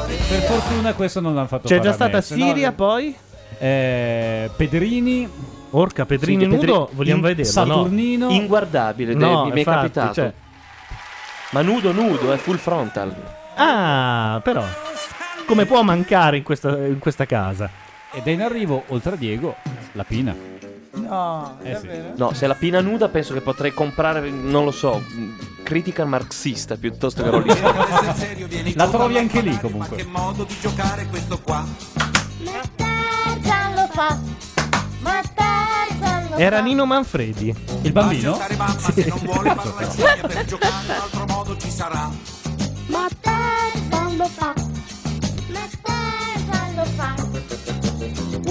[SPEAKER 2] Per fortuna questo non l'hanno fatto
[SPEAKER 1] C'è già
[SPEAKER 2] fare a
[SPEAKER 1] stata
[SPEAKER 2] me, sennò-
[SPEAKER 1] Siria, poi?
[SPEAKER 2] Eh, Pedrini.
[SPEAKER 1] Orca, Pedrini nudo, vogliamo vederlo, no?
[SPEAKER 2] Saturnino.
[SPEAKER 15] Inguardabile,
[SPEAKER 1] No,
[SPEAKER 15] de- mi è
[SPEAKER 1] infatti,
[SPEAKER 15] capitato.
[SPEAKER 1] cioè-
[SPEAKER 15] Ma nudo, nudo, è full frontal.
[SPEAKER 1] Ah, però. Come può mancare in questa, in questa casa?
[SPEAKER 2] Ed è in arrivo, oltre a Diego, la Pina.
[SPEAKER 12] Ah,
[SPEAKER 5] No,
[SPEAKER 2] Eh sì.
[SPEAKER 5] davvero?
[SPEAKER 15] No, se la pina nuda penso che potrei comprare, non lo so, mh, critica marxista piuttosto che Rolling
[SPEAKER 1] [laughs]
[SPEAKER 15] Stone.
[SPEAKER 2] La trovi anche lì comunque.
[SPEAKER 12] modo di giocare questo qua.
[SPEAKER 11] Eh, Ma Tarzan lo fa, ma Tarzan
[SPEAKER 1] Era Nino Manfredi. Il
[SPEAKER 2] bambino?
[SPEAKER 1] Sì.
[SPEAKER 12] per giocare un altro modo ci sarà.
[SPEAKER 16] Ma Tarzan lo fa. Ma Tarzan lo fa.
[SPEAKER 1] [laughs]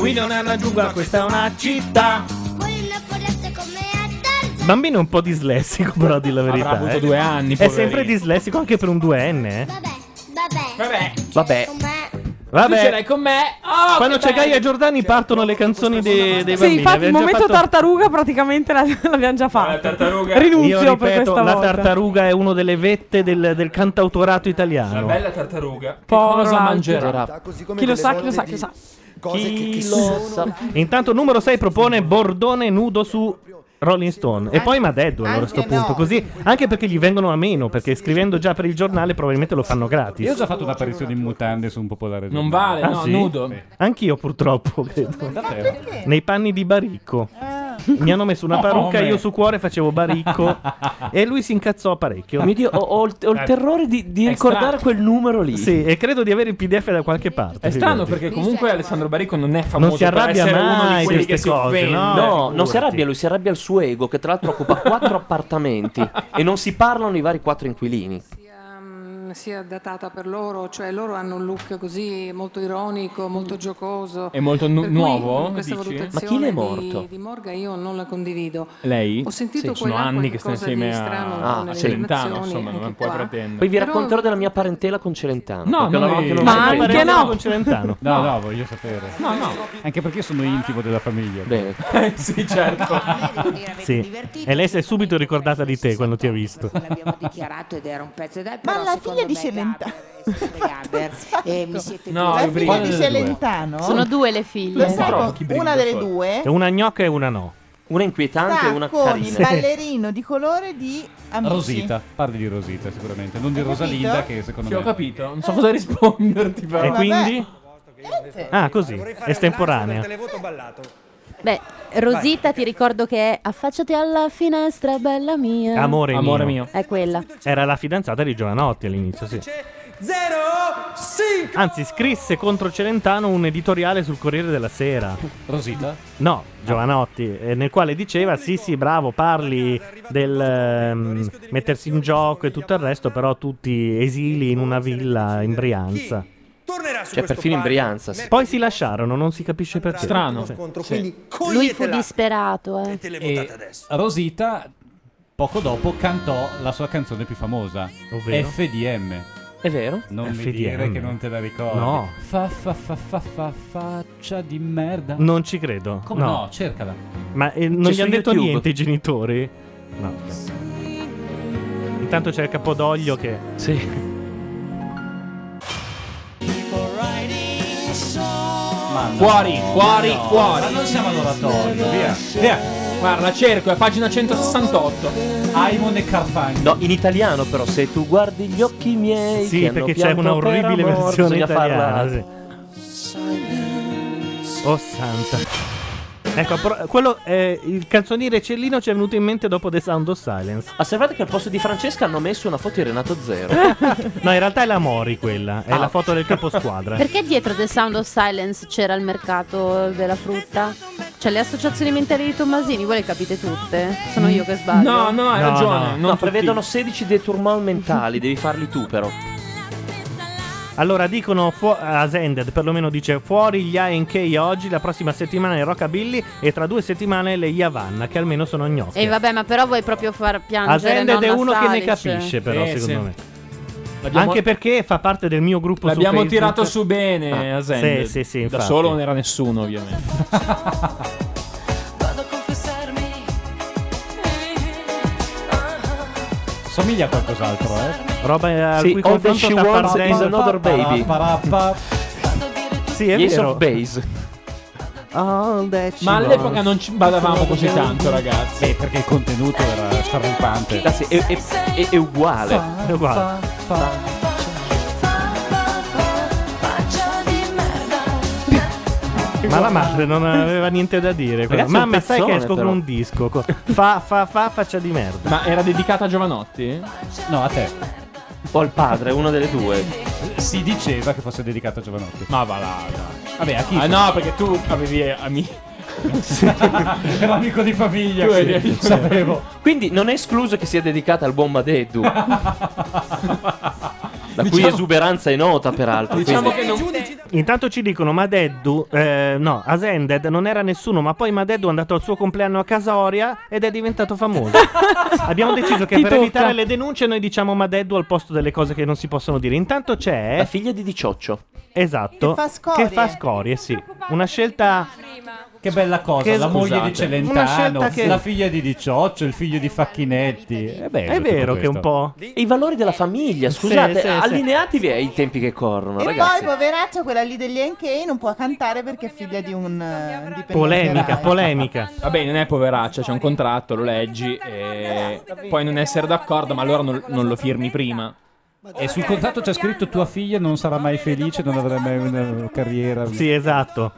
[SPEAKER 1] Qui non è una giungla, questa è una città.
[SPEAKER 16] Quello foreste come a Tarzan.
[SPEAKER 1] Il Bambino è un po' dislessico, però, di la verità.
[SPEAKER 4] avuto
[SPEAKER 1] eh.
[SPEAKER 4] due anni,
[SPEAKER 1] È
[SPEAKER 4] poverino.
[SPEAKER 1] sempre dislessico anche per un 2N. eh.
[SPEAKER 16] Vabbè. Vabbè.
[SPEAKER 1] Vabbè.
[SPEAKER 4] Tu ce l'hai
[SPEAKER 1] Vabbè.
[SPEAKER 4] con me. Oh,
[SPEAKER 1] Quando
[SPEAKER 4] che
[SPEAKER 1] c'è Gaia
[SPEAKER 4] bello.
[SPEAKER 1] Giordani partono le canzoni dei, dei bambini.
[SPEAKER 13] Sì, infatti, il
[SPEAKER 1] Abbiamo già
[SPEAKER 13] momento
[SPEAKER 1] fatto-
[SPEAKER 13] tartaruga praticamente la- [laughs] l'abbiamo già fatta.
[SPEAKER 1] Io
[SPEAKER 13] Rinunzio
[SPEAKER 1] ripeto,
[SPEAKER 13] per questa
[SPEAKER 1] la
[SPEAKER 13] volta.
[SPEAKER 1] tartaruga è una delle vette del, del cantautorato
[SPEAKER 20] Una
[SPEAKER 1] italiano.
[SPEAKER 20] bella tartaruga. Che
[SPEAKER 1] Povero
[SPEAKER 20] cosa
[SPEAKER 1] altro.
[SPEAKER 20] mangerà?
[SPEAKER 1] Chi lo sa, chi lo sa, chi lo sa. Intanto numero 6 propone Bordone nudo su Rolling Stone e poi Madeddu allora a sto
[SPEAKER 2] anche no.
[SPEAKER 1] punto così anche perché gli vengono a meno perché scrivendo già per il giornale probabilmente lo fanno gratis
[SPEAKER 2] Io ho già fatto un'apparizione in mutande su un popolare.
[SPEAKER 1] Non
[SPEAKER 2] giornale.
[SPEAKER 1] vale, no, nudo. anch'io purtroppo credo
[SPEAKER 2] Davvero? Oh,
[SPEAKER 1] nei panni di Baricco
[SPEAKER 2] Ah.
[SPEAKER 1] mi hanno messo una parrucca
[SPEAKER 15] Come?
[SPEAKER 1] io su cuore facevo
[SPEAKER 2] [laughs]
[SPEAKER 1] Baricco e lui si incazzò parecchio
[SPEAKER 15] Mi dio- ho, ho il- ho il
[SPEAKER 1] Eh.
[SPEAKER 15] terrore di, di
[SPEAKER 1] È
[SPEAKER 15] ricordare
[SPEAKER 1] strano.
[SPEAKER 15] quel numero lì.
[SPEAKER 1] sì e credo di avere il pdf da qualche parte
[SPEAKER 15] È strano
[SPEAKER 1] figurati.
[SPEAKER 15] perché
[SPEAKER 4] Comunque Alessandro Barico non è famoso
[SPEAKER 1] Non si arrabbia
[SPEAKER 4] per essere uno
[SPEAKER 1] mai
[SPEAKER 4] di
[SPEAKER 1] di
[SPEAKER 4] quelli che
[SPEAKER 1] queste
[SPEAKER 4] si
[SPEAKER 1] cose,
[SPEAKER 4] offende. Cioè,
[SPEAKER 1] no?
[SPEAKER 15] No, non
[SPEAKER 1] figurati.
[SPEAKER 15] si arrabbia lui, si arrabbia il suo ego, che tra l'altro occupa quattro
[SPEAKER 1] [laughs]
[SPEAKER 15] appartamenti e non si parlano i vari quattro inquilini.
[SPEAKER 10] Mm, sia datata per loro, cioè loro hanno un look così molto ironico, molto giocoso.
[SPEAKER 4] È molto nu-
[SPEAKER 10] Per cui,
[SPEAKER 4] nuovo,
[SPEAKER 10] Questa
[SPEAKER 4] dici?
[SPEAKER 10] valutazione
[SPEAKER 4] Ma chi l'è
[SPEAKER 10] di-
[SPEAKER 4] morto?
[SPEAKER 10] Di, Morga io non la condivido.
[SPEAKER 4] Lei?
[SPEAKER 10] Ho sentito
[SPEAKER 4] Sì, sono
[SPEAKER 10] qua e là
[SPEAKER 4] anni che sta
[SPEAKER 10] qualcosa di
[SPEAKER 4] insieme a-
[SPEAKER 10] strano
[SPEAKER 4] Ah,
[SPEAKER 10] nelle
[SPEAKER 4] sì. Celentano,
[SPEAKER 10] relazioni,
[SPEAKER 4] insomma, non
[SPEAKER 10] anche
[SPEAKER 4] puoi
[SPEAKER 10] qua.
[SPEAKER 4] pretendere.
[SPEAKER 15] Poi vi
[SPEAKER 10] Però-
[SPEAKER 15] racconterò della mia parentela con Celentano.
[SPEAKER 4] No,
[SPEAKER 15] perché
[SPEAKER 4] no,
[SPEAKER 15] una volta
[SPEAKER 4] no,
[SPEAKER 15] non
[SPEAKER 4] ma
[SPEAKER 15] l'ho
[SPEAKER 4] anche
[SPEAKER 15] saputo.
[SPEAKER 4] no.
[SPEAKER 1] con Celentano
[SPEAKER 2] No, no, voglio sapere.
[SPEAKER 4] No, no.
[SPEAKER 2] Anche perché sono intimo della famiglia.
[SPEAKER 1] [laughs]
[SPEAKER 15] Bene.
[SPEAKER 4] sì, certo.
[SPEAKER 1] Eh, Sì. E lei si è subito ricordata di te quando ti ha visto. Ah,
[SPEAKER 6] dichiarato ed era un pezzo ed è
[SPEAKER 5] Ma
[SPEAKER 6] però
[SPEAKER 5] la
[SPEAKER 6] secondo
[SPEAKER 5] figlia di
[SPEAKER 6] me
[SPEAKER 5] Celentano. [laughs]
[SPEAKER 6] Gaber e mi siete
[SPEAKER 1] No,
[SPEAKER 5] la
[SPEAKER 1] è
[SPEAKER 5] figlia
[SPEAKER 1] Brigida.
[SPEAKER 5] di Celentano.
[SPEAKER 11] Sono due le figlie.
[SPEAKER 5] Lo sai
[SPEAKER 1] Però
[SPEAKER 5] con-
[SPEAKER 1] chi
[SPEAKER 5] una
[SPEAKER 1] brilla
[SPEAKER 5] delle
[SPEAKER 1] solo?
[SPEAKER 5] due
[SPEAKER 1] E una gnocca e una no.
[SPEAKER 15] Una inquietante
[SPEAKER 5] sta con il ballerino di colore di Amici.
[SPEAKER 2] Rosita, parli di Rosita sicuramente, non di
[SPEAKER 5] Hai
[SPEAKER 2] Rosalinda
[SPEAKER 5] capito?
[SPEAKER 2] che secondo
[SPEAKER 4] Sì,
[SPEAKER 2] me...
[SPEAKER 4] ho capito, non so cosa risponderti però.
[SPEAKER 1] E quindi? Ah, così, estemporanea.
[SPEAKER 3] Beh, Rosita ti ricordo che è affacciati alla finestra, bella mia.
[SPEAKER 1] Amore,
[SPEAKER 4] Amore
[SPEAKER 1] mio.
[SPEAKER 3] È quella.
[SPEAKER 1] Era la fidanzata di Giovanotti all'inizio, sì.
[SPEAKER 7] Zero, sì.
[SPEAKER 1] Anzi, scrisse contro Celentano un editoriale sul Corriere della Sera.
[SPEAKER 2] Rosita?
[SPEAKER 1] No, Giovanotti, eh, nel quale diceva: Sì, sì, bravo, parli del ehm, mettersi in gioco e tutto il resto, però tutti esili in una villa in Brianza.
[SPEAKER 15] Cioè, perfino in Brianza. sì.
[SPEAKER 1] Poi si lasciarono, non si capisce perché.
[SPEAKER 15] Strano.
[SPEAKER 1] Sì.
[SPEAKER 15] Quindi
[SPEAKER 3] Lui fu disperato, eh.
[SPEAKER 2] E Rosita poco dopo cantò la sua canzone più famosa,
[SPEAKER 1] Ovvero?
[SPEAKER 2] FDM.
[SPEAKER 15] È vero?
[SPEAKER 2] Non mi
[SPEAKER 1] FDM.
[SPEAKER 2] dire che non te la ricordi.
[SPEAKER 1] No.
[SPEAKER 2] Fa fa fa fa fa faccia di merda.
[SPEAKER 1] Non ci credo.
[SPEAKER 2] Come no, cercala.
[SPEAKER 1] Ma eh, non
[SPEAKER 2] C'è
[SPEAKER 1] gli
[SPEAKER 2] su
[SPEAKER 1] hanno detto
[SPEAKER 2] YouTube.
[SPEAKER 1] niente i genitori? No. Intanto c'è il capodoglio che. Sì.
[SPEAKER 4] Fuori, fuori,
[SPEAKER 2] No,
[SPEAKER 4] fuori.
[SPEAKER 2] Ma non siamo all'oratorio, via.
[SPEAKER 4] Via. Guarda, la cerco, è pagina 168.
[SPEAKER 2] Aimon e Carfagna.
[SPEAKER 15] No, in italiano però, se tu guardi gli occhi miei...
[SPEAKER 1] Sì,
[SPEAKER 15] che hanno
[SPEAKER 1] perché c'è
[SPEAKER 15] pianto
[SPEAKER 1] una
[SPEAKER 15] per
[SPEAKER 1] orribile
[SPEAKER 15] amor,
[SPEAKER 1] versione
[SPEAKER 15] bisogna
[SPEAKER 1] italiana.
[SPEAKER 15] farla-
[SPEAKER 1] sì. Oh santa. Ecco, però, quello è il canzoniere Cellino ci è venuto in mente dopo The Sound of Silence.
[SPEAKER 15] Osservate che al posto di Francesca hanno messo una foto di Renato Zero.
[SPEAKER 1] [laughs] No, in realtà è la Mori quella, è
[SPEAKER 15] Ah.
[SPEAKER 1] la foto
[SPEAKER 15] [laughs]
[SPEAKER 1] del caposquadra.
[SPEAKER 11] Perché dietro The Sound of Silence c'era il mercato della frutta? Cioè le associazioni mentali di Tommasini, voi le capite tutte? Sono io che sbaglio.
[SPEAKER 4] no, hai ragione, non
[SPEAKER 15] No,
[SPEAKER 4] tutti.
[SPEAKER 15] prevedono 16 deturmal mentali,
[SPEAKER 1] [laughs]
[SPEAKER 15] devi farli tu però.
[SPEAKER 1] Allora dicono fu- eh, Ascended perlomeno dice fuori gli A&K oggi, la prossima settimana è Rockabilly e tra due settimane le Yavanna che almeno sono gnocchi.
[SPEAKER 11] E vabbè, ma però vuoi proprio far piangere
[SPEAKER 1] Ascended è
[SPEAKER 11] nonna
[SPEAKER 1] uno che ne
[SPEAKER 11] Salice.
[SPEAKER 1] capisce però
[SPEAKER 4] Eh,
[SPEAKER 1] secondo
[SPEAKER 4] sì.
[SPEAKER 1] me.
[SPEAKER 4] L'abbiamo-
[SPEAKER 1] Anche perché fa parte del mio gruppo su
[SPEAKER 4] L'abbiamo
[SPEAKER 1] Facebook.
[SPEAKER 4] tirato su bene,
[SPEAKER 1] Ah,
[SPEAKER 4] Ascended.
[SPEAKER 1] Sì, sì, sì,
[SPEAKER 4] Da
[SPEAKER 1] infatti.
[SPEAKER 4] solo non era nessuno, ovviamente.
[SPEAKER 12] Vado a confessarmi.
[SPEAKER 2] Somiglia a qualcos'altro, eh.
[SPEAKER 1] Roba
[SPEAKER 15] Sì,
[SPEAKER 1] al
[SPEAKER 15] All
[SPEAKER 1] cui
[SPEAKER 15] That
[SPEAKER 1] confronto
[SPEAKER 15] She
[SPEAKER 1] sta
[SPEAKER 15] Wants
[SPEAKER 1] partendo-
[SPEAKER 15] Is Another Baby.
[SPEAKER 1] Sì, è
[SPEAKER 15] Ace
[SPEAKER 1] vero.
[SPEAKER 15] of Base.
[SPEAKER 4] Ma all'epoca non ci badavamo così tanto, ragazzi.
[SPEAKER 2] Beh, Eh, perché il contenuto era straripante.
[SPEAKER 15] Ragazzi, è, è- è- è uguale.
[SPEAKER 1] È uguale. Ma la madre non aveva niente da dire. quella.
[SPEAKER 4] Ragazzi, è un
[SPEAKER 1] Mamma, sai che
[SPEAKER 4] pezzone,
[SPEAKER 1] esco
[SPEAKER 4] però.
[SPEAKER 1] con un disco. co- Fa, fa, fa, faccia di merda.
[SPEAKER 4] Ma era dedicata a Giovanotti?
[SPEAKER 2] No, a te.
[SPEAKER 15] O al padre, una delle due.
[SPEAKER 2] Si diceva che fosse dedicato a Giovanotti.
[SPEAKER 4] Ma va là.
[SPEAKER 2] Vabbè, a chi?
[SPEAKER 4] Ah no, perché tu avevi ami-
[SPEAKER 2] [laughs] Era amico di famiglia.
[SPEAKER 15] Tu
[SPEAKER 2] sì,
[SPEAKER 15] hai-
[SPEAKER 2] sapevo.
[SPEAKER 15] Quindi non è escluso che sia dedicata al buon Madeddu. La cui esuberanza è nota, peraltro.
[SPEAKER 1] diciamo
[SPEAKER 15] quindi-
[SPEAKER 1] Intanto ci dicono Madeddu, eh, no, Asended non era nessuno, ma poi Madeddu è andato al suo compleanno a Casoria ed è diventato
[SPEAKER 2] [laughs]
[SPEAKER 1] famoso. Abbiamo deciso che
[SPEAKER 15] Ti
[SPEAKER 1] per
[SPEAKER 15] tocca.
[SPEAKER 1] evitare le denunce noi diciamo Madeddu al posto delle cose che non si possono dire. Intanto c'è... La
[SPEAKER 15] figlia di Dicioccio.
[SPEAKER 1] Esatto.
[SPEAKER 5] Che fa scorie.
[SPEAKER 1] Che fa scorie, sì. Una scelta...
[SPEAKER 2] Che bella cosa,
[SPEAKER 1] Che-
[SPEAKER 2] la moglie
[SPEAKER 1] scusate.
[SPEAKER 2] di
[SPEAKER 1] Una scelta
[SPEAKER 2] Celentano,
[SPEAKER 1] che-
[SPEAKER 2] la figlia di Dicioccio, il figlio di Facchinetti. È, bello
[SPEAKER 1] È
[SPEAKER 2] tutto
[SPEAKER 1] vero che
[SPEAKER 2] questo.
[SPEAKER 1] un po'...
[SPEAKER 15] I valori della famiglia, scusate,
[SPEAKER 1] Sì, sì, sì.
[SPEAKER 15] allineatevi ai tempi che corrono,
[SPEAKER 5] E
[SPEAKER 15] ragazzi.
[SPEAKER 5] poi, poveraccia, quella lì degli NK non può cantare perché è figlia di un eh, dipendente Rai.
[SPEAKER 1] polemica.
[SPEAKER 4] Vabbè, non è poveraccia, c'è un contratto, lo leggi e puoi non essere d'accordo, ma allora non, non lo firmi prima.
[SPEAKER 2] E sul contratto c'è scritto tua figlia non sarà mai felice, non avrà mai una carriera.
[SPEAKER 1] Sì, esatto.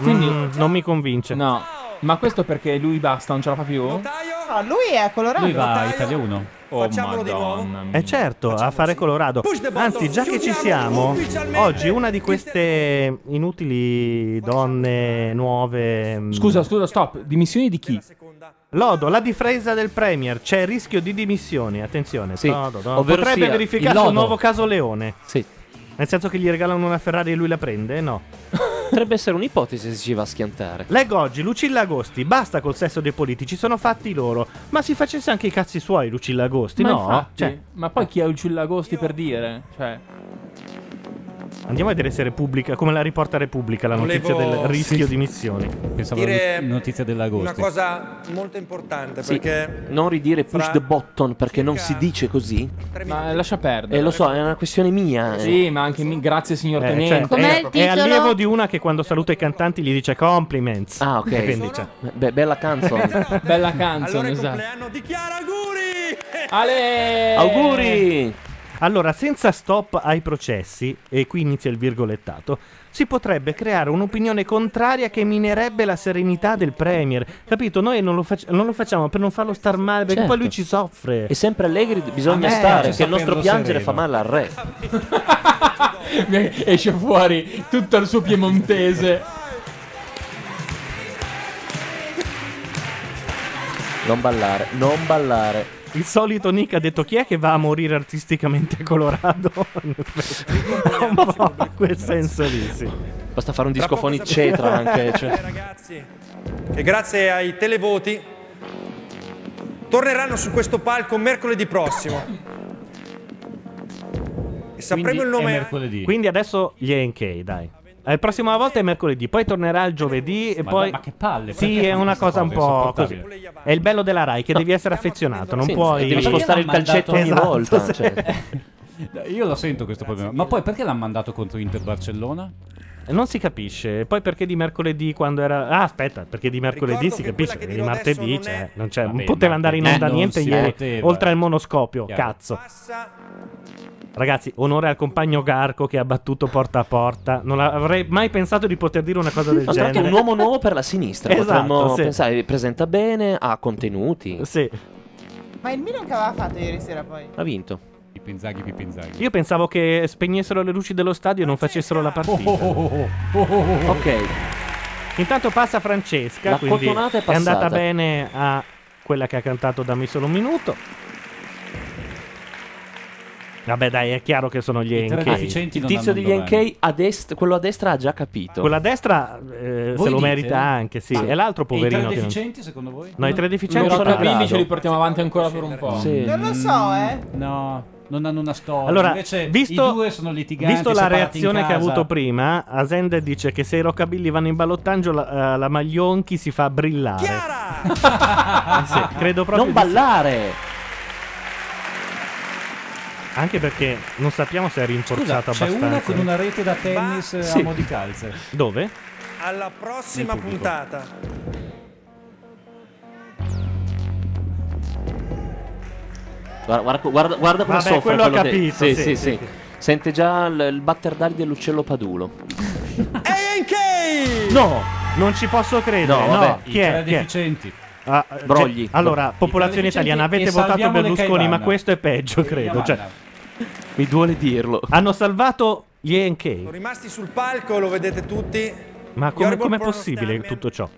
[SPEAKER 2] Mm,
[SPEAKER 4] Quindi
[SPEAKER 1] non mi convince.
[SPEAKER 4] No, ma questo perché lui basta, non ce la fa più?
[SPEAKER 5] No, ah, lui è colorato.
[SPEAKER 4] Lui va a
[SPEAKER 2] Italia 1.
[SPEAKER 4] Oh, madonna.
[SPEAKER 1] Eh certo, a fare Colorado. Anzi, già che ci siamo, oggi una di queste inutili donne nuove. mm,
[SPEAKER 4] Scusa, scusa, stop. Dimissioni di chi?
[SPEAKER 1] Lodo, la difesa del Premier, c'è rischio di dimissioni, attenzione.
[SPEAKER 4] Sì,
[SPEAKER 1] No, no, no.
[SPEAKER 4] ovvero
[SPEAKER 1] Potrebbe
[SPEAKER 4] sia, il
[SPEAKER 1] verificarsi
[SPEAKER 4] lodo.
[SPEAKER 1] un nuovo caso Leone.
[SPEAKER 15] Sì.
[SPEAKER 1] Nel senso che gli regalano una Ferrari e lui la prende? No.
[SPEAKER 15] [laughs] Potrebbe essere un'ipotesi se ci va a schiantare.
[SPEAKER 1] Leggo oggi Lucilla Agosti, basta col sesso dei politici, sono fatti loro. Ma si facesse anche i cazzi suoi Lucilla Agosti,
[SPEAKER 4] Ma
[SPEAKER 1] no?
[SPEAKER 4] infatti,
[SPEAKER 1] Cioè,
[SPEAKER 4] ma poi chi è Uccilla Agosti per dire? Cioè,
[SPEAKER 1] andiamo a vedere se Repubblica, come la riporta Repubblica la notizia
[SPEAKER 7] Volevo-
[SPEAKER 1] del rischio
[SPEAKER 7] Sì.
[SPEAKER 1] di missioni.
[SPEAKER 2] Pensavo
[SPEAKER 7] Dire
[SPEAKER 2] alla not- notizia
[SPEAKER 7] Una
[SPEAKER 2] dell'agosto.
[SPEAKER 7] cosa molto importante
[SPEAKER 15] Sì,
[SPEAKER 7] perché
[SPEAKER 15] non ridire push
[SPEAKER 7] fra-
[SPEAKER 15] the button perché non si dice così.
[SPEAKER 4] ma lascia perdere.
[SPEAKER 15] E lo so, è una questione mia. eh.
[SPEAKER 4] Sì, ma anche mi- grazie signor
[SPEAKER 1] Eh,
[SPEAKER 4] Tenente.
[SPEAKER 1] cioè, è, è allievo di una che quando saluta i cantanti gli dice compliments.
[SPEAKER 15] Ah, ok. Be- bella
[SPEAKER 7] [laughs]
[SPEAKER 15] canzone.
[SPEAKER 4] Bella canzone, esatto. Ale!
[SPEAKER 15] Auguri!
[SPEAKER 1] Allora, senza stop ai processi, e qui inizia il virgolettato, si potrebbe creare un'opinione contraria che minerebbe la serenità del Premier. Capito? Noi non lo, fac- non lo facciamo per non farlo star male, perché
[SPEAKER 15] Certo.
[SPEAKER 1] poi lui ci soffre.
[SPEAKER 15] E sempre allegri d- bisogna
[SPEAKER 1] Eh,
[SPEAKER 15] stare,
[SPEAKER 1] ci
[SPEAKER 15] che il
[SPEAKER 1] sta
[SPEAKER 15] nostro
[SPEAKER 1] Perlo
[SPEAKER 15] piangere
[SPEAKER 1] Sereno.
[SPEAKER 15] fa male al re.
[SPEAKER 4] [laughs] Esce fuori tutto il suo piemontese.
[SPEAKER 15] Non ballare, non ballare.
[SPEAKER 1] Il solito Nick ha detto chi è che va a morire artisticamente a Colorado? [laughs] In effetti. Un po' quel senso lì, sì.
[SPEAKER 15] Basta fare un
[SPEAKER 7] Tra
[SPEAKER 15] disco
[SPEAKER 7] poco
[SPEAKER 15] fonicetra
[SPEAKER 7] sapete- [laughs]
[SPEAKER 15] anche. cioè.
[SPEAKER 7] Ragazzi, che grazie ai televoti torneranno su questo palco mercoledì prossimo. E sapremo il nome.
[SPEAKER 1] Quindi adesso gli NK, dai. Eh, Il prossimo volta è mercoledì, poi tornerà il giovedì e
[SPEAKER 2] Ma
[SPEAKER 1] poi...
[SPEAKER 2] da- ma che palle,
[SPEAKER 1] Sì,
[SPEAKER 2] perché
[SPEAKER 1] è
[SPEAKER 2] fanno
[SPEAKER 1] una
[SPEAKER 2] questa
[SPEAKER 1] cosa un
[SPEAKER 2] cosa
[SPEAKER 1] po' così.
[SPEAKER 2] insopportabile?
[SPEAKER 1] È il bello della Rai, che devi essere affezionato, non
[SPEAKER 2] Sì,
[SPEAKER 1] puoi...
[SPEAKER 2] devi spostare il Ma perché calcetto l'hanno ogni mandato? volta,
[SPEAKER 1] Sì.
[SPEAKER 2] cioè. [laughs] Io lo sento questo problema. Ma poi perché l'hanno mandato contro Inter Barcellona?
[SPEAKER 1] Non si capisce. Poi perché di mercoledì quando era... Ah, aspetta, perché di mercoledì si capisce, perché di martedì c'è... non c'è... Cioè, non
[SPEAKER 2] Vabbè,
[SPEAKER 1] poteva andare in
[SPEAKER 2] martedì
[SPEAKER 1] onda
[SPEAKER 2] Eh, non
[SPEAKER 1] niente
[SPEAKER 2] si
[SPEAKER 1] ieri,
[SPEAKER 2] poteva,
[SPEAKER 1] oltre
[SPEAKER 2] eh.
[SPEAKER 1] al monoscopio,
[SPEAKER 2] Chiaro.
[SPEAKER 1] cazzo. Ragazzi, onore al compagno Garco che ha battuto porta a porta. Non avrei mai pensato di poter dire una cosa del
[SPEAKER 15] No, tra
[SPEAKER 1] genere.
[SPEAKER 15] l'altro è un uomo nuovo per la sinistra.
[SPEAKER 1] [laughs] Esatto,
[SPEAKER 15] Potremmo
[SPEAKER 1] sì.
[SPEAKER 15] pensare, presenta bene, ha contenuti.
[SPEAKER 1] Sì.
[SPEAKER 5] Ma il Milan che aveva fatto ieri sera poi?
[SPEAKER 15] Ha vinto.
[SPEAKER 2] Pinzaghi, Pinzaghi.
[SPEAKER 1] Io pensavo che spegnessero le luci dello stadio e non facessero la
[SPEAKER 15] Oh,
[SPEAKER 1] partita.
[SPEAKER 15] Ok.
[SPEAKER 1] Intanto passa Francesca,
[SPEAKER 15] La
[SPEAKER 1] quindi
[SPEAKER 15] cotonata è
[SPEAKER 1] è, andata
[SPEAKER 15] passata.
[SPEAKER 1] bene a quella che ha cantato Dammi solo un minuto. Vabbè, dai, è chiaro che sono gli Yankee.
[SPEAKER 15] Il tizio degli NK a destra, quello a destra ha già capito.
[SPEAKER 1] Quella a destra eh, se
[SPEAKER 15] Voi
[SPEAKER 1] lo
[SPEAKER 15] dite?
[SPEAKER 1] merita anche, sì.
[SPEAKER 15] Ma-
[SPEAKER 1] e l'altro
[SPEAKER 15] e i tre
[SPEAKER 1] poverino. che non-
[SPEAKER 2] deficienti, secondo voi?
[SPEAKER 1] No, i tre deficienti
[SPEAKER 4] Loro
[SPEAKER 1] sono a
[SPEAKER 4] capelli ce
[SPEAKER 1] grado.
[SPEAKER 4] li portiamo avanti ancora per un po'.
[SPEAKER 2] Non
[SPEAKER 5] lo so, eh.
[SPEAKER 2] No, non hanno una storia.
[SPEAKER 1] Allora,
[SPEAKER 2] Invece
[SPEAKER 1] visto,
[SPEAKER 2] i due sono litiganti.
[SPEAKER 1] visto la
[SPEAKER 2] separati in
[SPEAKER 1] reazione che ha
[SPEAKER 2] casa.
[SPEAKER 1] avuto prima, Asende dice che se i roccabilli vanno in ballottaggio, la, eh, la Maglionchi si fa brillare. Eh sì, credo proprio
[SPEAKER 15] non
[SPEAKER 1] di sì.
[SPEAKER 15] ballare!
[SPEAKER 1] Anche perché non sappiamo se è
[SPEAKER 2] Scusa,
[SPEAKER 1] rinforzato
[SPEAKER 2] c'è
[SPEAKER 1] abbastanza.
[SPEAKER 2] una con una rete da tennis eh,
[SPEAKER 1] Sì.
[SPEAKER 2] a mo' di calze.
[SPEAKER 1] Dove? Eh,
[SPEAKER 7] Alla prossima
[SPEAKER 1] Nel pubblico. [laughs]
[SPEAKER 7] puntata.
[SPEAKER 15] Guarda, guarda, guarda, guarda come
[SPEAKER 1] Vabbè,
[SPEAKER 15] soffre
[SPEAKER 1] quello ha
[SPEAKER 15] quello de-
[SPEAKER 1] capito,
[SPEAKER 15] Sì,
[SPEAKER 1] sì,
[SPEAKER 15] sì,
[SPEAKER 1] sì,
[SPEAKER 15] sì.
[SPEAKER 1] sì.
[SPEAKER 15] Sente già il, il batter d'ali dell'uccello padulo.
[SPEAKER 7] NK!
[SPEAKER 1] No, non ci posso credere.
[SPEAKER 15] No,
[SPEAKER 1] No,
[SPEAKER 15] vabbè,
[SPEAKER 1] chi
[SPEAKER 15] i
[SPEAKER 1] è?
[SPEAKER 15] tre
[SPEAKER 1] Chi è?
[SPEAKER 2] deficienti.
[SPEAKER 1] Ah, eh,
[SPEAKER 15] Brogli.
[SPEAKER 1] cioè, allora,
[SPEAKER 15] I
[SPEAKER 1] popolazione
[SPEAKER 15] tre
[SPEAKER 1] italiana,
[SPEAKER 15] deficienti
[SPEAKER 1] avete
[SPEAKER 15] e
[SPEAKER 1] votato
[SPEAKER 15] salviamo le
[SPEAKER 1] Berlusconi, ma
[SPEAKER 15] Caivana.
[SPEAKER 1] questo è peggio, credo. Cioè,
[SPEAKER 15] Mi duole dirlo.
[SPEAKER 1] hanno salvato gli NK.
[SPEAKER 7] Rimasti sul palco, lo vedete tutti.
[SPEAKER 1] Ma come, com'è possibile tutto ciò?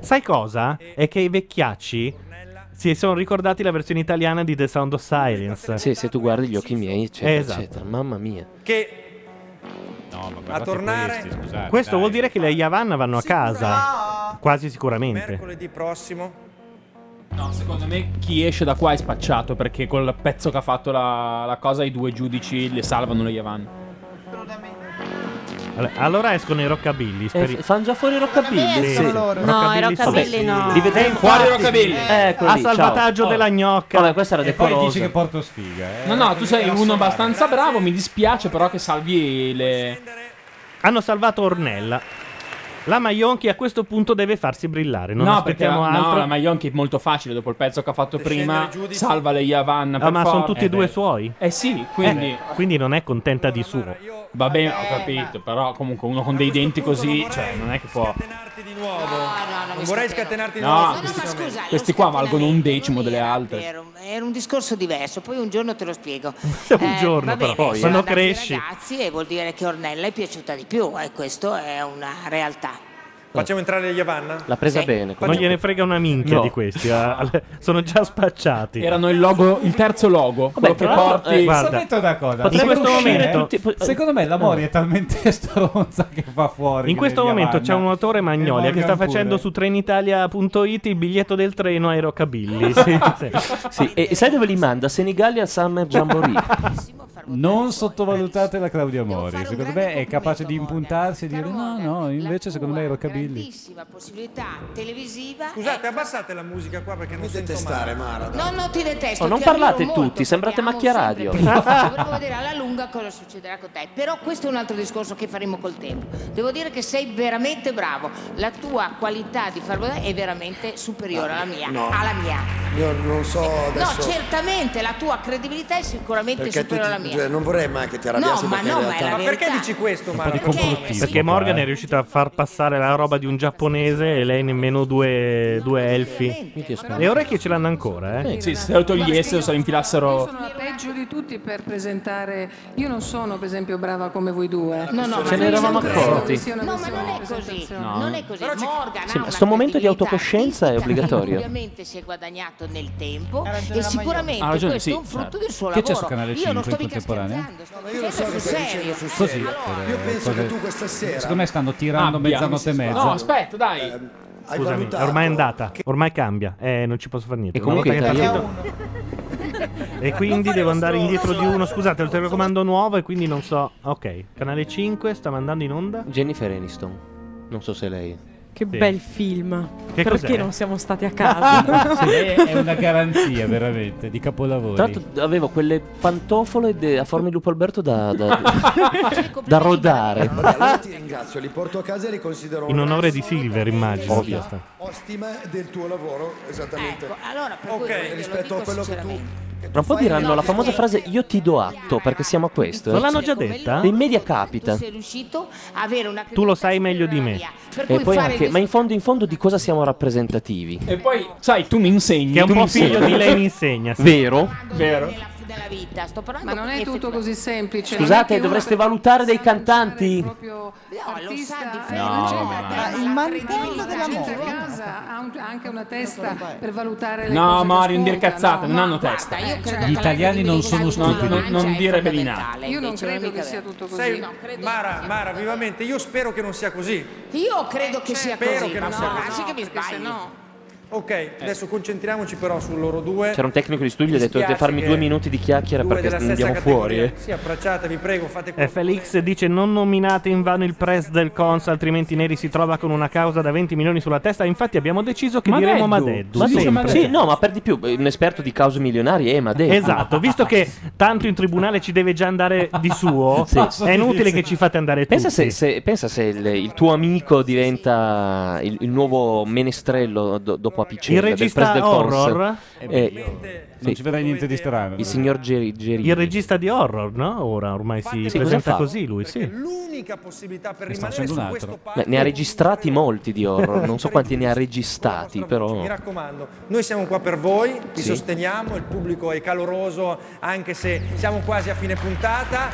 [SPEAKER 1] Sai cosa? È che i vecchiacci si sono ricordati la versione italiana di The Sound of Silence.
[SPEAKER 15] Sì, se tu guardi gli occhi miei, eccetera,
[SPEAKER 1] Esatto.
[SPEAKER 15] eccetera. Mamma mia.
[SPEAKER 7] Che a tornare
[SPEAKER 1] Ah, Questo vuol dire che le Yavanna vanno a casa. Quasi sicuramente.
[SPEAKER 7] mercoledì prossimo.
[SPEAKER 4] No, secondo me chi esce da qua è spacciato perché col pezzo che ha fatto la, la cosa i due giudici le salvano le Yavan.
[SPEAKER 1] Allora- Allora escono i rockabilly.
[SPEAKER 15] Eh, fanno già fuori i rockabilly.
[SPEAKER 6] Eh,
[SPEAKER 1] Sì.
[SPEAKER 15] No, i rockabilly no. Li vedremo
[SPEAKER 1] Fuori
[SPEAKER 15] fuori
[SPEAKER 1] i
[SPEAKER 15] i
[SPEAKER 1] rockabilly.
[SPEAKER 15] Ecco
[SPEAKER 1] eh, A
[SPEAKER 15] lì,
[SPEAKER 1] salvataggio
[SPEAKER 15] ciao.
[SPEAKER 1] della gnocca.
[SPEAKER 15] Vabbè, questa era
[SPEAKER 1] E
[SPEAKER 2] Poi
[SPEAKER 15] decorosa.
[SPEAKER 2] dici che porto sfiga, eh.
[SPEAKER 4] No, no, tu sei uno abbastanza bravo, mi dispiace però che salvi le...
[SPEAKER 1] Hanno salvato Ornella. La Maionchi a questo punto deve farsi brillare. Non
[SPEAKER 4] no, perché
[SPEAKER 1] aspettiamo
[SPEAKER 4] la,
[SPEAKER 1] altro.
[SPEAKER 4] no, la Maionchi è molto facile dopo il pezzo che ha fatto prima. Salva le Yavan.
[SPEAKER 1] Ah, ma
[SPEAKER 4] per
[SPEAKER 1] sono
[SPEAKER 4] forza.
[SPEAKER 1] tutti e
[SPEAKER 4] Eh,
[SPEAKER 1] due
[SPEAKER 4] beh.
[SPEAKER 1] suoi?
[SPEAKER 4] Eh sì, quindi-
[SPEAKER 1] Eh, quindi non è contenta di suo.
[SPEAKER 4] Vabbè, ho capito, però comunque uno con dei denti così, cioè, non è che può...
[SPEAKER 7] Di nuovo. non vorrei scatenarti di nuovo.
[SPEAKER 4] No, questi, questi qua valgono un decimo delle altre.
[SPEAKER 6] Era un discorso diverso, poi un giorno te lo spiego.
[SPEAKER 4] Un
[SPEAKER 6] va
[SPEAKER 4] giorno
[SPEAKER 6] bene,
[SPEAKER 4] però, poi,
[SPEAKER 6] sono
[SPEAKER 4] eh.
[SPEAKER 6] andati i
[SPEAKER 4] cresci.
[SPEAKER 6] ragazzi e vuol dire che Ornella è piaciuta di più e questo è una realtà.
[SPEAKER 7] Facciamo entrare gli Yavanna?
[SPEAKER 15] L'ha presa
[SPEAKER 6] Sì.
[SPEAKER 15] bene.
[SPEAKER 1] Non gliene frega una minchia
[SPEAKER 15] No.
[SPEAKER 1] di questi. ah, alle- sono già spacciati.
[SPEAKER 4] Erano il logo, il terzo logo. quello che
[SPEAKER 1] tra l'altro,
[SPEAKER 4] porti.
[SPEAKER 1] eh, guarda,
[SPEAKER 2] Detto da cosa,
[SPEAKER 1] Potrebbe
[SPEAKER 2] in questo
[SPEAKER 1] uscire
[SPEAKER 2] momento,
[SPEAKER 1] tutti- po-
[SPEAKER 2] secondo me la Mori è talmente stronza che fa fuori.
[SPEAKER 1] In questo
[SPEAKER 2] le
[SPEAKER 1] momento
[SPEAKER 2] Yavanna.
[SPEAKER 1] c'è un autore Magnolia
[SPEAKER 2] E
[SPEAKER 1] che sta
[SPEAKER 2] Morgan
[SPEAKER 1] facendo
[SPEAKER 2] pure.
[SPEAKER 1] su trenitalia.it il biglietto del treno ai rockabilly.
[SPEAKER 2] [laughs]
[SPEAKER 1] Sì, sì. [laughs]
[SPEAKER 15] Sì, e e sai Eh, dove li manda? Senigallia Summer Jamboree.
[SPEAKER 2] Non sottovalutate la Claudia Mori, secondo me è capace di impuntarsi e dire no, no, invece secondo me è rockabilly.
[SPEAKER 6] Grandissima possibilità televisiva.
[SPEAKER 7] Scusate, abbassate la musica qua perché non sento male.
[SPEAKER 6] No, no, ti detesto.
[SPEAKER 15] Oh, non
[SPEAKER 6] ti
[SPEAKER 15] parlate
[SPEAKER 6] ammiro Eh, molto,
[SPEAKER 15] tutti, sembrate
[SPEAKER 6] ti amo
[SPEAKER 15] macchia
[SPEAKER 6] sempre
[SPEAKER 15] radio.
[SPEAKER 6] più. Dovremmo
[SPEAKER 15] [laughs]
[SPEAKER 6] vedere alla lunga cosa succederà con te. Però questo è un altro discorso che faremo col tempo. Devo dire che sei veramente bravo. La tua qualità di far guardare è veramente superiore alla mia.
[SPEAKER 9] Ah, No.
[SPEAKER 6] Alla mia.
[SPEAKER 9] Io non so
[SPEAKER 6] No,
[SPEAKER 9] adesso...
[SPEAKER 6] certamente la tua credibilità è sicuramente
[SPEAKER 9] perché tu
[SPEAKER 6] superiore alla
[SPEAKER 9] ti-
[SPEAKER 6] mia.
[SPEAKER 9] cioè, non vorrei mai che ti arrabbiassi
[SPEAKER 6] No, ma
[SPEAKER 9] perché
[SPEAKER 6] no,
[SPEAKER 9] in
[SPEAKER 6] ma è
[SPEAKER 9] realtà...
[SPEAKER 6] la verità.
[SPEAKER 7] dici questo,
[SPEAKER 1] Perché,
[SPEAKER 7] Marco?
[SPEAKER 1] perché
[SPEAKER 2] eh.
[SPEAKER 1] Morgan è riuscito a far passare la roba di un giapponese e lei nemmeno due, due elfi. Le orecchie ce l'hanno ancora, eh?
[SPEAKER 4] Sì, se lo togliessero, se lo infilassero...
[SPEAKER 10] Sono la peggio di tutti per presentare. Io non sono, per esempio, brava come voi due.
[SPEAKER 6] No,
[SPEAKER 4] Cioè
[SPEAKER 6] no,
[SPEAKER 15] Ce ne eravamo accorti.
[SPEAKER 10] No, ma non è
[SPEAKER 6] così.
[SPEAKER 15] No.
[SPEAKER 6] Non è così. Morgan
[SPEAKER 15] Sì,
[SPEAKER 6] ha
[SPEAKER 15] ma
[SPEAKER 6] una
[SPEAKER 15] sto momento di
[SPEAKER 6] credibilità
[SPEAKER 15] autocoscienza è obbligatorio.
[SPEAKER 6] [laughs] Ovviamente si è guadagnato nel tempo e
[SPEAKER 9] la
[SPEAKER 6] sicuramente
[SPEAKER 15] Ha ragione,
[SPEAKER 6] questo
[SPEAKER 15] sì,
[SPEAKER 6] è un frutto
[SPEAKER 15] certo.
[SPEAKER 6] del suo
[SPEAKER 2] Che
[SPEAKER 6] lavoro.
[SPEAKER 2] c'è su Canale
[SPEAKER 6] Io
[SPEAKER 2] 5
[SPEAKER 6] non sto
[SPEAKER 2] in
[SPEAKER 6] mica
[SPEAKER 2] contemporanea?
[SPEAKER 6] scherzando, sto
[SPEAKER 9] Io lo so che
[SPEAKER 6] dicendo sul
[SPEAKER 9] stai
[SPEAKER 6] serio.
[SPEAKER 9] dicendo sul
[SPEAKER 2] Così.
[SPEAKER 9] serio.
[SPEAKER 2] per-
[SPEAKER 9] Io penso
[SPEAKER 2] cose-
[SPEAKER 9] che tu questa sera... Ehm,
[SPEAKER 2] Secondo me stanno tirando
[SPEAKER 4] Abbia.
[SPEAKER 2] mezzanotte e mezza.
[SPEAKER 4] No, aspetta, dai.
[SPEAKER 9] Hai
[SPEAKER 1] Scusami,
[SPEAKER 9] valutato
[SPEAKER 1] ormai è andata, ormai cambia, eh, non ci posso fare niente.
[SPEAKER 15] E comunque
[SPEAKER 1] Una volta che
[SPEAKER 15] Italia-
[SPEAKER 1] è partito- E quindi devo andare indietro di uno. Scusate, ho il telecomando nuovo e quindi non so. Ok, canale 5 sta mandando in onda.
[SPEAKER 15] Jennifer Aniston. Non so se lei.
[SPEAKER 13] Che
[SPEAKER 1] Sì.
[SPEAKER 13] bel film.
[SPEAKER 1] Che
[SPEAKER 13] Perché
[SPEAKER 1] cos'è?
[SPEAKER 13] non siamo stati a
[SPEAKER 8] [laughs]
[SPEAKER 13] casa?
[SPEAKER 2] Sì, è è una garanzia veramente di capolavori.
[SPEAKER 15] Tra l'altro avevo quelle pantofole de- a forma di Lupo Alberto da, da,
[SPEAKER 6] [laughs]
[SPEAKER 15] da rodare.
[SPEAKER 9] Eh, Vabbè, allora ti ringrazio, li porto a casa e li considero
[SPEAKER 1] In
[SPEAKER 9] un
[SPEAKER 1] onore di Silver, immagino.
[SPEAKER 9] Ovvio.
[SPEAKER 1] Sta-
[SPEAKER 9] ostima del tuo lavoro, esattamente.
[SPEAKER 6] Ecco, allora, per
[SPEAKER 9] ok, rispetto a quello che tu
[SPEAKER 15] Tra un po' diranno la famosa frase io ti do atto perché siamo a questo.
[SPEAKER 1] Non l'hanno già detta?
[SPEAKER 15] In media capita.
[SPEAKER 6] Sei riuscito a avere una
[SPEAKER 1] Tu lo sai meglio di me.
[SPEAKER 6] Per
[SPEAKER 15] E
[SPEAKER 6] cui
[SPEAKER 15] poi
[SPEAKER 6] fare
[SPEAKER 15] anche, ma in fondo in fondo di cosa siamo rappresentativi?
[SPEAKER 4] E poi, sai, tu mi insegni.
[SPEAKER 15] Che è un
[SPEAKER 4] tu
[SPEAKER 15] po'
[SPEAKER 4] mi insegni.
[SPEAKER 15] figlio di lei mi insegna, sì. Vero?
[SPEAKER 1] Cioè,
[SPEAKER 4] Vero.
[SPEAKER 6] della vita, sto parlando
[SPEAKER 10] Ma non è tutto così semplice.
[SPEAKER 15] Scusate, dovreste valutare dei cantanti.
[SPEAKER 10] Oh, eh, il mantello della gente a casa ha un- ha anche una testa per valutare le
[SPEAKER 4] No,
[SPEAKER 10] cose che
[SPEAKER 4] Mario, non dire
[SPEAKER 10] ascolta,
[SPEAKER 4] cazzate, non hanno testa. Gli italiani non sono stupidi. Non, non dire belinate.
[SPEAKER 10] Io non credo che sia tutto così.
[SPEAKER 7] Sei-
[SPEAKER 10] No,
[SPEAKER 7] Mara, Mara, vivamente, io spero che non sia così.
[SPEAKER 6] Io credo che sia
[SPEAKER 7] spero
[SPEAKER 6] così,
[SPEAKER 7] certo. che
[SPEAKER 6] ma
[SPEAKER 7] non sia
[SPEAKER 6] no,
[SPEAKER 7] così.
[SPEAKER 6] anzi che mi sbagli.
[SPEAKER 7] Ok, adesso concentriamoci però su loro due.
[SPEAKER 15] C'era un tecnico di studio che ha detto
[SPEAKER 7] Dispiace
[SPEAKER 15] dovete farmi
[SPEAKER 7] che
[SPEAKER 15] due minuti di chiacchiera
[SPEAKER 7] due
[SPEAKER 15] perché
[SPEAKER 7] della stessa
[SPEAKER 15] andiamo fuori.
[SPEAKER 7] categoria.
[SPEAKER 15] eh.
[SPEAKER 7] Sì, abbracciatevi, prego, fate
[SPEAKER 1] E
[SPEAKER 7] questo.
[SPEAKER 1] Eh, Felix dice non nominate in vano il press del cons, altrimenti Neri si trova con una causa da 20 milioni sulla testa. Infatti abbiamo deciso che diremo Madeddu.
[SPEAKER 15] Ma
[SPEAKER 1] sempre.
[SPEAKER 15] sempre. [laughs] Sì, no, ma per di più, eh, un esperto di cause milionarie è Madeddu.
[SPEAKER 1] Esatto, visto
[SPEAKER 15] [laughs]
[SPEAKER 1] che tanto in tribunale ci deve già andare di suo,
[SPEAKER 15] Sì.
[SPEAKER 1] è inutile che ci fate andare tutti.
[SPEAKER 15] Pensa se, se- pensa se il, il tuo amico diventa il, il nuovo menestrello do- dopo Apicella
[SPEAKER 1] Il
[SPEAKER 15] del
[SPEAKER 1] regista
[SPEAKER 15] Press del Cons.
[SPEAKER 1] horror?
[SPEAKER 15] Eh,
[SPEAKER 2] Non
[SPEAKER 15] sì.
[SPEAKER 2] ci verrà niente di strano.
[SPEAKER 15] Il signor Geri, Gerini.
[SPEAKER 1] Il regista di horror, no? Ora ormai si
[SPEAKER 15] Sì, cosa
[SPEAKER 1] presenta
[SPEAKER 15] fa?
[SPEAKER 1] così lui, sì.
[SPEAKER 7] L'unica possibilità per rimanere
[SPEAKER 15] facendo
[SPEAKER 7] su
[SPEAKER 15] un
[SPEAKER 7] questo
[SPEAKER 15] Beh, ne ha registrati molti di horror, non so quanti ne ha registrati, però...
[SPEAKER 7] Mi raccomando, noi siamo qua per voi, vi
[SPEAKER 15] Oh. Sì.
[SPEAKER 7] sosteniamo, il pubblico è caloroso anche se siamo quasi a fine puntata.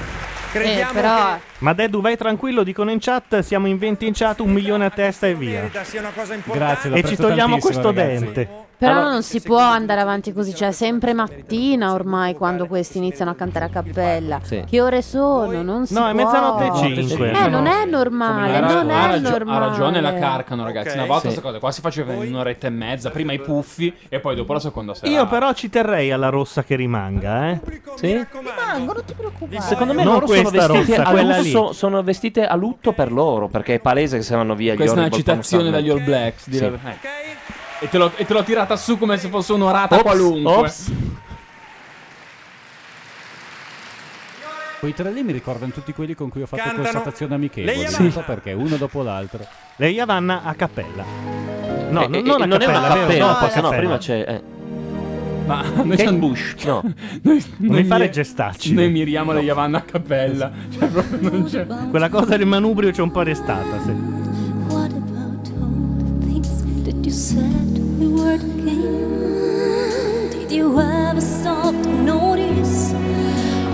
[SPEAKER 7] Crediamo
[SPEAKER 19] però-
[SPEAKER 7] che
[SPEAKER 1] Ma Dedu, vai tranquillo, dicono in chat, siamo in 20 in chat, un milione a testa e via.
[SPEAKER 7] merita sia una cosa importante.
[SPEAKER 1] E ci togliamo questo dente.
[SPEAKER 11] Però
[SPEAKER 1] Allora-
[SPEAKER 11] non si può andare avanti così, cioè è sempre mattina ormai quando questi iniziano a cantare a cappella.
[SPEAKER 15] Sì.
[SPEAKER 11] Che ore sono? Non si
[SPEAKER 1] No, è
[SPEAKER 11] può.
[SPEAKER 1] mezzanotte e cinque.
[SPEAKER 11] Eh, non è normale,
[SPEAKER 4] Ha
[SPEAKER 11] non
[SPEAKER 4] ra- ha
[SPEAKER 11] è
[SPEAKER 4] ragio-
[SPEAKER 11] normale.
[SPEAKER 4] Ha ragione la Carcano, ragazzi.
[SPEAKER 1] Ok.
[SPEAKER 4] Una volta
[SPEAKER 1] Sì.
[SPEAKER 4] queste cose qua si facevano in un'oretta e mezza. Prima i puffi e poi dopo la seconda serata.
[SPEAKER 1] Io però ci terrei alla rossa che rimanga, eh.
[SPEAKER 15] Sì?
[SPEAKER 5] Rimango, non ti preoccupare.
[SPEAKER 15] Secondo me
[SPEAKER 1] Non
[SPEAKER 15] loro sono
[SPEAKER 1] questa
[SPEAKER 15] vestite,
[SPEAKER 1] rossa,
[SPEAKER 15] a
[SPEAKER 1] quella lì.
[SPEAKER 15] lusso, sono vestite a lutto per loro, perché è palese che se vanno via gli
[SPEAKER 4] Questa è una
[SPEAKER 15] Horrible Punk
[SPEAKER 4] citazione
[SPEAKER 15] Summer.
[SPEAKER 4] dagli All Blacks. di
[SPEAKER 15] Sì.
[SPEAKER 4] la- eh. E, te l'ho, e te l'ho tirata su come se fosse un'orata
[SPEAKER 15] Ops,
[SPEAKER 4] qualunque.
[SPEAKER 15] ops.
[SPEAKER 2] Quei tre lì mi ricordano tutti quelli con cui ho fatto
[SPEAKER 1] Cantano
[SPEAKER 2] constatazione amichevole.
[SPEAKER 1] Lei
[SPEAKER 2] Non
[SPEAKER 1] avanza.
[SPEAKER 2] so perché, uno dopo l'altro.
[SPEAKER 1] Lei Yavanna a cappella. No,
[SPEAKER 2] Eh,
[SPEAKER 1] non,
[SPEAKER 2] eh,
[SPEAKER 1] non a
[SPEAKER 2] non è
[SPEAKER 1] cappella,
[SPEAKER 2] una
[SPEAKER 1] vero?
[SPEAKER 2] cappella,
[SPEAKER 1] Dopo a
[SPEAKER 2] no,
[SPEAKER 1] cappella.
[SPEAKER 2] prima
[SPEAKER 15] c'è. eh.
[SPEAKER 4] Ma [laughs] noi
[SPEAKER 1] Kate
[SPEAKER 4] siamo
[SPEAKER 15] Bush. No.
[SPEAKER 1] Non mi fare
[SPEAKER 4] gestacci.
[SPEAKER 1] gestacci.
[SPEAKER 4] Noi miriamo le Yavanna a cappella. Cioè, proprio non c'è.
[SPEAKER 1] Quella cosa del manubrio c'è un po' restata, sì.
[SPEAKER 16] What about all the things that you said we were again? Did you ever stop to notice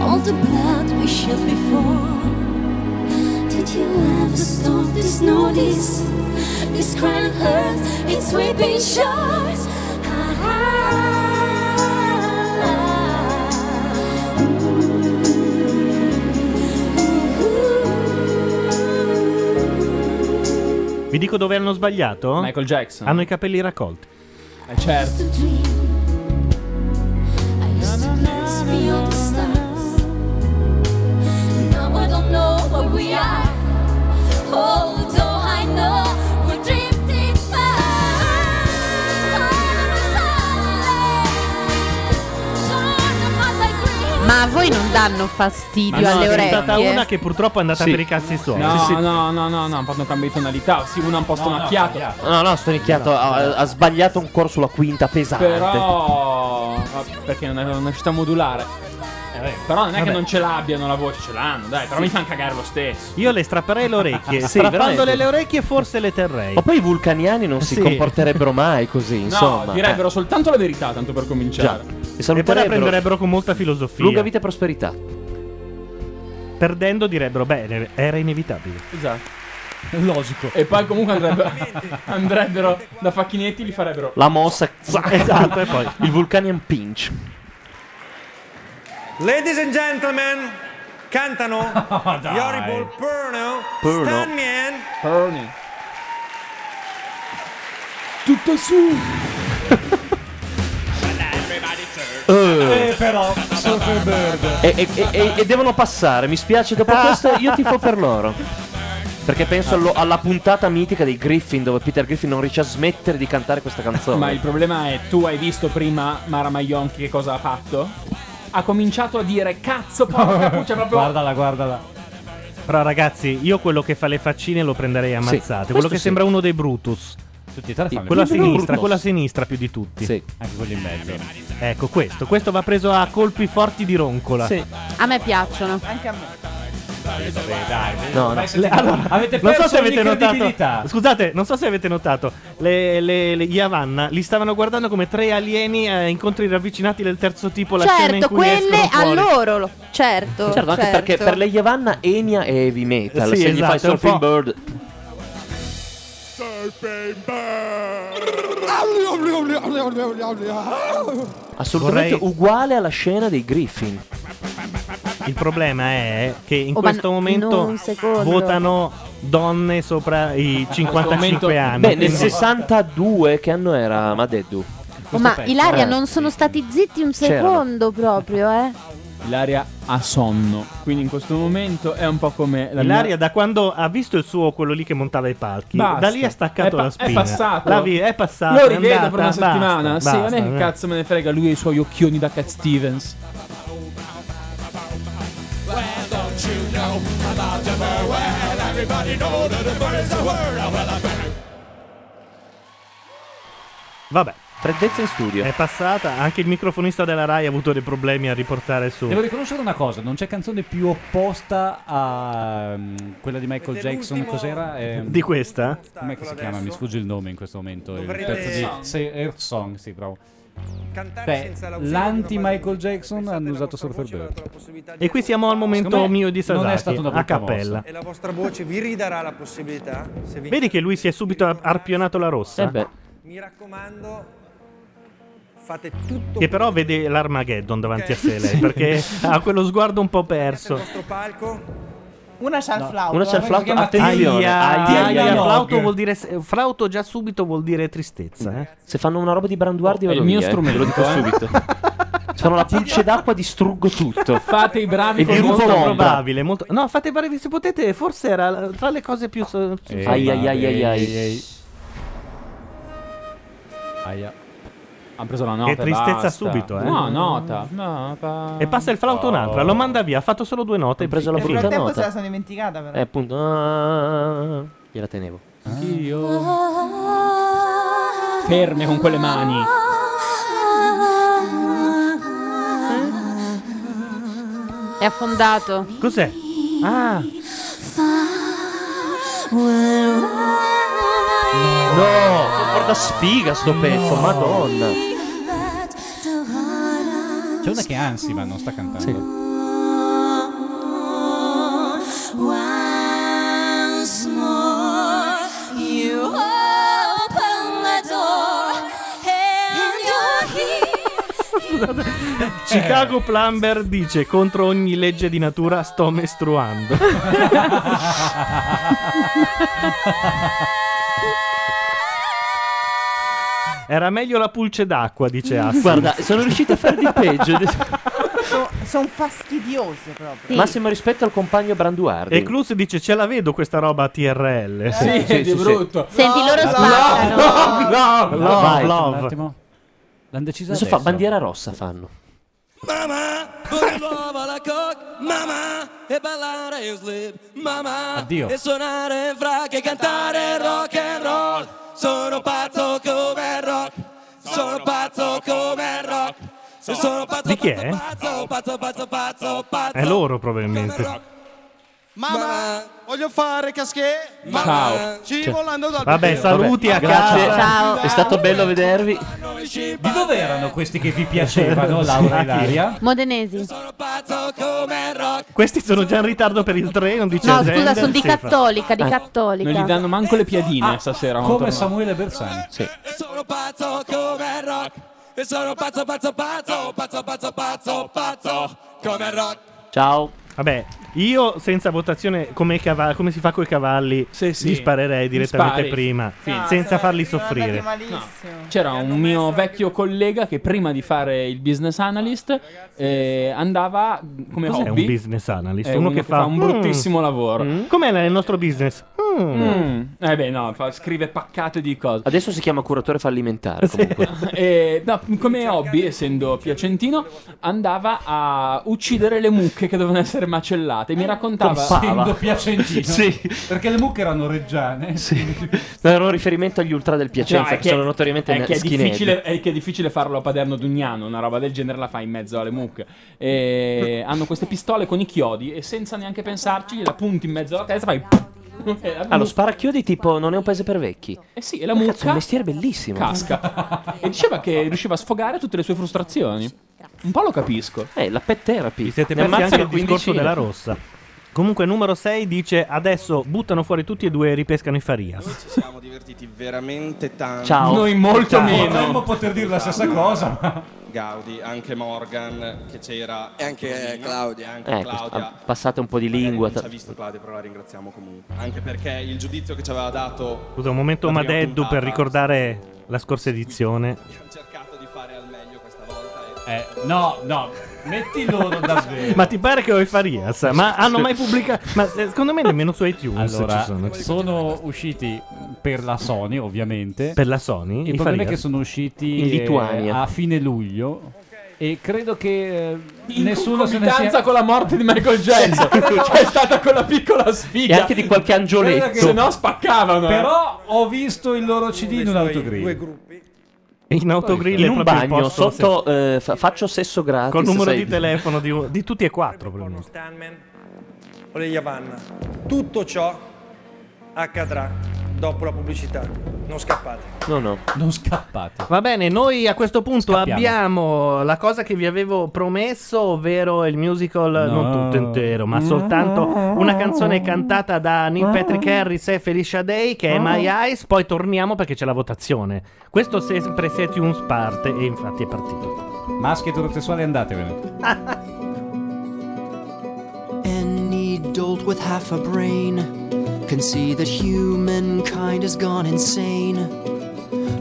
[SPEAKER 16] all the bad we shared before? Did you ever stop this notice? This crying earth, it's weeping shores. Ah, ah, ah.
[SPEAKER 1] Vi dico dove hanno sbagliato?
[SPEAKER 4] Michael Jackson.
[SPEAKER 1] Hanno i capelli raccolti.
[SPEAKER 4] Eh, certo.
[SPEAKER 16] I used to glance beyond the stars. Now I don't know where we are. Although I know we're drifting
[SPEAKER 19] Ma a voi non danno fastidio
[SPEAKER 4] Ma no,
[SPEAKER 19] alle
[SPEAKER 4] ce n'è
[SPEAKER 19] orecchie?
[SPEAKER 4] stata una
[SPEAKER 1] Che purtroppo è andata
[SPEAKER 4] Sì.
[SPEAKER 1] per i cazzi suoi.
[SPEAKER 4] No, no, no, no, no, hanno fatto un cambio di tonalità. Sì, uno ha posto una chiata.
[SPEAKER 15] No, no, sto iniziato. Ha, ha sbagliato un corso sulla quinta pesante.
[SPEAKER 4] Però. ah, Perché non è una città modulare. Però non è
[SPEAKER 1] Vabbè.
[SPEAKER 4] che non ce l'abbiano la voce, ce l'hanno, dai, però
[SPEAKER 1] Sì.
[SPEAKER 4] mi fanno cagare lo stesso.
[SPEAKER 1] Io le strapperei le orecchie.
[SPEAKER 15] Sì,
[SPEAKER 1] strappandole
[SPEAKER 15] veramente.
[SPEAKER 1] le orecchie forse le terrei.
[SPEAKER 15] Ma poi i vulcaniani non si
[SPEAKER 1] Sì.
[SPEAKER 15] comporterebbero mai così, insomma.
[SPEAKER 4] no, direbbero cioè, soltanto la verità, tanto per
[SPEAKER 15] E
[SPEAKER 4] cominciare.
[SPEAKER 1] E poi la
[SPEAKER 15] saluterebbero.
[SPEAKER 1] prenderebbero con molta filosofia.
[SPEAKER 15] Lunga vita e prosperità.
[SPEAKER 1] Perdendo direbbero, beh, era inevitabile.
[SPEAKER 4] Esatto.
[SPEAKER 1] Logico.
[SPEAKER 4] E poi comunque andrebbero, andrebbero da facchinetti li farebbero.
[SPEAKER 15] La mossa. zac.
[SPEAKER 4] Esatto, e poi?
[SPEAKER 15] [laughs] Il Vulcanian Pinch.
[SPEAKER 7] Ladies and gentlemen, cantano gli Horrible Purno,
[SPEAKER 15] Purno.
[SPEAKER 7] Stan Mien.
[SPEAKER 4] Tutto su.
[SPEAKER 15] Eh.
[SPEAKER 12] però,
[SPEAKER 15] E, e- e- e- e devono passare, mi spiace, dopo
[SPEAKER 11] Ah.
[SPEAKER 15] questo io tifo per loro. Perché penso allo- alla puntata mitica dei Griffin dove Peter Griffin non riesce a smettere di cantare questa canzone.
[SPEAKER 4] [laughs] Ma il problema è, tu hai visto prima Mara Maionchi che cosa ha fatto? Ha cominciato a dire cazzo porca puccia proprio
[SPEAKER 1] Guardala, guardala. Però ragazzi, io quello che fa le faccine lo prenderei a
[SPEAKER 4] Sì,
[SPEAKER 1] mazzate.
[SPEAKER 4] questo
[SPEAKER 1] quello che
[SPEAKER 4] sì.
[SPEAKER 1] sembra uno dei Brutus.
[SPEAKER 2] Tutti e tre fanno
[SPEAKER 1] quello a
[SPEAKER 2] il
[SPEAKER 1] sinistra,
[SPEAKER 2] Brutus.
[SPEAKER 1] quello a sinistra più di tutti.
[SPEAKER 15] Sì.
[SPEAKER 2] Anche quelli in mezzo.
[SPEAKER 1] Ecco, questo. Questo va preso a colpi forti di roncola.
[SPEAKER 11] A me piacciono. Certo,
[SPEAKER 5] Anche a me.
[SPEAKER 2] Vabbè, dai.
[SPEAKER 1] No, no.
[SPEAKER 2] Le- allora, avete
[SPEAKER 1] non so
[SPEAKER 2] perso
[SPEAKER 1] se
[SPEAKER 2] ogni
[SPEAKER 1] avete
[SPEAKER 2] credibilità.
[SPEAKER 1] notato. Scusate, non so se avete notato. Le, le, le- gli Havanna li stavano guardando come tre alieni a incontri ravvicinati del terzo tipo. La scena in
[SPEAKER 11] Certo,
[SPEAKER 1] cui escono
[SPEAKER 11] quelle a
[SPEAKER 1] fuori.
[SPEAKER 11] loro. lo- Certo,
[SPEAKER 15] Certo, anche perché per le Yavanna Enya è heavy metal.
[SPEAKER 1] Sì,
[SPEAKER 15] se gli fai
[SPEAKER 1] esatto, è un
[SPEAKER 15] Surfing
[SPEAKER 1] po'-
[SPEAKER 15] Bird, assolutamente
[SPEAKER 1] Vorrei-
[SPEAKER 15] uguale alla scena dei Griffin.
[SPEAKER 1] Il problema è che in
[SPEAKER 15] Oh, ma
[SPEAKER 1] questo
[SPEAKER 15] no,
[SPEAKER 1] momento
[SPEAKER 15] un secondo.
[SPEAKER 1] votano donne sopra i 55 anni.
[SPEAKER 15] Beh, nel
[SPEAKER 1] Quindi-
[SPEAKER 15] 62 che anno era Madeddu?
[SPEAKER 11] Oh, ma Ilaria
[SPEAKER 15] Eh.
[SPEAKER 11] non sono stati zitti un
[SPEAKER 15] C'erano.
[SPEAKER 11] secondo proprio, eh.
[SPEAKER 4] Ilaria ha sonno. Quindi in questo momento è un po' come la
[SPEAKER 1] Ilaria
[SPEAKER 4] mia-
[SPEAKER 1] da quando ha visto il suo quello lì che montava i palchi,
[SPEAKER 4] Basta.
[SPEAKER 1] da lì ha staccato
[SPEAKER 4] È pa-
[SPEAKER 1] la spina.
[SPEAKER 4] È passato.
[SPEAKER 1] La vi- è passato.
[SPEAKER 4] Lo
[SPEAKER 1] è
[SPEAKER 4] rivedo per una
[SPEAKER 1] andata,
[SPEAKER 4] settimana.
[SPEAKER 1] basta,
[SPEAKER 4] sì,
[SPEAKER 1] basta,
[SPEAKER 4] a me che
[SPEAKER 1] eh.
[SPEAKER 4] cazzo me ne frega lui e i suoi occhioni da Cat Stevens.
[SPEAKER 12] Well, don't you know about the bird? Well, everybody know that the bird is a word. Oh, Well, I better
[SPEAKER 1] Vabbè.
[SPEAKER 15] Freddezza in studio.
[SPEAKER 1] È passata, anche il microfonista della Rai ha avuto dei problemi a riportare su.
[SPEAKER 2] Devo riconoscere una cosa, non c'è canzone più opposta a ehm, quella di Michael Jackson, cos'era? Ehm,
[SPEAKER 1] Di questa?
[SPEAKER 2] Com'è che si chiama? Mi sfugge il nome in questo momento. Il
[SPEAKER 1] Dovrete-
[SPEAKER 2] pezzo di Se- Earth Song, sì, bravo.
[SPEAKER 7] Cantare
[SPEAKER 2] Beh,
[SPEAKER 7] senza l'ausilio di una
[SPEAKER 2] l'anti-Michael Jackson hanno usato Surfer Bird.
[SPEAKER 1] E qui siamo al momento
[SPEAKER 7] Secondo me
[SPEAKER 1] mio di
[SPEAKER 7] non è
[SPEAKER 1] Sasaki,
[SPEAKER 7] stata una
[SPEAKER 1] a
[SPEAKER 7] brutta
[SPEAKER 1] cappella.
[SPEAKER 7] E la vostra voce vi ridarà la possibilità, se vi
[SPEAKER 1] Vedi che lui si è subito ar- arpionato la rossa.
[SPEAKER 7] Eh beh. mi raccomando, fate tutto
[SPEAKER 1] Che però vede l'Armageddon davanti a sé
[SPEAKER 7] [laughs] Sì.
[SPEAKER 1] lei, perché ha quello sguardo un po' perso.
[SPEAKER 7] il vostro palco.
[SPEAKER 5] Una c'ha il flauto.
[SPEAKER 1] Una c'è il
[SPEAKER 5] eh.
[SPEAKER 1] flauto, attenzione. Aia, aia, flauto vuol dire se- flauto già subito vuol dire tristezza, eh.
[SPEAKER 15] Se fanno una roba di Branduardi
[SPEAKER 1] Oh, è
[SPEAKER 15] vado
[SPEAKER 1] il mio
[SPEAKER 15] via, eh,
[SPEAKER 1] strumento,
[SPEAKER 15] ve lo dico
[SPEAKER 1] eh. [laughs]
[SPEAKER 15] subito. Se fanno Eh. la pulce d'acqua distruggo tutto.
[SPEAKER 2] Fate i bravi
[SPEAKER 15] e
[SPEAKER 1] con
[SPEAKER 15] vi rubo
[SPEAKER 1] molto
[SPEAKER 15] l'ombra.
[SPEAKER 1] probabile, molto- No, fate bravi se potete, forse era tra le cose più so-
[SPEAKER 15] Eh, ai, ai, ai, ai, ai.
[SPEAKER 2] Aia. Hanno preso la nota.
[SPEAKER 1] Che tristezza
[SPEAKER 2] basta.
[SPEAKER 1] subito, eh.
[SPEAKER 2] No, nota.
[SPEAKER 1] E passa il flauto un'altra, lo manda via, ha fatto solo due note. Ha preso
[SPEAKER 5] Nel frattempo se la sono dimenticata però.
[SPEAKER 15] Eh, appunto. ah, gliela tenevo.
[SPEAKER 4] Ferme con quelle mani.
[SPEAKER 11] È affondato.
[SPEAKER 1] Cos'è? Ah.
[SPEAKER 15] No, che porta sfiga sto pezzo, madonna.
[SPEAKER 2] C'è una che ansi, ma non sta cantando.
[SPEAKER 16] Once more, you open the door and you're
[SPEAKER 1] Chicago Plumber dice contro ogni legge di natura sto mestruando. Era meglio la pulce d'acqua, dice Assi.
[SPEAKER 15] Guarda, sono riuscito a
[SPEAKER 1] Eh,
[SPEAKER 15] fare di
[SPEAKER 1] [laughs]
[SPEAKER 15] peggio.
[SPEAKER 5] sono fastidiose proprio.
[SPEAKER 15] Massimo rispetto al compagno Branduardi.
[SPEAKER 1] E Cluz dice ce la vedo questa roba a TRL.
[SPEAKER 15] Eh, Sì, Sì, di sì, brutto.
[SPEAKER 11] Senti, loro
[SPEAKER 1] sbagliano.
[SPEAKER 15] Love,
[SPEAKER 1] Love,
[SPEAKER 15] vai,
[SPEAKER 1] love.
[SPEAKER 15] un attimo.
[SPEAKER 2] L'hanno deciso
[SPEAKER 15] Adesso fa
[SPEAKER 2] adesso.
[SPEAKER 15] bandiera rossa fanno.
[SPEAKER 8] Pure l'uova la coc, mamma, e ballare in slip, mamma,
[SPEAKER 15] Addio.
[SPEAKER 8] e suonare in frac e cantare rock and roll. Sono pazzo come il rock, sono pazzo come il rock, sono pazzo,
[SPEAKER 1] Di chi è?
[SPEAKER 8] pazzo, pazzo, pazzo, pazzo,
[SPEAKER 1] È
[SPEAKER 8] pazzo.
[SPEAKER 1] loro probabilmente.
[SPEAKER 8] Mamma, voglio fare casché,
[SPEAKER 1] Ciao.
[SPEAKER 8] ci
[SPEAKER 1] Ciao.
[SPEAKER 8] volando dal
[SPEAKER 1] Vabbè, saluti a
[SPEAKER 15] grazie.
[SPEAKER 1] casa.
[SPEAKER 15] Ciao. È stato bello vedervi.
[SPEAKER 2] Di dove erano questi che vi
[SPEAKER 15] [laughs]
[SPEAKER 2] piacevano, Laura e Ilaria?
[SPEAKER 11] Modenesi.
[SPEAKER 1] Questi sono già in ritardo per il treno, dice
[SPEAKER 11] No,
[SPEAKER 1] Zender.
[SPEAKER 11] scusa, sono di
[SPEAKER 1] Sì, fra-
[SPEAKER 11] cattolica, di
[SPEAKER 1] Ah.
[SPEAKER 11] cattolica.
[SPEAKER 4] Non gli danno manco le piadine Oh, eh, stasera. quando
[SPEAKER 2] Come
[SPEAKER 4] tornano.
[SPEAKER 2] Samuele Bersani.
[SPEAKER 4] Sì.
[SPEAKER 8] sono pazzo come il rock, e sono pazzo, pazzo, pazzo, pazzo, pazzo, pazzo, pazzo, come il rock.
[SPEAKER 15] Ciao.
[SPEAKER 1] Vabbè, io senza votazione, come, i cava- come si fa coi cavalli,
[SPEAKER 4] sì.
[SPEAKER 1] li sparerei direttamente
[SPEAKER 4] Spari.
[SPEAKER 1] prima,
[SPEAKER 4] Fine. No,
[SPEAKER 1] senza farli
[SPEAKER 5] Andati
[SPEAKER 1] soffrire.
[SPEAKER 5] malissimo.
[SPEAKER 4] C'era un mio vecchio collega che prima di fare il business analyst eh, andava come
[SPEAKER 1] Cos'è
[SPEAKER 4] hobby
[SPEAKER 1] un business analyst?
[SPEAKER 4] È uno che fa un bruttissimo lavoro.
[SPEAKER 1] Com'è la- il nostro "Mm". business? Mm.
[SPEAKER 4] Mm. Eh beh, no, fa- scrive paccate di cose.
[SPEAKER 15] Adesso si chiama curatore fallimentare comunque.
[SPEAKER 4] [laughs] Eh, no, come hobby, essendo piacentino, andava a uccidere le mucche che dovevano essere macellate. Mi raccontava.
[SPEAKER 2] Essendo piacentino.
[SPEAKER 15] Sì.
[SPEAKER 2] Perché le mucche erano reggiane.
[SPEAKER 15] No, era un riferimento agli ultra del Piacenza,
[SPEAKER 4] No, è
[SPEAKER 15] che, cioè, sono notoriamente
[SPEAKER 4] è che è
[SPEAKER 15] skinhead.
[SPEAKER 4] difficile, è che è difficile farlo a Paderno d'Ugnano, una roba del genere la fai in mezzo alle mucche. E hanno queste pistole con i chiodi e senza neanche pensarci gliela punti in mezzo alla testa fai... e la
[SPEAKER 15] Ah, lo
[SPEAKER 4] mucca-
[SPEAKER 15] sparachiodi tipo non è un paese per vecchi.
[SPEAKER 4] [laughs] eh sì, e la
[SPEAKER 15] Cazzo, è un
[SPEAKER 4] mucca
[SPEAKER 15] mestiere bellissimo. [laughs]
[SPEAKER 4] casca. e diceva che riusciva a sfogare tutte le sue frustrazioni. Un po' lo capisco.
[SPEAKER 15] Eh, la pet therapy.
[SPEAKER 1] Vi siete
[SPEAKER 4] Ne
[SPEAKER 1] persi
[SPEAKER 4] ammazzano
[SPEAKER 1] anche il discorso
[SPEAKER 4] quindicina.
[SPEAKER 1] della rossa. Comunque, numero 6 dice adesso buttano fuori tutti e due e ripescano i Farias.
[SPEAKER 23] Ci siamo divertiti veramente tanto.
[SPEAKER 1] Ciao. Noi molto meno.
[SPEAKER 23] Potremmo
[SPEAKER 2] poter dire la stessa cosa. ma-
[SPEAKER 23] Gaudi, anche Morgan che c'era. E anche Claudia. Anche Claudia.
[SPEAKER 15] Eh,
[SPEAKER 23] Eh,
[SPEAKER 15] questo- ah, passate un po' di lingua.
[SPEAKER 23] Non ci ha visto Claudia, però la ringraziamo comunque. Anche perché il giudizio che ci aveva dato.
[SPEAKER 1] Scusa, un momento
[SPEAKER 23] la prima
[SPEAKER 1] Madeddu per
[SPEAKER 23] puntata,
[SPEAKER 1] ricordare la scorsa edizione.
[SPEAKER 23] Ho cercato di fare al meglio questa volta.
[SPEAKER 2] Eh, no, no. Metti loro da sveglio.
[SPEAKER 1] Ma ti pare che ho i Farias? Ma hanno mai pubblicato? Ma eh, secondo me nemmeno su iTunes
[SPEAKER 2] Allora,
[SPEAKER 1] ci sono.
[SPEAKER 2] sono. usciti per la Sony, ovviamente.
[SPEAKER 1] Per la Sony?
[SPEAKER 2] Il
[SPEAKER 1] I
[SPEAKER 2] problema è
[SPEAKER 1] Farias?
[SPEAKER 2] che sono usciti
[SPEAKER 1] In
[SPEAKER 2] eh,
[SPEAKER 1] Lituania.
[SPEAKER 2] a fine luglio e credo che eh,
[SPEAKER 4] In
[SPEAKER 2] nessuno se ne
[SPEAKER 4] concomitanza
[SPEAKER 2] sia...
[SPEAKER 4] con la morte di Michael Jackson.
[SPEAKER 2] [laughs]
[SPEAKER 4] C'è stata quella piccola sfiga.
[SPEAKER 15] E anche di qualche angioletto.
[SPEAKER 4] Quella che Se no spaccavano. eh.
[SPEAKER 2] Però ho visto il loro CD in un autogrill.
[SPEAKER 1] In autogrill
[SPEAKER 15] in
[SPEAKER 1] è
[SPEAKER 15] un
[SPEAKER 1] proprio il
[SPEAKER 15] bagno
[SPEAKER 1] posto-
[SPEAKER 15] sotto eh, fa- faccio sesso gratis.
[SPEAKER 1] Col numero
[SPEAKER 15] sai.
[SPEAKER 1] di telefono di, di tutti e quattro, probabilmente.
[SPEAKER 7] Stanman
[SPEAKER 23] o le Yavanna.
[SPEAKER 7] Tutto ciò accadrà dopo la pubblicità. Non scappate.
[SPEAKER 15] No, no.
[SPEAKER 2] Non scappate.
[SPEAKER 1] Va bene, noi a questo punto
[SPEAKER 2] Scappiamo.
[SPEAKER 1] abbiamo la cosa che vi avevo promesso, ovvero il musical, non tutto intero, ma soltanto una canzone cantata da Neil Patrick Harris e Felicia Day, che è My Eyes. Poi torniamo perché c'è la votazione. Questo sempre se Tunes parte, e infatti è partito.
[SPEAKER 2] Maschi eterosessuali, andatevene.
[SPEAKER 20] Any dolt with half a brain can see that humankind has gone insane.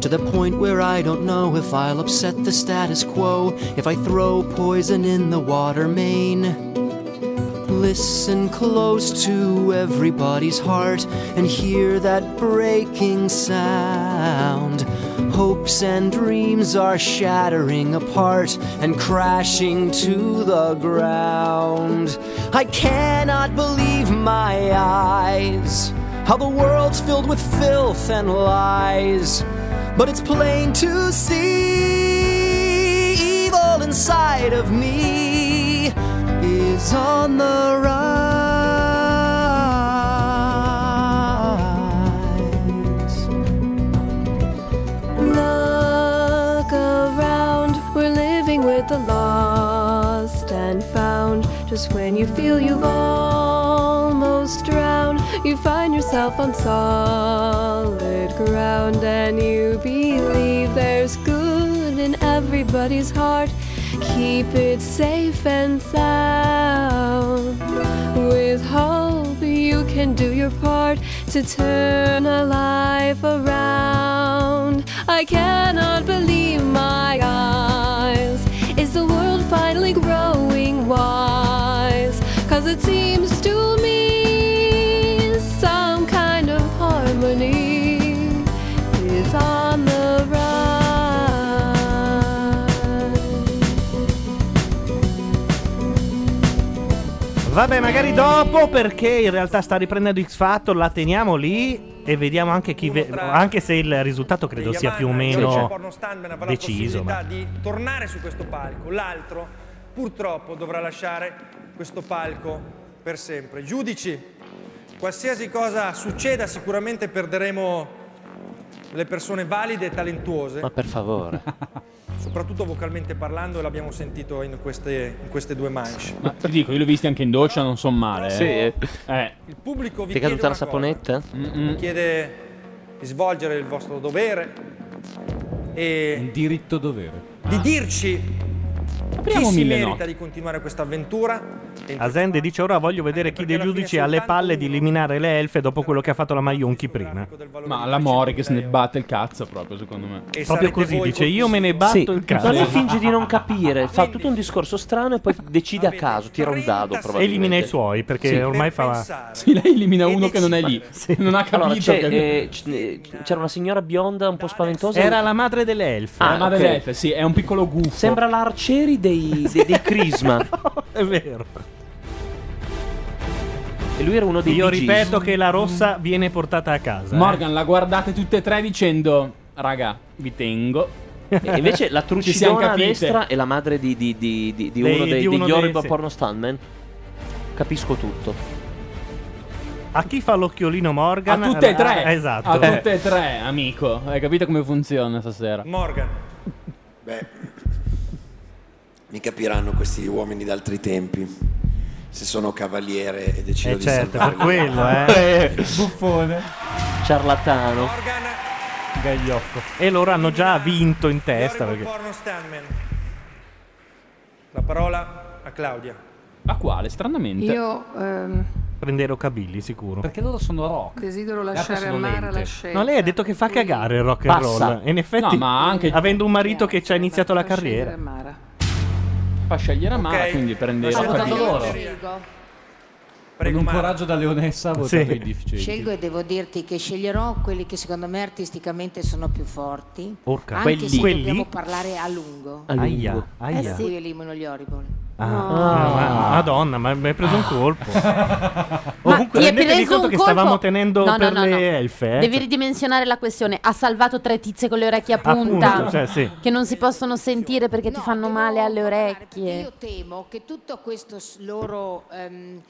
[SPEAKER 20] To the point where I don't know if I'll upset the status quo, if I throw poison in the water main. Listen close to everybody's heart and hear that breaking sound. Hopes and dreams are shattering apart and crashing to the ground. I cannot believe my eyes. How the world's filled with filth and lies. But it's plain to see evil inside of me is on the rise.
[SPEAKER 21] Look around, we're living with the lost and found. Just when you feel you've almost drowned, you find yourself on solid ground and you believe there's good in everybody's heart. Keep it safe and sound. With hope, you can do your part to turn a life around. I cannot believe my eyes. Is the world finally growing wise? Cause it seems to me some kind of harmony is on the rise.
[SPEAKER 1] Vabbè, magari dopo, perché in realtà sta riprendendo X Factor, la teniamo lì e vediamo anche chi. ve- anche se il risultato credo sia più o
[SPEAKER 7] Il
[SPEAKER 1] meno
[SPEAKER 7] porno stuntman avrà
[SPEAKER 1] deciso.
[SPEAKER 7] la
[SPEAKER 1] ma-
[SPEAKER 7] possibilità di tornare su questo palco. L'altro, purtroppo, dovrà lasciare questo palco per sempre. Giudici, qualsiasi cosa succeda, sicuramente perderemo le persone valide e talentuose,
[SPEAKER 15] Ma per
[SPEAKER 2] [laughs]
[SPEAKER 15] favore.
[SPEAKER 7] soprattutto vocalmente parlando, e l'abbiamo sentito in queste, in queste due manche.
[SPEAKER 4] Ma ti dico, io li ho visti anche in doccia, non so male.
[SPEAKER 7] Sì,
[SPEAKER 4] eh.
[SPEAKER 7] eh.
[SPEAKER 4] Eh.
[SPEAKER 7] Il pubblico vi
[SPEAKER 4] Ti è
[SPEAKER 7] chiede
[SPEAKER 4] caduta
[SPEAKER 7] una
[SPEAKER 4] la saponetta?
[SPEAKER 7] cosa.
[SPEAKER 4] Mm-mm.
[SPEAKER 7] Vi chiede di svolgere il vostro dovere e
[SPEAKER 2] Il diritto dovere.
[SPEAKER 15] Ah.
[SPEAKER 7] di dirci
[SPEAKER 2] Apriamo
[SPEAKER 7] chi si
[SPEAKER 2] mille
[SPEAKER 7] merita
[SPEAKER 2] note.
[SPEAKER 7] di continuare questa avventura.
[SPEAKER 1] Azende dice ora voglio vedere chi dei giudici ha le palle di eliminare le elfe dopo quello che ha fatto la Maionchi prima.
[SPEAKER 4] Ma la Mori che se
[SPEAKER 7] eh.
[SPEAKER 4] ne batte il cazzo proprio, secondo me.
[SPEAKER 1] Proprio così dice io me ne batto
[SPEAKER 15] Sì,
[SPEAKER 1] il cazzo.
[SPEAKER 15] Ma lui finge di non capire, fa tutto un discorso strano e poi decide a caso, tira un dado probabilmente.
[SPEAKER 1] Elimina i suoi perché
[SPEAKER 15] Sì.
[SPEAKER 1] ormai fa...
[SPEAKER 15] pensare.
[SPEAKER 4] Sì, lei elimina uno che non è lì. Non ha capito.
[SPEAKER 15] Allora, c'è,
[SPEAKER 4] che-
[SPEAKER 15] eh, c- eh, c'era una signora bionda un po' spaventosa.
[SPEAKER 4] Era
[SPEAKER 1] la madre delle elfe.
[SPEAKER 4] Ah, ma delle elfe, sì, è un piccolo gufo.
[SPEAKER 15] Sembra l'arcieri dei, dei, dei
[SPEAKER 4] [laughs]
[SPEAKER 15] Crisma.
[SPEAKER 1] è vero.
[SPEAKER 15] E lui era uno dei
[SPEAKER 1] Io
[SPEAKER 15] Bee Gees.
[SPEAKER 1] ripeto che la rossa viene portata a casa. eh.
[SPEAKER 4] Morgan, la guardate tutte e tre dicendo: Raga,
[SPEAKER 1] [laughs]
[SPEAKER 4] vi tengo.
[SPEAKER 15] E invece la
[SPEAKER 4] Ci siamo
[SPEAKER 15] trucidona a
[SPEAKER 4] capite.
[SPEAKER 15] destra è la madre di, di- di- di- di
[SPEAKER 4] Dei-
[SPEAKER 15] uno dei,
[SPEAKER 4] di uno
[SPEAKER 15] degli
[SPEAKER 4] dei-
[SPEAKER 15] horrible
[SPEAKER 4] sì.
[SPEAKER 15] porno stuntman. Capisco tutto.
[SPEAKER 1] A chi fa l'occhiolino
[SPEAKER 4] A
[SPEAKER 1] Morgan?
[SPEAKER 4] tutte e tre.
[SPEAKER 1] Ah, esatto.
[SPEAKER 4] A tutte e tre, amico. Hai capito come funziona stasera?
[SPEAKER 7] Morgan.
[SPEAKER 9] Beh, mi capiranno questi uomini d'altri tempi. Se sono cavaliere e decido
[SPEAKER 1] Eh,
[SPEAKER 9] di
[SPEAKER 1] certo,
[SPEAKER 9] salvare
[SPEAKER 1] per quello, [laughs]
[SPEAKER 9] [laughs]
[SPEAKER 1] eh. Buffone.
[SPEAKER 15] Ciarlatano.
[SPEAKER 1] Gagliocco. E loro hanno già vinto in testa.
[SPEAKER 7] Horrible
[SPEAKER 1] Perché...
[SPEAKER 7] porno stuntman. La parola a Claudia.
[SPEAKER 4] Ma quale? Stranamente.
[SPEAKER 10] Io ehm,
[SPEAKER 1] Prendere Ocabilli, sicuro.
[SPEAKER 2] Perché loro sono rock.
[SPEAKER 10] desidero
[SPEAKER 2] Adesso
[SPEAKER 10] lasciare a
[SPEAKER 2] sono
[SPEAKER 10] Mara
[SPEAKER 2] lente.
[SPEAKER 10] la scelta.
[SPEAKER 1] No, lei ha detto che fa cagare il rock and
[SPEAKER 4] Passa.
[SPEAKER 1] roll. E in effetti,
[SPEAKER 4] No, ma anche-
[SPEAKER 1] avendo un marito che ci ha iniziato la carriera.
[SPEAKER 10] Mara.
[SPEAKER 4] Fa scegliere Mara,
[SPEAKER 2] Ok.
[SPEAKER 4] quindi prende
[SPEAKER 2] Ha
[SPEAKER 4] la
[SPEAKER 2] votato
[SPEAKER 4] capito.
[SPEAKER 2] loro. Con un coraggio da leonessa ha votato
[SPEAKER 4] Sì.
[SPEAKER 2] i difficili.
[SPEAKER 6] Scelgo e devo dirti che sceglierò quelli che secondo me artisticamente sono più forti.
[SPEAKER 1] Porca.
[SPEAKER 6] Anche se
[SPEAKER 1] Quelli?
[SPEAKER 6] dobbiamo
[SPEAKER 1] Quelli?
[SPEAKER 6] parlare a lungo.
[SPEAKER 1] A Aia, lungo. aia.
[SPEAKER 6] Per cui elimino gli Horrible.
[SPEAKER 1] Ah,
[SPEAKER 6] No.
[SPEAKER 1] ma- Ah. Madonna, ma mi hai preso un [laughs] colpo. Comunque,
[SPEAKER 11] ti è
[SPEAKER 1] rendetevi
[SPEAKER 11] preso
[SPEAKER 1] conto
[SPEAKER 11] un
[SPEAKER 1] che stavamo
[SPEAKER 11] colpo?
[SPEAKER 1] tenendo
[SPEAKER 11] No, no,
[SPEAKER 1] per
[SPEAKER 11] no,
[SPEAKER 1] le
[SPEAKER 11] no.
[SPEAKER 1] elfe. Eh?
[SPEAKER 11] Devi
[SPEAKER 1] Cioè,
[SPEAKER 11] ridimensionare la questione. Ha salvato tre tizie con le orecchie a punta.
[SPEAKER 1] Appunto, cioè, sì.
[SPEAKER 11] Che non si possono sentire perché ti fanno male alle orecchie.
[SPEAKER 6] Io temo che tutto questo s- loro ehm,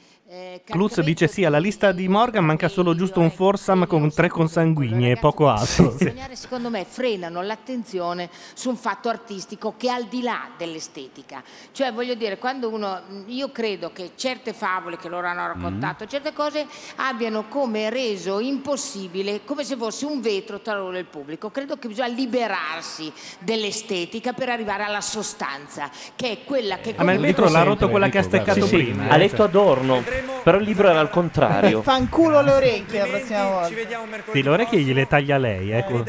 [SPEAKER 1] Cluz dice sì, alla lista di Morgan manca solo giusto un Forsam con tre consanguigni e poco altro. [laughs]
[SPEAKER 6] Sì. secondo me, frenano l'attenzione su un fatto artistico che è al di là dell'estetica. Cioè, voglio dire, quando uno. Io credo che certe favole che loro hanno raccontato, certe cose abbiano come reso impossibile, come se fosse un vetro tra loro e il pubblico. Credo che bisogna liberarsi dell'estetica per arrivare alla sostanza, che è quella che.
[SPEAKER 1] Ah, ma il vetro l'ha rotto quella che ha steccato
[SPEAKER 15] Sì, sì,
[SPEAKER 1] prima. eh, cioè.
[SPEAKER 15] Ha letto Adorno, però il libro era al contrario.
[SPEAKER 5] Fanculo le orecchie la prossima volta.
[SPEAKER 1] Sì, le orecchie gliele taglia lei, ecco.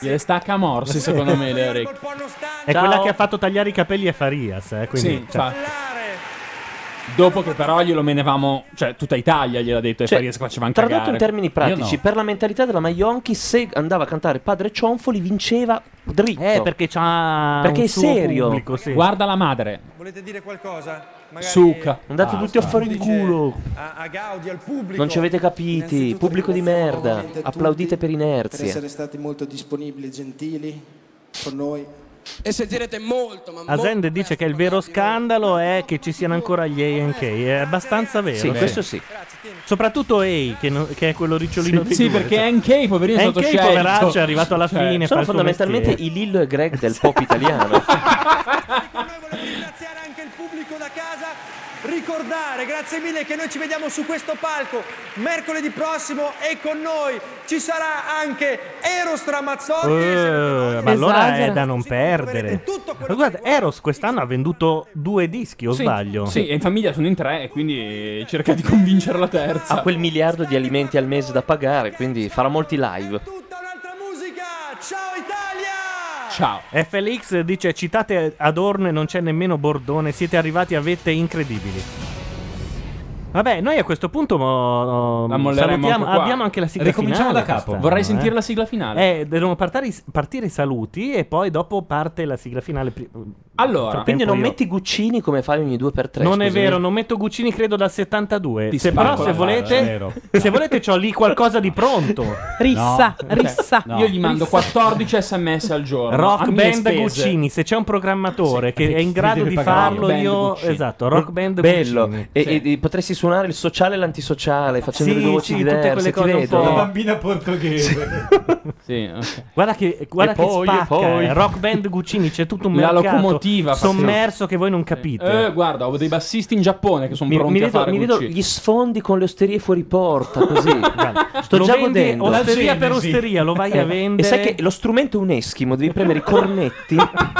[SPEAKER 4] Gliele stacca a morsi,
[SPEAKER 7] [laughs]
[SPEAKER 4] secondo me, le orecchie.
[SPEAKER 1] È
[SPEAKER 4] Ciao.
[SPEAKER 1] quella che ha fatto tagliare i capelli a Farias, eh, quindi,
[SPEAKER 4] Sì,
[SPEAKER 1] cioè,
[SPEAKER 4] infatti. Dopo che però glielo menevamo, cioè tutta Italia gliel'ha detto e
[SPEAKER 15] Cioè,
[SPEAKER 4] Farias che faceva anche
[SPEAKER 15] Tradotto in termini pratici, per la mentalità della Maionchi, se andava a cantare Padre Cionfoli, vinceva dritto.
[SPEAKER 1] Eh, perché c'ha
[SPEAKER 15] Perché
[SPEAKER 1] un
[SPEAKER 15] è
[SPEAKER 1] suo
[SPEAKER 15] serio.
[SPEAKER 1] pubblico, sì.
[SPEAKER 4] Guarda la madre.
[SPEAKER 7] Volete dire qualcosa? Magari
[SPEAKER 4] Succa.
[SPEAKER 15] Andate tutti a fare in culo.
[SPEAKER 7] A, a Gaudi, al pubblico.
[SPEAKER 15] Non ci avete capiti. Pubblico di merda. Applaudite per
[SPEAKER 22] per essere
[SPEAKER 15] inerzia.
[SPEAKER 22] stati molto disponibili, gentili con noi.
[SPEAKER 23] E sentirete molto, ma
[SPEAKER 1] Asende dice che il vero scandalo è che ci siano ancora gli A&K, è abbastanza vero. eh.
[SPEAKER 15] Sì, questo sì.
[SPEAKER 1] Soprattutto A, che, non- che è quello ricciolino
[SPEAKER 4] Sì,
[SPEAKER 1] di cioè.
[SPEAKER 4] sì, perché NK, poverino, è stato
[SPEAKER 1] NK,
[SPEAKER 4] scelto.
[SPEAKER 1] poveraccio, è arrivato alla
[SPEAKER 4] Cioè,
[SPEAKER 15] Sono
[SPEAKER 1] fine. fa il suo
[SPEAKER 15] fondamentalmente
[SPEAKER 1] mestiere.
[SPEAKER 15] i Lillo e Greg del pop
[SPEAKER 1] [laughs]
[SPEAKER 15] italiano.
[SPEAKER 7] pubblico da casa ricordare, grazie mille che noi ci vediamo su questo palco mercoledì prossimo e con noi ci sarà anche Eros Ramazzotti.
[SPEAKER 1] Eh, ma allora è
[SPEAKER 7] Esagera.
[SPEAKER 1] da non perdere. Ma guarda, Eros quest'anno ha venduto due dischi, o
[SPEAKER 4] Sì,
[SPEAKER 1] sbaglio?
[SPEAKER 4] Sì, e in famiglia sono in tre, e quindi cerca di convincere la terza.
[SPEAKER 15] Ha quel miliardo di alimenti al mese da pagare, quindi farà molti live.
[SPEAKER 4] Ciao.
[SPEAKER 1] FLX dice citate Adorno e non c'è nemmeno Bordone, siete arrivati a vette incredibili. Vabbè, noi a questo punto mo-
[SPEAKER 4] La molleremo
[SPEAKER 1] salutiamo,
[SPEAKER 4] anche qua.
[SPEAKER 1] abbiamo anche la sigla
[SPEAKER 4] Ricominciamo
[SPEAKER 1] finale
[SPEAKER 4] da capo.
[SPEAKER 1] quest'anno,
[SPEAKER 4] Vorrei
[SPEAKER 1] eh.
[SPEAKER 4] sentire la sigla finale.
[SPEAKER 1] Eh, devono partare, i- partire i saluti e poi dopo parte la sigla finale. pri-
[SPEAKER 4] Allora,
[SPEAKER 1] Nel frattempo
[SPEAKER 15] Cioè, Quindi non
[SPEAKER 1] io-
[SPEAKER 15] metti Guccini come fai ogni 2x3.
[SPEAKER 1] Non è vero, non metto Guccini credo dal 72.
[SPEAKER 15] Ti
[SPEAKER 1] Se,
[SPEAKER 15] sparo
[SPEAKER 1] però
[SPEAKER 15] con
[SPEAKER 1] se
[SPEAKER 15] la faccia, è
[SPEAKER 1] volete,
[SPEAKER 15] vero.
[SPEAKER 1] [laughs] se volete c'ho lì qualcosa di pronto.
[SPEAKER 4] Rissa, rissa. cioè, Io gli mando 14 sms al giorno.
[SPEAKER 1] Rock
[SPEAKER 4] a mie
[SPEAKER 1] Band
[SPEAKER 4] spese.
[SPEAKER 1] Guccini, se c'è un programmatore che è in grado
[SPEAKER 15] Devi
[SPEAKER 1] di
[SPEAKER 15] pagare.
[SPEAKER 1] farlo,
[SPEAKER 15] Rock Band
[SPEAKER 1] io
[SPEAKER 15] Guccini.
[SPEAKER 1] esatto, Rock Band
[SPEAKER 15] Bello.
[SPEAKER 1] Guccini.
[SPEAKER 15] E, e- e potresti suonare il sociale e l'antisociale, facendo
[SPEAKER 1] Sì,
[SPEAKER 15] le due voci
[SPEAKER 1] sì, tutte
[SPEAKER 15] diverse.
[SPEAKER 1] quelle
[SPEAKER 15] Ti
[SPEAKER 1] cose un
[SPEAKER 15] vedo.
[SPEAKER 1] po'. La
[SPEAKER 18] bambina portoghese.
[SPEAKER 4] Sì,
[SPEAKER 1] Guarda che, guarda
[SPEAKER 4] E
[SPEAKER 1] che
[SPEAKER 4] poi, e
[SPEAKER 1] spacca,
[SPEAKER 4] poi.
[SPEAKER 1] eh. Rock Band Guccini, c'è tutto un
[SPEAKER 4] La
[SPEAKER 1] mercato
[SPEAKER 4] locomotiva, fa-
[SPEAKER 1] sommerso che voi non capite.
[SPEAKER 4] Eh, guarda, ho dei bassisti in Giappone che sono
[SPEAKER 1] Mi-
[SPEAKER 4] pronti
[SPEAKER 1] mi
[SPEAKER 4] a
[SPEAKER 1] vedo-
[SPEAKER 4] fare
[SPEAKER 1] mi vedo
[SPEAKER 4] Guccini.
[SPEAKER 15] Gli sfondi con le osterie fuori porta,
[SPEAKER 1] [laughs]
[SPEAKER 15] così. Sto
[SPEAKER 1] Lo
[SPEAKER 15] già
[SPEAKER 1] vendi
[SPEAKER 15] godendo.
[SPEAKER 1] osteria per osteria, lo vai a
[SPEAKER 15] Eh,
[SPEAKER 1] vendere.
[SPEAKER 15] E sai che lo strumento è un eschimo, devi premere i cornetti.
[SPEAKER 1] [laughs]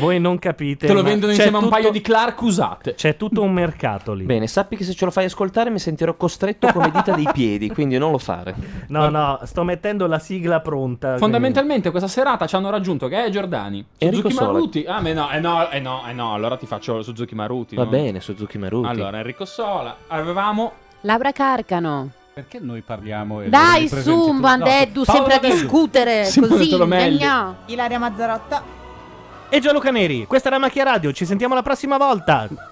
[SPEAKER 1] Voi non capite.
[SPEAKER 15] Te lo
[SPEAKER 1] ma
[SPEAKER 15] vendono
[SPEAKER 1] c'è
[SPEAKER 15] insieme a un paio
[SPEAKER 4] di Clark usate.
[SPEAKER 1] C'è tutto un mercato lì.
[SPEAKER 15] Bene, sappi che se ce lo fai ascoltare mi sentirò costretto come dita dei piedi, quindi non lo fare.
[SPEAKER 1] No, no, sto mettendo la sigla pronta.
[SPEAKER 4] Fondamentalmente questa serata ci hanno raggiunto Gaia Giordani,
[SPEAKER 15] Enrico
[SPEAKER 4] Suzuki
[SPEAKER 15] Sola.
[SPEAKER 4] Maruti. Ah, me no, eh no, eh no, eh no, allora ti faccio Suzuki Maruti.
[SPEAKER 15] Va
[SPEAKER 4] no?
[SPEAKER 15] bene, Suzuki Maruti.
[SPEAKER 4] Allora, Enrico Sola, avevamo
[SPEAKER 11] Laura Carcano.
[SPEAKER 2] Perché noi parliamo e
[SPEAKER 11] Dai,
[SPEAKER 2] li presenti
[SPEAKER 11] su,
[SPEAKER 2] tutti?
[SPEAKER 11] Van
[SPEAKER 2] No,
[SPEAKER 11] Deddu,
[SPEAKER 2] Paolo
[SPEAKER 11] sempre a
[SPEAKER 2] Deddu.
[SPEAKER 11] discutere.
[SPEAKER 1] Simone
[SPEAKER 11] così,
[SPEAKER 1] Tolomelli.
[SPEAKER 11] gna gna.
[SPEAKER 5] Ilaria Mazzarotta.
[SPEAKER 1] E Gianluca Neri, questa era Macchia Radio, ci sentiamo la prossima volta.